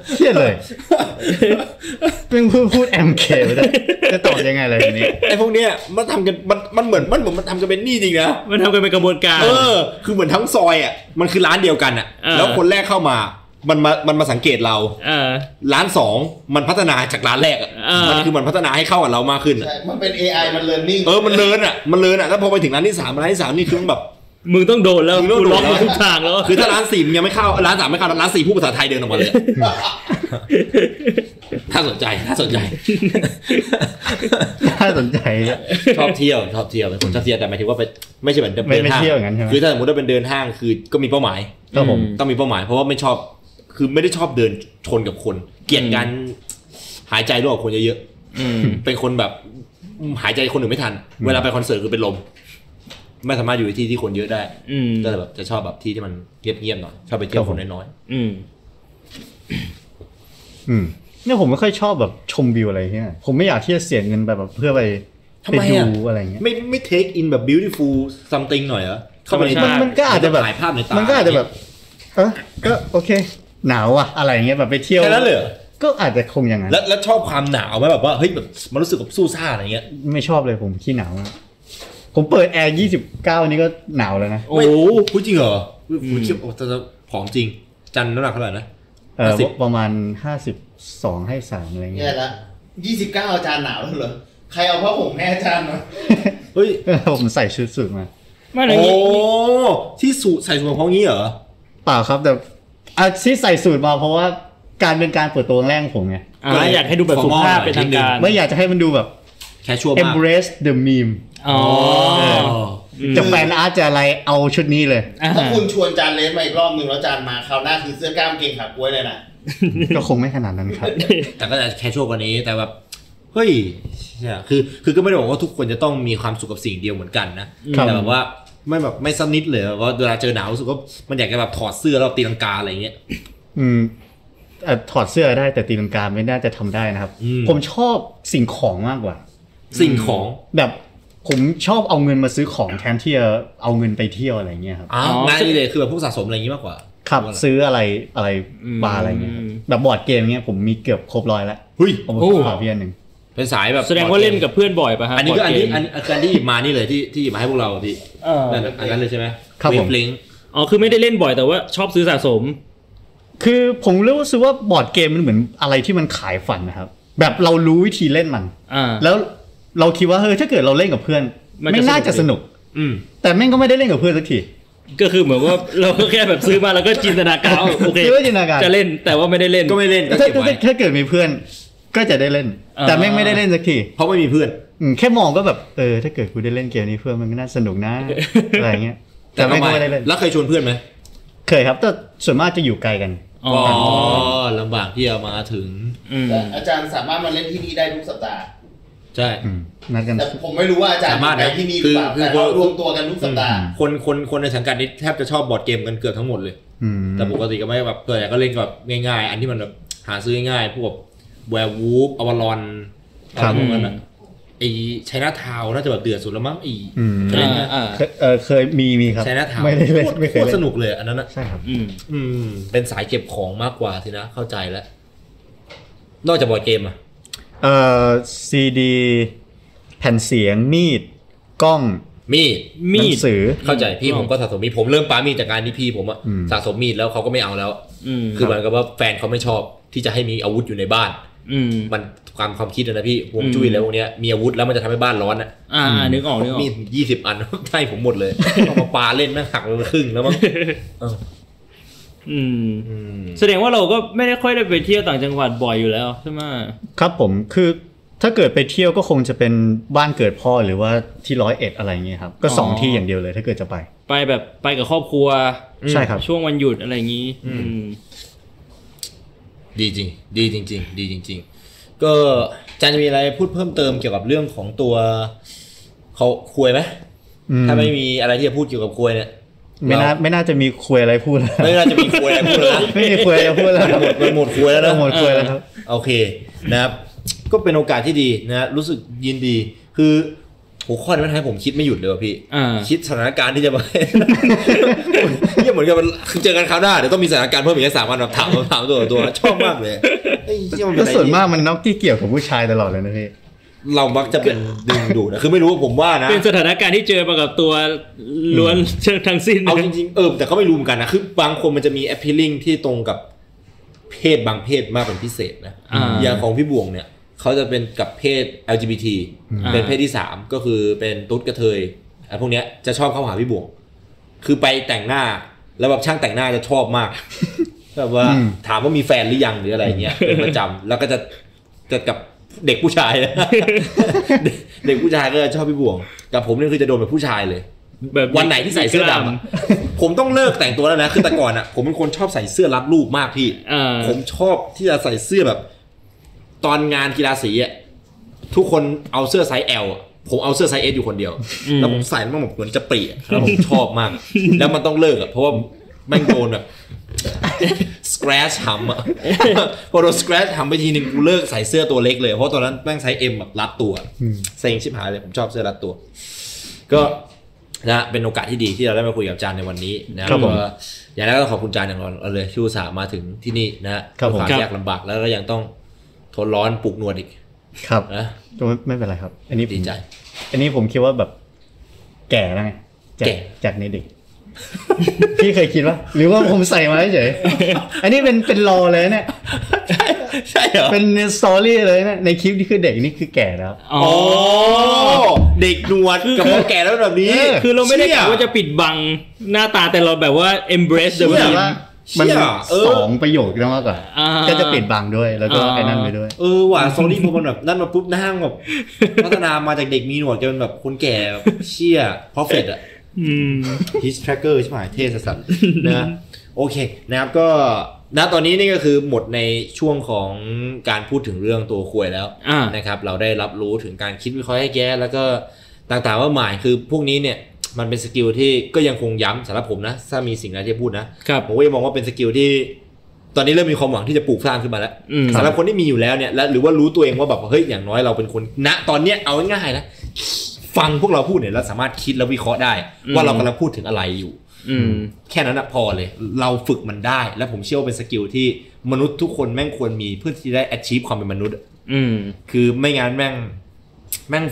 D: เชี่ย เลยเป็นพูดพูดแอมเคไปได้จะตอบยังไงเลยทีนี้
C: ไอพวกเนี้ยมันทำกันมันมันเหมือนมันเหมือนมันทำกันเป็นหนี้จริงนะ
A: มันทำกันเป็นกระบวนการ
C: เออ คือเหมือนทั้งซอยอ่ะ มันคือร้านเดียวกันอ่ะ
A: เออ
C: แล้วคนแรกเข้ามา มันมา มันมาสังเกตเรา
A: เออ
C: ร้านสองมันพัฒนาจากร้านแรกอะ
A: เออ
C: มันคือมันพัฒนาให้เข้ากับเรามากขึ้นอะ
B: ใช่ มันเป็น AI มัน learning
C: เออมันเลินอ่ะมันเลินอ่ะแล้วพอไปถึงร้านที่สามร้านที่สามนี่คือแบบ
A: มึงต้องโดนแล้ว
C: มึงต้อ
A: กู
C: งโดน
A: ล็อก
C: แล้ว
A: มึงทุกทางแล้ว
C: คือถ้าร้านสี่มันยังไม่เข้าร้านสามไม่เข้าร้านสี่พูดภาษาไทยเดินออกมาเลยถ้าสนใจถ้าสนใจ
D: น่าสนใจ
C: ชอบเที่ยวชอบเที่ยวเป็นคนชอบเที่ยวแต่หมายถึงว่าไปไม่ใช่เหมือนเดิน
D: ไม่ไม่
C: ห้าง
D: เที่ยวอย่างนั้นใช่ไหม
C: คือถ้าสมมติว่าเป็นเดินห้างคือก็มีเป้าหมาย
D: ครับผม
C: ต้องมีเป้าหมายเพราะว่าไม่ชอบคือไม่ได้ชอบเดินชนกับคน เกลียดการหายใจร่วมกับคนเยอะๆ
A: อืม
C: เป็นคนแบบหายใจคนอื่นไม่ทัน เวลาไปคอนเสิร์ตคือเป็นลม ไม่สามารถอยู่ในที่ที่คนเยอะได้
A: อืม
C: ก็เลยแบบจะชอบแบบที่ที่มันเงียบๆหน่อยชอบไปเที่ยวคนน้อย
A: อืม
D: อืมเนี่ยผมไม่ค่อยชอบแบบชมวิวอะไรที่ไหนผมไม่อยากที่จะเสียเงินไปแบบเพื่อไป
C: ๆ
D: ไปดูอะไรเงี้ย
C: ไม่ไม่ take in แบบ beautiful something หน่อยเหรอเข้าไปใน
A: ธรรมชาติ
D: มันมันก็อาจจะแบบ
C: ถ่ายภาพในตา
D: มั
C: มั
D: นก็อาจจะแบบเออก็โอเค หนาวอะอะไรอย่างเงี้ยแบบไปเที่ยว
C: แค่นั้นเลยเหรอ
D: ก็อาจจะคงอย่างนั้น
C: แล้วแล้วชอบความหนาวไหมแบบว่าเฮ้ยแบบมันรู้สึกแบบสู้ซ่าอะไรเงี้ย
D: ไม่ชอบเลยผมขี้หนาวมากผมเปิดแอร์29 นี่ก็หนาวแล้วนะ
A: โอ้โห
C: ไม่พูดจริงเหรอพูด
A: อืม
C: พูดเทียบโอ้แต่ผอมจริง จันน้ำหนักเท่าไหร่นะ
D: เออ
C: ห้าสิบ
D: ประมาณ 52ให้3อะไร
B: แย่
D: เงี้ย
B: ละยี่สิบเก้าอาจารย์หนาวแล้วเหรอ ใครเอาผ้าห่มให้อาจารย์มา
C: เฮ้ย
D: ผมใส่ชุดสูทมา
A: ไม่เลย
C: โอ้
A: งี้
C: ที่สูใส่สูทของงี้เหรอ
D: เปล่าครับแต่อาที่ใส่สูตรมาเพราะว่าการเป็นการเปิดตัวครั้งแรกของผมไง
A: อ่ะอยากให้ดูแบบสุภาพเป็นทางการ
D: ไม่อยากจะให้มันดูแบบ
C: แคชชัวมาก
D: embrace the meme
A: อ๋อ
C: เออ
D: จะแฟนอาร์ตจะอะไรเอาชุดนี้เลย
A: อ่า
B: ถ้าคุณชวนอาจารย์เลสมาอีกรอบหนึ่งแล้วอาจารย์มาคราวหน้าคือเสื้อกล้ามเกงขากล้วยเลยนะ
D: ก็คงไม่ขนาดนั้นครับ
C: แต่ก็จะแคชชวลกว่านี้แต่แบบเฮ้ยเนี่ยคือคือก็ไม่ได้บอกว่าทุกคนจะต้องมีความสุขกับสิ่งเดียวเหมือนกันนะครับ แต่แบบว่าไม่แบบไม่สกนิดเลยว่าเวลาเจอหนาวรู้สึกว่ามันอยากจะแบบถอดเสื้อแล้วตีลังกาอะไรเงี้ย
D: อืมเอ่อถอดเสื้อได้แต่ตีลังกาไม่น่าจะทำได้นะครับ
C: อืม
D: ผมชอบสิ่งของมากกว่า
C: สิ่งของ
D: แบบผมชอบเอาเงินมาซื้อของแทนที่จะเอาเงินไปเที่ยวอะไรเงี้ยครับ
C: อ้าวงานอดิเลยคือแบบพวกสะสมอะไรอย่างงี้มากกว่า
D: ครับ
C: ซื้อ
D: ซื้ออะไรอะไรบาร์อะไรเงี้ยครับแบบบอร์ดเกมเงี้ยผมมีเกือบครบร้อยแล้ว
C: เฮ้ย
D: ผมก็ขอเพียงหนึ่ง
C: เป็นสายแบบ
A: แสดงว่าเล่นกับเพื่อนบ่อยป่ะฮะ
C: อันนี้ก็อันนี้
A: บร์ดเม
C: อันนี้คืออันที่หยิบมานี่เลยที่ที่หยิบมาให้พวกเราอะพี่
A: เออ
C: นั่นอันนั้นเลยใช่ไหม
D: ครับผม
C: เวฟลิง
A: อ๋อคือไม่ได้เล่นบ่อยแต่ว่าชอบซื้อสะสม
D: คือผมรู้สึกว่าบอร์ดเกมมันเหมือนอะไรที่มันขายฝันนะครับ แบบเรารู้วิธีเล่นมัน
A: อ่า
D: แล้วเราคิดว่าเฮ้ยถ้าเกิดเราเล่นกับเพื่อน
A: มันจะ
D: ไม่น่าจะสนุก
C: อืม
D: แต่แม่งก็ไม่ได้เล่นกับเพื่อนสักที
A: ก็คือเหมือนว่าเราก็แค่แบบซื้อมาแล้วก็จินตนา การเอาโอเค
D: คิดว่าจินตนาการ
A: จะเล่นแต่ว่าไม่ได้เล่น
C: ก็ไม่เล่นก็
D: ถ้า
C: เก็บ
D: ถ้า
C: ไว้
D: ถ้าถ้าเกิดมีเพื่อนก็จะได้เล่น
A: อ่า
D: แต่แม่งไม่ได้เล่นสักที
C: เพราะไม่มีเพื่อน
D: อืมแค่มองก็แบบเออถ้าเกิดกูได้เล่นเกมนี้เพื่อนมันก็น่าสนุก นะอะไรเงี้ยแต่แม่งก็ไม่ได้เล่น
C: แล้วเคยชวนเพื่อนไหม
D: เคยครับแต่ส่วนมากจะอยู่ไกลกัน
A: อ๋อ
C: อ๋อ
A: อ๋อ
C: ลำบากที่จะมาถึง
A: อืม
B: แต่อาจารย์สามารถมาเล่นที่นี่ได้ทุกสัปดาห์
C: ใช่
D: อืมนัดกัน
B: แต่ผมไม่รู้ว่าอาจารย์
C: สามารถนะ
B: ไปที่นี่หรือเปล่า
C: คือคือ
B: แต่เรารวมตัวกันทุกสัปดาห์
D: อืม
C: คนคนคนในสังกัดนี้แทบจะชอบบอร์ดเกมกันเกือบทั้งหมดเลย
D: อืม
C: แต่ปกติก็ไม่แบบตัวใหญ่ก็เล่นแบบง่ายๆ อันที่มันแบบหาซื้อง่ายๆ พวกแวร์วูฟอวารอนอะไรพวกนั้นอะไอ้ชยนาทาวน่าจะแบบเดือดสุดแล้วมั้งไอี
D: อืม
C: เคยเล่นไหม
A: อ่า
D: เคยเออเคยมีมีครับ
C: ชยนาทาว
D: ไม่ได้เล่น
C: โคตร
D: ไม่เคย
C: โคตร
D: เล่
C: ส
D: น
C: นุกเลยอันนั้นอะ
D: ใช่ครับ
A: อืม
C: อืม เป็นสายเก็บของมากกว่าทีนะ เข้าใจแล้ว นอกจากบอร์ดเกมอะ
D: เอ่อซีดีแผ่นเสียงมีด กล้อง
C: มีด
D: หนั
A: มีด
D: สือ
C: เข้าใจพี่
A: อืม
C: ผมก็สะสมมีดผมเริ่มปามีดจากการที่พี่ผมอะ
D: อืม
C: สะสมมีดแล้วเขาก็ไม่เอาแล้ว
A: อืม
C: คือเหมันก็ว่าแฟนเขาไม่ชอบที่จะให้มีอาวุธอยู่ในบ้าน
A: อืม
C: มันความความคิดอะนะพี่ฮวง
A: อืม
C: จุ้ยแล้วพวกเนี้ยมีอาวุธแล้วมันจะทำให้บ้านร้อนอะ
A: อ่าอ่านึกออกนึกออก
C: มียี่สิบอัน ให้ผมหมดเลยเอามาปาเล่นแม่งหักมันครึ่งแล้วมั้งเออ
A: อืม
C: อืม
A: แสดงว่าเราก็ไม่ได้ค่อยได้ไปเที่ยวต่างจังหวัดบ่อยอยู่แล้วใช่ไหม
D: ครับผมคือถ้าเกิดไปเที่ยวก็คงจะเป็นบ้านเกิดพ่อหรือว่าที่ร้อยเอ็ดอะไรอย่างเงี้ยครับ ก็สองที่อย่างเดียวเลยถ้าเกิดจะไป
A: ไปแบบไปกับครอบครัว
D: ใช่ครับ
A: ช่วงวันหยุดอะไรอย่างนี้ อืม
C: ดีจริง ดีจริง ๆ ดีจริง ๆ ก็อาจารย์จะมีอะไรพูดเพิ่มเติมเกี่ยวกับเรื่องของตัวเขาควยไหม
D: อืม
C: ถ้าไม่มีอะไรที่จะพูดเกี่ยวกับควยเนี่ย
D: ไม่น่าไม่น่าจะมีคุยอะไรพูดแล้ว
C: ไม่น่าจะมีควยอะไรพูดแล้วนะ
D: ไม่มีคุยอะไรพูดแล้วครับ
C: หมดมันหมดควยแล้วนะ
D: หมดคุยแล้วครับ
C: โอเคนะครับ ก็เป็นโอกาสที่ดีนะรู้สึกยินดี คือหัวข้อนี้มันทำให้ผมคิดไม่หยุดเลยว่ะพี่
A: อ่า
C: คิดสถานการณ์ที่จะมา เยี่ยเหมือนกับมันคือเจอกันคราวหน้าเดี๋ยวต้องมีสถานการณ์เพิ่มอีกแค่สามวันแบบถามถามตัวต่อตัวนะชอบมากเลยเอ้ยเหี้ยมัเป็
D: ก็
C: อะไร
D: ส่วน
C: ที่
D: มากมันนอกที่เกี่ยวกับผู้ชายตลอดเลยนะพี่
C: เรามักจะเป็นดึงดูดนะคือไม่รู้ว่าผมว่านะ
A: เป็นสถานการณ์ที่เจอมากับตัวล้วนเชิงทั้งสิ้น
C: เอาจริงๆเออแต่ก็ไม่รู้เหมือนกันนะคือบางคนมันจะมี appealing ที่ตรงกับเพศบางเพศมากเป็นพิเศษนะ
A: อ่า
C: อย่างของพี่บวงเนี่ยเขาจะเป็นกับเพศ LGBT
A: อ่า
C: เป็นเพศที่สามก็คือเป็นตุ๊ดกระเทยไอ้พวกเนี้ยจะชอบเข้าหาพี่บวง คือไปแต่งหน้าแล้วแบบช่างแต่งหน้าจะชอบมาก แบบว่า
D: อืม
C: ถามว่ามีแฟนหรือยังหรืออะไรเงี้ยเป็นประจำแล้วก็จะจะกับเด็กผู้ชายนะ เด็กเด็กผู้ชายก็จะชอบพี่บวงกับผมเนี่ยคือจะโดนแบบผู้ชายเลย
A: แบบ
C: วันไหนที่ใส่เสื้อดำอะผมต้องเลิกแต่งตัวแล้วนะ คือแต่ก่อนอ่ะ ผมเป็นคนชอบใส่เสื้อรัดรูปมากพี่
A: อ่า
C: ผมชอบที่จะใส่เสื้อแบบ ตอนงานกีฬาสีอ่ะทุกคนเอาเสื้อไซส์ L อะผมเอาเสื้อไซส์ S อยู่คนเดียว
A: อืม
C: แล้วผมใส่มันแบบเหมือนจะปรีอะแล้วผมชอบมาก แล้วมันต้องเลิกอ่ะเพราะว่าแม่งโดนแบบ scratch หำอ่ะ พอโดน scratch หำไปทีนึงกูเลิกใส่เสื้อตัวเล็กเลยเพราะตอนนั้นแม่งไซส์ M แบบรัดตัวเซ็งชิบหายเลยผมชอบเสื้อรัดตัว ก็ นะเป็นโอกาสที่ดีที่เราได้มาคุยกับอาจารย์ในวันนี้นะครับ
D: ผม
C: ก็อย่างแรกก็ขอบคุณอาจารย์อย่างร้อนเลยที่อุตส่าห์มาถึงที่นี่นะ
D: ครั
C: ด้ว
D: บ
C: ย
D: ผม
C: ความ
A: ครับ
C: ยากลำบากแล้วก็ยังต้องทนร้อนปลูกหนวดอีก
D: ครับ
C: นะ
D: ไม่ไม่เป็นไรครับ อันนี้ผม
C: ดีใจ
D: อันนี้ผมคิดว่าแบบแก่แล้วไงจาก
C: แก่
D: จากในเด็ก พี่เคยคิดว่า หรือว่าผมใส่มาเฉยอันนี้เป็นเป็นรอเลยเนี่ย
C: ใช่เหรอ
D: เป็นสตอรี่เลยนะในคลิปที่คือเด็กนี่คือแก่แล้ว
A: อ๋อ
C: โอ้เด็กหนวดกับพ่อแก่แล้วแบบนี้
D: เออ
A: คือเราไม่ได้
C: ชี่ย
A: กะว่าจะปิดบังหน้าตาแต่เราแบบว่า embrace the
C: เชี่ย
A: meme
D: ว่ามัน
C: เชี่ยเออ
D: สองประโยคนะมากกว่า
A: อ่า
D: ก็จะปิดบังด้วยแล้วก็
A: อ่า
D: ไอ้นั่นไปด้วย
C: เออว่ะ ซอรี่พอมันแบบนั่นมาปุ๊บหน้าแบบพัฒนามาจากเด็กมีหนวดจนแบบคนแก่แบบเชี่ยพอเฟตอะ
A: อืม
C: ฮิสแทร็กเกอร์ใช่ไหมเท่สัสๆนะ โอเคนะครับก็ณตอนนี้นี่ก็คือหมดในช่วงของการพูดถึงเรื่องตัวควยแล้ว
A: อ่าน
C: นะครับ เราได้รับรู้ถึงการคิดวิเคราะห์แยกแยะแล้วก็ต่างๆว่าหมายคือพวกนี้เนี่ยมันเป็นสกิลที่ก็ยังคงย้ำสำหรับผมนะ ถ้ามีสิ่งอะไรที่จะพูดนะ
A: ครับ
C: ผมก็ยังมองว่าเป็นสกิลที่ ตอนนี้เริ่มมีความหวังที่จะปลูกสร้างขึ้นมาแล้ว
A: อืม
C: สำหรับคนที่มีอยู่แล้วเนี่ยและหรือว่ารู้ตัวเองว่าแบบเฮ้ยอย่างน้อยเราเป็นคนณตอนเนี้ยเอาง่ายๆนะฟังพวกเราพูดเนี่ยเราสามารถคิดและวิเคราะห์ได้ ว่าเรากำลังพูดถึงอะไรอยู่
A: อืม
C: แค่นั้นนะพอเลย เราฝึกมันได้ และผมเชื่อว่าเป็นสกิลที่มนุษย์ทุกคนแม่งควรมีเพื่อที่จะได้ achieve ความเป็นมนุษย์
A: อืม
C: คือไม่งั้นแม่งแม่ง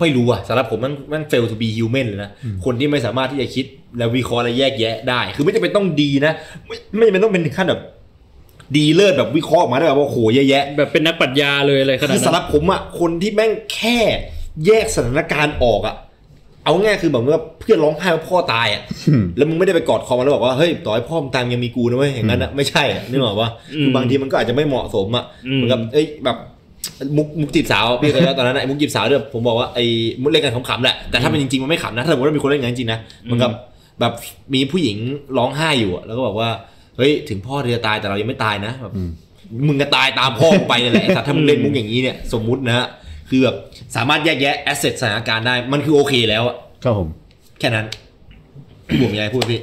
C: ไม่รู้อะสำหรับผมแม่งแม่ง fail to be human เลยนะ คนที่ไม่สามารถที่จะคิดและวิเคราะห์และแยกแยะได้ คือไม่จำเป็นต้องดีนะ ไม่ไม่จำเป็นต้องเป็นถึงขั้นแบบ ดีเลิศแบบวิเคราะห์ออกมาได้แบบว่าโอ้โหเยอะแยะ
A: แบบเป็นนักปรัชญาเลยอะไรขนาด
C: คือ
A: นั้
C: สำห
A: น
C: รับผมอะคนที่แม่งแค่แยกสถานการณ์ออกอะเอาง่ายคือแบบว่าเพื่อนร้องไห้ว่าพ่อตาย อะ
D: อืม
C: แล้วมึงไม่ได้ไปกอดคอมันแล้วบอกว่าเฮ้ยต่อให้พ่อมงตายยังมีกูนะเว้ยอย่างนั้นอะไม่ใช่อะนึกออกปะ
A: อืม
C: คือบางทีมันก็อาจจะไม่เหมาะสมอะ
A: อืม
C: เหมือนกับเอ้ยแบบมุกมุกจีบสาวอะพี่เคยเล่าตอนนั้นอะไอ้มุกจีบสาวเนี่ยผมบอกว่าไอ้มุกเล่นกันขำๆแหละแต่ถ้าเป็นจริงๆมันไม่ขำนะถ้าสมมติว่ามีคนเล่นอย่างนั้นจริงนะเหมันกับแบบมีผู้หญิงร้องไห้อยู่อะแล้วก็บอกว่าเฮ้ยถึงพ่อเธอจะตายแต่เรายังไม่ตายนะแบบ มึงก็ตายตามพ่อมึงไปนั่นแหละไอ้สัตว์ถ้ามึงเล่นมุกอย่างนี้เนี่ยสมมุตินะฮะคือแบบสามารถแยกแยะแอสเซทสถานการณ์ได้มันคือโอเคแล้วอะ
D: ครับผม
C: แค่นั้น พี่บุ๋มยังไงพูดพี่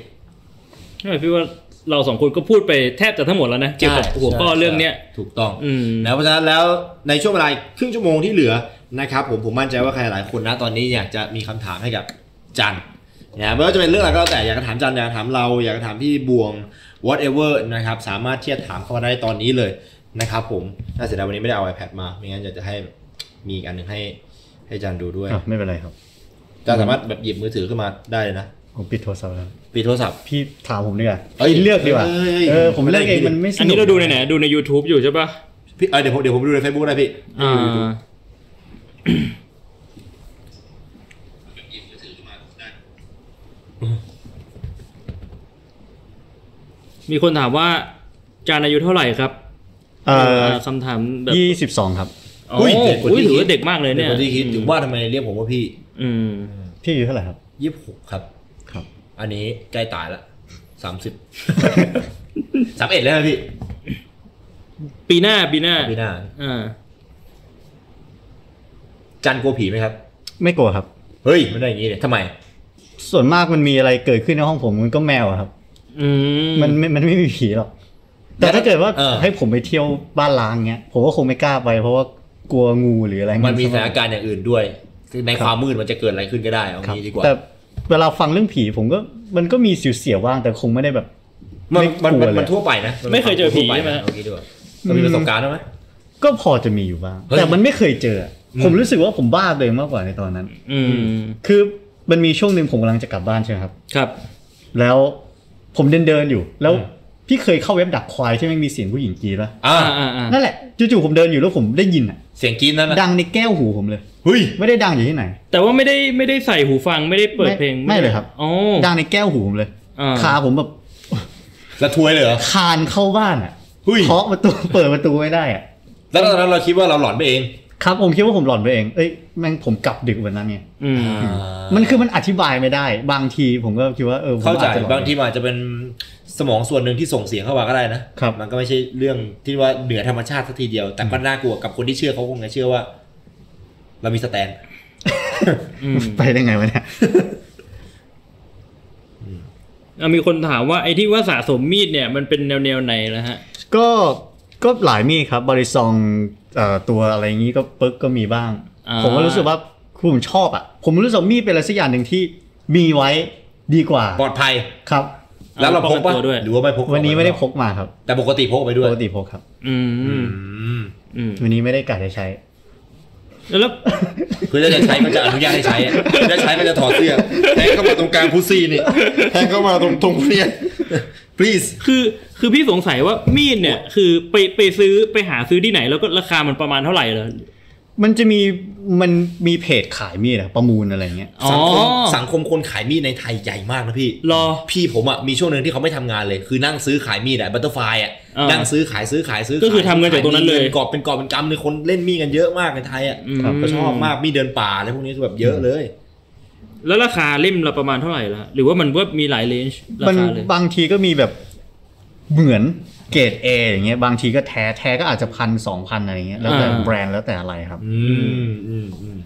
A: ใช่พี่ว่าเราสองคนก็พูดไปแทบจะทั้งหมดแล้วนะ เกี่ยวกับหัวข้อเรื่องเนี้ย
C: ถูกต้อง
A: อืม
C: แล้วเพราะฉะนั้นแล้วในช่วงเวลาครึ่งชั่วโมงที่เหลือนะครับผมผมมั่นใจว่าใครหลายคนนะตอนนี้อยากจะมีคำถามให้กับจันนะไม่ว่าจะเป็นเรื่องอะไรก็แล้วแต่อยากจะถามจันอยากจะถามเราอยากจะถามพี่บวง whatever นะครับสามารถที่จะถามเข้ามาได้ตอนนี้เลยนะครับผมน่าเสียดายวันนี้ไม่ได้เอา iPad มาไม่งั้นอยากจะให้มีอีกอันหนึ่งให้ให้จันดูด้วย
D: อ่ะไม่เป็นไรครับ
C: จันสามารถแบบหยิบมือถือขึ้นมาได้เลยนะ
D: ผมปิดโทรศัพท์แล้ว
C: ปิดโทรศัพท์
D: พี่ถามผมดีกว่า
C: เอ้ย
D: พี่เลือกดีกว่า
C: เอ้ย
D: เออผมเลือกเอง
C: ไม่ได้
D: มันไม่สนุก
A: อันนี้เราดูในไหนดูใน YouTube อยู่ใช่ปะ
C: พี่เอ้ยเดี๋ยวผมเดี๋ยวผมดูใน Facebook ได้พี่
A: อ่า
C: หยิบมือถือขึ้นมาได้
A: มีคนถามว่าจานอายุเท่าไหร่ครับ
D: เออ
A: คำถามแบบ
D: ยี่สิบสองครับ
A: อ๋ออุ้ย
C: เด็กกว่าที่
A: ถือ
C: คิ
A: ว่า
C: ด
A: เด็กมากเลยเนี่ย
C: คนที่คิดถึงว่าทำไมเรียกผมว่าพี่
A: อืม
D: พี่อายู่เท่าไหร่ครับ
C: ยี่สิบหกครับ
D: ครับ
C: อันนี้ใกล้ตายละสามสิบ สามเอ็ดแล้วนะพี่
A: ปีหน้าปีหน้า
C: พี่หน้า
A: อ่า
C: จันกลัวผีไหมครับ
D: ไม่กลัวครับ
C: เฮ้ย มันได้อย่างนี้เนี่ยทำไม
D: ส่วนมากมันมีอะไรเกิดขึ้นในห้องผมมันก็แมวอะครับ
A: อืม
D: มันไม่มันไม่มีผีหรอก แต่ถ้าเกิดว่า
C: เออ
D: ให้ผมไปเที่ยวบ้านล้างเงี้ย ผมก็คงไม่กล้าไป เพราะว่ากลัวงูหรืออะไร
C: มันมีส
D: ซะ
C: ถานการณ์อย่างอื่นด้วยซึ่งในความมืดมันจะเกิดอะไรขึ้นก็ได้เอา
D: ครับ
C: งี้ดีกว่า
D: แต่เวลาฟังเรื่องผีผมก็มันก็มีเสียวๆบ้างแต่คงไม่ได้แบบ
C: มัน
D: ไม่
C: มัน
D: กลัว
C: มัน
D: เลย
C: มันทั่วไปนะน
A: ไม่เคยเจอผี
C: ทั่วป
A: ใช่ไหม
C: นะเอางี้ดีกว่าเรามีประสบการณ์แล้วไหม
D: ก็พอจะมีอยู่บ้าง
C: เฮ้ย
D: แต่มันไม่เคยเจอ ผมรู้สึกว่าผมบ้าตัวเองมากกว่าในตอนนั้น
A: อืม
D: คือมันมีช่วงหนึ่งผมกำลังจะกลับบ้านใช่ไหมครับ
A: ครับ
D: แล้วผมเดินเดินๆอยู่ แล้วพี่เคยเข้าเว็บดักควายที่ไม่งมีเสียงผู้หญิงกรีดปะ
C: อ่า
A: อ่าอ่าอ่า
D: นั่นแหละจู่ๆผมเดินอยู่แล้วผมได้ยินอะ
C: เสียงกรี๊ดนั้นนะ
D: ดังในแก้วหูผมเลย
C: เฮ้ย
D: ไม่ได้ดังอยู่ที่ไหน
A: แต่ว่าไม่ได้ไม่ได้ใส่หูฟังไม่ได้เปิด
D: ไม่
A: เพลง
D: ไม่เลยครับ
A: อ๋อ
D: ดังในแก้วหูผมเลย
A: อ่า
D: ขาผมแบบ
C: แล้วทวยเลยเหรอ
D: คานเข้าบ้านอ่ะ
C: หุ้ย
D: เคาะประตู เปิดประตูไม่ได้อ่ะ
C: แล้วตอนนั้นเราคิดว่าเราหลอนไปเอง
D: ครับผมคิดว่าผมหลอนไปเองเอ้ยแม่งผมกลับดึกวันนั้นไง
A: อืม
D: มั
C: มัน
D: นคือมันอธิบายไม่ได้ บางทีผมก็คิดว่าเออผม
C: เข้าใจ
D: อจจะหลอน
C: บางทีมันอาจจะเป็นสมองส่วนหนึ่งที่ส่งเสียงเข้ามาก็ได้นะครับ มันก็ไม่ใช่เรื่องที่ว่าเหนือธรรมชาติสักทีเดียว แต่ก็น่ากลัวกับคนที่เชื่อเขาคงจะเชื่อว่า เรามีสแตน
A: อืม
D: ไปได้ไงวะเนี่ย
A: อ่ะมีคนถามว่าไอ้ที่ว่าสะสมมีดเนี่ยมันเป็นแนวแนวๆไหนนะฮะ
D: ก็ก็หลายมีดครับ บริซองเอ่อตัวอะไรอย่างนี้ก็ปึ๊กก็มีบ้าง
A: อ่า
D: ผมก็รู้สึกว่าคือผมชอบอ่ะ ผมรู้สึกว่ามีดเป็นอะไรสักอย่างหนึ่งที่ มีไว้ดีกว่า
C: ปลอดภัย
D: ครับ
C: แล้วเราพกปะ
A: เอาป้องกันตัวด้วย
C: หรือว่าไม่พก
D: วันนี้ไม่ได้พกมาครับ
C: แต่ปกติพกไปด้ว
D: ป
C: ย
D: กติพกครับ
A: อื
C: อื
A: ม
C: ม
A: อืม
D: วันนี้ไม่ได้กะจะใช้
A: แล้ว
C: คือถ้าจะใช้ก็จะอนุญาตให้ใช้อะถ้าใช้ก็จะถอดเสื้อแทงเข้ามาตรงกลางพุซี่นี่แทงเข้ามาตรงตรงเนี่ย please
A: คือคือพี่สงสัยว่ามีดเนี่ย คือไปไปซื้อไปหาซื้อที่ไหน แล้วก็ราคามันประมาณเท่าไหร่เหรอ
D: มันจะมีมันมีเพจขายมีดอะประมูลอะไรเงี้ย
A: อ๋อ
C: สังคมสังคมคนขายมีดในไทยใหญ่มากนะพี่
A: รอ
C: พี่ผมอ่ะมีช่วงหนึ่งที่เขาไม่ทำงานเลย คือนั่งซื้อขายมีดอะบัตเตอร์ไฟอ่ะ
A: อ่านั่
C: นั่งซื้อขายซื้อขายซื้อขาย
A: ก็คือทำเงินจากตรงนั้นเลย
C: มีกอบเป็นกอบเป็นกำเลยคนเล่นมีดกันเยอะมากในไทยอ่ะ
D: ครับ
C: ก็ชอบมากมีดเดินป่าอะไรพวกนี้คือแบบเยอะเลย
A: แล้วราคาเล่มละประมาณเท่าไหร่ละหรือว่ามันว่ามีหลายเลนจ์รา
D: มัน
A: คาเลย
D: บางทีก็มีแบบเหมือนเกรดเออย่างเงี้ยบางทีก็แท้แท้ก็อาจจะพันสองพันอะไรเงี้ยแล้วแต่แบรนด์แล้วแต่อะไรครับ
C: อืมอืมอืม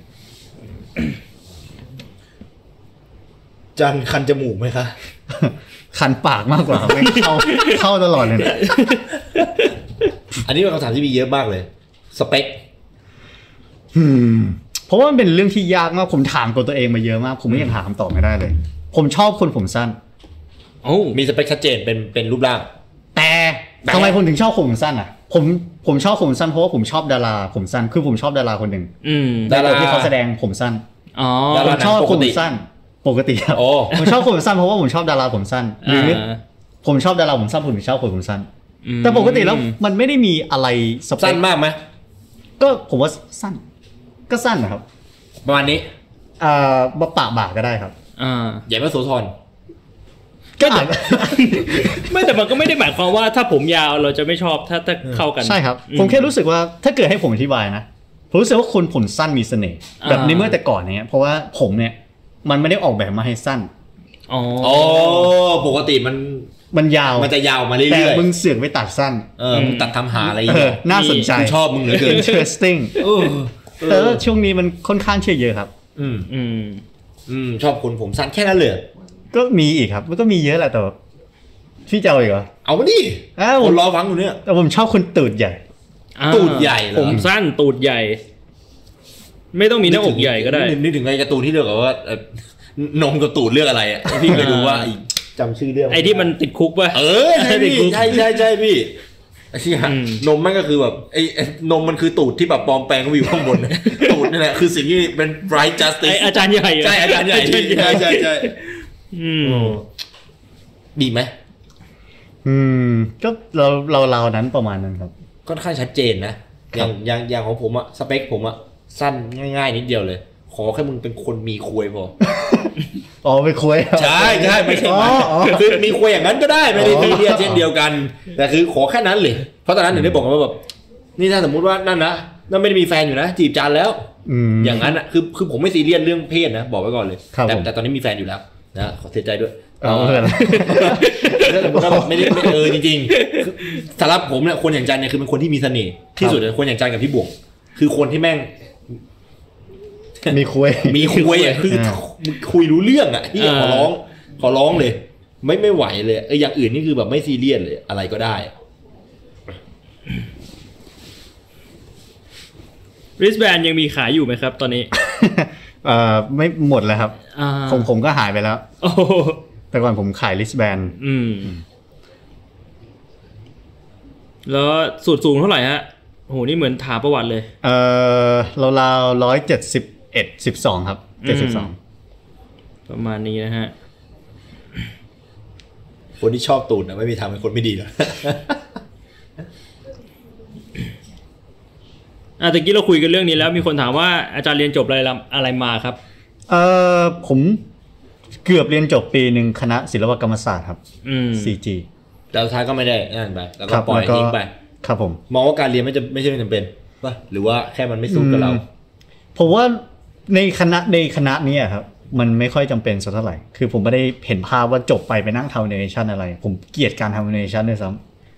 C: จันคันจมูกไหมคะ
D: คันปากมากกว่าไม่ เข้าเข้าตลอดเลยเนี่ย
C: อันนี้เป็นคำถามที่มีเยอะมากเลย สเปค
D: อืมเพราะว่ามันเป็นเรื่องที่ยากมากผมถามกับตัวเองมาเยอะมาก ผมไม่ยังหาคำตอบไม่ได้เลย ผมชอบคนผมสั้น
A: โอ้
C: มีสเปคชัดเจนเป็นเป็นรูปร่าง
D: แต่
C: แต่
D: ทำไมผมถึงชอบผมสั้นอ่ะ ผมผมชอบผมสั้นเพราะว่าผมชอบดาราผมสั้นคือผมชอบดาราคนหนึ่ง
A: อืม
C: ดารา
D: ในบทที่เขาแสดงผมสั้น
A: อ๋อ
C: ดา
D: ผ
C: รา
D: มชอบคนผมสั้นปกติครับ
C: โอ้
D: ผมชอบคนผมสั้นเพราะว่าผมชอบดาราผมสั้นหรืออผมชอบดาราผมสั้นผมถึงชอบคนผมสั้น
A: อืม
D: แต่ปกติแล้วมันไม่ได้มีอะไรสเป
C: สั้
D: คน
C: มากไหม
D: ก็ผมว่าสั้น ก็สั้นนะครับ
C: ประมาณนี้
D: อ่าบะปะบ่าก็ได้ครับ
A: อ่า
C: ใหญ่ไหมโสธร
D: ก็อาจ
A: ไม่แต่มันก็ไม่ได้หมายความว่าถ้าผมยาวเราจะไม่ชอบถ้าถ้าเข้ากัน
D: ใช่ครับ
A: อื
D: ผมแค่รู้สึกว่าถ้าเกิดให้ผมอธิบายนะ ผมรู้สึกว่าคนผมสั้นมีเสน่ห์
A: อ่า
D: แบบในเมื่อแต่ก่อนเนี้ยเพราะว่าผมเนี่ยมันไม่ได้ออกแบบมาให้สั้น
A: อ๋อ
C: อ๋อ ปกติมัน
D: มันยาว
C: มันจะยาวมาเรื่
D: แต่
C: อย
D: มึงเสือกไปตัดสั้น
C: ๆเออมึงตัดทำหาอะไรอย่าง
D: เอ
C: เงี้
D: อย น่าสนใจ
C: กูชอบมึงเหลือเกิน
D: interesting
C: เออ
D: แต่ว่าช่วงนี้มันค่อนข้างเชื่อเยอะครับ
C: อืม
A: อืม
C: อืมชอบคนผมสั้นแค่นั้นเลยเหรอ
D: ก็มีอีกครับ มันก็มีเยอะแหละแต่ว่าพี่จะเอาอีกเหรอ
C: เอามาดิ
D: อ้าว
C: คนรอฟังอยู่เนี่ย
D: แต่ผมชอบคนตูดใหญ่
A: อ่า
C: ตูดใหญ่เหรอ
A: ผมสั้นตูดใหญ่ ไม่ต้องมีหน้าอกใหญ่ก็ได้
C: นึนึกถึงไอ้การ์ตูนที่เลือกว่า เอ่อนมกับตูดเลือกอะไรอ่ะพี่เคยดูว่าไอ้จำชื่อเรื่อง
A: ไอ้ที่มันติดคุกป่ะ
C: เออใช่พี่ใช่ใช่ใช่พี่ไอ้ที่
A: อืม
C: นมมันก็คือแบบไอ้ไอ้นมมันคือตูดที่แบบปลอมแปลงก็อยู่ข้างบน ตูดนี่แหละคือสิ่งที่เป็น bright
A: ไอ้
C: justice
A: อาจารย์ใหญ่ะ
C: ใช่อาจารย์ใหญ่
A: อา
C: ที่ใช่ใช่ใช่
A: อืม
C: ดีไหม
D: อืม ก็เราเราเราวๆนั้นประมาณนั้นครับ
C: ค่อนข้างชัดเจนนะ อย่างอย่างอย่างของผมอะสเปคผมอะสั้นง่ายๆ นิดเดียวเลย ขอแค่มึงเป็นคนมีควยพอ
D: อ๋อไปคุยครับ
C: ใช่ใช่ไม่ใช่
D: อ๋ออ๋อ
C: คือมีควยอย่างนั้นก็ได้ไม่ได้
D: อ๋อ
C: ซีเรียสเช่นเดียวกัน แต่คือขอแค่นั้นเลย เพราะตอนนั้นถึงได้บอกกันว่าแบบนี่ถ้าสมมุติว่านั่นนะนั่นไม่ได้มีแฟนอยู่นะ จีบจานแล้ว
D: อืม
C: อย่างนั้นอะคือคือผมไม่ซีเรียสเรื่องเพศนะ บอกไว้ก่อนเลย
D: ครับ
C: แต่
D: ผม
C: แต่ตอนนี้มีแฟนอยู่แล้วนะขอเสียใจด้วย
D: เอาเพื่อน
C: แล้วผมก็แบบไม่ได้ไม่เออจริงๆคือสำหรับผมเนี่ยคนอย่างจันเนี่ยคือเป็นคนที่มีเสน่ห์ที่สุดเลยคนอย่างจันกับพี่บวงคือคนที่แม่ ง
D: มีคุย
C: มีคุยอ่ะคือ
D: อ่า
C: มึงคุยรู้เรื่องอ่ะที่ขอร้องขอร้องเลย ไม่ไม่ไหวเลยเอออย่างอื่นนี่คือแบบไม่ซีเรียสเลยอะไรก็ได้
A: ริสแบนยังมีขายอยู่ไหมครับ ตอนนี้
D: เอ่อไม่หมดแล้วครับ
A: อ่า
D: ของผมก็หายไปแล้ว
A: โอ้โห
D: แต่ก่อนผมขายลิสแบน
A: อืม แล้วสูตรสูงเท่าไหร่ฮะโอ้โหนี่เหมือนถามประวัติเลย
D: เอ่อเราเราร้อยเจ็ดสิบเอ็ดสิบสองครับ
A: อื
D: เจ็ดสิบสอ
A: ม
D: ง
A: ประมาณนี้นะฮะ
C: คนที่ชอบตูดนะไม่มีทางเป็นคนไม่ดีหรอก
A: อ่ะตะกี้เราคุยกันเรื่องนี้แล้วมีคนถามว่าอาจารย์เรียนจบอะไรละอะไรมาครับ
D: เอ่อผมเกือบเรียนจบปีหนึ่งคณะศิลปกรรมศาสตร์ครับ
A: อืม
D: CG
C: แต่สุดท้ายก็ไม่ได้นั่นไปแล้วก็
D: ครับ
C: ปล่อย
D: แล้วก็
C: ทิ้งไป
D: ครับผม
C: มองว่าการเรียนไม่จะไม่ใช่เรื่องจำเป็นป่ะหรือว่าแค่มันไม่สู้กับเรา
D: อืม ผมว่าในคณะในคณะเนี้ครับ มันไม่ค่อยจำเป็นสักเท่าไหร่ คือผมไม่ได้เห็นภาพว่าจบไปไปนั่งทำแอนิเมชันอะไร ผมเกลียดการทำแอนิเมชันด้วยซ้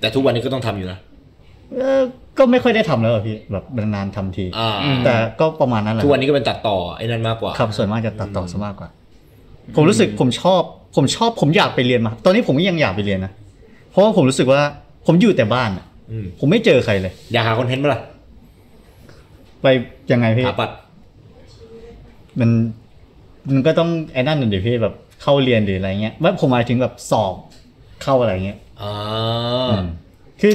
C: แต่ทุกวันนี้ก็ต้องทำอยู่นะ
D: ำเอ่อก็ไม่ค่อยได้ทำแล้วอะพี่แบบนานๆทำที
C: อ่า
A: อืม
D: แต่ก็ประมาณนั้นแหละ
C: ทุกวันนี้ก็เป็นตัดต่อไอ้นั่นมากกว่า
D: ครับส่วนมากจะตัดต่อซะมากกว่า ผมรู้สึกผมชอบ ผมชอบผมอยากไปเรียนมา ตอนนี้ผมก็ยังอยากไปเรียนนะเพราะว่าผมรู้สึกว่าผมอยู่แต่บ้านอะ
C: อืม
D: ผมไม่เจอใครเลย
C: อยากหาคอนเทนต์ปะล่ะ
D: ไปยังไงพี่
C: หาปัด
D: มัน มันก็ต้องไอ้นั่นหน่อยดิพี่แบบเข้าเรียนหรืออะไรเงี้ยว่าผมหมายถึงแบบสอบเข้าอะไรเงี้ย
C: อ่า
D: อืมคือ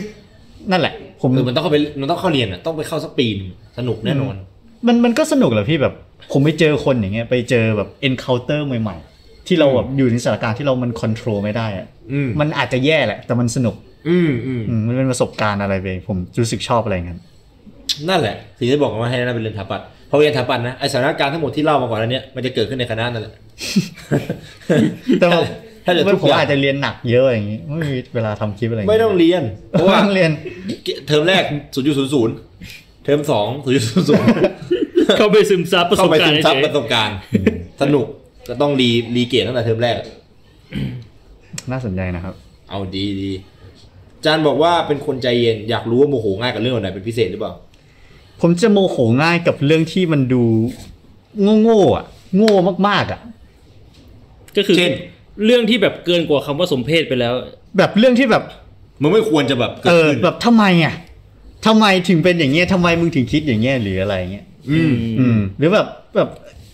D: นั่นแหละ ผม
C: คือมันต้องเข้าไปมันต้องเข้าเรียนอ่ะต้องไปเข้าสักปีหนึ่งสนุกแน่นอน
D: มันมันก็สนุกแหละพี่แบบ ผมไปเจอคนอย่างเงี้ยไปเจอแบบ encounter ใหม่ๆ ที่เราแบบอยู่ในสถานการณ์ที่เรามัน control ไม่ได้อะ
C: อืม
D: มันอาจจะแย่แหละ แต่มันสนุก
C: อืมอืม
D: อืมมันเป็นประสบการณ์อะไรไปผมรู้สึกชอบอะไรเงี้ย
C: นั่นแหละสิ่งที่บอกกันว่าให้นั่นเป็นเรียนถาปัดพอเรียนถาปัดนะไอสถานการณ์ทั้งหมดที่เล่ามาก่อนอันเนี้ยมันจะเกิดขึ้นในคณะนั่นแหละ
D: แต่ว่า
C: ถ้าเกิดทุก
D: ผม
C: อย่าง
D: อาจจะเรียนหนักเยอะอย่างงี้ไม่มีเวลาทำคลิปอะไรย่า
C: ไม่ต้องเรียนเพราะว่า
D: ต้องเรียน
C: เทอมแรกศูนย์จุดศูนย์ศูนย์เทอมสองศูนย์จุดศูนย์ศูนย์
A: เข้าไปซึมซับประส
C: เข้า
A: บ
C: ไป
A: การ
C: ซึ
A: ณ์
C: มซับ
A: เฉย
C: ประสบการณ์ สนุกก็ต้องรีรีเกรดตั้งแต่เทอมแรก
D: น่าสนใจนะครับ
C: เอาดีดีจานบอกว่าเป็นคนใจเย็นอยากรู้ว่าโมโหง่ายกับเรื่องอะไรเป็นพิเศษหรือเปล่า
D: ผมจะโมโหง่ายกับเรื่องที่มันดูโง่ๆอ่ะ โง่มากๆอ่ะ
A: ก็คือ
C: เช่น
A: เรื่องที่แบบเกินกว่าคำว่าสมเพศไปแล้ว
D: แบบเรื่องที่แบบ
C: มันไม่ควรจะแบบเกิ
D: เอ
C: ด
D: อ
C: ขึ้น
D: แบบทำไมอ่ะทำไมถึงเป็นอย่างเงี้ยทำไมมึงถึงคิดอย่างเงี้ยหรืออะไรเงี้ย
C: อืม
D: อืม หรือแบบแบบ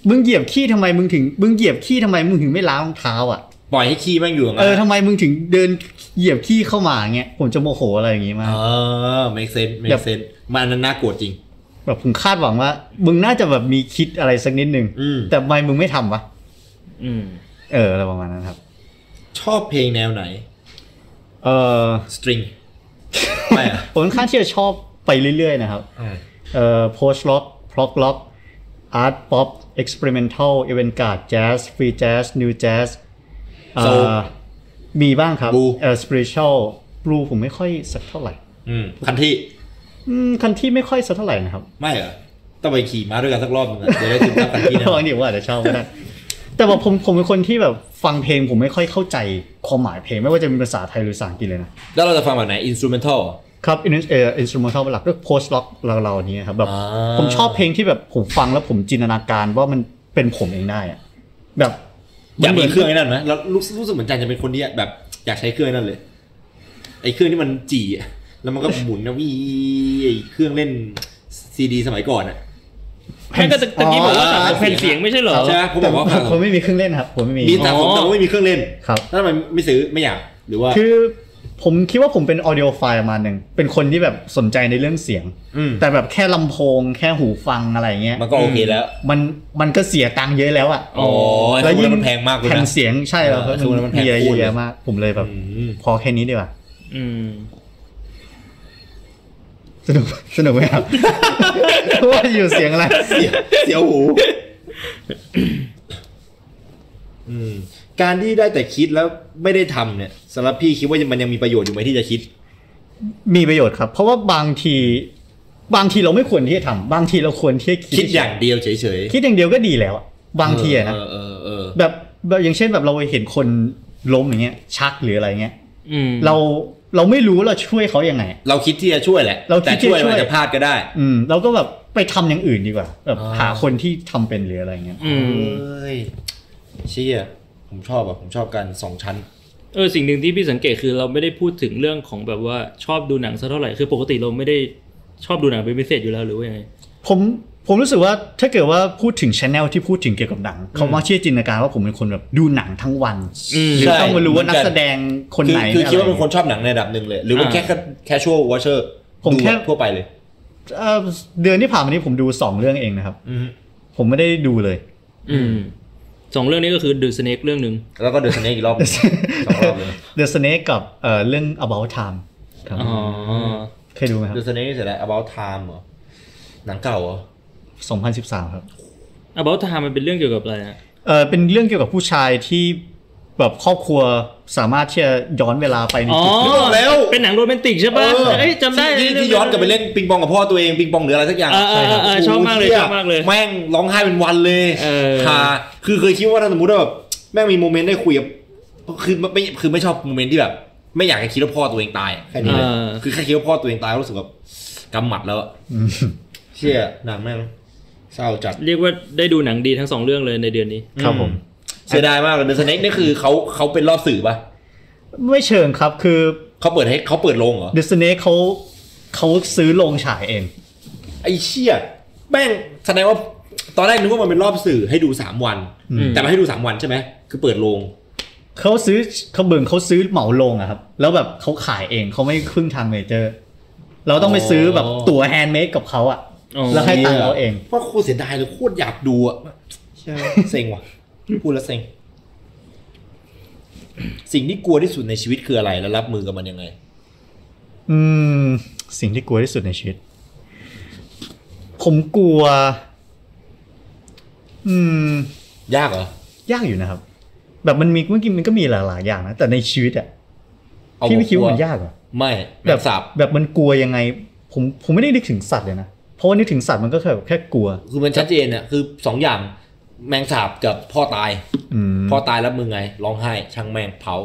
D: มึงเหยียบขี้ทำไมมึงถึงมึงเหยียบขี้ทำไมมึงถึงไม่ล้างรองเท้าอ่ะ
C: ปล่อยให้ขี้แม่งอยู่อย่าง
D: เอ
C: นั้
D: อน ทำไมมึงถึงเดินเหยียบขี้เข้ามาเงี้ยผมจะโมโหอะไรอย่างงี้มาก
C: เออ make sense
D: แบ
C: make
D: บ
C: sense มันนั้นน่ากลัวจริง
D: แบบผมคาดหวังว่า มึงน่าจะแบบมีคิดอะไรสักนิดนึง
C: อืม
D: แต่ทำไมมึงไม่ทำวะ
A: อืม
D: เอออะไรประมาณนั้นครับ
C: ชอบเพลงแนวไหน
D: เออ
C: string ไม่อะ
D: ผมค่อนข้างที่จะชอบไปเรื่อยๆนะครับ
C: อืม
D: เอ่อ post rock prog rock art pop experimental avant garde jazz free jazz new jazz เอ่อมีบ้างครับเอ่อ spiritual blue ผมไม่ค่อยสักเท่าไหร่
C: อืมคันที่
D: อืมคันที่ไม่ค่อยสักเท่าไหร่นะครับ
C: ไม่เหรอต้องไปขี่ม้าด้วยกันสักรอบ หนึงอะจะได้ซึมซับกันที่นะ
D: ลองดิว่าอาจจะชอบก็ได้ แต่ว่าผมผมเป็นคนที่แบบฟังเพลงผมไม่ค่อยเข้าใจความหมายเพลง ไม่ว่าจะเป็นภาษาไทยหรือภาษาอังกฤษเลยนะ
C: แล้วเราจะฟังแบบไหน instrumental
D: ครับอินเอ่ออินสตูเมนทัลเป็นหลักก็โพสต์ล็อกเราๆนี้ครับแบบ
C: อ่า
D: ผมชอบเพลงที่แบบผมฟังแล้วผมจินตนาการว่ามันเป็นผมเองได้อะแบบ
C: อยากมีเครื่องไอ้นั่นไหมแล้วรู้รู้สึกเหมือนจันจะเป็นคนที่แบบอยากใช้เครื่องไอ้นั่นเลย ไอ้เครื่องที่มันจี่อะแล้วมันก็หมุนนะวีไอ้เครื่องเล่นซีดีสมัยก่อนอ่ะ
A: แม่งก็ตะตะกี้บอกว่าสามสิบแผ่นเสียงไม่ใช่เหรอ
C: ใช่ไหมผม
D: แต่
C: บ อกว่า
D: ผมไม่มีเครื่องเล่นครับ ผมไม่มี
C: มีแต่ผมแต่ว่าไม่มีเครื่องเล่น
D: ครับ
C: แล้วทำไมไม่ซื้อไม่อยากหรือว่า
D: คือผมคิดว่าผมเป็นออดิโอไฟล์มาหนึ่งเป็นคนที่แบบสนใจในเรื่องเสียง
C: อืม
D: แต่แบบแค่ลำโพงแค่หูฟังอะไรเงี้ย
C: มันก็โอเคแล้ว
D: มันมันก็เสียตังค์เยอะแล้วอ่ะ
C: อ๋อแล้วมันแพงมากเลย
D: แผ่
C: นะ
D: นเสียงใช่แล้ว
C: เออช่วงนั้นมันแพง
D: มีอะไร
C: โคตร
D: เยอะ
C: เลย
D: แยะมาก ผมเลยแบบ
C: อืม
D: พอแค่นี้ดีกว่า
A: อืม
D: สนุก สนุกไหมครับ ว่าอยู่เสียงอะไร
C: เสียวเสียวหู อืม การที่ได้แต่คิดแล้วไม่ได้ทำเนี่ยสำหรับพี่คิดว่ามันยังมีประโยชน์อยู่ไหมที่จะคิด
D: มีประโยชน์ครับ เพราะว่าบางทีบางทีเราไม่ควรที่จะทำบางทีเราควรที่จะคิด
C: คิดอย่างเดียวเฉยๆ
D: คิดอย่างเดียวก็ดีแล้วอะบางทีอะนะ
C: เออเออเออ
D: แบบแบบอย่างเช่นแบบเราเห็นคนล้มอย่างเงี้ย ชักหรืออะไรเงี้ย
A: อืม
D: เราเราไม่รู้เราช่วยเขายังไง
C: เราคิดที่จะช่วยแหละ
D: เราคิ
C: แต่
D: ดที่
C: ช่วย
D: จะช่วย
C: มันจะพลาดก็ได้
D: อืมเราก็แบบไปทำอย่างอื่นดีกว่าแบบ
C: อ๋อ
D: หาคนที่ทำเป็นหรืออะไรเงี้ย
A: อืม
C: เอ้ยเชี่ยผมชอบอ่ะผมชอบการสองชั้น
A: เออสิ่งหนึ่งที่พี่สังเกตคือเราไม่ได้พูดถึงเรื่องของแบบว่าชอบดูหนังซะเท่าไหร่คือปกติเราไม่ได้ชอบดูหนังเป็นพิเศษอยู่แล้วหรือว่ายังไง
D: ผมผมรู้สึกว่าถ้าเกิดว่าพูดถึงชแนลที่พูดถึงเกี่ยวกับหนังเขามักที่จะจินตนาการว่าผมเป็นคนแบบดูหนังทั้งวัน
A: อืม
D: หรือต้องมารู้ว่านักแสดงคน
C: คือ
D: ไหน
C: คือคิด
D: ะ
C: ว่า
D: ไร
C: เป็นคนชอบหนังในระดับหนึ่งเลย หรือว่า
A: อ่า
C: แค่แค่ชั่ววอชเชอร์
D: ผมแค่
C: ทั่วไปเลย
D: เอ่อเดือนที่ผ่านมานี้ผมดูสองเรื่องเองนะครับ
C: อืม
D: ผมไม่ได้ดูเลย
A: อืมสองเรื่องนี้ก็คือดูสเนกเรื่องหนึ่ง
C: แล้วก็เดินสเนกอีกรอบ หนึ่งสองรอบเลย
D: The Snake กับเอ่อเรื่อง About Time ครับ
A: อ๋อ
D: เคยดูไหมครับ
C: ดูสเนกเสร็จแล้ว about time เหรอหนังเก่าเหรอ
D: 2013 ครับ
A: อ t บ i m e มันเป็นเรื่องเกี่ยวกับอะไรอะ
D: เอ่อเป็นเรื่องเกี่ยวกับผู้ชายที่แบบครอบครัวสามารถที่จะย้อนเวลาไปใน
A: อ๋อ
D: จุด
A: เป็นหนังโรแมนติกใช่ป่ะ
C: เออ
A: เอ้ยจำได้
C: ที่ที่
A: เรื่ง
C: ที่ย้อนกลับไปเล่นปิงปองกับพ่อตัวเองปิงปองหรืออะไรสักอย่าง
A: อ่าอ่าอ่า
C: โโห
A: ชอบมากเลย
C: ชี่
A: ชอบมากเลย
C: แม่งร้องไห้เป็นวันเลย
A: เออ
C: ค่ะ คือเคยคิดว่าถ้าสมมติว่าแบบแม่งมีโมเมนต์ได้คุยกับคือไม่ไม่คือไม่ชอบโมเมนต์ที่แบบ ไม่อยากจะคิดว่าพ่อตัวเองตายอะแค่นี้เลย
A: เออ
C: คือแค่คิดว่าพ่อตัวเองตายรู้สึกแบบกำหมัดแล้วอะ
D: อืม
C: เชี่ยหนังแม่งเศร้าจัด
A: เรียกว่าได้ดูหนังดีทั้งสองเรื่องเลยในเดือนนี้
D: ครับผม
C: เสียดายมากเลยเดอะสเน็กนี่คือเขาเขาเป็นรอบสื่อปะ
D: ไม่เชิงครับคือ
C: เขาเปิดให้เขาเปิดโรงเหรอ
D: The Snake เขาเขาซื้อโรงฉายเอง
C: ไอ้เชี่ยแม่งแสดงว่า ตอนแรกนึกว่ามันเป็นรอบสื่อให้ดูสามวัน
D: อืม
C: แต่มันให้ดูสามวันใช่ไหมคือเปิดโรง
D: เขาซื้อเขาเบิงเขาซื้อเหมาลงอะครับ แล้วแบบเขาขายเองเขาไม่พึ่งทางเมเจอร์ เราต้องไปซื้อแบบตั๋วแฮนด์เมดกับเขาอะ
A: อ๋อ
D: แล้วให้ตังค์เขาเอง
C: ว่าโคตรเสียดายเลยโคตรอยากดูอ่ะเซ็งว่ะพูดแล้วเซ็ง สิ่งที่กลัวที่สุดในชีวิตคืออะไรแล้วรับมือกับมันยังไง
D: อืม สิ่งที่กลัวที่สุดในชีวิต ผมกลัว อืม
C: ยากเหรอย
D: ากอยู่นะครับ แบบมันมีเมื่อกี้มันก็มีหลายๆอย่างนะแต่ในชีวิตอะ
C: เอา
D: พี่ไม่คิดว่ามัน
C: กลั
D: ยากเหรอ
C: ไม่แบ
D: แบบ
C: สับ
D: แบบมันกลัวยังไง ผมผมไม่ได้นึกถึงสัตว์เลยนะเพราะว่านึกถึงสัตว์มันก็แค่แบบแค่กลัว
C: คือมันชัดเจนอ่ะคือสองอย่างแมงสาบกับพ่อตาย
D: อืม
C: พ่อตายรับมือไงร้องไห้ช่างแม่งเผา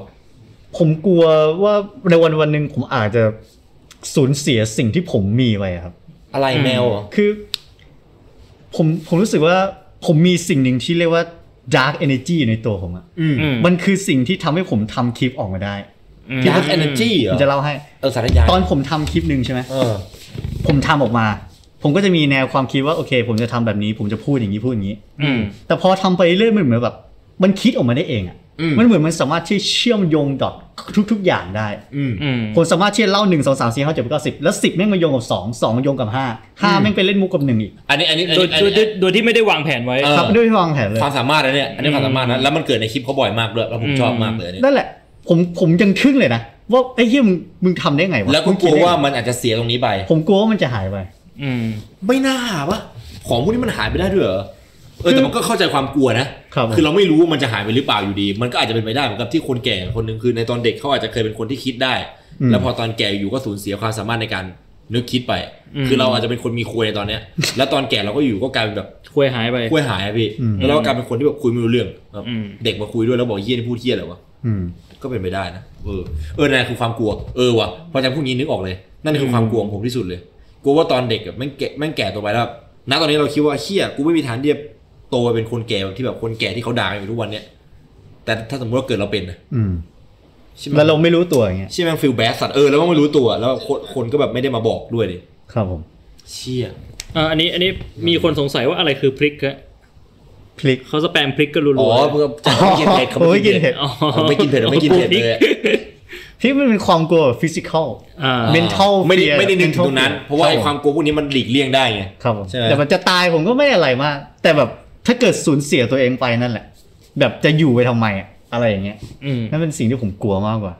D: ผมกลัวว่าในวันวันหนึ่งผมอาจจะสูญเสียสิ่งที่ผมมีไปอะครับ
C: อะไร
A: อืม
C: แมวเหรอ
D: คือ ผมผมรู้สึกว่าผมมีสิ่งหนึ่งที่เรียกว่า dark energy อยู่ในตัวผมอะ
C: อืม
A: อืม
D: มันคือสิ่งที่ทำให้ผมทำคลิปออกมาได้
C: dark energy เหร
D: ผ
C: อ
D: มจะเล่าให้
C: เออสารยาย
D: ตอนผมทำคลิปหนึ่งใช่ไหม
C: เออ
D: ผมทำออกมา ผมก็จะมีแนวความคิดว่าโอเค ผมจะทำแบบนี้ ผมจะพูดอย่างนี้พูดอย่างนี้
A: อืม
D: แต่พอทำไปเรื่อยมันเหมือนแบบ มันคิดออกมาได้เองอะ
C: อืม
D: มันเหมือนมันสามารถที่เชื่อมโยงดอททุก ๆ อย่างได้
C: อืม
A: อืม
D: ผมสามารถเชื่อเล่าหนึ่งสองสามสี่ห้าเจ็ดแปดเก้าสิบแล้วสิบแม่งมาโยงกับสองสองโยงกับห้าห้าแม่งไปเล่นมุกกับหนึ่งอีก
C: อันนี้อันนี้อัน
A: โดย
C: นี้อัน
A: โดยโดย
C: นี้
A: โดยที่ไม่ได้วางแผนไว้
C: เออ
D: ครับด้วยวางแผนเลย
C: ความสามารถนะเนี่ยอันนี้ความสามารถนะแล้วมันเกิดในคลิปเขาบ่อยมากด้วยแล้วผมชอบมากเลยอันนี้
D: นั่นแหละ ผมผมยังทึ่งเลยนะ ว่าไอ้เฮียมึงมึงทำได้ไงวะ
C: แล้วก็
D: มึง
C: กลั
D: ด
C: ว
D: ได้ไง
C: ว่ามันอาจจะเสียตรงนี้ไป
D: ผมกลัวว่ามันจะหายไป
A: อืม
C: ไม่น่าวะของพวกนี้มันหายไปได้ด้วยเหรอเออ
D: คือ
C: แต่มันก็เข้าใจความกลัวนะครับ
D: ผม
C: คือเราไม่รู้ว่ามันจะหายไปหรือเปล่าอยู่ดี มันก็อาจจะเป็นไปได้เหมือนกับที่คนแก่คนหนึ่งคือในตอนเด็กเขาอาจจะเคยเป็นคนที่คิดได้ แล้วพอตอนแก่อยู่ก็สูญเสียความสามารถในการนึกคิดไป
A: อืม
C: คือเราอาจจะเป็นคนมีคุยในตอนเนี้ย แล้วตอนแก่เราก็อยู่ก็กลายเป็นแบบ
A: คุยหายไป
C: คุยหายอะพี่
D: อืม
C: แล้วเราก็กลายเป็นคนที่แบบคุยไม่รู้เรื่องแบบ
A: อืม
C: เด็กมาคุยด้วยแล้วบอกเฮี้ยนี่พูดเฮี้ยอะไรวะ
D: อืม
C: ก็เป็นไปได้นะ เออ เออนั่นคือความกลัว เออว่ะ พอจำพวกนี้นึกออกเลย นั่นคือความกลัวของผมที่สุดเลย กลัวว่าตอนเด็กอะแม่งแก่แม่งแก่ตัวไปแล้วณตอนนี้เราคิดว่าเฮียกูไม่มีทางที่จะโตเป็นคนแก่แบบที่แบบคนแก่ที่เขาด่ากันอยู่ทุกวันเนี้ย แต่ถ้าสมมติว่าเกิดเราเป็นนะ
D: อืม
C: ใช่ไหม
D: แล้วเราไม่รู้ตัวอย่างเงี้ย
C: ใช่ไหมฟิลแบสสัตว์ เออ แล้วก็ไม่รู้ตัว แล้วคนคนก็แบบไม่ได้มาบอกด้วยดิ
D: ครับผม
C: เชี่ย
A: เอ่ออันนี้อันนี้มีคนสงสัยว่าอะไรคือพริกฮะ
D: พลิก
A: เขาสแปมพริกกันรัวๆ
C: อ๋อเพื่อจะไม่กินเผ็ ดเขาไม่กินเผ็ด
A: อ๋อ
C: เขาไม่กินเผ็ดเขาไม่กินเผ็ดเลยอะ
D: พลิกมันเป็นความกลัวฟิสิกอล
A: อ่า
D: mental
C: ไม่ได้
D: fear
C: ไม่ได้นึกถึ
D: mental
C: งตรงนั้น
D: fear
C: เพราะว่าไอ้ความกลัวพวกนี้มันหลีกเลี่ยงได้ไง
D: ครับผม
C: ใช่ไหม
D: แต่มันจะตายผมก็ไม่อะไรมาก แต่แบบถ้าเกิดสูญเสียตัวเองไปนั่นแหละ แบบจะอยู่ไปทำไมอะอะไรอย่างเงี้ย
A: อืม
D: นั่นเป็นสิ่งที่ผมกลัวมากกว่า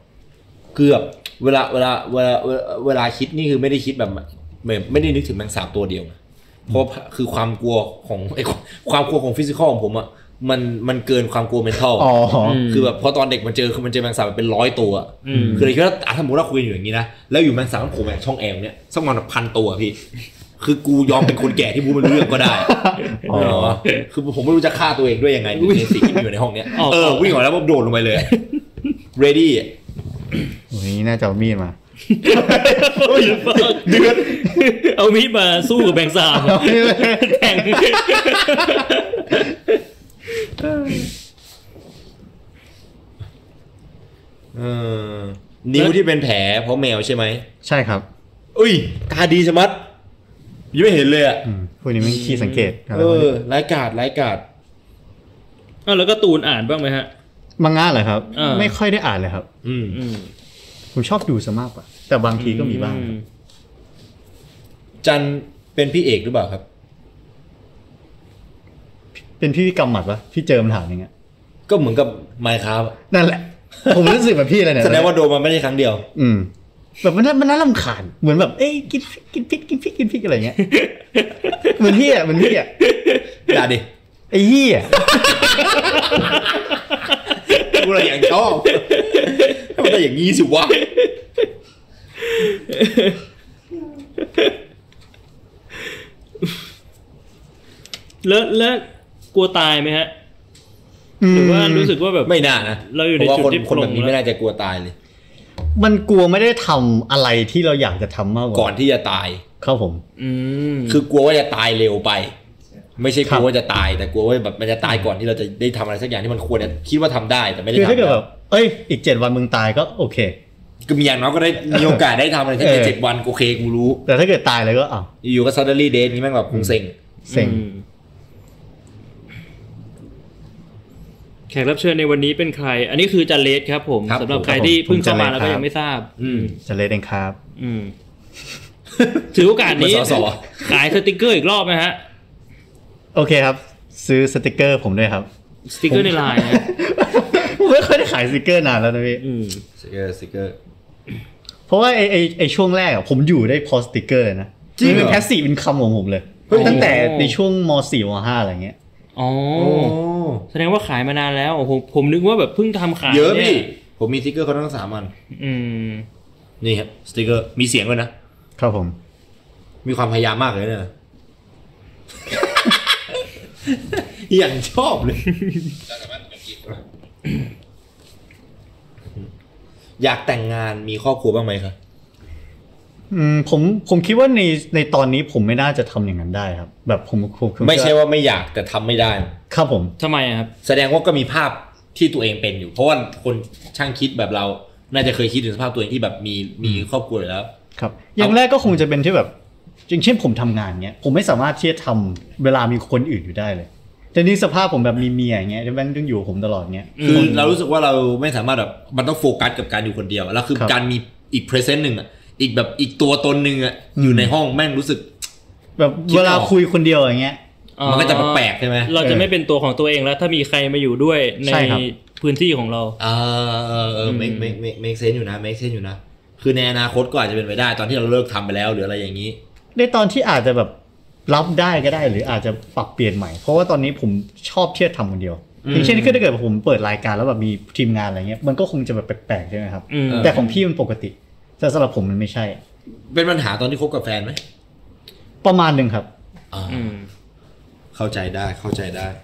C: เกือบเวลาเวลาเวลาเวลาเวลาคิดนี่คือไม่ได้คิดแบบไม่ไม่ได้นึกถึงแมงสาบตัวเดียวนะเพราะคือความกลัวของ ไอ้ความความกลัวของฟิสิกอลของผมอะมันมันเกินความกลัวเมนทัล
D: อ๋อ
A: ม
C: คือแบบพอตอนเด็กมันเจอคือมันเจอแมงสาบเป็นร้อยตัวอะ
A: อืม
C: คือเลยคิดว่าอ่ะสมมติเราคุยกันอยู่อย่างนี้นะแล้วอยู่แมงสาบมันโผล่มาจากช่องแอร์เนี่ยสักวันพันตัวพี่ คือกูยอมเป็นคนแก่ที่พูดไม่รู้เรื่องก็ได้
D: อ๋อ
C: เออคือผมไม่รู้จะฆ่าตัวเองด้วยยังไงในสิ่งที่อยู่ในห้องเนี้ย
A: ออก
C: เออวิ่งออกแล้วผมโดดลงไปเลย ready อะ
D: โอ้ยน่าจะเอามีดมา
A: เดือดเอามีดมาสู้กับแบงค์สามแทง
C: เออนิ้วที่เป็นแผลเพราะแมวใช่ไหม
D: ใช่ครับ
C: อุ้ย ตาดีชะมัดยังไม่เห็นเลยอ่ะ
D: อืมพวกนี้ไม่ขี้สังเกตอะไร
C: เอ
D: พวก
C: อ
D: นี้
C: ร้ายกาดร้ายกาด
A: อ้าวแล้วก็ตูนอ่านบ้างไหมฮะ
D: มังงะเหรอครับ
A: เออ
D: ไม่ค่อยได้อ่านเลยครับ
C: อืม
A: อืม
D: ผมชอบดูซะมากกว่า แต่บางทีก็มีบ้าง
A: อื
C: จันเป็นพี่เอกหรือเปล่าครับ
D: เป็นพี่กำหมัดปะพี่เจิมถามอย่างเงี้ย
C: ก็เหมือนกับไมค์ครับ
D: นั่นแหละ ผมรู้สึกแบบพี่เลยเนี่ย
C: แสดงว่าโดนมาไม่ได้ครั้งเดียว
D: อืม แบบมันน่ามันน่ารำคาญเหมือนแบบเอ้ยกินพริกกินพริกกินพริกกินพริกอะไรเงี้ยเหมือนพี่อ่ะเหมือนพี่อ่ะ
C: ด่าดิ
D: ไอ้ยี่อ่ะ
C: กูอะไรอย่างชอบให้ มันได้อย่างงี้สิวะ
A: แล้วแล้วกลัวตายไหมฮะ หรือว่ารู้สึกว่าแบบ
C: ไม่น่านะ
A: เราอยู่ใน
C: พะว่
A: จุดที่
C: คนคนแบบนี้
A: ปลงแล้ว
C: ไม่น่าจะกลัวตายเลย
D: มันกลัวไม่ได้ทำอะไรที่เราอยากจะทำมากกว่า
C: ก่อนที่จะตาย
D: ครับผม
A: อืม
C: คือกลัวว่าจะตายเร็วไป ไม่ใช่กลัวว่าจะตายแต่กลัวว่าแบบมันจะตายก่อนที่เราจะได้ทำอะไรสักอย่างที่มันควรจะคิดว่าทำได้แต่ไม่ได้
D: คือถ้า
C: ทำ
D: เกิดแบบเอ้ย อีกเจ็ดวันมึงตายก็โอเค
C: ก็มีอย่างน้อยก็ได้มีโอกาสได้ทำอะไรที่
D: เออ
C: ในเจ็ดวันโอเคกูรู้
D: แต่ถ้าเกิดตายเลยก็อ้าว
C: อยู่ๆก็ suddenly death นี้แม่งแบบคงเซ็ง
D: เซ็ง
A: อืม ขกรับเชิญในวันนี้เป็นใคร อันนี้คือจันเลสครับผม
C: ครับ
A: สำหรับ
C: ผม
A: ใครที่เพิ่งเข้ามา
C: ผมจันเลส
A: แล้วก็
C: ครับ
A: ยังไม่ทราบ
C: อืม
D: จะเลยเองครับ
A: อืม ถือโอกาสนี้
C: เหมือนสส
A: ขายสติกเกอร์อีกรอบไหมฮะ
D: โอเคครับ ซื้อสติกเกอร์ผมด้วยครับ
A: สติกเกอร์ในไลน์นะ
D: ผมไม่ค่อยได้ขายสติกเกอร์นานแล้วนะพี่
A: อืม
C: สติกเกอร์สติกเกอร์
D: เพราะว่าไอไอไอช่วงแรกอะผมอยู่ได้เพอสติกเกอร์เลยนะ
C: จริงเหรอ
D: มันเป็นแพสซีฟอินคัมของผมเลย
A: เฮ้ย
D: ตั้งแต่ในช่วงม .4 ม .5 อะไรเงี้ย
A: อ๋อ แสดงว่าขายมานานแล้วโอ้โหผมนึกว่าแบบเพิ่งทำขาย
C: เยอะพี่
A: นี่
C: ผมมีสติกเกอร์เขาทั้งสามอัน
A: อืม
C: นี่ครับสติกเกอร์มีเสียงด้วยนะ
D: ครับผม
C: มีความพยายามมากเลยเนี่ย อย่างชอบเลย อยากแต่งงานมีครอบครัวบ้างไหมครับ
D: อืมผมผมคิดว่าในในตอนนี้ผมไม่น่าจะทำอย่างนั้นได้ครับ แบบผมผมผ
C: ไม่ใช่ว่าไม่อยากแต่ทำไม่ได้
D: ครับผม
A: ทำไมอะครับ
C: แสดงว่าก็มีภาพที่ตัวเองเป็นอยู่ เพราะว่าคนช่างคิดแบบเรา น่าจะเคยคิดถึงสภาพตัวเองที่แบบมีมีครอบครัวอยู่แล้ว
D: ครับอย่างแรกก็คงจะเป็นที่แบบอย่างเช่นผมทำงานเนี้ยผมไม่สามารถที่จะทำเวลามีคนอื่นอยู่ได้เลย แต่นี่สภาพผมแบบมีเมียอย่างเงี้ยแล้วแม่งต้องอยู่กับผมตลอดเงี้ย
C: คือเรารู้สึกว่าเราไม่สามารถแบบมันต้องโฟกัสกับการอยู่คนเดียว แล้วคือ
D: ครับ
C: การมีอีกเพรสเซนต์หนึ่งอ่ะอีกแบบอีกตัวตนหนึ่งอ่ะอยู่
D: อืม
C: ในห้องแม่งรู้สึก
D: แบบ
C: คิดไม่ออก
D: เวลาคุยคนเดียวอย่างเงี้ย
C: มันก็จะแปลกๆใช่ไหม
A: เราจะไม่เป็นตัวของตัวเองแล้ว ถ้ามีใครมาอยู่ด้วยใน
D: ใช่ครับ
A: พื้นที่ของเรา
C: เออเออเออ make make make make sense อยู่นะ make sense อยู่นะ คือในอนาคตก็อาจจะเป็นไปได้ ตอนที่เราเลิกทำไปแล้วหรืออะไรอย่างนี้
D: ในตอนที่อาจจะแบบรับได้ก็ได้ หรืออาจจะปรับเปลี่ยนใหม่ เพราะว่าตอนนี้ผมชอบเที่ยวทำคนเดียวอย่างเช่นคือถ้าเกิดผมเปิดรายการแล้วแบบมีทีมงานอะไรเงี้ยมันก็คงจะแบบแปลกๆใช่ไหมครับ
A: อืม
D: แต่ของพี่มันปกติแต่สำหรับผมมันไม่ใช่
C: เป็นปัญหาตอนที่คบกับแฟนไหม
D: ประมาณหนึ่งครับ
C: อ่า
A: อืม
C: เข้าใจได้เข้าใจได้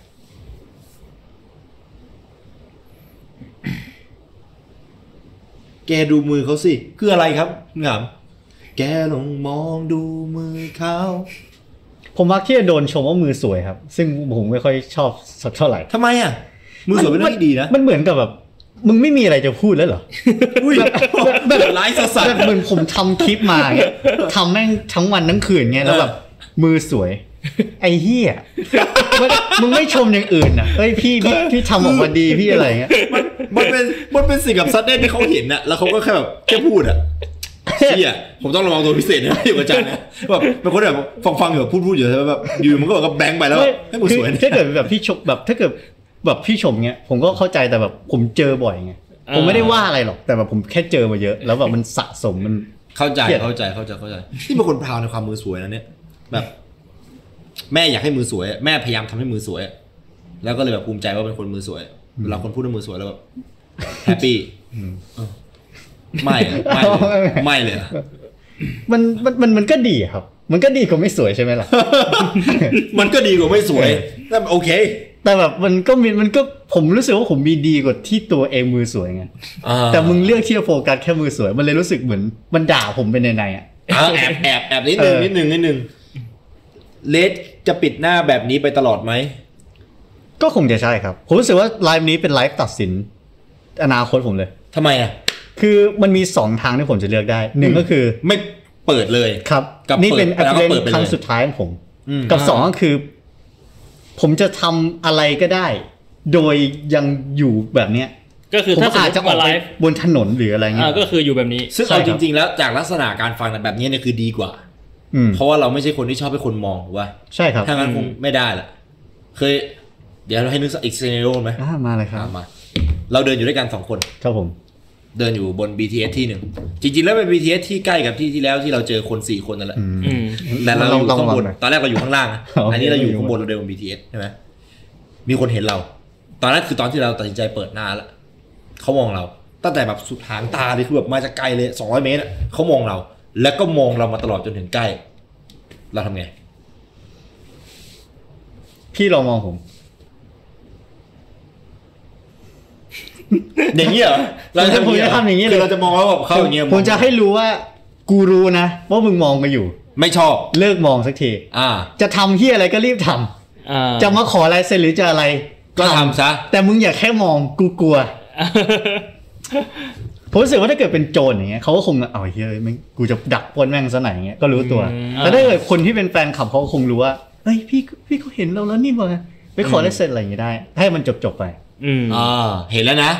C: แกดูมือเขาสิคืออะไรครับหงามแกลองมองดูมือเขา
D: ผมมักที่จะโดนชมว่ามือสวยครับ ซึ่งผมไม่ค่อยชอบสักเท่าไหร่
C: ทำไมอ่ะ มือสวยเป็นเรื่องที่ดีนะ
D: มันเหมือนกับแบบ มึงไม่มีอะไรจะพูดแล้วเหรอ
C: อุ้ยแบบร้ายสัส
D: แบบเหมือนผมทำคลิปมาเงี้ยทำแม่งทั้งวันทั้งคืนเงี้ยแล้วแบบ มือสวย ไอ้เหี้ยมึงมึงไม่ชมอย่างอื่นอ่ะเฮ้ยพี่พี่พี่ทำออกมาดีพี่อะไรเงี้ย
C: มันมันเป็นมันเป็นสิ่งกับซัดเด้นที่เขาเห็นน่ะแล้วเขาก็แค่แบบแค่พูดอ่ะเชี่ยผมต้องระวังตัวพิเศษนะ อยู่กับอาจารย์นะแบบเป็นคนแบบฟังฟังๆอยู่แบบพูดพูดอยู่แล้วแบบอยู่มันก็แบบแบงค์ไปแล้ว
D: ไม่
C: ให้กู
D: คื
C: ส
D: อ
C: วยนะ
D: ถ้าเกิดแบบพี่ชมแบบถ้าเกิดแบบพี่ชมเงี้ยผมก็เข้าใจแต่แบบผมเจอบ่อยไงผมไม่ได้ว่าอะไรหรอกแต่แบบผมแค่เจอมาเยอะ แล้วแบบมันสะสมมัน
C: เข้าใจ
D: เครียด
C: เข้าใจเข้าใจเข้าใจที่เป็นคนพราวในความมือสวยนะเนี่ยแบบ แม่อยากให้มือสวย แม่พยายามทำให้มือสวย แล้วก็เลยแบบภูมิใจว่าเป็นคนมือสวยเวลาคนพูดว่ามือสวยแล้วแบบแฮป ปี้ไม่อะไม่เลยไม่เลยอะ
D: มันมันมันมันก็ดีอะครับ มันก็ดีกว่าไม่สวยใช่ไหมล่ะ
C: มันก็ดีกว่าไม่สวยนั่นโอเค
D: แต่แบบมันก็มีมันก็ผมรู้สึกว่าผมมีดีกว่าที่ตัวเองมือสวยไง แต่มึงเลือกที่จะโฟกัสแค่มือสวย มันเลยรู้สึกเหมือนมันด่าผมเป็นในๆอ่ะ
C: อ่ะแอบแอบแอบนิดนึง
D: เออ
C: นิดนึงนิดนึงเลดจะปิดหน้าแบบนี้ไปตลอดไหม
D: ก็คงจะใช่ครับ ผมรู้สึกว่าไลฟ์นี้เป็นไลฟ์ตัดสิน อนาคตผมเลย
C: ทำไมอ่ะ
D: คือมันมีสองทางที่ผมจะเลือกได้หนึ่งก็คือ
C: ไม่เปิดเลย
D: ครับ
C: กับ
D: นี่เป็น
C: เปิด
D: อั
C: แล้
D: พ
C: วก็
D: เดน
C: เปิดไปเลย
D: ครั้งสุดท้ายของผม
C: อืม
D: กับสองก็คือ ผมจะทำอะไรก็ได้ โดยยังอยู่แบบเนี้ย
A: ก็คือ
D: ผม
A: ถ้าสม
D: อาจ
A: ม
D: จะ
A: ติ
D: ออก
A: มาไล
D: ไป
A: ฟ์
D: บนถนนหรืออะไรเงี้
A: อ่าย ก็คืออยู่แบบนี้
C: ซึ่ง
D: ใช่ครั
C: เอา
D: บ
C: จริง ๆ แล้วจากลักษณะการฟังแบบนี้เนี่ยคือดีกว่า
D: อืม
C: เพราะว่าเราไม่ใช่คนที่ชอบให้คนมองถูกป่ะ
D: ใช่ครับ
C: ถ้างั้น
A: อืม
C: คงไม่ได้ละเคย เดี๋ยวเราให้นึกสักอีกซีเนโอไหม
D: อ่ามาเลยครับ
C: อ่ะมา เราเดินอยู่ด้วยกันสองคน
D: ครับผม
C: เดินอยู่บน BTS ที่หนึ่งจริง ๆ แล้วเป็น BTS ที่ใกล้กับที่ที่แล้วที่เราเจอคนสี่คนนั่นแหละ
D: อืม
A: อืม
C: แต่เราอยู่
D: ลอง
C: ข้างบน
D: ลองหน่อย
C: ตอนแรกเราอยู่ข้างล่างนะ
D: โอเค
C: อันนี้เราอยู่ข้างบนเราเดินบน BTS ใช่ไหมมีคนเห็นเรา ตอนนั้นคือตอนที่เราตัดสินใจเปิดหน้าแล้วเขามองเรา ตั้งแต่แบบสุดหางตาเลยคือแบบมาจากไกลเลยสองร้อยเมตรอะเขามองเรา แล้วก็มองเรามาตลอดจนถึงใกล้ เราทำไง
D: พี่ลองมองผม
C: อย่างเงี้ยเหรอเราจะ
D: ผมจะทำอย่างงี้เลย
C: คืเราจะมองว่าแบบเขาอย่างเงี้ย
D: ผมจะให้รู้ว่ากูรู้นะว่ามึงมองมาอยู่
C: ไม่ชอบ
D: เลิกมองสักที
C: อ่า
D: จะทำเฮียอะไรก็รีบท
A: อ่า
D: ำจะมาขอลายเซ็นหรือจะอะไร
C: ก็ทำซะ
D: แต่มึงอย่าแค่มองกูกลัวผมรู้สึกว่าถ้าเกิดเป็นโจรอย่างเงี้ยเขาก็คงเอาเฮียเอ้ยแม่งกูจะดักปล้นแม่งซะไหนอยอย่างเงี้ยก็รู้ตัว
A: อืม
D: แต่ถ้าเกิดคนที่เป็นแฟนคลับเขาก็คงรู้ว่าเฮ้ยพี่พี่เขาเห็นเราแล้วนี่มาไปขอลายเซ็นอะไรอย่างเงี้ยได้ ให้มันจบจบๆไป
A: อืม
C: อ่าเห็นแล้วนะ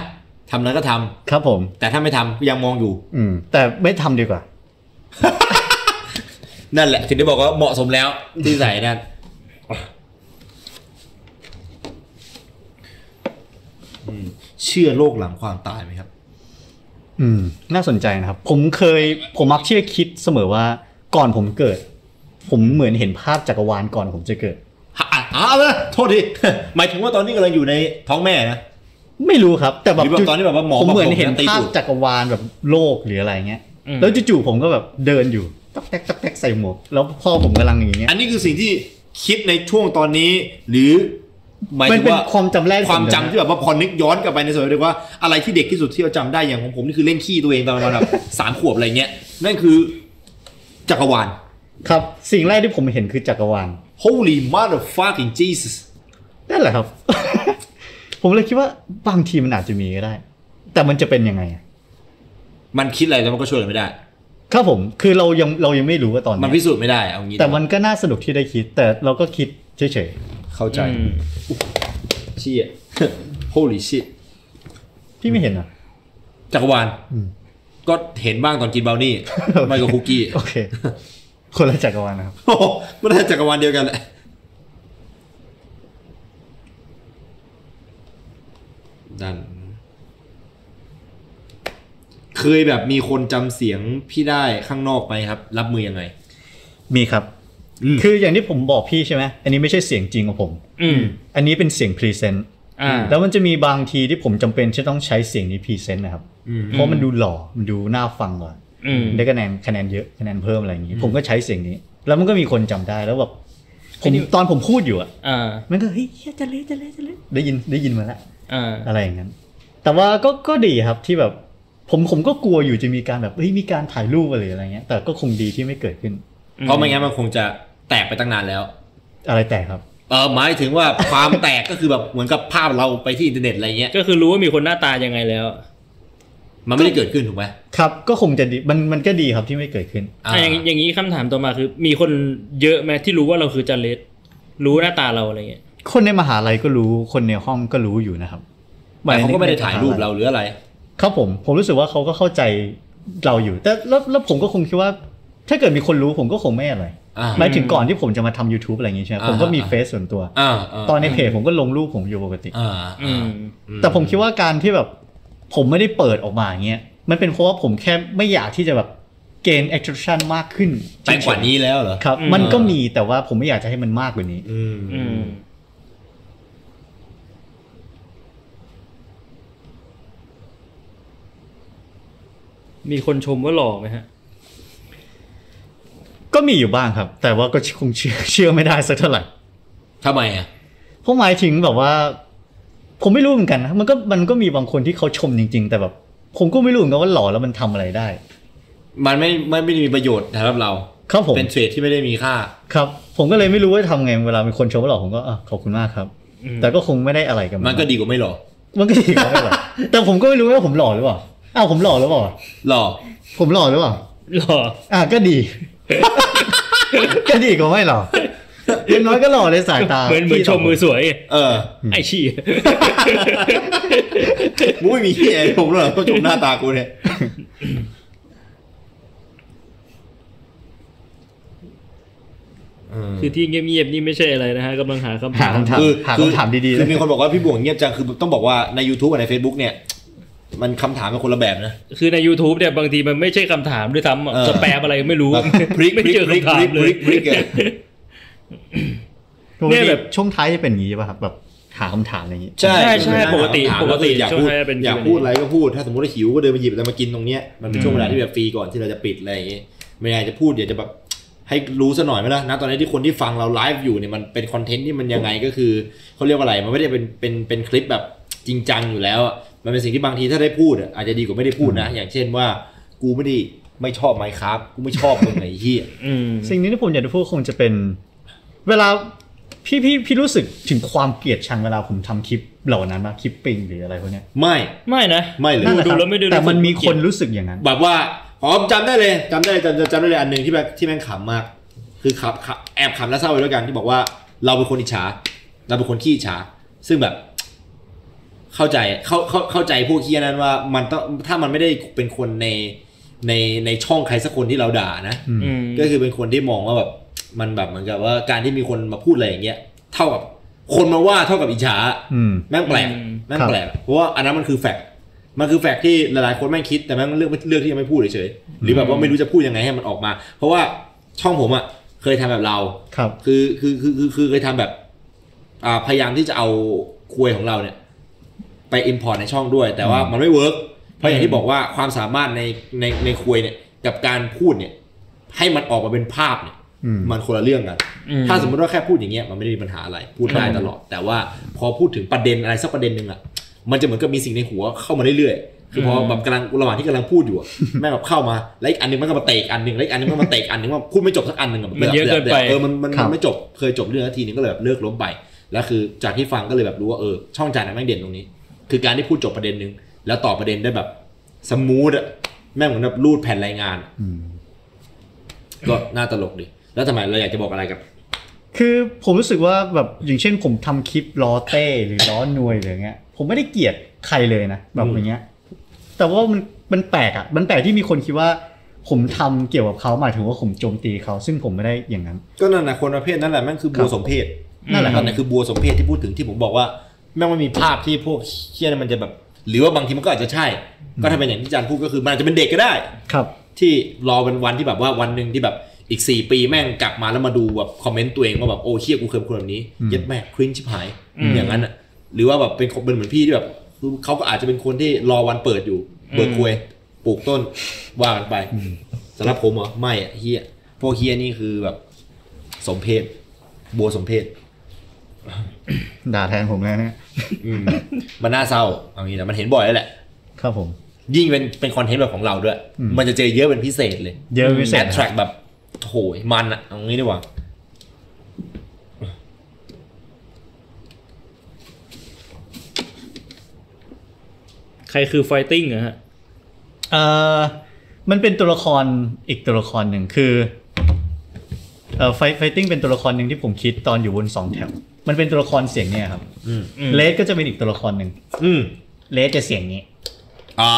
C: ทำแล้วก็ทำ
D: ครับผม
C: แต่ถ้าไม่ทำก็ยังมองอยู่
D: อืม แต่ไม่ทำดีกว่า
C: นั่นแหละถึงได้บอกว่าเหมาะสมแล้วที่ใส่นั่นอืมเชื่อโลกหลังความตายไหมครับ
D: อืม น่าสนใจนะครับ ผมเคยผมมักเชื่อคิดเสมอว่าก่อนผมเกิด ผมเหมือนเห็นภาพจักรวาลก่อนผมจะเกิด
C: อ่ะอ่ะเอาละโทษที หมายถึงว่าตอนนี้กำลังอยู่ในท้องแม่นะ
D: ไม่รู้ครับ แต่แบบ
C: หรือแบบ
D: จู่
C: ตอนที่แบบว่าหมอ
D: ผมเหมือนเห็น
C: บอกผมนะตี
D: ภาพ
C: ตูด
D: จักรวาลแบบโลกหรืออะไรเงี้ย
A: อืม
D: แล้วจู่ๆผมก็แบบเดินอยู่ตอกแตกตอกแตกใส่หมวกแล้วพ่อผมกำลังอย่างเงี้ย
C: อันนี้คือสิ่งที่คิดในช่วงตอนนี้ หรือหมาย
D: มัน
C: ถึง
D: เป็น
C: ว่า
D: ความจำแรก
C: ความจำ
D: ผมเลยนะ
C: ที่แบบว่าพอนึกย้อนกลับไปในสมัยเด็กว่าอะไรที่เด็กที่สุดที่เราจำได้อย่างของผมนี่คือเล่นขี้ตัวเองตอนประมาณแบบ สามขวบอะไรเงี้ยนั่นคือจักรวาล
D: ครับ สิ่งแรกที่ผมเห็นคือจักรวาล
C: Holy motherfucking Jesus
D: นั่นแหละครับ ผมเลยคิดว่าบางทีมันอาจจะมีก็ได้ แต่มันจะเป็นยังไงอะ
C: มันคิดอะไรแล้วมันก็ช่วยอะไรไม่ได้
D: ครับผม คือเรายังเรายังไม่รู้ว่าตอน
C: มัน
D: เนี้ย
C: พิสูจน์ไม่ได้เอางี้
D: แต่มันก็น่าสนุกที่ได้คิด แต่เราก็คิดเฉย
C: เข้าใจ
A: อืม
C: เชี่ย Holy shit
D: ๆพี่ไม่เห็นเหรอ่ะ
C: จักรวาล
D: อืม
C: ก็เห็นบ้างตอนกินเบลนี่ ไม่ก็คุกกี้
D: โอเค คนละจักรวาลนะครับ
C: โอ้โหมันได้จักรวาลเดียวกันแหละ ดัน เคยแบบมีคนจำเสียงพี่ได้ข้างนอกไหมครับ รับมือยังไง
D: มีครับ
C: อืม
D: คืออย่างที่ผมบอกพี่ใช่ไหมอันนี้ไม่ใช่เสียงจริงของผม
A: อืม
D: อันนี้เป็นเสียงพรีเซนต์
A: อ่า
D: แล้วมันจะมีบางทีที่ผมจำเป็นที่ต้องใช้เสียงนี้พรีเซนต์นะครับ
C: อืม
D: เพราะมันดูหล่อ มันดูน่าฟังกว่า
A: อืม
D: ได้คะแนนคะแนนเยอะคะแนนเพิ่มอะไรอย่างนี้ ผมก็ใช้เสียงนี้ แล้วมันก็มีคนจำได้แล้วแบบผมตอนผมพูดอยู่อ่ะ
A: อ่า
D: มันก็เฮ้ยเหี้ยจะเละจะเละจะเละได้ยินได้ยินมาแล้ว
A: อ่า
D: อะไรอย่างนั้น แต่ว่าก็ก็ดีครับที่แบบ ผมผมก็กลัวอยู่จะมีการแบบเฮ้ยมีการถ่ายรูปอะไรอะไรเงี้ย แต่ก็คงดีที่ไม่เกิดขึ้น
C: เพราะไม่งั้นมันคงจะแตกไปตั้งนานแล้ว
D: อะไรแต่ครับ
C: เออหมายถึงว่า ความแตกก็คือแบบเหมือนกับภาพเราไปที่อินเทอร์เน็ตอะไรเงี้ย
A: ก็คือรู้ว่ามีคนหน้าตายังไงแล้ว
C: มันไม่ได้เกิดขึ้นถูกไหม
D: ครับก็คงจะดีมันมันก็ดีครับที่ไม่เกิดขึ้น
C: อ่า
A: อ่ะอย่างอย่างนี้คำถามต่อมาคือ มีคนเยอะไหมที่รู้ว่าเราคือจันเลสรู้หน้าตาเราอะไรเงี้ย
D: คนในมหาลัยก็รู้คนในห้องก็รู้อยู่นะครับ
C: แต่เขาก็ไม่ได้ถ่ายรูปเราหรืออะไร
D: ครับผมผมรู้สึกว่าเขาก็เข้าใจเราอยู่ แต่แล้วแล้วผมก็คงคิดว่า ถ้าเกิดมีคนรู้ผมก็คงไม่อะไร
C: อ่า
D: หมายถึงก่อนที่ผมจะมาทำ YouTube อะไรอย่างงี้ใช่ไหมผมก็มี
C: อ่า
D: เฟซส่วนตัว
C: อ่าา
D: ตอนในเพจผมก็ลงรูปผมอยู่ปกติ
C: อ่า
A: อื
C: อ่าม
D: แต่ผมคิดว่าการที่แบบผมไม่ได้เปิดออกมาอย่างเงี้ยมันเป็นเพราะว่าผมแค่ไม่อยากที่จะแบบเกณฑ์ attraction มากขึ้น
C: ไปกว่านี้แล้วเหรอ
D: ครับ
A: อืม
D: มันก็มีแต่ว่าผมไม่อยากจะให้มันมากกว่านี้
C: อืม
A: อืม มีคนชมว่าหล่อไหมฮะ
D: ก็มีอยู่บ้างครับ แต่ว่าก็คงเชื่อ เชื่อไม่ได้สักเท่าไหร่
C: ทำไมอ่ะ
D: เพราะหมายถึงแบบว่า ผมไม่รู้เหมือนกันนะมันก็มันก็มีบางคนที่เขาชมจริง ๆ แต่แบบ ผมก็ไม่รู้เหมือนกันว่าหล่อแล้วมันทำอะไรได้
C: มันไม่ไม่ไม่ได้มีประโยชน์สำหรับเรา
D: ครับผม
C: เป็นเทรดที่ไม่ได้มีค่า
D: ครับ ผมก็เลยไม่รู้ว่าทำไงเวลามีคนชมว่าหล่อผมก็อ่ะขอบคุณมากครับ
A: อืม
D: แต่ก็คงไม่ได้อะไรกับมัน
C: มันก็ดีกว่าไม่หรอ
D: มันก็ดีกว่าไม่หรอก แต่ผมก็ไม่รู้ว่าผมหล่อหรือเปล่า อ้าวผมหล่อหรือเปล่า
C: หรอ
D: ผมหล่อหรือเปล่า
A: หล่อ
D: อ่ะก็ดี ก็ดีกว่าไม่หล่ออย่างน้อยก็หล่อในสายตา
A: เหมือนเหมือน
D: ที่
A: ชมมือสวย
C: เออ
A: ไอ้ ชี้
C: มึงไม่มีที่ไหนผมหรอกก็ชมหน้าตากูเนี่ย
A: คือที่เงียบๆนี่ไม่ใช่อะไรนะฮะกำลังหาคำ
D: หา
A: ถาม
D: คำถามหาคำถามดีๆ
C: คื
D: นะ
C: อมีคนบอกว่าพี่บ่วงเงียบจัง คือต้องบอกว่าใน YouTube กับใน Facebook เนี่ย มันคำถามเป็นคนละแบบนะ
A: คือใน YouTube เนี่ยบางทีมันไม่ใช่คำถามด้วยซ้ำอะ
C: เออ
A: สแปมอะไรไม่รู้
C: แบบพลิก
A: ไม่เจอ
C: พลิก
A: คำถาม
C: พลิก
A: เล
C: พ
A: ย
C: ลิกพลิกอะ
A: เนี่ยแบบ
D: ช่วงท้ายจะเป็นอย่างนี้ป่ะครับ แบบหาคำถามอะไรอย่างนี้
A: ใช่ใช่ปกติ
C: ถาม
A: ปกติ
C: อยาก
A: ช่วง
C: พูด
A: ท้ายเป็น
C: อยาก
A: Q&A
C: พูดอะไรก็พูด ถ้าสมมติว่าหิวก็เดินไปหยิบอะไรมากินตรงเนี้ย มันเป็นช่วง
A: อืม
C: เวลาที่แบบฟรีก่อนที่เราจะปิดอะไรอย่างเงี้ยไม่อยากจะพูดอยากจะแบบให้รู้ซะหน่อยไหมล่ะนะตอนนี้ที่คนที่ฟังเราไลฟ์อยู่เนี่ยมันเป็นคอนเทนต์ที่มันยังไงก็คือเขาเรียกว่าอะไร มันไม่ได้เป็นเป็นเป็นคลิปแบบจริงจังอยู่แล้วอะมันเป็นสิ่งที่บางทีถ้าได้พูดอะอาจจะดีกว่าไม่ได้พูดนะ อย่างเช่นว่ากูไม่ได้ไม่ชอบไมครับกูไม่ชอบมึงไอ้เหี้ย
A: อืม
D: สิ่งนี้ที่ผมอยากจะพูดคงจะเป็น เวลาพี่พี่พี่รู้สึกถึงความเกลียดชังเวลาผมทำคลิปเหล่านั้นมาคลิปปิงหรืออะไรพวกเนี้ย
C: ไม่
A: ไม่นะ
C: ไม่เลย
A: นั่นแหละ
D: ครับ
A: ดูแล้วไม่ได้รู้สึก
D: แต่มันมีคนรู้สึกอย่างนั้น
C: แบบว่าอ๋อจำได้เลยจำได้เลยจำจำจำได้เลยอันหนึ่งที่แบบที่แม่งขำมาก คือขำขำแอบขำและเศร้าไปด้วยกันที่บอกว่าเราเป็นคนอิจฉาเราเป็นคนขี้อิจฉาซึ่งแบบค เข้าใจเข้าเข้าเข้าใจพวกเคียนั้นว่ามันต้องถ้ามันไม่ได้เป็นคนในในในช่องใครสักคนที่เราด่านะ
A: อืม
C: ก็คือเป็นคนที่มองว่าแบบมันแบบเหมือนกับว่าการที่มีคนมาพูดอะไรอย่างเงี้ยเท่ากับคนมาว่าเท่ากับอิจฉา
D: อืม
C: แม่งแปลก
A: อืม
C: แม่งแปลกเพราะว่าอันนั้นมันคือแฟกต์มันคือแฟกต์ที่หลายๆคนแม่งคิดแต่แม่งเลือกเลือกที่จะไม่พูดเฉยๆหรือแบบว่าไม่รู้จะพูดยังไงให้มันออกมา เพราะว่าช่องผมอ่ะเคยทำแบบเรา
D: ครับ
C: คือคือคือคือคือเคยทำแบบอ่าพยายามที่จะเอาควยของเราเนี่ย ไป import ในช่องด้วย แต่ว่ามันไม่เวิร์กเพราะอย่างที่บอกว่าความสามารถในในในควยเนี่ย กับการพูดเนี่ย ให้มันออกมาเป็นภาพเนี่ย
D: อืม
C: มันคนละเรื่องกัน
A: อืม
C: ถ้าสมมติว่าแค่พูดอย่างเงี้ยมันไม่ได้มีปัญหาอะไรพูดได้ตลอด แต่ว่าพอพูดถึงประเด็นอะไรสักประเด็นหนึ่งอะมันจะเหมือนกับมีสิ่งในหัวเข้ามาเรื่อยๆคือพอแบบกำลังระหว่างที่กำลังพูดอยู่อะแม่งแบบเข้ามาแล้วอีกอันหนึงมันก็มาเตะอีกอันหนึงแล้วอีกอันหนึงมันก็มาเตะอีกอันหนึงว่าพูดไม่จบสักอันหนึ่งอะ
A: มันเยอะเกินไป
C: เออมันมัน
D: ครับ
C: มันไม่จบเคยจบเรื่องแล้วทีนึงก็เลยแบบเลิกล้มไปแล้วคือจากที่ฟังก็เลยแบบรู้ว่าเออช่องจานนะแม่งเด่นตรงนี้ คือการที่พูดจบประเด็นหนึ่งแล้วต่อประเด็นได้แบบสมูทอะแม่งเหมือนแบบรูดแผ่นรายงานอะ
D: อืม
C: ก็น่าตลกดีแล้วทำไมเราอยากจะบอกอะไรกับ
D: คือผมรู้สึกว่าแบบอย่างเช่นผมทำคลิปล้อเต้หรือล้อนวยหรืออย่างเงี้ย ผมไม่ได้เกลียดใครเลยนะแบบอย่างเงี้ย แต่ว่ามันมันแปลกอ่ะมันแปลกที่มีคนคิดว่า ผมทำเกี่ยวกับเขาหมายถึงว่าผมโจมตีเขาซึ่งผมไม่ได้อย่างนั้น
C: ก็นั่นแหละคนประเภทนั่นแหละแม่งคือบัวสมเพศ
A: นั่นแหละ
C: ตอนนั้นคือบัวสมเพศที่พูดถึงที่ผมบอกว่าแม่งไม่มีภาพที่พวกเชี่ยเนยมันจะแบบ หรือว่าบางทีมันก็อาจจะใช่ ก็ถ้าเป็นอย่างที่อาจารย์พูดก็คือมันอาจจะเป็นเด็กก็ได้
D: ครับ
C: ที่รอเป็นวันที่แบบว่าวันหนึ่งที่แบบอีก 4 ปีแม่งกลับมาแล้วมาดูแบบคอมเมนต์ตัวเองว่าแบบโอ้เชี่ยกูเคยเป็นคนแบบนี้
D: อืม
C: เย็ดแม่งคริ้นชิบหาย
A: อืม
C: อย่างนั้นอ่ะหรือว่าแบบเป็นคนเป็นเหมือนพี่ที่แบบคือเขาก็อาจจะเป็นคนที่รอวันเปิดอยู่เปิด
A: อืม
C: ควยปลูกต้นว่ากันไปสำหรับผมเหรอไม่อะเฮียพวกเฮียนี่คือแบบ สมเพศบัวสมเพศ
D: ด่าแทนผมแล้วเนี่ย
C: อืม มันน่าเศร้าเอางี้นะมันเห็นบ่อยแล้วแหละ
D: ครับผม
C: ยิ่งเป็นเป็นคอนเทนต์แบบของเราด้วย
D: อืม
C: มันจะเจอเยอะเป็นพิเศษเลย
D: เยอะพิเศ
C: แอ
D: ษ
C: ดแทร็กแบบโหยมันอะเอางี้ดีกว่า
A: ใครคือไฟติ้งอะฮะ
D: เอ่อมันเป็นตัวละครอีกตัวละครหนึ่งคือเอ่อไฟติ้งเป็นตัวละครหนึ่งที่ผมคิดตอนอยู่บนสองแถว มันเป็นตัวละครเสียงเนี่ยครับ
C: อืม
A: อืม
D: เลสก็จะเป็นอีกตัวละครหนึ่ง
C: อืม
D: เลสจะเสียงนี้
C: อ่า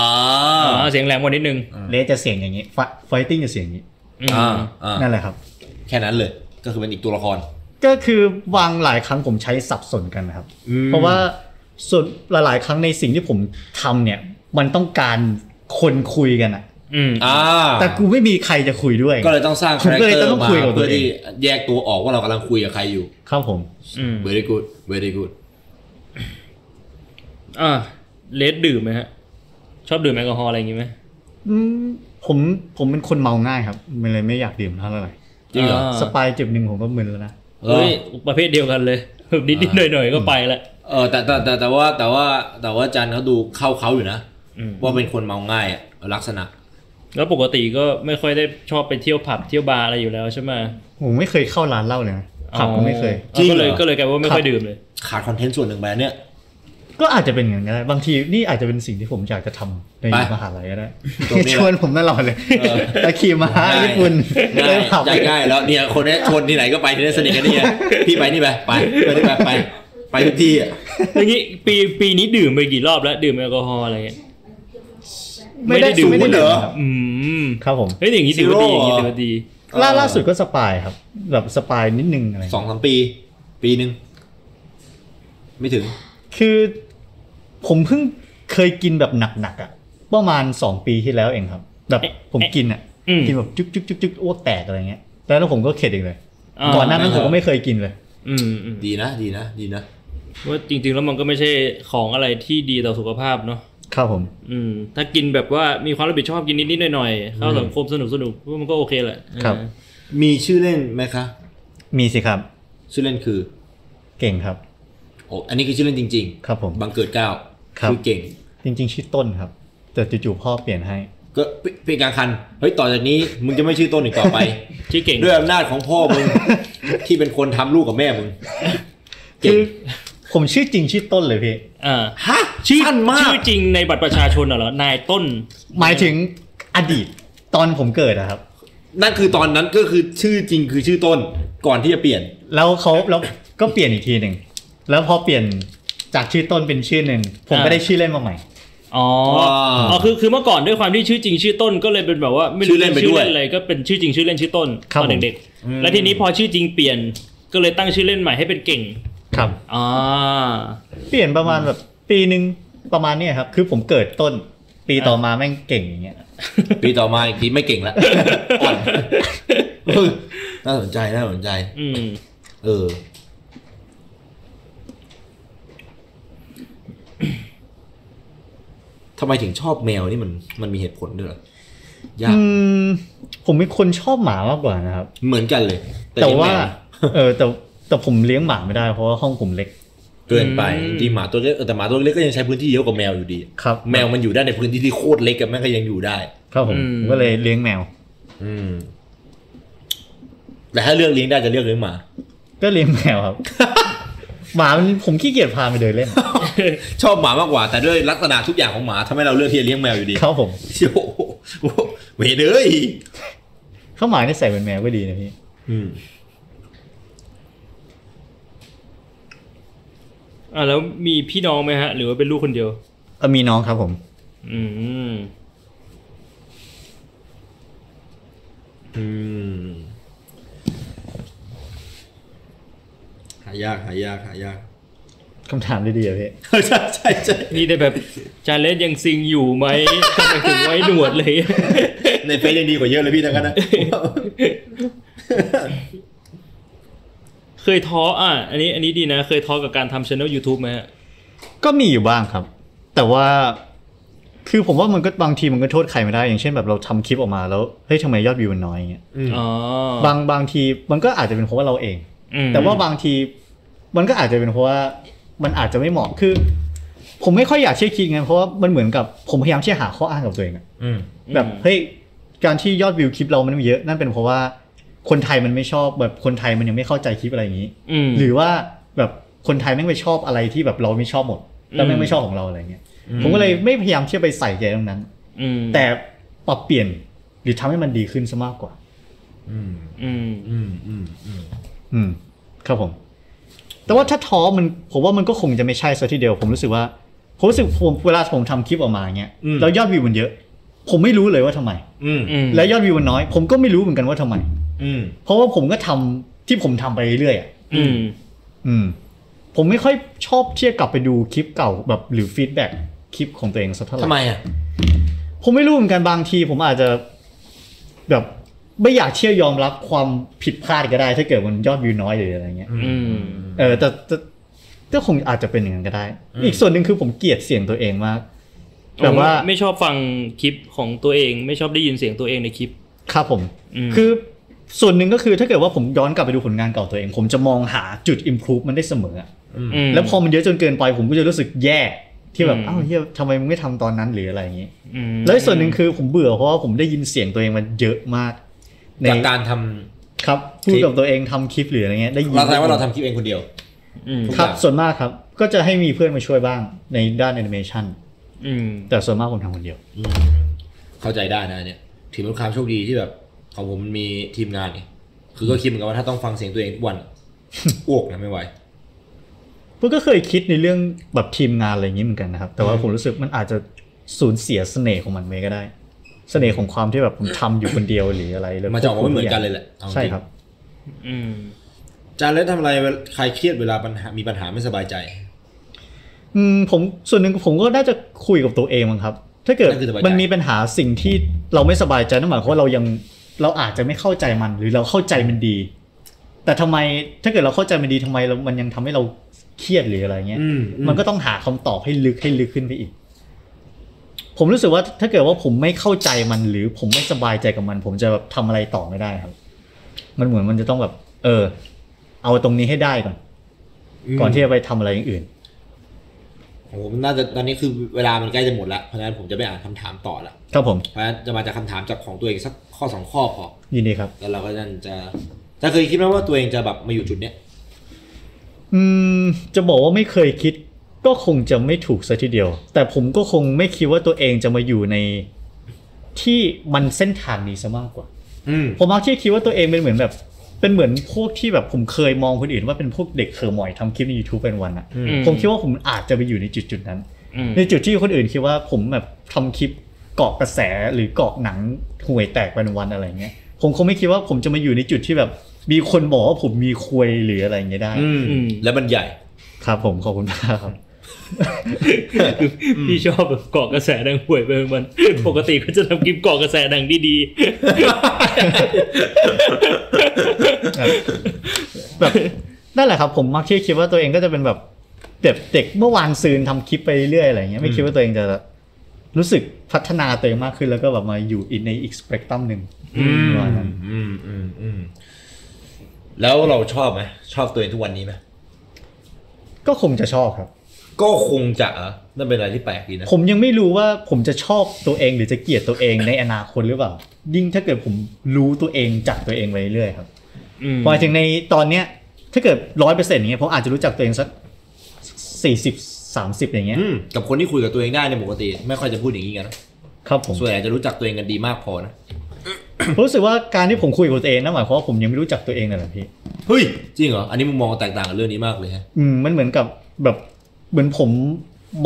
A: อ๋อเสียงแหลมกว่านิดนึง
D: เลสจะเสียงอย่างนี้ไฟติ้งจะเสียงอย่างนี้
A: อืม
C: อ่าอ่า
D: นั่นแหละครับ
C: แค่นั้นเลย ก็คือเป็นอีกตัวละคร
D: ก็คือวางหลายครั้งผมใช้สับสนกันนะครับ
C: อืม
D: เพราะว่าส่วนหลายๆครั้งในสิ่งที่ผมทำเนี่ย มันต้องการคนคุยกันอะ
A: อืม
C: อ่า
D: แต่กูไม่มีใครจะคุยด้วย
C: ก็เลยต้องสร้าง
D: ผม
C: คาแรค
D: ก็เลย
C: เตอ
D: ต้
C: ร์
D: อง
C: มา
D: คุยกับตัว
C: เพื่อที่
D: เอ
C: แยกตัวออกว่าเรากำลังคุยกับใครอยู่
D: ครับผม
A: อืม
C: very good very good
A: อ่าเลดดื่มไหมฮะ ชอบดื่มแอลกอฮอล์อะไรอย่างงี้ไหม
D: อืมผมผมเป็นคนเมาง่ายครับมันเลยไม่อยากดื่มเท่าไหร่
C: จริงเหรอ
A: อ่า
D: สปายจิบหนึ่งผมก็มึนแล้วนะ
C: เอ
A: เฮ้
C: อย
A: ประเภทเดียวกันเลย แบบนิดๆหน่อยๆก็ไปละ
C: เออแต่แต่แต่แต่ว่าแต่ว่าแต่ว่าจันเขาดูเข้าเขาอยู่นะ
A: อืม
C: ว่าเป็นคนเมาง่ายอะลักษณะ
A: แล้วปกติก็ไม่ค่อยได้ชอบไปเที่ยวผับเที่ยวบาร์อะไรอยู่แล้วใช่ไหม
D: ผมไม่เคยเข้าร้านเหล้าเลยนะผับก็ไม่เคย
A: อ๋อก็เลย
C: จริงเหรอ
A: ก็เลยกลายเป็นว่าไม่ค่อยดื่มเลย
C: ขาดคอนเทนต์ส่วนหนึ่งไปเนี่ย
D: ก็อาจจะเป็นอย่างนั้นก็ได้บางทีนี่อาจจะเป็นสิ่งที่ผมอยากจะทำใน
C: ไป
D: มหาลัยก็ได้
C: ตรงนี้แหละ
D: ชวนผมตลอดเลย
C: เออ
D: ตะขี่มาญี่ปุ่น
C: ง่าย
D: ผับ
C: ง่ายง่ายแล้วเนี่ยคนเนี้ยชวนที่ไหนก็ไปที่นั่นสนิทกันเนี่ยพี่ไปนี่ไปไปไปนี่ไปไปไปทุกที่อะ
A: อย่างงี้ปีปีนี้ดื่มไปกี่รอบแล้วดื่มแอลกอฮอล์อะไรเงี้ย
D: ไม่ได้
A: ดื่ม
D: ไม่ได้
A: คนเดียว
D: เหรอ
A: อืม
D: ครับผม
A: เฮ้ยอย่างงี้ถือว่าดีอย่างงี้ถือว่าดี
D: ล่าล่าสุดก็สปายครับ แบบสปายนิดนึงอะไร
C: สองสามปี ปีหนึ่งไม่ถึง
D: คือ ผมเพิ่งเคยกินแบบหนักๆอ่ะประมาณสองปีที่แล้วเองครับ แบบผมกินอ่ะ
A: อืม
D: กินแบบจุ๊กจุ๊กจุ๊กจุ๊กอ้วกแตกอะไรเงี้ยแล้วผมก็เข็ดอีกเลยก่อนหน้านั้น
C: อ่า
D: ผมก็ไม่เคยกินเลย
A: อืมอืม
C: ดีนะ ดีนะ ดีนะ
A: ว่าจริง ๆ แล้วมันก็ไม่ใช่ของอะไรที่ดีต่อสุขภาพเนาะ
D: ครับผม
A: อืมถ้ากินแบบว่ามีความรับผิดชอบกินนิดๆหน่อยๆเข้าสังคมสนุกสนุกๆมันก็โอเคแหละ
D: ครับ
A: เออ
C: มีชื่อเล่นไหมคะ
D: มีสิครับ
C: ชื่อเล่นคือ
D: เก่งครับ
C: โอ้อันนี้คือชื่อเล่นจริง
D: ครับผม
C: ๆบังเกิดเกล้า
D: ครับ
C: อเก่ง
D: จริง ๆ ชื่อต้นครับ แต่จู่ๆพ่อเปลี่ยนให้
C: ก็เป็นกลารคัน เฮ้ย ต่อจากนี้ มึงจะไม่ชื่อต้นอีกต่อ ไป
A: ชื่อเก่ง
C: ด้วยอำนาจของพ่อมึง ที่เป็นคนทำลูกกับแม่มึง เก่
D: คื
C: ง
D: อ ผมชื่อจริงชื่อต้นเลยพี่
A: อ่า
C: ฮะ
A: ชื่อ
C: สั้นมาก
A: ชื่อจริงในบัตรประชาชนน่ะเหรอนายต้น
D: หมายถึงอดีตตอนผมเกิดอะครับ
C: นั่นคือตอนนั้นก็คือชื่อจริงคือชื่อต้นก่อนที่จะเปลี่ยน
D: แล้วเขาแล้วก็เปลี่ยนอีกทีหนึ่งแล้วพอเปลี่ยน จากชื่อต้นเป็นชื่อหนึ่งผมก็ได้ชื่อเล่นมาใหม่
A: อ๋ออ๋อคือคือเมื่อก่อนด้วยความที่ชื่อจริงชื่อต้นก็เลยเป็นแบบว่าไม่
C: ชื่
A: รู้
C: อเล่นไป
A: ชื่อ
C: ด้วย
A: เล่นอะไรก็เป็นชื่อจริงชื่อเล่นชื่อต้น
D: ครับ
A: ตอนเด็ก
C: อืม
A: ๆ แล้วทีนี้พอชื่อจริงเปลี่ยนก็เลยตั้งชื่อเล่นใหม่ให้เป็นเก่ง
D: ครับ
A: อ่า
D: เปลี่ยนประมาณแบบปีหนึ่งประมาณเนี้ยครับ คือผมเกิดต้น ปีต่อมาแม่งเก่งอย่างเงี้ย
C: ปีต่อมาอีกทีไม่เก่งละ อ่อนเออน่าสนใจน่าสนใจ
A: อืม
C: เออ ทำไมถึงชอบแมวนี่มันมันมีเหตุผลด้วยเหรอยาก
D: อืมผมเป็นคนชอบหมามากกว่านะครับ
C: เหมือนกันเลย
D: แต่
C: เลี้ยง
D: ว่า
C: ม
D: เออแต่แต่ผมเลี้ยงหมาไม่ได้เพราะว่าห้องผมเล็ก
C: เกินไป
A: อืม
C: จริงๆหมาตัวเล็กเออแต่หมาตัวเล็กก็ยังใช้พื้นที่เยอะกว่าแมวอยู่ดี
D: ครับ
C: แมวมันอยู่ได้ในพื้นที่ที่โคตรเล็กกับแม่งก็ยังอยู่ได้
D: ครับผม
A: อืม
D: ผมก็เลยเลี้ยงแมว
C: อืม แต่ถ้าเลือกเลี้ยงได้จะเลือกเลี้ยงหมา
D: ก็เลี้ยงแมว ครับ หมามันผมขี้เกียจพาไปเดินเล่น
C: ชอบหมามากกว่า แต่ด้วยลักษณะทุกอย่างของหมาทำให้เราเลือกที่จะเลี้ยงแมวอยู่ดี
D: ครับผม
C: โอ้โหเวรเลย
D: ข้าวหมาเนี่ยใส่เป็นแมวก็ดีนะพี่
C: อืม
A: อ่าแล้วมีพี่น้องไหมฮะ หรือว่าเป็นลูกคนเดียว
D: เออมีน้องครับผม
A: อืม
C: อืม หายากหายากหายาก
D: คำถามดีๆอะพี่
C: ใช่ใช่ใช่
A: นี่ได้แบบจานเลสยังซิงอยู่ไหมทำไมถึงไว้หนวดเลย
C: ในเฟซยังดีกว่าเยอะเลยพี่ทั้งนั้นนะ
A: เคยท้ออ่ะ อันนี้อันนี้ดีนะ เคยท้อกับการทำช anel YouTube ไหมฮะ
D: ก็มีอยู่บ้างครับ แต่ว่า คือผมว่ามันก็บางทีมันก็โทษใครไม่ได้ อย่างเช่นแบบเราทำคลิปออกมาแล้ว เฮ้ยทำไมยอดวิวมันน้อยอย่างเงี้ย
C: อืม
A: อ๋อบ
D: างบางทีมันก็อาจจะเป็นเพราะว่าเราเอง
A: อืม
D: แต่ว่าบางทีมันก็อาจจะเป็นเพราะว่ามันอาจจะไม่เหมาะ คือ ผมไม่ค่อยอยากเชื่อคิดไง เพราะว่ามันเหมือนกับผมพยายามที่จะหาข้ออ้างกับตัวเองอะ
C: อืม
A: อืม
D: แบบเฮ้ยการที่ยอดวิวคลิปเรามันไม่เยอะ นั่นเป็นเพราะว่าคนไทยมันไม่ชอบแบบคนไทยมันยังไม่เข้าใจคลิปอะไรอย่างนี้
A: อืม
D: หรือว่าแบบคนไทยแม่งไปชอบอะไรที่แบบเราไม่ชอบหมด แล้วแม่งไม่ชอบของเราอะไรเงี้ย ผมก็เลยไม่พยายามที่จะไปใส่ใจตรงนั้น
A: อืม
D: แต่ปรับเปลี่ยนหรือทำให้มันดีขึ้นซะมากกว่า
C: อืม
A: อืม
C: อืมอืมอืม
D: อืม ครับผม แต่ว่าถ้าท้อมันผมว่ามันก็คงจะไม่ใช่ซะทีเดียว ผมรู้สึกว่าผมรู้สึกผมเวลาผมทำคลิปออกมาเงี้ยแล้วยอดวิวมันเยอะ ผมไม่รู้เลยว่าทำไม
C: อืม
A: อืม
D: แล้วยอดวิวมันน้อย ผมก็ไม่รู้เหมือนกันว่าทำไม
C: อืม
D: เพราะว่าผมก็ทำที่ผมทำไปเรื่อยๆอะ
A: อืม
D: อืมผมไม่ค่อยชอบเที่จะกลับไปดูคลิปเก่าแบบหรือฟีดแบ็กคลิปของตัวเองสักเท่าไห
C: ทำไม
D: ร่
C: อ่ะ
D: ผมไม่รู้เหมือนกันบางทีผมอาจจะแบบไม่อยากเชื่อยอมรับความผิดพลาดก็ได้ ถ้าเกิดมันยอดวิวน้อยหรืออะไรเงี้ย
A: อืม
D: เออแต่แต่แต่คงอาจจะเป็นอย่างนั้นก็ได้
C: อืม
D: อีกส่วนหนึ่งคือผมเกลียดเสียงตัวเองมาก แบบว่า
A: ไม่ชอบฟังคลิปของตัวเองไม่ชอบได้ยินเสียงตัวเองในคลิป
D: ครับผม
A: อืม
D: คือส่วนหนึ่งก็คือถ้าเกิดว่าผมย้อนกลับไปดูผลงานเก่าตัวเอง ผมจะมองหาจุด improve มันได้เสมออะ
A: อืม
D: แล้วพอมันเยอะจนเกินไปผมก็จะรู้สึกแย่ที่แบบ
A: อืม
D: อ้าวเฮียทำไมมึงไม่ทำตอนนั้นหรืออะไรอย่างนี้
A: ม
D: แล้วอีกส่วนหนึ่งคือผมเบื่อเพราะว่าผมได้ยินเสียงตัวเองมันเยอะมาก ใน
C: จากการท
D: ครับพูดกับตัวเองทำคลิปหรืออะไรเงี้ยได้ยิ
C: ำ
D: น
C: เราแสดงว่าเราทำคลิปเองคนเดียว
A: อืม
D: ครับ ส่วนมากครับ ก็จะให้มีเพื่อนมาช่วยบ้างในด้านแอนิเมชัน
A: อืม
D: แต่ส่วนมากผมทำคนเดียว
C: อืมเข้าใจได้นะเนี่ยถือเป็นความโชคดีที่แบบ ของผมมันมีทีมงานไงคือก็คิดเหมือนกันว่าถ้าต้องฟังเสียงตัวเองทุกวัน อ้วกนะไม่ไหว
D: ผมก็เคยคิดในเรื่องแบบทีมงานอะไรอย่างนี้เหมือนกันนะครับ แต่ว่าผมรู้สึกมันอาจจะสูญเสียเสน่ห์ของมันไปก็ได้ เสน่ห์ของความที่แบบผมทำอยู่คนเดียวหรืออะไรเลย
C: มันจะออกมาไม่เหมือนกันเลยแหละเอาจง
D: ใช่ครับ
A: อืม
C: จานเล็กทำอะไรเวลาใครเครียดเวลาปัญหามีปัญหาไม่สบายใจ
D: อืมผมส่วนหนึ่งผมก็น่าจะคุยกับตัวเองมั้งครับ ถ้าเกิด
C: นั่นคือสบายใจ
D: มันมีปัญหาสิ่งที่เราไม่สบายใจนั่นหมายความว่าเรายังเราอาจจะไม่เข้าใจมันหรือเราเข้าใจมันดี แต่ทำไมถ้าเกิดเราเข้าใจมันดีทำไมเรามันยังทำให้เราเครียดหรืออะไรเงี้ย มันก็ต้องหาคำตอบให้ลึกให้ลึกขึ้นไปอีก ผมรู้สึกว่าถ้าเกิดว่าผมไม่เข้าใจมันหรือผมไม่สบายใจกับมัน ผมจะแบบทำอะไรต่อไม่ได้ครับ มันเหมือนมันจะต้องแบบ เออ เอาตรงนี้ให้ได้ก่อน
C: ม
D: ก่อนที่จะไปทำอะไรอย่างอื่น
C: ผมน่าจะตอนนี้คือเวลามันใกล้จะหมดละเพราะฉะนั้นผมจะไม่อ่านคำถามต่อละ
D: ครับผม
C: เพราะฉะนั้นจะมาจากคำถามจากของตัวเองสักข้อสองข้อพอ
D: ยินดีครับ
C: แล้วเราก็นั่นจะจะเคยคิดไหมว่าตัวเองจะแบบมาอยู่จุดเนี้ย
D: อืมจะบอกว่าไม่เคยคิด ก็คงจะไม่ถูกซะทีเดียว แต่ผมก็คงไม่คิดว่าตัวเองจะมาอยู่ในที่มันเส้นทางนี้ซะมากกว่า
C: อืม
D: ผมมักที่จะคิดว่าตัวเองเป็นเหมือนแบบ เป็นเหมือนพวกที่แบบผมเคยมองคนอื่นว่าเป็นพวกเด็กเคอร์มอยทำคลิปใน YouTube เป็นวันอะ
A: อืม
D: ผมคิดว่าผมอาจจะไปอยู่ในจุดจุดๆนั้น
A: อืม
D: ในจุดที่คนอื่นคิดว่าผมแบบทำคลิปเกาะกระแสหรือเกาะหนังห่วยแตกเป็นวันอะไรเงี้ยผมคงไม่คิดว่าผมจะมาอยู่ในจุดที่แบบ มีคนบอกว่าผมมีควยหรืออะไรเงี้ยได้
C: อืม
A: อืม
C: แล้วมันใหญ่
D: ครับผมขอบคุณมากครับ
A: พี่ชอบแบบเกาะกระแสดังป่วยไปมัน ปกติก็จะทำคลิปเกาะกระแสดังดี
D: แบบ นั่นแหละครับผมมักที่คิดว่าตัวเองก็จะเป็นแบบเด็กเด็กเมื่อวานซืนทำคลิปไปเรื่อยอะไรเงี้ยไม่คิดว่าตัวเองจะรู้สึกพัฒนาตัวเองมากขึ้นแล้วก็แบบมาอยู่อีกในอีกสเปกตรัมหนึ่งประมาณนั้น
C: อืมอืมอืมแล้วเราชอบไหมชอบตัวเองทุกวันนี้ไหม
D: ก็คงจะชอบครับ
C: ก็คงจะเหรอนั่นเป็นอะไรที่แปลกดีนะ
D: ผมยังไม่รู้ว่าผมจะชอบตัวเองหรือจะเกลียดตัวเองในอนาคตหรือเปล่า ยิ่งถ้าเกิดผมรู้ตัวเองจากตัวเองไปเรื่อยๆครับ
A: ๆอืม
D: หมายถึงในตอนเนี้ย ถ้าเกิดร้อยเปอร์เซ็นต์เงี้ยผมอาจจะรู้จักตัวเองสักสี่สิบสามสิบอย่างเงี้ย
C: อืมกับคนที่คุยกับตัวเองได้ในยปกติ ไม่ค่อยจะพูดอย่างนี้กันนะครับ
D: ผม
C: ส่วนใหญ่จะรู้จักตัวเองกันดีมากพอนะ
D: ผมรู้สึกว่าการที่ผมคุยกับตัวเองนั่นหมายความว่าผมยังไม่รู้จักตัวเองนั่นแหละพี่
C: เฮ้ยจริงเหรออันนี้มุมมองแตกต่างกับเรื่องนี้มากเลยฮะ
D: อืมมันเหมือนกับแบบเหมือนผม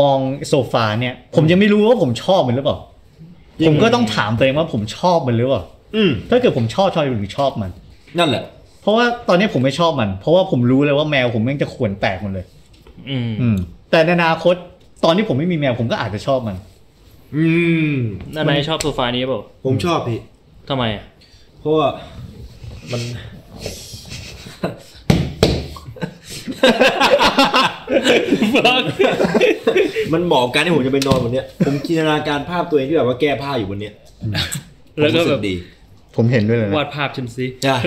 D: มองโซฟาเนี่ย ผมยังไม่รู้ว่าผมชอบมันหรือเปล่า ผมก็ต้องถามตัวเองว่าผมชอบมันหรือเปล่า
C: อืม
D: ถ้าเกิดผมชอบทำไมผมถึงชอบมัน
C: นั่นแหละ
D: เพราะว่าตอนนี้ผมไม่ชอบมัน เพราะว่าผมรู้เลยว่าแมวผมแม่งจะขวนแตกหมดเลย
A: อืม
D: อืม แต่ในอนาคตตอนที่ผมไม่มีแมวผมก็อาจจะชอบมัน
C: อืม
A: นายชอบโซฟานี้เปล่า
C: ผมชอบพี่
A: ทำไม อ่ะ
C: เพราะว่ามัน มันเหมาะกับการที่ผมจะไปนอนบนเนี้ยผมจินตนาการภาพตัวเองที่แบบว่าแก้ผ้าอยู่บนเนี้ย
A: แล้วก็
C: ผมรู้
A: แบ
C: สึ
A: บ
C: ดี
D: ผมเห็นด้วยเลยนะ
A: วาดภาพฉันสิ
C: อ่ะ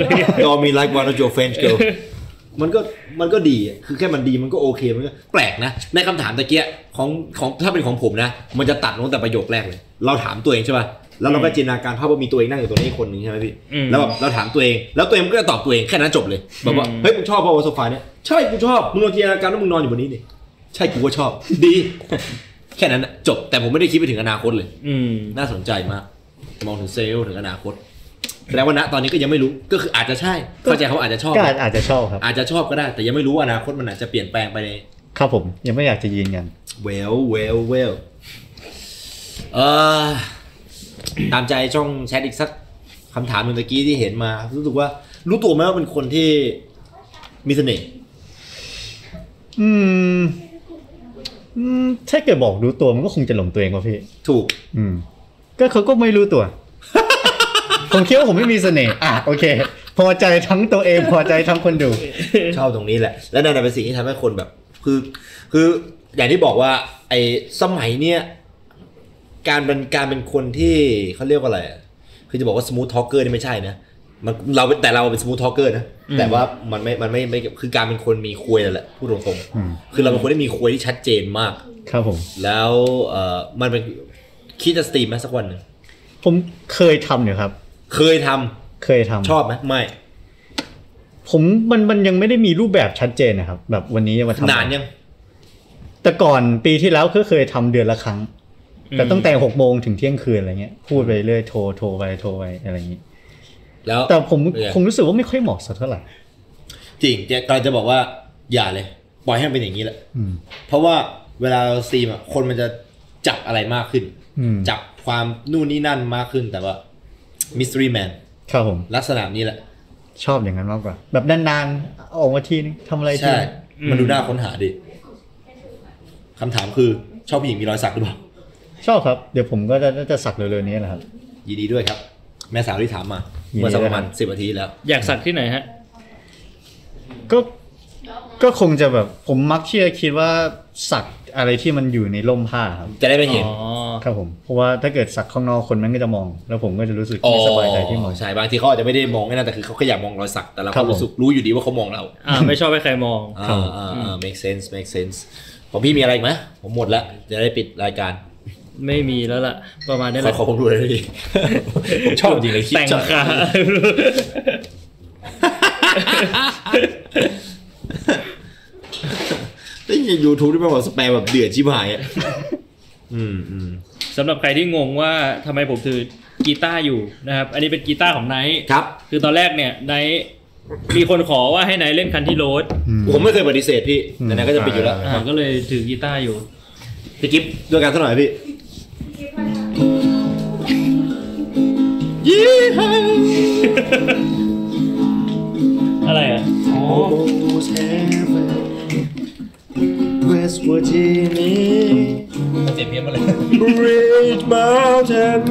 C: ยอมมีไลฟ์วันโจเฟนเกิล มันก็มันก็ดีอะคือแค่มันดีมันก็โอเคมันก็แปลกนะ ในคำถามตะเกียของของถ้าเป็นของผมนะ มันจะตัดลงแต่ประโยคแรกเลย เราถามตัวเองใช่ป่ะแล้วเราก็จินตนาการภาพว่ามีตัวเองนั่งอยู่ตรงนี้อีกคนหนึ่งใช่ไหมพี่
A: อืม
C: แล้วแบบเราถามตัวเอง แล้วตัวเองมันก็จะตอบตัวเองแค่นั้นจบเลยแบบว่า
A: อืม
C: เฮ้ยมึงชอบป่าววะโซฟาเนี้ยใช่กูชอบมึงลองจินตนาการว่ามึงนอนอยู่บนนี้ดิใช่กูก็ชอบ ดี แค่นั้นน่ะจบแต่ผมไม่ได้คิดไปถึงอนาคตเลย
A: อืม
C: น่าสนใจมาก มองถึงเซลล์ถึงอนาคตแปลว่าณตอนนี้ก็ยังไม่รู้ก็คืออาจจะใช่ เข้าใจเขาอาจจะชอบ
D: ก็อาจอาจจะชอบครับ
C: อาจจะชอบก็ได้ แต่ยังไม่รู้ว่าอนาคตมันอาจจะเปลี่ยนแปลงไปใน
D: ครับผมยังไม่อยากจะยืนยัน
C: well well well เออตามใจช่องแชทอีกสักคำถามหนึ่งตะกี้ที่เห็นมา รู้สึกว่า รู้ตัวไหมว่าเป็นคนที่มีเสน่ห์
D: อืมอืมถ้าเกิดบอกรู้ตัวมันก็คงจะหลงตัวเองว่ะพี่
C: ถูก
D: อืม ก็เขาก็ไม่รู้ ตัว ผมคิดว่าผมไม่มีเสน่ห์อ่ะโอเค พอใจทั้งตัวเองพอใจทั้งคนดู
C: ชอบตรงนี้แหละ และนั่นนะเป็นสิ่งที่ทำให้คนแบบ คือ คืออย่างที่บอกว่าไอ้สมัยเนี้ยการเป็นการเป็นคนที่เขาเรียกว่าอะไรอะคือจะบอกว่าสมูททอ a l เกอร์นี่ไม่ใช่นะมันเราเป็นแต่เราเป็นสมูททอ a l เกอร์นะ แต่ว่ามันไม่มันไม่ไม่คือการเป็นคนมีคุยนั่นแหละพูดตรง
D: อืม
C: ๆคือเราเป็นคนที่มีคุยที่ชัดเจนมาก
D: ครับผม
C: แล้วเอ่อมันเป็นคิดจะสตรีมไหมสักวันหนึ่ง
D: ผมเคยทำอยู่ครับ
C: เคยทำ
D: เคยทำ
C: ชอบไหมไม่
D: ผมมันมันยังไม่ได้มีรูปแบบชัดเจนนะครับ แบบวันนี้จะมาทำ
C: นานยัง
D: แต่ก่อนปีที่แล้วก็เคยทำเดือนละครั้ง
A: อืม
D: แต่ตั้งแต่หกโมงถึงเที่ยงคืนอะไรเงี้ยพูดไปเรื่อยโทรโทรไปโทรไปอะไรอย่างงี้
C: แล้ว
D: แต่ผม
C: เป็นไง
D: คงรู้สึกว่าไม่ค่อยเหมาะสักเท่าไหร่
C: จริงเจ๊กำลังจะบอกว่าอย่าเลย ปล่อยให้มันเป็นอย่างนี้แหละ
D: อืม
C: เพราะว่าเวลาเราซีมอ่ะคนมันจะจับอะไรมากขึ้น
D: อืม
C: จับความนู่นนี่นั่นมากขึ้นแต่ว่ามิส t รี m แมน
D: ครับผม
C: ลักษณะนี้แหละ
D: ชอบอย่างนั้นมากกว่า แบบนานๆออกมาทีนึงทำอะไรที
C: ใช่
D: นึง
A: อืม
C: มันดูน่าค้นหาดิคำถามคือชอบผู้หญิงมีรอยสักหรือเปล่า
D: ชอบครับ เดี๋ยวผมก็จะน่าจะสักเร็วๆนี้แหละครับ
C: ยินดีด้วยครับ แม่สาวที่ถามมา
D: ยินดี
C: เมื่อสักประมาณ
D: ด้วยครับ
C: สิบนาทีแล้ว
A: อยากสักที่ไหนฮะ
D: ก็ก็คงจะแบบผมมักที่จะคิดว่าสักอะไรที่มันอยู่ในร่มผ้าครับ
C: จะได้ไม่เห็น
A: อ๋อ
D: ครับผมเพราะว่าถ้าเกิดสักข้างนอกคนมันก็จะมอง แล้วผมก็จะรู้สึก
C: อ๋อ
D: ไม่สบายใจที่มอง
C: ใช่บางทีเขาอาจจะไม่ได้มองแค่นั้นแต่คือเขาแค่อยากมองรอยสักแต่เรา
D: ครั
C: ก็
D: บผม
C: รู้สึกรู้อยู่ดีว่าเขามองเรา
A: อ่า ไม่ชอบให้ใครมอง
C: อ่าอ่าอ่า make sense make sense ของพี่มีอะไรอีกไหมผมหมดแล้วจะได้ปิดรายการ
A: ไม่มีแล้วล่ะ ประมาณนี้
C: ข
A: แห
C: อ
A: ละ
C: ขอผมดูเลยดิ ผมชอบจริงเลยคิด
A: แต่ง
C: จัด
A: ค่ะ
C: ไอ้ยูทูบที่มันบอกสแปมแบบเดือดชิบหายอ่ะ อืมอืม
A: สำหรับใครที่งงว่าทำไมผมถือกีตาร์อยู่นะครับ อันนี้เป็นกีตาร์ของไนท์
C: ครับ
A: คือตอนแรกเนี่ยไนท์ มีคนขอว่าให้นายเล่นคันที่โรด
D: อืม
C: ผมไม่เคยปฏิเสธพี่
D: อืม
C: ไหนๆก็จะปิดอยู่แล้ว
A: ผมก็เลยถือกีตาร์อยู่
C: พี่กิฟต์ด้วยกันเท่าไหร่พี่
A: อะไรอ่ะอ๋อ
C: West Virginia
E: เสียงเพี้ยนมาเลย
C: Great Mountain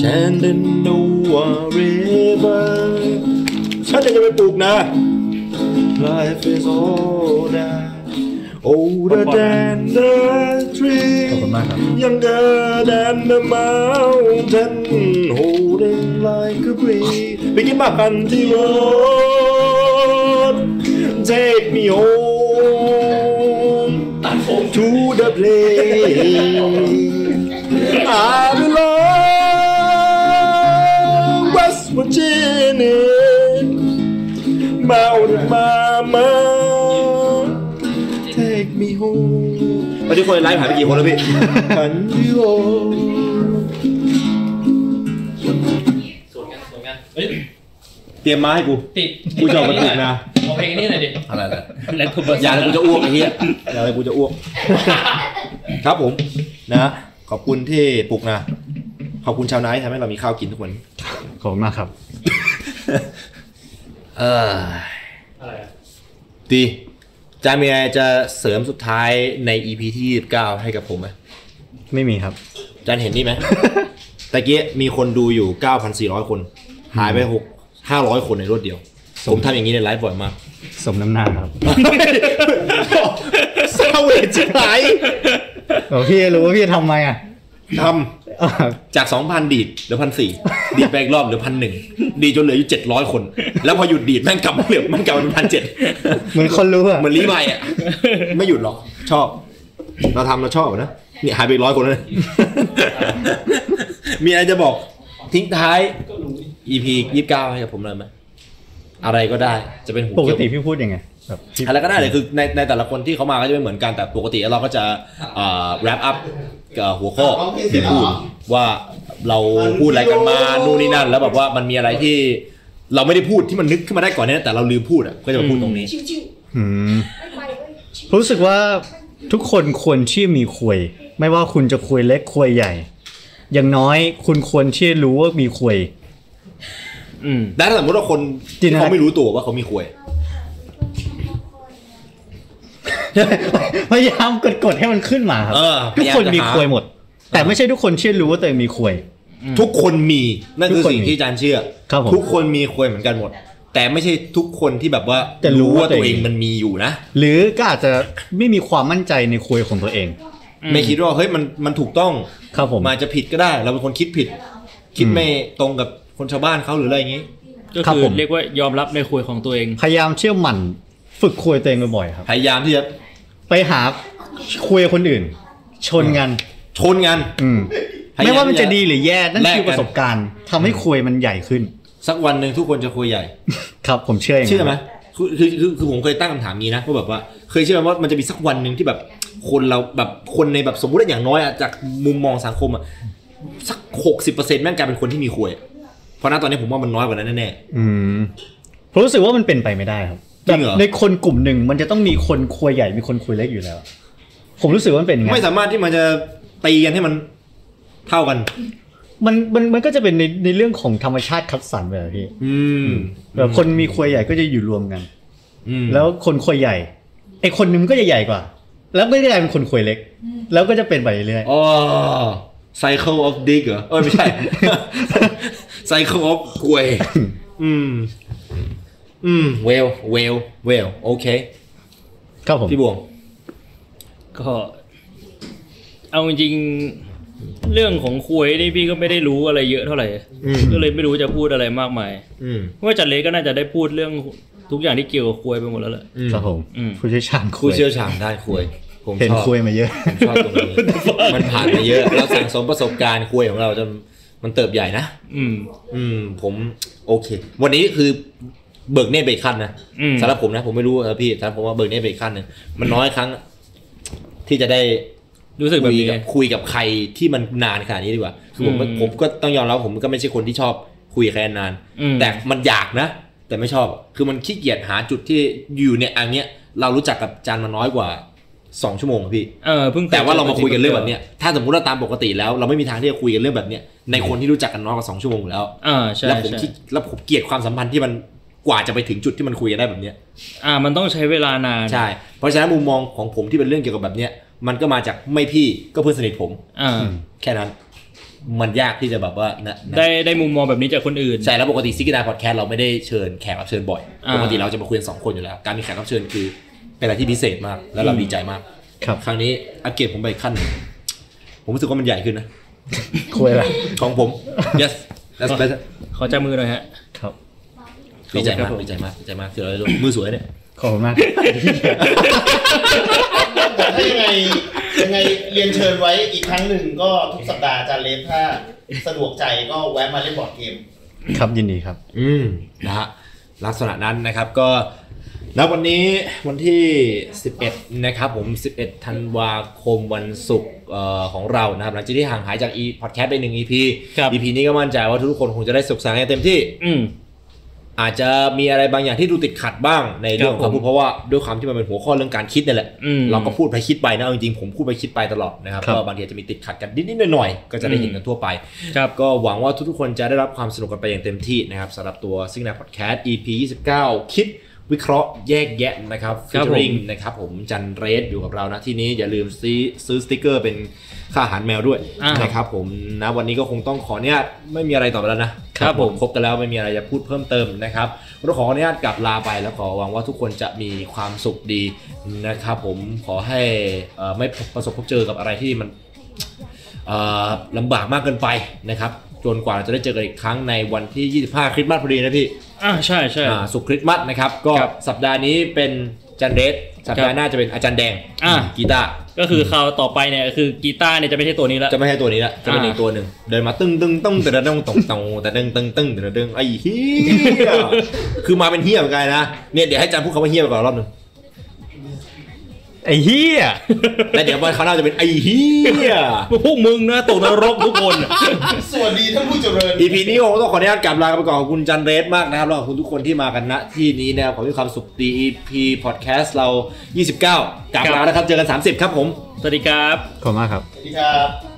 C: Shenandoah River ฉันยังจะไปปลูกนะ Life is older older than the tree
D: ขอบคุณมากครับ
C: younger than the mountain holding like a breeze ไปกินหมากกันที่รถ Take me home
E: ตัดผม
C: to the place I belong. West Virginia, mountain mama, take me home. วันนี้คนไลฟ์หายไปกี่คนแล้วพี่ ฉันอยู่
E: สวนกันสวนกันเฮ้ย
C: เตรียมมาให้กู
E: ติด
C: กูจะเอามาติดนะ
E: เอาเพลงนี้หน่อยดิ
C: อะไรนะ
A: และทุบ
C: อย่าเลยกูจะอ้วกไอ้เหี้ยอย่าเลยกูจะอ้วก ครับผมนะ ขอบคุณที่ปลุกนะ ขอบคุณชาวนาที่ทำให้เรามีข้าวกินทุกวัน
D: ขอบคุณมากครับ
C: เออ
E: อะไรอะ
C: ดีจะมีอะไรจะเสริมสุดท้ายใน EP ที่ 29 ให้กับผมไหม
D: ไม่มีครับ
C: จันเห็นนี่ไหม ตะกี้มีคนดูอยู่ 9,400 คน หายไป 6 500 คนในรวดเดียว ผมทำอย่างนี้ในไลฟ์บ่อยมาก
D: สมน้ำหน้าครับ
C: เซเวจิไหล
D: เออพี่รู้ว่าพี่ทำไมอ่ะ
C: ท
D: เออ
C: ำจาก 2,000 ดีดเหลือ1,400 ดีดไปอีกรอบเหลือ1,100 ดีดจนเหลืออยู่ 700 คน แล้วพอหยุดดีดแม่งกลับมาเหลือแม่งกลับมาเป็น1,700
D: เหมือนคนรู้อ่ะ
C: เหมือนรีไมล์อ่ะ ไม่หยุดหรอก ชอบ เราทำเราชอบอะนะเนี่ยหายไปร้อยคนแล้วเนี่ย มีอะไรจะบอก ทิ้งท้าย EP ยี่สิบเก้าให้กับผมเลยไหมอะไรก็ได้จะเป็นหู
D: ปก
C: เกี่ยว
D: ติพี่พูดยังไงแบบพี่
C: อะไรก็ได้เลยคือในในแต่ละคนที่เขามาก็จะไม่เหมือนกันแต่ปกติเราก็จะเอ่อ wrap up กับหัวข้อที่พูดว่าเราพูดอะไรกันมานู่นนี่นั่น แล้วแบบว่ามันมีอะไรที่ เราไม่ได้พูดที่มันนึกขึ้นมาได้ก่อนเนี่ยแต่เราลืมพูดอ่ะก็จะมาพูดตรงนี้
D: อืม
F: ไปเว้ย
D: รู้สึกว่าทุกคนควรที่มีคุย ไม่ว่าคุณจะคุยเล็กคุยใหญ่ อย่างน้อยคุณควรที่รู้ว่ามีคุย
A: อืม
C: แต่ถ้าสมมติว่าคน
D: จินต
C: ที่
D: นา
C: เขาไม่รู้ตัวว่าเขามีควย
D: พยายามกดกดๆให้มันขึ้นมาครับ
C: เออพ
D: ทุก
C: ยายาม
D: คน
C: จะหามี
D: มีคุยหมด แต่ไม่ใช่ทุกคนที่รู้ว่าตัวเองมีคุย
C: ทุกคนมีนั่นคือ
D: ทุกคน
C: สิ่งที่อาจารย์เชื่อ
D: ครับผม
C: ทุกคนมีควยเหมือนกันหมด แต่ไม่ใช่ทุกคนที่แบบว่า
D: แต่
C: รู้
D: รู้
C: ว่า
D: ว่าตั
C: ตัว
D: ว
C: เอ
D: เอง ง
C: มันมีอยู่นะ
D: หรือก็อาจจะไม่มีความมั่นใจในคุยของตัวเอง
A: อืม
C: ไม่คิดว่าเฮ้ยมันมันถูกต้อง
D: ครับผม
C: มันอาจจะผิดก็ได้ เราเป็นคนคิดผิด คิด
D: อืม
C: ไม่ตรงกับคนชาวบ้านเขาหรืออะไรอย่างนี้
A: ก็
D: ครับ
A: คือ
D: ผม
A: เรียกว่ายอมรับในครัวยของตัวเอง
D: พยายามเชื่อหมั่นฝึกคุยตัวเองบ่อยๆครับ
C: พยายามที่จะ
D: ไปหาคุยคนอื่น ชนกัน
C: ชนกัน
D: อืม
C: พยย
D: ไม่ว่ามันจะดี
C: ที่
D: หรือแย่นั่น
C: แลกกัน
D: คือประสบการณ์ทำให้คุยมันใหญ่ขึ้น
C: สักวันหนึ่งทุกคนจะควยใหญ่
D: ครับผมเชื่ออย่างนั้น
C: เชื่อไหมคือคือคือคือผมเคยตั้งคำถามนี้นะว่าแบบว่าเคยเชื่อไหมว่ามันจะมีสักวันหนึ่งที่แบบ คนเราแบบคนในแบบสมมติว่าอย่างน้อยอะจากมุมมองสังคมอะสักหกสิบเปอร์เซ็นต์แม่งกลายเป็นคนที่มีควยอะเพราะณตอนนี้ผมว่ามันน้อยกว่านั้นแน่
D: อืมผมรู้สึกว่ามันเป็นไปไม่ได้ครับ
C: จริงเหรอ
D: แบบในคนกลุ่มหนึ่งมันจะต้องมีคนคุยใหญ่มีคนคุยเล็กอยู่แล้ว ผมรู้สึกว่ามันเป็นอย่า
C: ๆ
D: งนั้น
C: ไม่สามารถที่มันจะตีกันให้มันเท่ากัน
D: มันมันมันก็จะเป็นในในเรื่องของธรรมชาติคัดสรรไปเลยพี่
C: อืม
D: แบบคนมีควยใหญ่ก็จะอยู่รวมกัน
C: อืม
D: แล้วคนควยใหญ่ไอคนหนึงมันก็จะใหญ่กว่า แล้วก็จะกลายเป็นคนควยเล็ก แล้วก็จะเป็นไปเรื่อย
C: อ๋อ cycle of dick เหรอเออไม่ใช่ cycle of ควย อืม อืม well well well โอเค
D: ครับผม
C: พี่บวง
A: ก็เอาจริงๆเรื่องของควยนี่พี่ก็ไม่ได้รู้อะไรเยอะเท่าไหร่
C: อืม
A: ก็เลยไม่รู้จะพูดอะไรมากมาย
C: อืม
A: ว่าจันเล็กก็น่าจะได้พูดเรื่องทุกอย่างที่เกี่ยวกับควยไปหมดแล้วแหละ
D: ครับผม
A: อืม
D: ผู้เชี่ยวชาญคุ
C: คุ
D: ย
C: ยเชี่ยวชาญด้านคุยผม
D: เห็น
C: ชอบ
D: คุยมาเยอะ
C: ผมชอบตรงนี้ มันผ่านมาเยอะเราสั่งสมประสบการณ์คุยของเราจนมันเติบใหญ่นะ
A: อืม
C: อืม ผมโอเค วันนี้คือเบิกเนตรไปอีกขั้นนะ
A: อืม
C: สำหรับผมนะ ผมไม่รู้นะพี่สำหรับผมว่าเบิกเนตรไปอีกขั้นหนึงมันน้อยครั้ง ที่จะได้
A: รู้สึกแบ
C: คุ
A: บ
C: ย
A: นี้
C: กับคุยกับใครที่มันนานขนาดนี้ดีกว่าคือผมก็
A: อืม
C: ผมก็ต้องยอมรับผมก็ไม่ใช่คนที่ชอบคุยกับใครนาน
A: อืม
C: แต่มันอยากนะ แต่ไม่ชอบ คือมันขี้เกียจหาจุดที่อยู่เนี่ยอันเนี้ยเรารู้จักกับจานมันน้อยกว่า 2 ชั่วโมง อะพี่
A: เออเพิ่ง
C: แต่ว่าเรามาคุยกันเรื่องแบบ เนี้ยถ้าสมมติเราตามปกติแล้ว เราไม่มีทางที่จะคุยกันเรื่องแบบเนี้ยในคนที่รู้จักกันน้อยกว่าสองชั่วโมงอยู่แล้ว
A: อ่าใช่
C: แล้วผม
A: ใช่
C: ขี้แล้วผมเกลียดความสัมพันธ์ที่มันกว่าจะไปถึงจุดที่มันคุยกันได้แบบเนี้ย
A: อ่า มันต้องใช้เวลานาน
C: ใช่ เพราะฉะนั้นมุมมองของผมที่เป็นเรื่องเกี่ยวกับแบบเนี้ยมันก็มาจากไม่พี่ก็เพื่อนสนิทผม
A: อ่า
C: แค่นั้น มันยากที่จะแบบว่านะนะ
A: ได้ได้มุมมองแบบนี้จากคนอื่น
C: ใช่แล้วปกติซิกดาพอดแคสต์เราไม่ได้เชิญแขกรับเชิญบ่อย
A: อ่า
C: ปกติเราจะมาคุยกันสองคนอยู่แล้ว การมีแขกรับเชิญคือเป็นอะไรที่พิเศษมาก แล้วเราดีใจมาก
D: ครับ
C: ครั้งนี้อัปเกรดผมไปอีกขั้นหนึ่งผมรู้สึกว่ามันใหญ่ขึ้นนะ
D: คุยอะไร
C: ของ ผม yes that's better
A: ขอจับมือหน่อยฮะ
D: ครับ
C: ดีใจมากดีใจมากดีใจมากคือเราได้ร่วมมือสวยเนี่ย
D: ขอบคุณ มาก
B: แต่ถ้ายังไงยังไงเรียนเชิญไว้อีกครั้งหนึ่งก็ทุกสัปดาห์อาจารย์เลฟถ้าสะดวกใจก็แวะมาเล่นบอร์ดเกม
D: ครับยินดีครับ
C: อืมนะฮะลักษณะนั้นนะครับก็ณวันนี้วันที่ 11 นะครับผม 11 ธันวาคมวันศุกร์เอ่อของเรานะครับ หลังจากที่ห่างหายจาก e podcast ไปหนึ่ง EP
A: ครับ
C: EP นี้ก็มั่นใจว่าทุกคนคงจะได้สุขสันต์กันเต็มที่
A: อืม
C: อาจจะมีอะไรบางอย่างที่ดูติดขัดบ้างในเรื่องของ
A: ครับผม
C: คำพูดเพราะว่าด้วยความที่มันเป็นหัวข้อเรื่องการคิดนี่แหละ
A: อืม
C: เราก็พูดไปคิดไปนะเอาจริงๆผมพูดไปคิดไปตลอดนะครับ
D: ครับ
C: ก็บางทีอาจจะมีติดขัดกันนิดๆหน่อยๆก็จะได้เห็นกันทั่วไป
A: ครับ
C: ก็หวังว่าทุกๆคนจะได้รับความสนุกกันไปอย่างเต็มที่นะครับสำหรับตัวซิงนาพอดแคสต์ EP 29 คิดวิเคราะห์แยกแยะนะครับ
A: ครับ
C: ฟิช
A: ผม
C: ริงนะครับผมจันเรสอยู่กับเรานะที่นี้อย่าลืมซื้อซื้อสติกเกอร์เป็นค่าอาหารแมวด้วย
A: อ่าน
C: นะครับผมนะวันนี้ก็คงต้องขออนุญาตไม่มีอะไรต่อไปแล้วนะครับ
A: ผม
C: ครบกันแล้วไม่มีอะไรจะพูดเพิ่มเติมนะครับเราขออนุญาตกลับลาไปแล้วขอหวังว่าทุกคนจะมีความสุขดีนะครับผมขอให้เอ่อไม่ประสบพบเจอกับอะไรที่มัน เอ่อลำบากมากเกินไปนะครับ จนกว่าเราจะได้เจอกันอีกครั้งในวันที่ 25 คริสต์มาสพอดีนะพี่
A: อ่าใช่ใช่
C: อ่าสุขคริสต์มาสนะครับ ก็
A: ครับ
C: สัปดาห์นี้เป็นอาจันเดสสัปดาห์หน้าจะเป็นอาจารย์แดง
A: อ่า
C: กีตาร์
A: ก็คือคราวต่อไปเนี่ยคือกีตาร์เนี่ยจะไม่ใช่ตัวนี้ละ
C: จะไม่ให้ตัวนี้ละจะเป็น
A: อ่า
C: อีกตัวหนึ่งเดินมาตึ้งตึ้งตึ้งแต่ละตึ้งตรงตรงแต่ตึ้งตึ้งตึ้งแต่ละตึ้งไอ้เฮียคือมาเป็นเฮียเหมือนกันนะเนี่ยเดี๋ยวให้อาจันพูดคำว่าเฮียไปก่อนรอบหนึ่ง
D: ไอ้เฮีย
C: แล้วเดี๋ยววันข้างหน้าจะเป็นไอ้เฮีย
A: พวกมึงนะตกนรกทุกคนน่ะ
B: สวัสดีท่านผู้เจริญ
C: EP นี้ผมต้องขออนุญาตกลับลาไปก่อนขอบคุณจันเรสมากนะครับแล้วขอบคุณทุกคนที่มากันณที่นี้นะครับขอให้มีความสุขดี EP podcast เรา 29 กลับ
A: ครั
C: มา
A: บ
C: แล้วครับ เจอกัน 30 ครับผม
A: สวัสดีครับ
D: ขอบคุณมากครับ
B: สวัสดีครับ